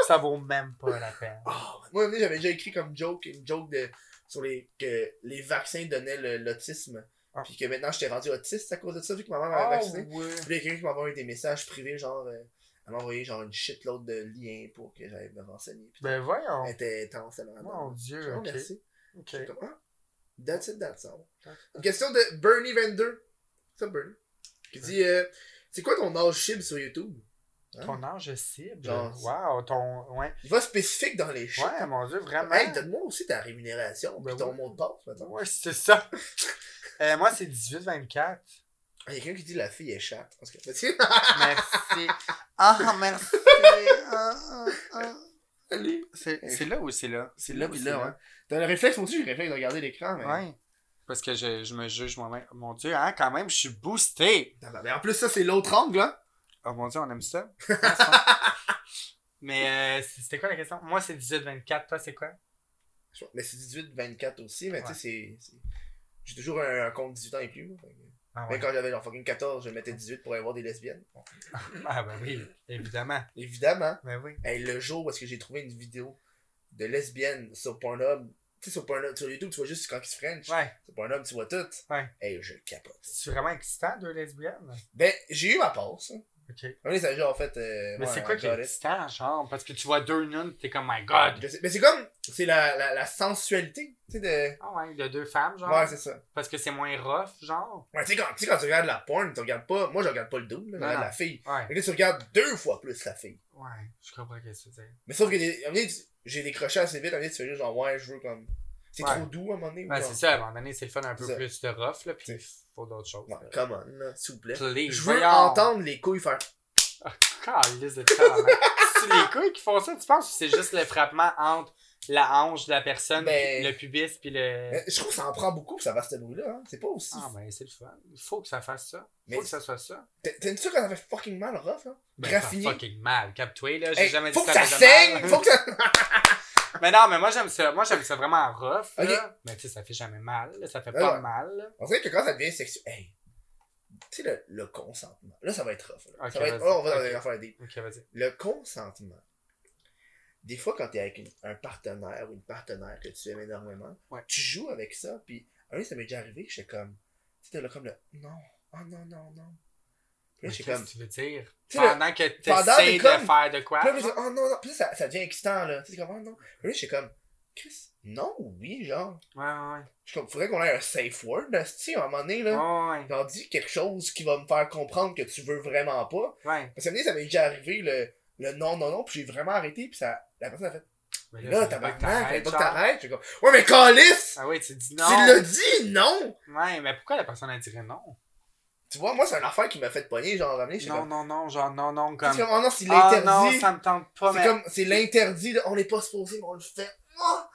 ça vaut même pas la peine.
Ah, Moi, un moment donné, j'avais déjà écrit comme joke, une joke de, sur les, que les vaccins donnaient le- l'autisme.
Ah.
Puis que maintenant, j'étais rendu autiste à cause de ça, vu que ma mère m'avait
Ah
vacciné.
oui.
Puis là, il y a quelqu'un qui m'a envoyé des messages privés, genre, euh, elle m'a envoyé genre une shitload de liens pour que j'aille me renseigner. Puis
Ben voyons.
elle était intense, elle m'a
Mon
envoyé.
Dieu,
Oh,
ok.
merci.
ok.
J'étais comme, ah, that's it, that's all.
That's
Une question de Bernie 22. C'est ça, Bernie. Qui dit, euh, c'est quoi ton âge cible sur YouTube? Hein?
Ton âge cible.
Genre,
Wow, ton. Ouais.
Il va spécifique dans les chiffres.
Ouais, mon Dieu, vraiment.
Hey, donne-moi aussi ta rémunération,
Ben
puis ton
oui.
mot de passe, maintenant.
Ouais, c'est ça. Euh, moi, c'est 18-24.
Il y a Ah, quelqu'un qui dit la fille est chatte. Parce que, tu sais,
Merci. Ah, merci. Ah, ah, ah.
Allez.
C'est c'est là ou c'est là?
c'est là,
ou
puis
c'est
là, ouais. T'as le réflexe, moi aussi, j'ai le réflexe de regarder l'écran, mais.
Ouais. Parce que je, je me juge moi-même. Mon Dieu, hein, quand même, je suis boosté.
Attends, Mais en plus, ça, c'est l'autre angle, hein.
Oh mon Dieu, on aime ça. Merci. Mais euh, c'était quoi la question? Moi, c'est 18-24. Toi, c'est quoi?
Je pense- Mais c'est 18-24 aussi, mais tu
Ouais.
sais, c'est. c'est- J'ai toujours un, un compte 18 ans et plus, moi. fait que-
Ah,
Mais
ouais.
quand j'avais genre fucking 14, je mettais 18 pour aller voir des lesbiennes. Bon,
ah ben oui, évidemment.
Évidemment.
Ben oui.
Hey, le jour où est-ce que j'ai trouvé une vidéo de lesbiennes sur Pornhub, tu sais, sur Pornhub, sur YouTube, tu vois juste quand ils se French.
Ouais,
Sur Pornhub, tu vois tout.
Ouais.
Hey, je capote.
c'est vraiment excitant, deux lesbiennes.
Ben, j'ai eu ma passe. hein.
Ok.
Un des stagiaires, en fait. euh,
Mais
ouais,
c'est quoi
un
qui est
gars,
excitant, genre? Parce que tu vois deux nuns, t'es comme, my god!
Je sais- Mais c'est comme, c'est la, la, la sensualité, tu sais, de...
Ah ouais, il y a deux femmes, genre?
Ouais, c'est ça.
parce que c'est moins rough, genre?
Ouais, tu sais, quand, tu sais, quand tu regardes la porn, tu regardes pas... Moi, je regarde pas le double, je
Non,
regarde
non.
la fille.
Ouais,
Mais là, tu regardes deux fois plus la fille.
ouais, je comprends ce que tu veux dire.
Mais sauf que, des- à un moment donné, tu- j'ai décroché assez vite, à un moment donné, tu fais juste genre, ouais, je veux comme... C'est
Ouais.
trop doux, à un moment donné. ou
Ouais,
genre-
Ben, c'est ça, à un moment donné, c'est le fun un peu
C'est ça.
plus de rough, là, pis
C'est-
il faut d'autres choses.
Ouais,
là.
come on, là, s'il vous plaît.
Please,
Je veux
voyons.
entendre les couilles faire...
Calisse de tabarnak. C'est les couilles qui font ça, tu penses? ou C'est juste le frappement entre la hanche de la personne,
Ben-
pis le pubis, pis le...
Mais Je trouve que ça en prend beaucoup que ça fasse ce bruit-là. Hein. C'est pas aussi...
Ah ben, c'est le fun. Il faut que ça fasse ça. Il
Mais-
faut que ça soit ça.
T'es- T'es-tu sûr que ça fait fucking mal, rough, là?
Ben, ça fait
Graffiner.
fucking mal. Cap-toi, là, j'ai
Hey,
jamais dit
faut que
ça
ça
faisait mal.
saigne! Faut que ça...
Mais non, mais moi j'aime ça. Moi j'aime ça vraiment rough.
Ok.
Là. Mais tu sais, ça fait jamais mal. là. Ça fait
Ouais,
pas
ouais.
mal. là.
On dirait que quand ça devient sexuel. Hey! Tu sais, le, le consentement. Là, ça va être rough. là.
Ok,
ça va être.
vas-y.
oh, on va dans
Ok.
les affaires des.
Ok, vas-y.
Le consentement. Des fois, quand t'es avec une- un partenaire ou une partenaire que tu aimes énormément,
Ouais.
tu joues avec ça, puis un jour, ça m'est déjà arrivé que j'étais comme. Tu sais, t'es là comme le. Non, oh non, non, non. Puis
Mais
là, j'étais
Qu'est-ce
comme.
que tu veux dire?
Tu sais,
Pendant que tu
pendant
essaies
t'es
de
comme-
faire de quoi?
Puis là, je
genre?
dis, oh non, non. Puis là, ça, ça devient excitant, là. Tu sais, comme, oh non. Puis là, j'étais comme. Chris, non, oui, genre.
Ouais, ouais,
Je suis comme, faudrait qu'on ait un safe word, là, si, à un moment donné, là.
ouais. Ouais,
J'en dis quelque chose qui va me faire comprendre que tu veux vraiment pas.
ouais. ouais.
Parce que ça m'est déjà arrivé le, le non, non, non, puis j'ai vraiment arrêté, puis ça, la personne a fait
Mais
Là,
faut pas que
tabarnak, fallait pas que
genre.
t'arrêtes. J'ai comme Ouais, mais Calice
Ah oui, tu dis
Tu
non.
l'as dit, non
Ouais, mais pourquoi la personne elle dirait non?
Tu vois, moi, c'est une affaire qui m'a fait pogner, genre, ramener. J'étais
Non,
comme
non, non, genre non, non,
C'est
comme.
comme, oh non, c'est
Ah non,
l'interdit.
ça me tente pas,
C'est
mais.
comme, c'est l'interdit, là, on n'est pas supposé, mais on le fait. Ah!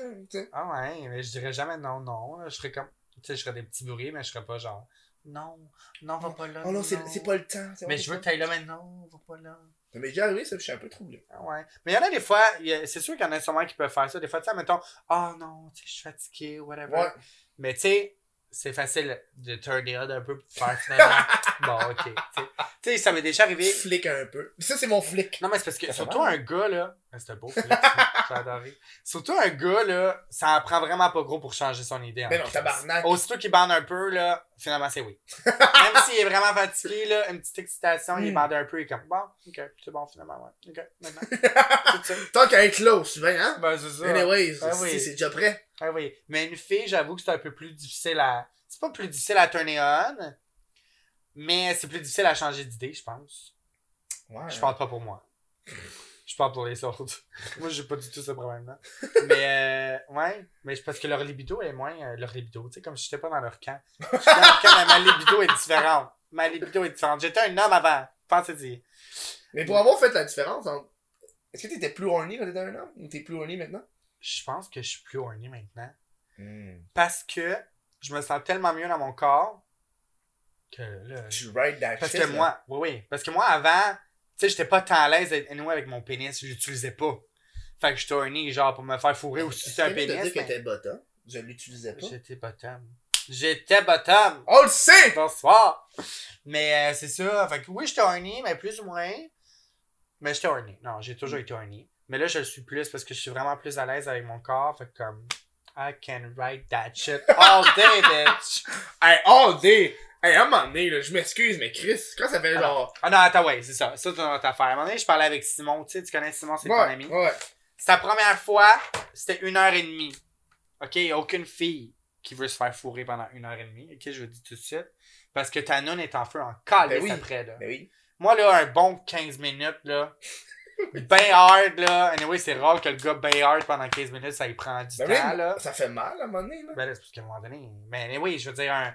Hum, tu sais.
Ah ouais, mais je dirais jamais non, non. là. Je serais comme. Tu sais, je serais des petits bourrés, mais je serais pas genre. Non, non, va pas là.
Oh non, c'est c'est pas le temps.
Mais je veux que t'ailles là maintenant, va pas là.
Ça m'est déjà arrivé, ça, puis je suis un peu troublé.
Ah ouais. Mais il y en a des fois, il y a- c'est sûr qu'il y en a sûrement qui peuvent faire ça. Des fois, tu sais, mettons, ah non, tu sais, je suis fatigué, whatever.
Ouais.
Mais tu sais, c'est facile de turn it on un peu pour faire finalement. bon, ok. tu sais. Tu sais, ça m'est déjà arrivé.
Flic un peu. Ça, c'est mon flic.
Non, mais c'est parce que
Ça fait
surtout
mal, hein.
un gars, là. Ah, C'était beau, Félix. J'ai adoré. Surtout un gars, là, ça en prend vraiment pas gros pour changer son idée. en
Mais Ben non,
Christ.
tabarnak.
Aussitôt qu'il bande un peu, là, finalement, c'est oui. Même s'il est vraiment fatigué, là, une petite excitation, il
Hmm.
bande un peu, il est comme, bon, ok, c'est bon, finalement, ouais. Ok, maintenant. Tout ça.
Tant qu'à être là, souvent, hein.
Ben, c'est ça.
Anyways,
Ah
si
oui.
c'est déjà prêt.
Ah oui. Mais une fille, j'avoue que c'est un peu plus difficile à. C'est pas plus difficile à turner on, mais c'est plus difficile à changer d'idée, je pense.
Ouais.
Je parle pas pour moi. Je parle pour les autres. moi, j'ai pas du tout ce problème-là. mais, euh, ouais. Mais c'est parce que leur libido est moins. euh, leur libido, tu sais, comme si j'étais pas dans leur camp. Je suis dans leur camp, mais ma libido est différente. Ma libido est différente. J'étais un homme avant. Pensez-y.
Mais pour avoir fait la différence entre. Est-ce que t'étais plus horny quand t'étais un homme ou t'es plus horny maintenant?
Je pense que je suis plus horny maintenant. Parce que je me sens tellement mieux dans mon corps que là.
Tu ride that
Parce
shit,
que
là.
moi, oui, oui. Parce que moi, avant, tu sais, j'étais pas tant à l'aise d'être anyway avec mon pénis. Je l'utilisais pas. Fait que je tournais, genre, pour me faire fourrer ou sucer un
Je viens de te dire
pénis.
que
mais
t'es bottom. hein. Je l'utilisais pas.
J'étais bottom. J'étais bottom.
On le sait!
Bonsoir. Mais euh, c'est ça. Fait que oui, j'étais horny, mais plus ou moins. Mais j'étais horny. Non, j'ai
Mm.
toujours été horny. Mais là, je le suis plus parce que je suis vraiment plus à l'aise avec mon corps. Fait que comme, I can write that shit all day, bitch.
Hey, all day! Hey, à un moment donné, là, je m'excuse, mais Chris, quand ça fait
Ah
genre.
Ah non, attends, ouais, c'est ça. Ça, c'est notre affaire. À un moment donné, je parlais avec Simon. Tu sais, tu connais Simon, c'est
ouais,
ton ami.
ouais.
Sa première fois, c'était une heure et demie. OK, y a aucune fille qui veut se faire fourrer pendant une heure et demie. OK, je vous le dis tout de suite. Parce que ta nonne est en feu en calice
Ben oui.
après, là.
Ben oui.
Moi, là, un bon 15 minutes, là. ben hard, là. Anyway, c'est rare que le gars ben hard pendant 15 minutes, ça lui prend du
Ben
temps,
oui,
là.
Ça fait mal à un moment donné, là.
Ben là, c'est parce qu'à un moment donné. Mais anyway, je veux dire, un.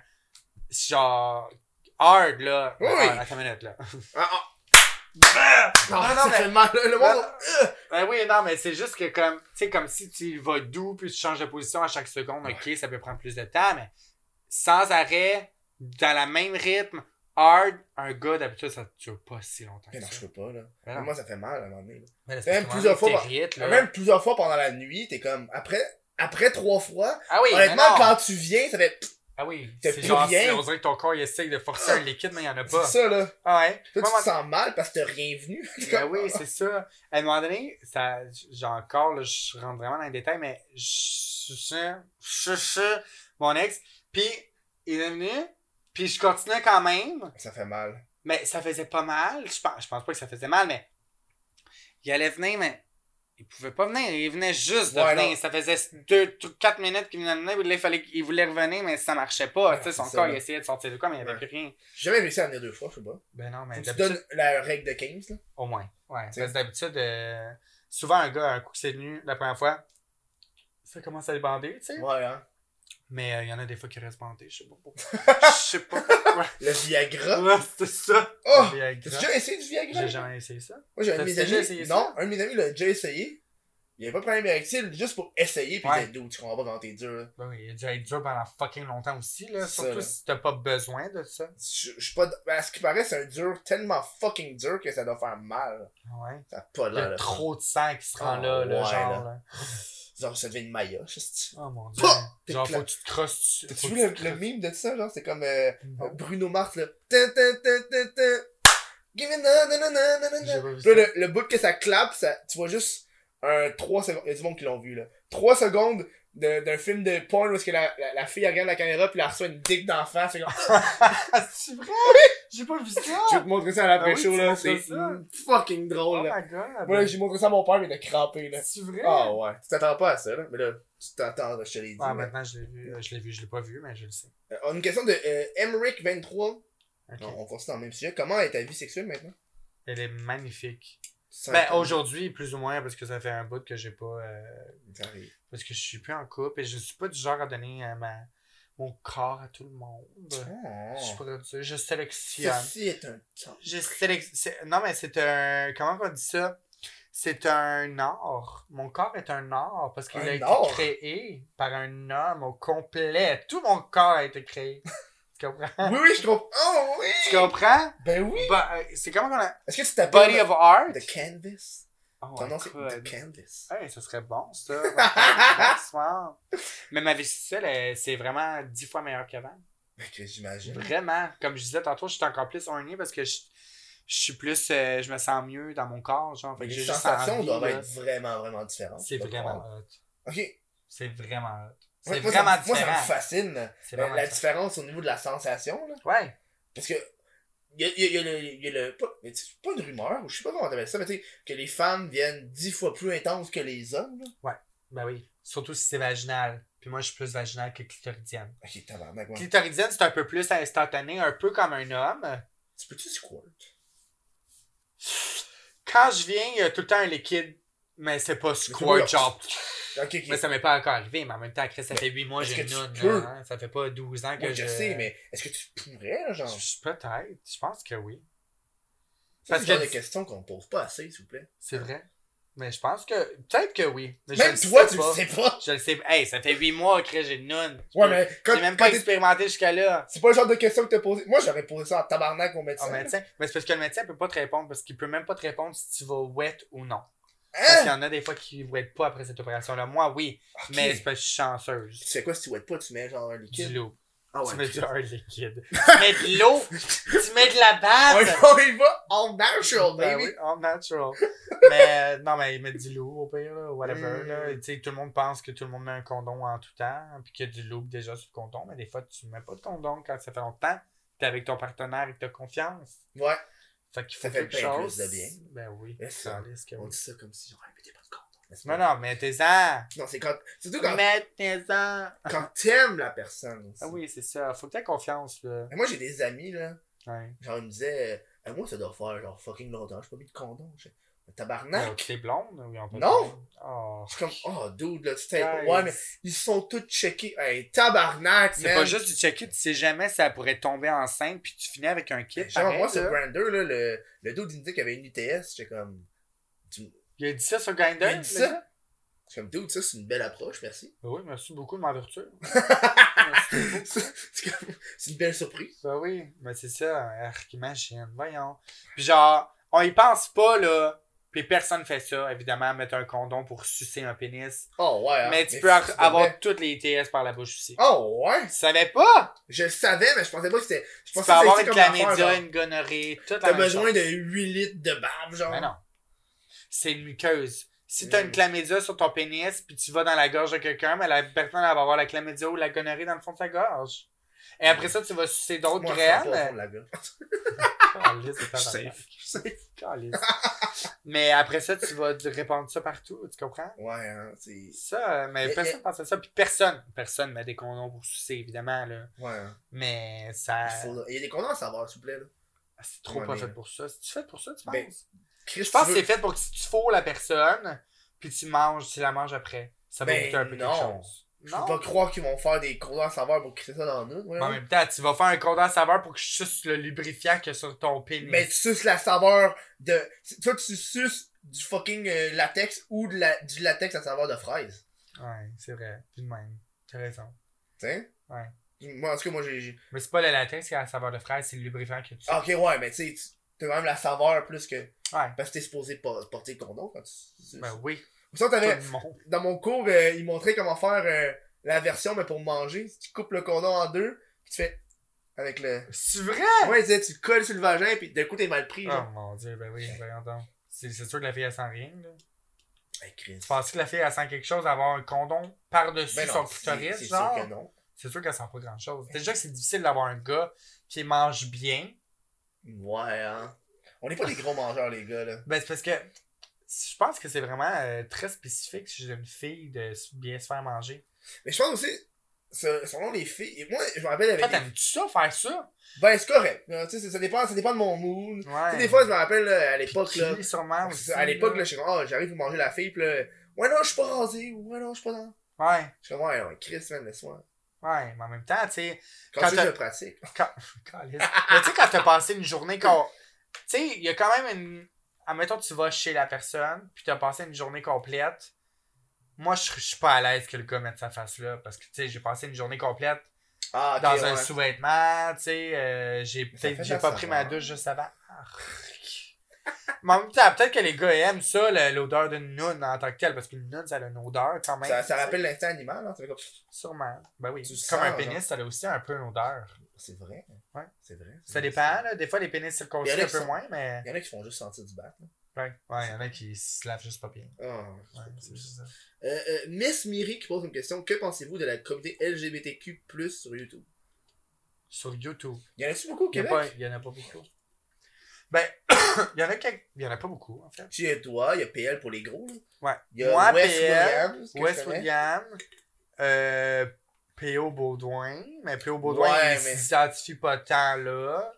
Genre. Hard, là.
Oui.
Ah, attends une minute, là.
Ah, ah.
Non,
Ah,
non,
ça
mais-
fait mal, là. Le monde.
Ben oui, non, mais c'est juste que comme, tu sais, comme si tu y vas doux, puis tu changes de position à chaque seconde, ok, ça peut prendre plus de temps, mais sans arrêt, dans la même rythme, hard, un gars, d'habitude, ça ne dure pas si longtemps.
Mais
que
non, je
ça.
peux Ah, pas, là.
Ben non.
Moi, ça fait mal à un moment donné, là.
Mais là, c'est
Même
parce que
plusieurs
vraiment,
fois,
t'es rites, là.
Même plusieurs fois pendant la nuit, t'es comme. Après, après trois fois,
Ah oui, mais
honnêtement,
non.
quand tu viens, ça fait.
Ah oui,
T'as
c'est
plus
genre,
rien.
c'est- on dirait que ton corps il essaye de forcer un liquide, mais il n'y en a
C'est
pas.
ça, là.
Ah ouais.
Toi,
Moi,
tu te sens mal parce que t'as rien venu.
Ben oui, c'est ça. À un moment donné, ça, j'ai encore, là, je rentre vraiment dans les détails, mais je suçais- je suçais mon ex, puis il est venu, puis je continuais quand même,
Ça fait mal.
mais ça faisait pas mal. Je pense, je pense pas que ça faisait mal, mais il allait venir, mais il pouvait pas venir. Il venait juste de
Ouais,
venir.
non.
Ça faisait 2 4 minutes qu'il venait de venir, puis là, il, fallait, il voulait revenir, mais ça marchait pas.
Ouais,
tu sais, son
c'est ça,
corps,
là.
il essayait de sortir de quoi, mais il n'y avait
Ouais.
plus rien.
J'ai jamais réussi à venir deux fois, je sais pas.
Ben non, mais
Faut que tu
d'habitude-
donnes la règle de 15, là.
Au moins. Ouais.
T'sais.
Parce que d'habitude, euh, souvent un gars, un coup que c'est venu la première fois, ça commence à le bander, tu sais.
Ouais, hein.
Mais euh, il y en a des fois qui restent bandés, je sais pas pourquoi. Je sais pas pourquoi.
Le Viagra.
Ouais, c'est ça.
Oh!
Le Viagra.
T'as déjà essayé du Viagra?
J'ai jamais essayé ça.
Moi, j'ai un de
T'as
mes
déjà essayé
amis.
ça?
Non, un de mes amis l'a déjà essayé. Il avait pas de problème érectile, juste pour essayer, puis
Ouais.
il disait, d'où tu comprends pas quand t'es dur, là.
Ben oui, il a déjà été dur pendant fucking longtemps aussi, là.
Ça,
Surtout
là.
si t'as pas besoin de ça.
Je je suis pas. ben, à ce qui paraît, c'est un dur tellement fucking dur que ça doit faire mal.
Ouais.
Ça a pas
Il y
l'air.
a
Ah, là.
trop de sang qui se rend
Ah,
là, là,
ouais,
genre,
là.
là.
Genre, ça devient une maillot, juste.
Oh mon dieu.
Pouh! T'es
genre, faut
clair.
que tu te crosses.
T'as-tu vu le, le meme de ça, genre? C'est comme euh,
Non.
Bruno Mars, là. Tin, tin, tin, tin, tin. Give it na, na, na, na, na, na, na.
J'ai pas vu
Puis
ça.
là, le, le bout que ça clappe, ça, tu vois juste un 3 secondes. Il y a du monde qui l'ont vu, là. 3 secondes de- d'un film de porn où est-ce que la, la, la fille elle regarde la caméra puis elle reçoit une dick d'en face. C'est comme,
Ah, c'est vrai? J'ai pas vu ça!
je vais te montrer ça à la
Ah oui,
pré-show,
tu
là.
montres
C'est
ça?
fucking drôle,
Oh
là.
my god!
Moi, là, j'ai montré ça à mon père, mais il a crampé, là.
C'est vrai?
Ah ouais. Tu t'attends pas à ça, là. Mais là, tu t'attends, là, je te l'ai dit.
Ah,
mais-
maintenant, je l'ai vu. Euh, Je l'ai vu, je l'ai pas vu, mais je le sais.
Euh, on a une question de euh, Emmerich23.
Ok.
On, on continue dans le même sujet. Comment est ta vie sexuelle maintenant?
Elle est magnifique.
Sans
Ben,
le-
aujourd'hui, plus ou moins, parce que ça fait un bout que j'ai pas. euh,
Ça arrive.
parce que je suis plus en couple et je suis pas du genre à donner euh, ma, mon corps à tout le monde. Je suis
Oh.
pas comme ça. Je sélectionne.
Ceci est un temps.
Je sélec- c'est- Non, mais c'est un. Comment on dit ça? C'est un art. Mon corps est un art parce qu'il
Un
a été
art?
créé par un homme au complet. Tout mon corps a été créé. tu comprends?
Oui, oui, je comprends. Oh oui!
Ah. Tu comprends?
Ben oui!
Bah, euh, c'est comment qu'on a.
Est-ce que tu t'appelles
Body of Art?
The Canvas?
Oh
Ton
my
nom, c'est
God.
The Canvas.
Hey, ça serait bon, ça. Bonsoir. Mais ma vie sexuelle, elle, c'est vraiment dix fois meilleur qu'avant.
Fait que j'imagine.
Vraiment. Comme je disais tantôt, je suis encore plus horny parce que je, je suis plus. euh, je me sens mieux dans mon corps. Genre, fait
Les
que j'ai juste
sensations
envie,
doivent
là.
être vraiment, vraiment différentes.
C'est
Je peux
vraiment
croire.
hot.
Ok. Ouais,
C'est vraiment hot. C'est
moi,
vraiment
ça, moi, ça me
différent.
fascine. là.
C'est
La,
vraiment
la
différent.
différence au niveau de la sensation, là.
Ouais.
Parce que. Il y a, il y a- il y a le. il y a le- pas, mais c'est pas une rumeur, ou je sais pas comment t'appelles ça, mais tu sais, que les femmes viennent dix fois plus intenses que les hommes, là.
Ben oui. Surtout si c'est vaginal. Puis moi, je suis plus vaginal que clitoridienne.
Ok, tabarnak, ouais.
Clitoridienne, c'est un peu plus instantané, un peu comme un homme.
Tu peux-tu squirt?
Quand je viens, il y a tout le temps un liquide. Mais c'est pas
Mais
squirt,
c'est pas-
genre.
Ok, ok.
Mais ça m'est pas encore arrivé, mais en même temps, Chris, ça fait 8 mois
est-ce
j'ai
que
une
tu
noun.
peux?
là, hein. Ça fait pas 12 ans que
Moi,
je.
je sais, mais est-ce que tu pourrais, genre?
Je- je- Peut-être. Je pense que oui.
Ça,
parce
C'est le genre
que-
de questions qu'on pose pas assez, s'il vous plaît.
C'est vrai. Mais je pense que. Peut-être que oui. Mais je
Euh. Même
le
toi,
sais
tu
pas.
le sais pas!
Je le sais. Hey, ça fait 8 mois que j'ai une noun. Je
Ouais,
peux-
mais quand,
J'ai même
quand
pas
t'es-
expérimenté jusqu'à là.
c'est pas le genre de question que t'as posé. Moi, j'aurais posé ça en tabarnak au médecin.
Au médecin. Mais c'est parce que le médecin peut pas te répondre parce qu'il peut même pas te répondre si tu vas wet ou non. Parce qu'il y
Hein?
en a des fois qui ne pas après cette opération-là. Moi, oui.
Ok.
Mais c'est parce que je suis
Tu
chanceuse.
sais quoi, si tu wet pas, tu mets genre un
Du
liquide.
loup.
Ah
tu mets
ok.
du un liquide. tu mets de l'eau. tu mets de la
On y va, Ah on
base.
y va, all natural,
Ben
baby!
oui, all natural. mais euh, non, mais il met du loup au pire, là, whatever.
Mm.
là. Et Tu sais, tout le monde pense que tout le monde met un condom en tout temps, puis qu'il y a du loup déjà sur le condom, mais des fois, tu mets pas de condom quand ça fait longtemps. T'es avec ton partenaire et t'as confiance.
Ouais.
Fait qu'il faut
Ça fait
quelque
bien
chose.
plus de bien.
Ben oui.
Yes,
ça
sir.
risque,
On
oui.
dit ça comme si j'aurais pété pas de compte. n'est-ce
Non,
pas?
non, mais tes ans.
Non, c'est quand. Surtout quand,
Mettez-en.
quand t'aimes la personne. aussi.
Ah oui, c'est ça. Faut que t'aies confiance, là.
Mais Moi, j'ai des amis, là.
Ouais.
Genre, ils me disaient, euh, moi, ça doit faire genre fucking longtemps, j'ai pas mis de condom. Je fais,
Mais
Tabarnak!
t'es blonde ou ils ont pas de
Non.
blonde? Oh.
Je suis comme, oh, dude, là, tu t'es.
Guys.
Ouais, mais ils sont tous checkés. Hey, tabarnak,
C'est
man.
pas juste du checker, tu sais jamais si elle pourrait tomber enceinte, puis tu finis avec un kit.
Ben, Genre,
pareil,
moi, sur
là.
Grindr, là, le, le dude, il me dit qu'il avait une UTS. J'étais comme,
Il a dit ça sur Grindr?
Il a dit
le
ça?
gars?
j'étais comme, dude, ça, c'est une belle approche, merci.
Ben oui, merci beaucoup de m'avertir. Merci beaucoup.
C'est comme- c'est une belle surprise.
ben oui, mais c'est ça. Arc, imagine, voyons. Puis genre, on y pense pas, là. Puis personne fait ça, évidemment, mettre un condom pour sucer un pénis.
Oh, ouais. hein.
mais tu
Mais
peux
si,
ar-
c'est vrai.
avoir toutes les ITS par la bouche aussi.
Oh, ouais.
Tu savais pas?
Je le savais, mais je pensais pas que c'était. Je
Tu
pensais
peux
que
avoir
c'était
une
comme affaire,
chlamydia,
genre,
une gonorrhée, tout
T'as besoin de 8 litres de barbe, genre.
Mais Ben non. C'est une muqueuse. Si t'as
Mm.
une chlamydia sur ton pénis, puis tu vas dans la gorge de quelqu'un, mais la personne elle va avoir la chlamydia ou la gonorrhée dans le fond de sa gorge. Et après ça, tu vas sucer d'autres
Moi, je sens pas au fond
graines.
de la gueule.
Calisse, c'est
Je suis
tabarnak. Calisse. mais après ça, tu vas répandre ça partout, tu comprends?
Ouais, hein, c'est.
Ça, euh, mais
Mais-
personne pense à ça. Puis personne, personne met des condoms pour sucer, évidemment. Là.
Ouais. hein.
Mais ça.
Il, faut... Il y a des condoms à savoir, s'il vous plaît. Là.
C'est trop
Ouais,
pas
mais-
fait pour ça. C'est-tu fait pour ça, tu penses?
Ben, Chris,
Je pense
tu
que
veux-
c'est fait pour que si tu fous la personne, puis tu manges, tu la manges après. Ça va
Ben
goûter un peu quelque
non.
chose.
Je peux pas croire qu'ils vont faire des condoms à savoir pour crisser ça dans nous. Ouais.
Mais en même temps, tu vas faire un condensé saveur pour que je suce le lubrifiant qu'il y a sur ton pénis.
Mais tu suces la saveur de. Toi, tu suces du fucking euh, latex ou de la... du latex à saveur de fraise.
Ouais, c'est vrai. Puis de même. T'as raison.
Tiens?
Ouais.
Moi, en tout cas, moi, j'ai. j'ai-
Mais c'est pas le latin, c'est la saveur de fraise, c'est le lubrifiant que tu
Ah, ok, ouais, mais tu sais, tu- t'as quand même la saveur plus que.
Ouais.
Parce que t'es supposé por- porter le condom quand tu suces.
Ben oui,
Ça,
tout
t'avais.
le monde.
dans mon cours, euh, ils montraient comment faire euh, la version, mais pour manger. Tu coupes le condom en deux, puis tu fais avec le.
C'est vrai?
Ouais, ils disaient, tu le colles sur le vagin, puis d'un coup, t'es mal pris.
Oh
Genre.
mon dieu, ben oui, voyons donc. C'est c'est sûr que la fille, elle sent rien, là.
Hey, Chris.
Tu penses que la fille, elle sent quelque chose, avoir un condom par-dessus
Ben non,
son
c'est-
clitoris,
c'est sûr
genre?
que non.
c'est sûr qu'elle sent pas grand chose. Déjà que c'est difficile d'avoir un gars qui mange bien.
Ouais, hein. On n'est pas des gros mangeurs, les gars, là.
Ben, c'est parce que je pense que c'est vraiment euh, très spécifique si j'ai une fille de s- bien se faire manger.
Mais je pense aussi, ce- selon les filles, et moi, je me rappelle avec.
Toi,
les-
t'aimes-tu ça, faire ça?
Ben, c'est correct. là, Tu sais, ça- ça dépend, ça dépend de mon mood. Tu
Ouais.
sais, des fois, je me rappelle, là, à l'époque,
Qui,
là.
sûrement
Ah, c'est
aussi,
ça, À l'époque, là, je suis comme, Ah, j'arrive pour manger la fille, puis là. Ouais, non, je suis pas rasé, ou ouais, non, je suis pas dans.
Ouais,
Je suis comme, ouais, ouais, Chris, man, laisse-moi.
ouais, mais en même temps, tu sais.
Quand,
Quand
tu
t'as-
veux, je le pratique.
Calisse. Mais tu sais, quand t'as passé une journée qu'on. Tu sais, il y a quand même une. Admettons, tu vas chez la personne, puis t'as passé une journée complète. Moi, je je suis pas à l'aise que le gars mette sa face là, parce que, tu sais, j'ai passé une journée complète.
Ah, ok,
dans un
ouais.
sous-vêtement, tu sais, euh, j'ai
ça fait
peut-être j'ai
de
pas
la
pris ma
saveur.
douche juste avant. Arc. Mais en même temps, peut-être que les gars aiment ça, le- l'odeur d'une noun en tant que telle, parce qu'une noun, ça a une odeur quand même.
Ça,
tu
ça
sais.
rappelle l'instinct animal, hein? ça fait comme-
Sûrement. Ben oui.
Tu
Comme
le
un
sens,
pénis, ça a aussi un peu une odeur.
C'est vrai.
Ouais.
C'est vrai. c'est
Ça
vrai,
dépend, là. Des fois, les
Il
pénis
y en
circoncis
a
un
qui
peu
sont-
moins, mais.
Il y en a qui font juste sentir du bat. là.
Ouais, ouais, il y en a qui se lavent juste pas bien.
Ah,
Ouais,
c'est
c'est juste ça.
Euh, euh, Miss Miri qui pose une question. Que pensez-vous de la communauté LGBTQ sur YouTube
Sur YouTube.
Il y en a-tu beaucoup au
Il y, en a
Québec
pas- il y en a pas beaucoup. Ben, il y en a quelques. Il y en a pas beaucoup, en fait.
Tu es toi, il y a PL pour les gros. là.
Ouais.
Il y a
Moi,
Wes
PL,
Williams. que je
Wes
connais.
William, euh, P.O. Baudouin, mais P.O. Baudouin,
Ouais,
il
mais-
s'identifie pas tant là.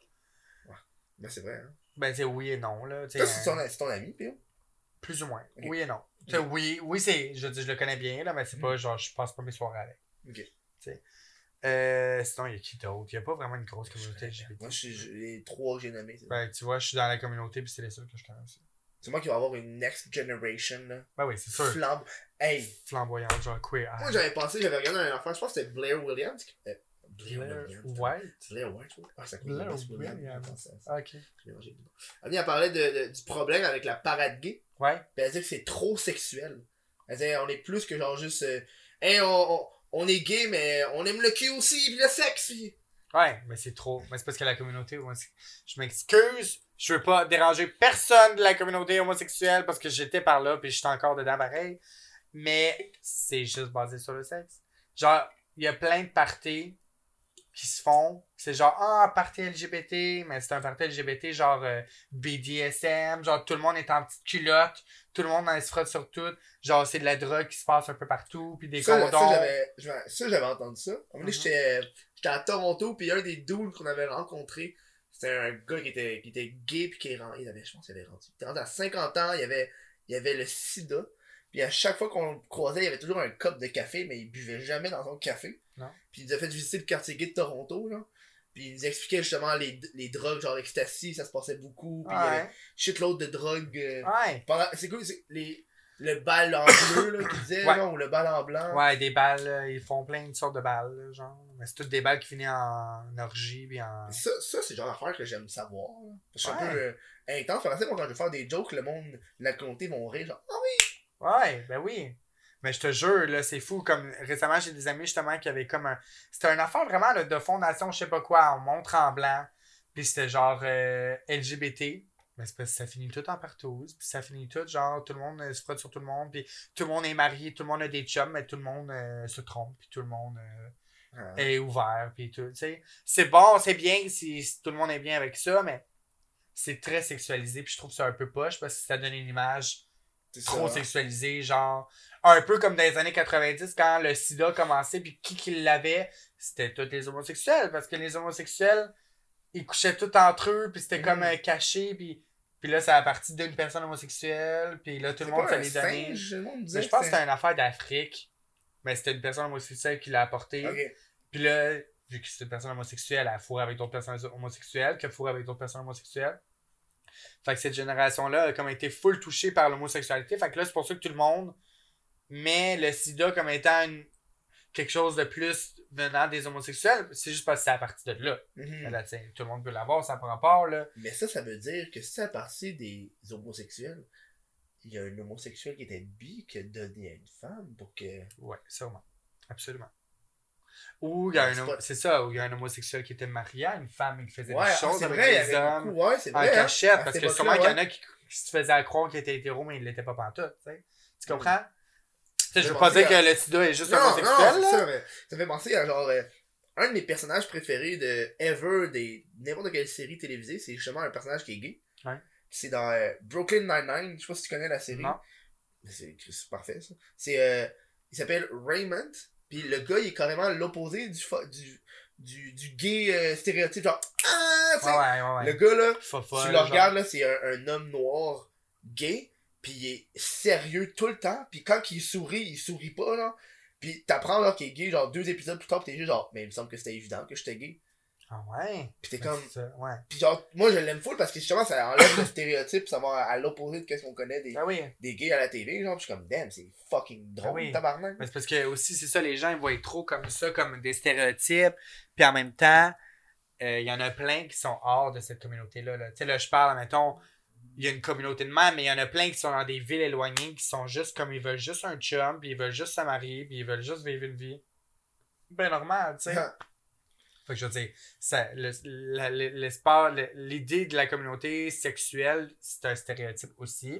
Ben, c'est vrai. Hein.
Ben, c'est oui et non, là. tu sais,
Toi, c'est
hein,
ton, c'est ton ami, PL
Plus ou moins.
Ok. Mm.
Oui et non. Tu sais, Oui, oui c'est, je, veux dire, je le connais bien, là, mais c'est pas genre, je passe pas mes soirées avec.
Ok.
Tu sais. Euh, sinon, il y a qui d'autre? Il y a pas vraiment une grosse communauté LGBT.
Moi, je suis je- les trois que j'ai nommés. c'est-
Ben, tu vois, je suis dans la communauté, puis c'est les seuls que je connais aussi.
C'est moi qui vais avoir une next generation. Là.
Ben oui, c'est sûr.
Flambe. Hey,
Flamboyant, genre queer. Ah,
moi, j'avais pensé, j'avais regardé un enfant, je pense que c'était Blair Williams. qui- euh,
Blair
Williams.
White.
Blair White, oui. Ah, ça coûte
Blair
Blair Williams.
Williams.
Attends, ça- ça-
Ok.
j'ai mélangé les noms. Amie, elle parlait de, de- du problème avec la parade gay.
Ouais.
Puis elle dit que c'est trop sexuel. Elle disait, on est plus que genre juste. euh, Hey, on, on, on est gay, mais on aime le cul aussi, puis le sexe. puis-
Ouais, mais c'est trop. Mais c'est parce que la communauté homosexuelle. Je m'excuse, je veux pas déranger personne de la communauté homosexuelle parce que j'étais par là puis j'étais encore dedans pareil. Mais c'est juste basé sur le sexe. Genre, il y a plein de parties qui se font. C'est genre, ah, party LGBT, mais c'est un party LGBT genre euh, BDSM, genre tout le monde est en petite culotte, tout le monde en se frotte sur tout. Genre, c'est de la drogue qui se passe un peu partout, puis des
Ça, ça,
condoms.
j'avais- j'avais- ça, j'avais entendu ça. À un moment donné,
Mhm.
j'étais j'étais à Toronto, puis un des dudes qu'on avait rencontré, c'était un gars qui était, qui était gay, puis qui est rendu. Il avait, je pense qu'il avait rendu. Il était rendu à 50 ans, il avait, il avait le sida. Puis à chaque fois qu'on le croisait, il avait toujours un cop de café, mais il buvait jamais dans son café.
Non.
Puis il nous a fait visiter le quartier gay de Toronto, genre. Puis il nous expliquait justement les, les drogues, genre l'ecstasy, ça se passait beaucoup. Puis il y avait
Ouais, Ah.
shitload de drogues. euh,
ouais.
pendant- C'est cool, c'est- les, le bal en bleu, là, qui disait,
Ouais.
non, ou le bal en blanc.
Ouais, des balles, euh, ils font plein de sortes de balles, là, genre. Mais c'est toutes des balles qui finissent en, en orgie, puis en.
Ça, ça c'est le genre d'affaire que j'aime savoir. là. Parce que Je suis
Ouais.
un peu euh, intense. Fait que, moi, quand je vais faire des jokes, le monde, la communauté vont rire. Genre, ah oui!
Ouais, ben oui. Mais je te jure, là, c'est fou. Comme récemment, j'ai des amis justement qui avaient comme un. C'était une affaire vraiment là, de fondation, je sais pas quoi, en Mont-Tremblant. Puis c'était genre euh, LGBT. Mais c'est parce que ça finit tout en partouze. Puis ça finit tout, genre, tout le monde euh, se frotte sur tout le monde. Puis tout le monde est marié, tout le monde a des chums, mais tout le monde euh, se trompe. Puis tout le monde euh,
Ah.
est ouvert. Puis tout, tu sais. C'est bon, c'est bien si, si tout le monde est bien avec ça, mais c'est très sexualisé. Puis je trouve ça un peu poche parce que ça donne une image
C'est
trop
ça.
sexualisé, genre un peu comme dans les années 90 quand le sida a commencé puis qui qui l'avait, c'était tous les homosexuels parce que les homosexuels ils couchaient tout entre eux puis c'était
Mhm.
comme euh, caché puis puis là ça a parti d'une personne homosexuelle puis là tout
C'est
le monde
pas
ça
un
les donnait.
singe, le monde disait
Mais je pense que
c'est-
c'était une affaire d'Afrique. Mais c'était une personne homosexuelle qui l'a apporté.
Ok.
Puis là, vu que c'est une personne homosexuelle, elle fourre avec d'autres personnes homosexuelles, qu'elle fourre avec d'autres personnes homosexuelles. Fait que cette génération-là a comme été full touchée par l'homosexualité. Fait que là, c'est pour ça que tout le monde met le sida comme étant une- quelque chose de plus venant des homosexuels. C'est juste parce que c'est à partir de là.
Mhm.
Mais là, tiens, tout le monde peut l'avoir, ça prend part, là.
Mais ça, ça veut dire que si à partir des homosexuels, il y a un homosexuel qui était bi qui a donné à une femme pour que.
Ouais, sûrement. Absolument. Ou il y a
Ouais,
un
c'est
homo-
pas-
c'est ça, ou il y a un homosexuel qui était marié à une femme et qui faisait
Ouais,
des
ah,
choses
c'est
avec
vrai, il y
des
avait
hommes. Ah,
beaucoup. Ouais, c'est
en
vrai. hein.
cachette,
À
parce
cette
que sûrement
époque-là,
qu'il y en a qui se faisaient à croire qu'il était hétéro, mais il l'était pas pantoute, tu sais. Tu comprends? Tu sais, je veux
Mais
pas
bon,
dire
c'est-
que le sida est juste
Non, non,
homosexuel,
c'est
là.
ça, mais ça me fait penser à genre euh, un de mes personnages préférés de ever des n'importe quelle série télévisée, c'est justement un personnage qui est gay.
Ouais.
C'est dans euh, Brooklyn Nine-Nine, je sais pas si tu connais la série.
Non.
Mais C'est c'est parfait ça. C'est euh, il s'appelle Raymond, puis le gars il est carrément l'opposé du fa- du du, du gay euh, stéréotype genre ah, tu sais.
Ouais, ouais, ouais, ouais.
Le gars là,
Fofolle,
tu le
genre.
regardes là, c'est un, un homme noir gay, puis il est sérieux tout le temps, puis quand il sourit, il sourit pas là. Puis t'apprends alors qu'il est gay genre deux épisodes plus tard, pis t'es juste genre mais il me semble que c'était évident que j'étais gay.
Ah ouais.
Puis t'es
Mais
comme
c'est ça, ouais.
puis genre moi je l'aime full parce que justement ça enlève le stéréotype, ça va à l'opposé de qu'est-ce qu'on connaît des,
Ah oui.
des gays à la télé genre, pis je suis comme damn, c'est fucking drôle
Ah oui.
tabarnak.
Mais c'est parce que aussi, c'est ça, les gens, ils voient trop comme ça, comme des stéréotypes. Puis en même temps, euh, il y en a plein qui sont hors de cette communauté-là. là. Tu sais, là, je parle, mettons, il y a une communauté de même, mais il y en a plein qui sont dans des villes éloignées, qui sont juste comme ils veulent juste un chum, puis ils veulent juste se marier, puis ils veulent juste vivre une vie. Ben normal, tu sais. Fait que je veux dire, ça- le- la- le- l'espace, le- l'idée de la communauté sexuelle, c'est un stéréotype aussi,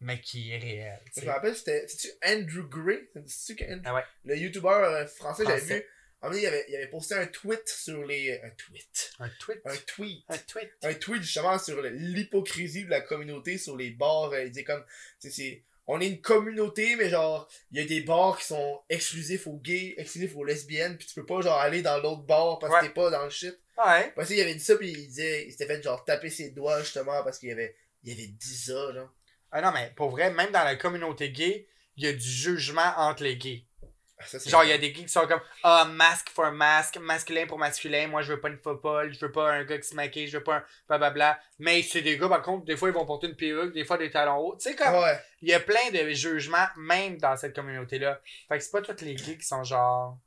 mais qui est réel. tu
Je
sais.
me rappelle, c'était. C'est-tu Andrew Gray C'est-tu que Andrew-
Ah ouais.
Le youtubeur euh, français, j'avais
Français.
vu. En fait, il avait, il avait posté un tweet sur les. Un tweet.
Un tweet.
Un tweet.
Un tweet.
un tweet justement sur le- l'hypocrisie de la communauté sur les bars. euh, il disait comme, tu sais, c'est- on est une communauté, mais genre, il y a des bars qui sont exclusifs aux gays, exclusifs aux lesbiennes, puis tu peux pas genre aller dans l'autre bar parce
Ouais.
que t'es pas dans le shit.
Ouais.
Parce qu'il avait dit ça, puis il disait, il s'était fait genre taper ses doigts justement parce qu'il avait, il avait dit ça, genre.
Ah non, mais pour vrai, même dans la communauté gay, il y a du jugement entre les gays.
Ah, ça, c'est-
Genre, il y a des gays qui sont comme Ah, masque for masque, masculin pour masculin, moi je veux pas une folle, je veux pas un gars qui se maquille, je veux pas un blablabla. Mais c'est des gars, par contre, des fois ils vont porter une perruque, des fois des talons hauts. Tu sais, comme,
Ouais.
il y a plein de jugements, même dans cette communauté-là. Fait que c'est pas tous les gays qui sont genre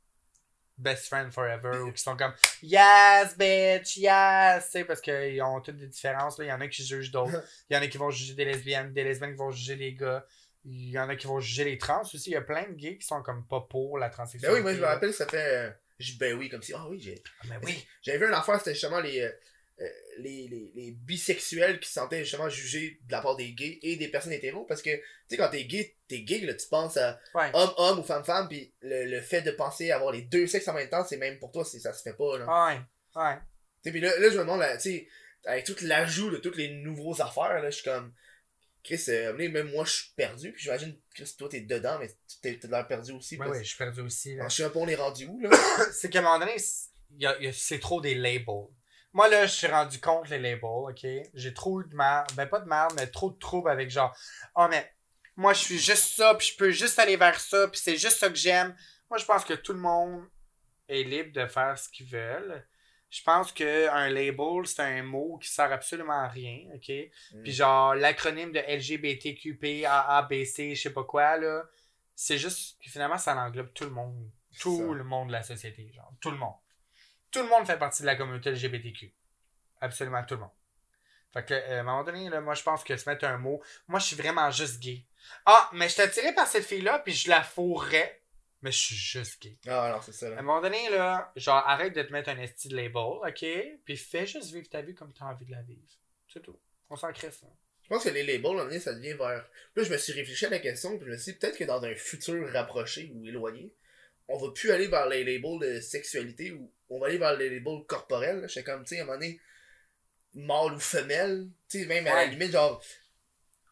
best friend forever ou qui sont comme yes bitch yes tu sais parce qu'ils ont toutes des différences là il y en a qui jugent d'autres il y en a qui vont juger des lesbiennes des lesbiennes qui vont juger les gars il y en a qui vont juger les trans aussi il y a plein de gays qui sont comme pas pour la
Ben oui,
transsexualité
moi je me
là.
rappelle, ça fait. euh, je- ben oui, comme si. Ah oui, j'ai.
Ah, mais oui
J'avais vu un affaire, c'était justement les, euh, euh, les, les, les bisexuels qui se sentaient justement jugés de la part des gays et des personnes hétéros parce que, tu sais, quand t'es gay, t'es gay, là, tu penses à
ouais
homme-homme ou femme-femme, puis le, le fait de penser à avoir les deux sexes en même temps, c'est même pour toi, c'est- ça se fait pas, là.
ouais ouais
Tu sais, puis là, là, je me demande, là, tu sais, avec tout l'ajout de toutes les nouveaux affaires, là, je suis comme, Chris, euh, même moi, je suis perdu, puis j'imagine, Chris, toi, t'es dedans, mais tu t'es t'as l'air perdu aussi.
ouais,
parce-
ouais, je suis perdu aussi là.
Alors, je sais même pas, on est rendu où, là.
c'est qu'à un moment donné, c'est- il y a- il y a- c'est trop des labels. Moi, là, je suis rendu compte les labels, OK? J'ai trop eu de merde. Ben, pas de merde, mais trop de troubles avec genre, oh, mais moi, je suis juste ça, puis je peux juste aller vers ça, puis c'est juste ça que j'aime. Moi, je pense que tout le monde est libre de faire ce qu'ils veulent. je pense qu'un label, c'est un mot qui sert absolument à rien, OK? Puis genre, l'acronyme de LGBTQPAABC, je sais pas quoi, là, c'est juste que finalement, ça englobe tout le monde. Tout
Ça.
le monde de la société, genre, tout le monde. Tout le monde fait partie de la communauté LGBTQ. Absolument tout le monde. Fait que, euh, à un moment donné, là, moi, je pense que se mettre un mot... Moi, je suis vraiment juste gay. Ah, mais je suis attiré par cette fille-là, puis je la fourrais. Mais je suis juste gay.
Ah non, c'est ça.
À un
Là.
moment donné, là, genre, arrête de te mettre un esti de label, ok? Puis fais juste vivre ta vie comme t'as envie de la vivre. C'est tout. On s'en hein. crée ça.
Je pense que les labels, à un moment donné, ça devient vers. Puis là, je me suis réfléchi à la question, puis je me suis dit peut-être que dans un futur rapproché ou éloigné, on va plus aller vers les labels de sexualité ou on va aller vers les labels corporels. là. J'étais comme, tu sais, à un moment donné, mâle ou femelle, tu sais, même à la
Ouais.
limite, genre.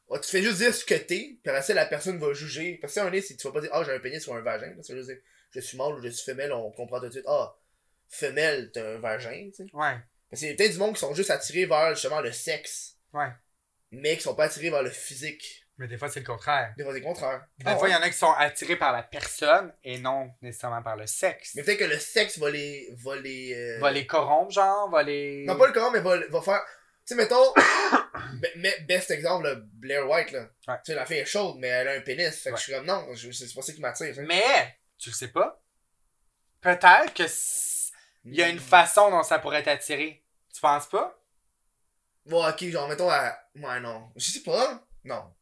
ouais, tu fais juste dire ce que t'es, puis après ça, la personne va juger. Parce que un si tu vas pas dire, ah, j'ai un pénis ou un vagin. là, Tu vas juste dire, je suis mâle ou je suis femelle, on comprend tout de suite, ah, femelle, t'as un vagin, tu sais.
Ouais.
Parce qu'il y a peut-être du monde qui sont juste attirés vers justement le sexe,
Ouais.
mais qui sont pas attirés vers le physique.
Mais des fois, c'est le contraire.
Des fois, c'est le contraire.
Des
Ah
fois,
ouais.
il y en a qui sont attirés par la personne et non nécessairement par le sexe.
Mais peut-être que le sexe va les. Va les euh,
Va les corrompre, genre, va les.
Non, pas le corps, mais va, va faire. Tu sais, mettons. be- mais- best exemple, le Blair White, là.
Ouais.
Tu sais, la fille est chaude, mais elle a un pénis. Fait que
Ouais.
je suis comme, non, je- c'est pas ça qui m'attire. hein.
Mais, tu le sais pas. Peut-être que s- il y a une façon dont ça pourrait t'attirer. Tu penses pas?
Ouais, ok, genre, mettons, à... ouais, non. Je sais pas. Non.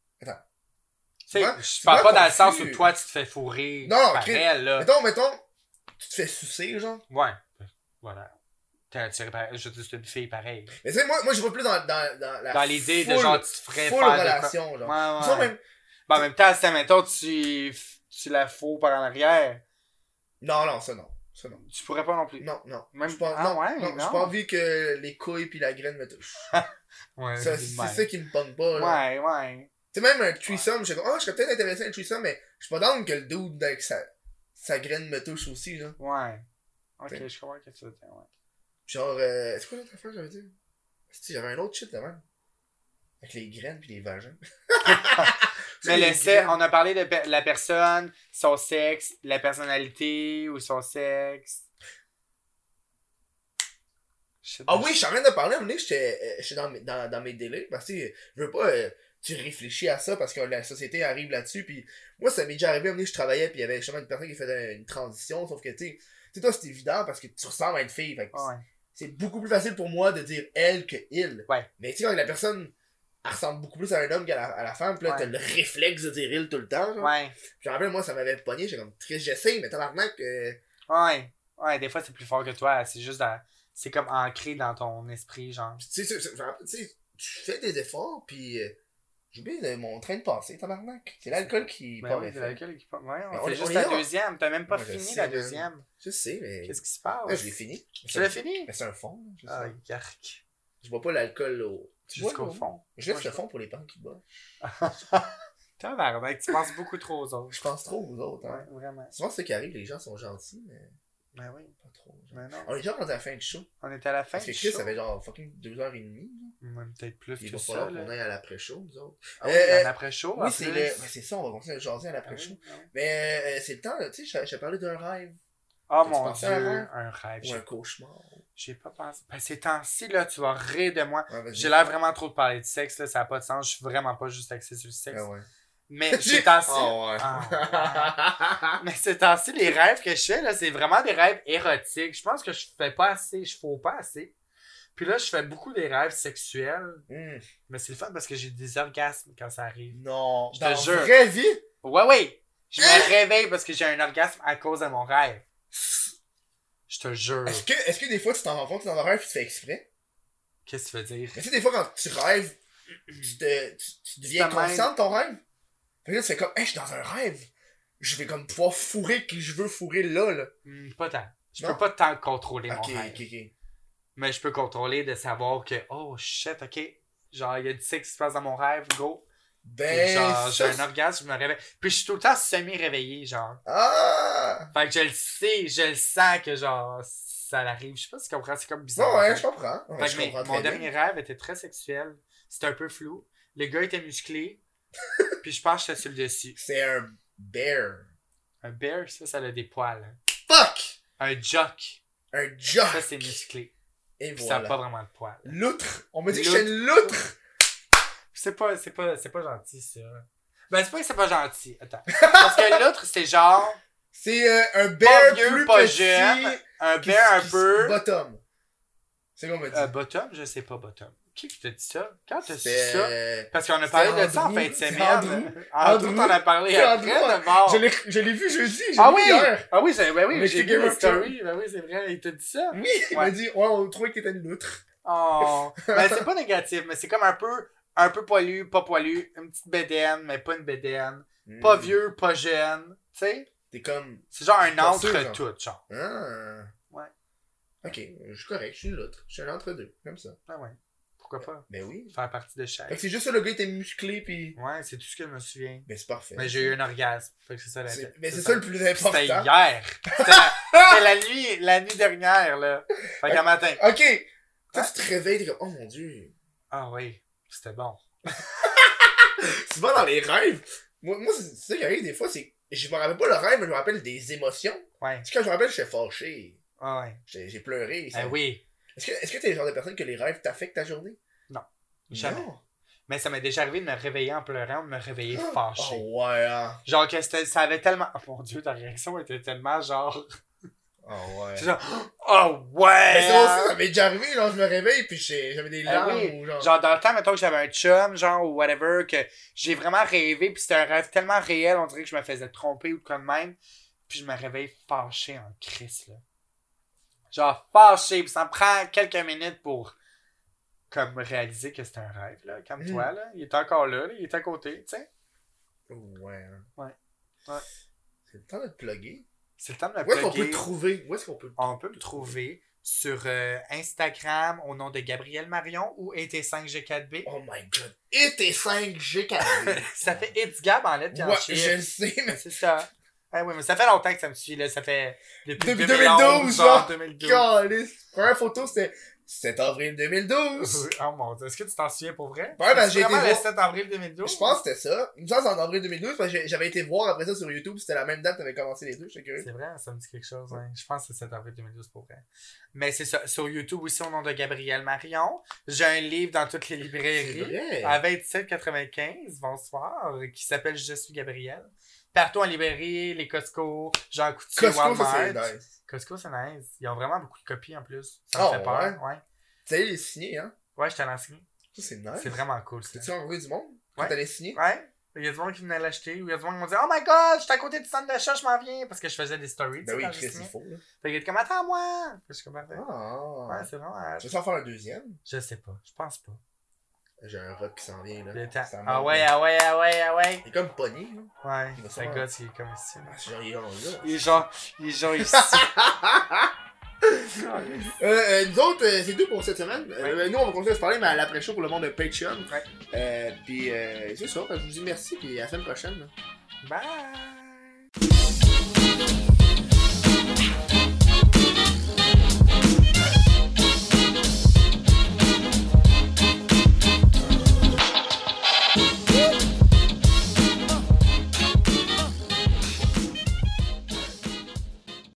Tu sais,
Ouais,
je
c'est
parle
pas
pas dans le sens où
confus.
toi, tu te fais fourrer
Non,
par
ok.
elle, là.
Mettons, mettons, tu te fais sucer, genre.
Ouais. Voilà. T'es attiré par. Je veux dire, c'est une fille pareille.
Mais tu sais, moi, moi, je vois plus dans, dans, dans la.
Dans l'idée de
full-
genre, tu te ferais
full
faire de quoi.
relation, genre.
Ouais,
Ça,
ouais.
même-
Ben, en même temps, si, admettons, tu, tu la fous par en arrière,
Non, non, ça, non. Ça, non.
tu pourrais pas non plus.
Non, non.
Même-
J'ai pas,
ah
non,
ouais,
non,
non.
j'ai pas envie que les couilles puis la graine me touchent.
Ouais,
Ça,
dis
c'est
de même.
ça qui me pomme pas. là.
Ouais, ouais.
Tu sais, même un threesome, je suis comme, ah, je serais peut-être intéressé à un threesome, mais je suis pas down que le dude avec sa, sa graine me touche aussi, genre.
Ouais. Ok,
T'sais.
je comprends ce que tu veux dire. Ouais.
Genre, euh, c'est quoi l'autre affaire que j'avais dit? Asti, J'avais un autre shit devant. Avec les graines puis les vagins.
Mais
les
le sexe,
graines.
on a parlé de pe- la personne, son sexe, la personnalité ou son sexe. Je sais
Ah
pas.
oui, je suis en train de parler, à un moment donné, j'étais euh, j'étais dans, mes- dans, dans mes délais, parce que euh, je veux pas, euh, tu réfléchis à ça, parce que la société arrive là-dessus, puis moi, ça m'est déjà arrivé, à un moment donné, je travaillais, puis il y avait justement une personne qui faisait une transition, sauf que, tu sais, tu sais, toi, c'est évident, parce que tu ressembles à une fille, fait que
Ouais.
c'est beaucoup plus facile pour moi de dire elle que il.
Ouais.
Mais tu sais, quand la personne, elle ressemble beaucoup plus à un homme qu'à la, à la femme, puis là,
Ouais.
t'as le réflexe de dire il tout le temps, genre.
Ouais.
Je me rappelle, moi, ça m'avait pogné, j'étais comme, triste, j'essaye, mais tabarnak, euh,
Ouais. Ouais, des fois, c'est plus fort que toi. C'est juste dans- C'est comme ancré dans ton esprit, genre.
Puis, tu sais, tu- tu- tu sais, tu fais des efforts, puis euh, j'ai oublié de mon train de passer, tabarnak. C'est l'alcool qui
Ben
part
oui,
effet.
avec elle qui- Ouais,
Mais
on
on
fait
est- on
juste
est
la
là.
deuxième. T'as même pas
Moi, je
fini
sais,
la
mais-
deuxième.
Je sais, mais.
Qu'est-ce qui se passe?
Ah, je l'ai fini.
Tu l'as fini?
Mais c'est un fond. là, Je, sais.
Ah, garc.
je bois pas l'alcool au. Tu bois
Jusqu'au
l'eau?
fond.
Je laisse
Moi,
le
je-
fond pour les pans qui boivent.
Tabarnak, tu penses beaucoup trop aux autres.
Je pense trop aux autres. Hein.
Ouais, vraiment.
Souvent, c'est ce qui arrive, les gens sont gentils, mais
Ben oui,
pas trop. genre.
ben non.
On est déjà rendu à la fin du show.
On est à la fin.
Parce que
du
Chris,
show.
ça fait genre fucking 2h30.
Ouais, Peut-être plus
Il
que
va
ça.
falloir
là.
qu'on aille à l'après-show, nous autres.
Ah oui,
Euh,
un après-show. en
Oui, c'est
plus.
le. mais c'est ça, on va continuer à jaser à
Ah oui,
l'après-show.
ah oui.
Mais euh, c'est le temps, là, tu sais, j'ai- j'ai parlé d'un rêve.
Ah,
Tu
mon
pensais
dieu,
à un rêve?
un rêve.
Ou
J'ai-
un cauchemar.
J'ai pas pensé. Ben, ces temps-ci, là, tu vas rire de moi.
Ouais, vas-y.
J'ai l'air vraiment trop de parler de sexe, là, ça n'a pas de sens. Je suis vraiment pas juste axé sur le sexe.
Ah ouais.
Mais ces temps-ci.
Ah Oh.
Ah, Mais ces temps-ci, les rêves que je fais, là, c'est vraiment des rêves érotiques. Je pense que je fais pas assez, je fous pas assez. Puis là, je fais beaucoup des rêves sexuels.
Hmm.
Mais c'est le fun parce que j'ai des orgasmes quand ça arrive.
Non.
Je te
Dans la
jure.
vraie vie.
Ouais, ouais! Je me
Ah!
réveille parce que j'ai un orgasme à cause de mon rêve. Je te jure.
Est-ce que, est-ce que des fois tu t'en rends compte que t'es dans un rêve et tu fais exprès?
Qu'est-ce que tu veux dire?
Mais tu sais, des fois quand tu rêves, tu, te, tu, tu deviens
Tu te mêles.
conscient de ton rêve. Fait que là, tu fais comme, hey, je suis dans un rêve. Je vais comme pouvoir fourrer qui je veux fourrer là, là.
Hmm, pas tant. Je
Non?
peux pas tant contrôler
Ok,
mon rêve.
ok, ok.
Mais je peux contrôler de savoir que, oh shit, ok, genre, il y a du sexe qui se passe dans mon rêve, go. Puis
Ben,
genre, j'ai
ça,
un orgasme, je me réveille. Puis je suis tout le temps semi-réveillé, genre.
Ah!
Fait que je le sais, je le sens que, genre, ça arrive. Je sais pas si tu comprends, c'est comme bizarre. hein.
Non, ouais, hein, je comprends. Ouais,
Fait que
je
mes-
comprends
mon
très bien.
dernier rêve était très sexuel. C'était un peu flou. Le gars était musclé. puis je pense que j'étais sur le dessus.
C'est un bear.
Un bear, ça, ça a des poils. hein.
Fuck!
Un jock,
Un jock!
ça, c'est musclé.
Et
Puis ça n'a pas
voilà.
vraiment de poil.
Loutre. On m'a dit que j'étais une loutre.
C'est pas, c'est pas, c'est pas gentil, ça. Ben, c'est pas que c'est pas gentil. Attends. Parce que l'autre, c'est genre,
C'est euh, un bear
pas
plus
vieux, pas
petit,
jeune, un
qui-
bear
qui
un
se
peu.
Bottom. C'est qu'on m'a dit.
Euh, bottom, je sais pas, bottom. Qui qui t'a dit ça? Quand t'as su
C'était-
ça? Parce qu'on a parlé de ça en
Andrew.
fin de
C'est
semaine.
Andrew.
Andrew,
Andrew.
t'en as parlé
C'est
après,
Andrew.
de mort.
Je l'ai- Je l'ai vu jeudi. j'ai
Oh. Ah
vu
oui!
Hier.
Ah oui, c'est, ben
Mais j'étais
oui, j'ai vu
Game
la
of Thrones.
story. Ben oui, c'est vrai, il t'a dit ça.
Oui, il
Ouais.
m'a dit, ouais, on trouvait que t'étais une loutre.
Oh. ben, c'est pas négatif, mais c'est comme un peu, un peu poilu, pas poilu, une petite bédaine, mais pas une bédaine. Pas
Hmm.
vieux, pas jeune. Tu sais?
T'es comme,
C'est genre un
Pas sûr,
entre-tout, genre.
ah.
Ouais.
Ok, je suis correct, je suis une loutre. Je suis un entre-deux, comme ça.
Ah ouais. Pourquoi pas?
Ben oui.
Faire partie de
Fait
chaque.
que c'est juste ça, le gars était musclé, puis.
Ouais, c'est tout ce que je me souviens.
Ben c'est parfait.
Mais j'ai eu un orgasme. Fait que c'est ça la
C'est- Mais c'est ça le plus
C'était
important.
hier. C'était la... c'était la nuit, la nuit dernière, là. Fait qu'un matin.
Ok! Toi, tu te réveilles, t'es comme, oh mon dieu.
Ah oui, c'était bon.
Tu vas dans les rêves. Moi, moi c'est c'est ça qui arrive des fois, c'est. Je me rappelle pas le rêve, mais je me rappelle des émotions.
Ouais,
Tu sais, quand je me rappelle, j'étais fâché.
ah ouais.
J'ai j'ai pleuré. ça-
Ah oui.
Est-ce que est-ce que t'es le genre de personne que les rêves t'affectent ta journée?
Jamais.
Non.
Mais ça m'est déjà arrivé de me réveiller en pleurant, de me réveiller fâché.
Oh ouais. hein.
Genre que c'était- ça avait tellement. Oh mon dieu, ta réaction était tellement genre.
Oh ouais.
C'est genre. Oh ouais!
Mais ça aussi, ça m'est déjà arrivé, genre, je me réveille, puis j'ai- j'avais des
Ah
larmes,
oui.
ou genre...
Genre, dans le temps, mettons que j'avais un chum, genre, ou whatever, que j'ai vraiment rêvé, puis c'était un rêve tellement réel, on dirait que je me faisais tromper ou quand même. Puis je me réveille fâché en crise, là. Genre, fâché, puis ça me prend quelques minutes pour, comme, réaliser que c'était un rêve, là.
Mm.
Comme toi, là. Il est encore là, là, il est à côté, tu sais.
Ouais. hein.
Ouais. Ouais.
C'est le temps de te plugger.
C'est le temps de me
Où est-ce qu'on peut
plugger.
te trouver? Où est-ce qu'on peut...
On peut me trouver sur euh, Instagram au nom de Gabriel Marion ou ET5G4B.
Oh my god. Et tes 5 g 4
ça fait Edsgab en lettres
Ouais,
blanches.
je le sais, mais...
C'est ça. Ah oui, mais ça fait longtemps que ça me suit, là. Ça fait depuis
Depuis
2012,
2012,
genre
genre.
2012.
Calice. Première photo, c'était 7 avril 2012.
Oh mon dieu, est-ce que tu t'en souviens pour vrai?
Ouais, ben,
C'est
j'ai été
vraiment le
voir-
7 avril 2012?
Je pense que c'était ça. Il me semble que c'est en avril 2012, parce que j'ai- j'avais été voir après ça sur YouTube, c'était la même date, t'avais commencé les deux, j'étais curieux.
C'est vrai, ça me dit quelque chose. hein. Je pense que c'est 7 avril 2012 pour vrai. Mais c'est ça. Sur YouTube aussi, au nom de Gabriel Marion. J'ai un livre dans toutes les librairies.
vrai.
à 27,95, bonsoir, qui s'appelle Je suis Gabriel. Partout en librairie, les Costco, Jean Coutu,
Costco, ça, c'est
Walmart.
nice.
Costco, c'est nice. Ils ont vraiment beaucoup de copies en plus. Ça me
Ah,
fait peur, ouais.
Tu sais, les signer, hein?
Ouais, je t'en enseigne.
Ça, c'est nice.
C'est vraiment cool, ça.
T'as-tu envoyé du monde? Quand
Ouais.
t'allais signer?
Ouais. Il y a du monde qui venait l'acheter, ou il y a du monde qui m'ont dit Oh my god, je suis à côté du centre d'achat, je m'en viens. Parce que je faisais des stories. tu
Ben
sais,
oui,
quand
Chris,
je
il
signais.
faut, là.
Fait qu'il était comme Attends-moi. Puis Je suis comme Parfait.
Ah.
Ouais, c'est vraiment.
Tu veux en faire un deuxième?
Je sais pas, je pense pas.
J'ai un rock qui s'en vient, là.
Le temps.
Ça
Ah
manque,
ouais,
là.
ah ouais, ah ouais, ah ouais.
Il est comme pogné, là.
Ouais,
Il va
c'est un
savoir.
gars qui est comme ici.
Ah, c'est genre, il est en là.
Il est genre, il est genre ici.
Euh, euh, nous autres, euh, c'est tout pour cette semaine. Euh,
Ouais.
nous, on va continuer à se parler, mais à l'après-show pour le monde de Patreon.
Ouais.
Euh, puis, euh, c'est ça. Je vous dis merci, puis à la semaine prochaine. là.
Bye.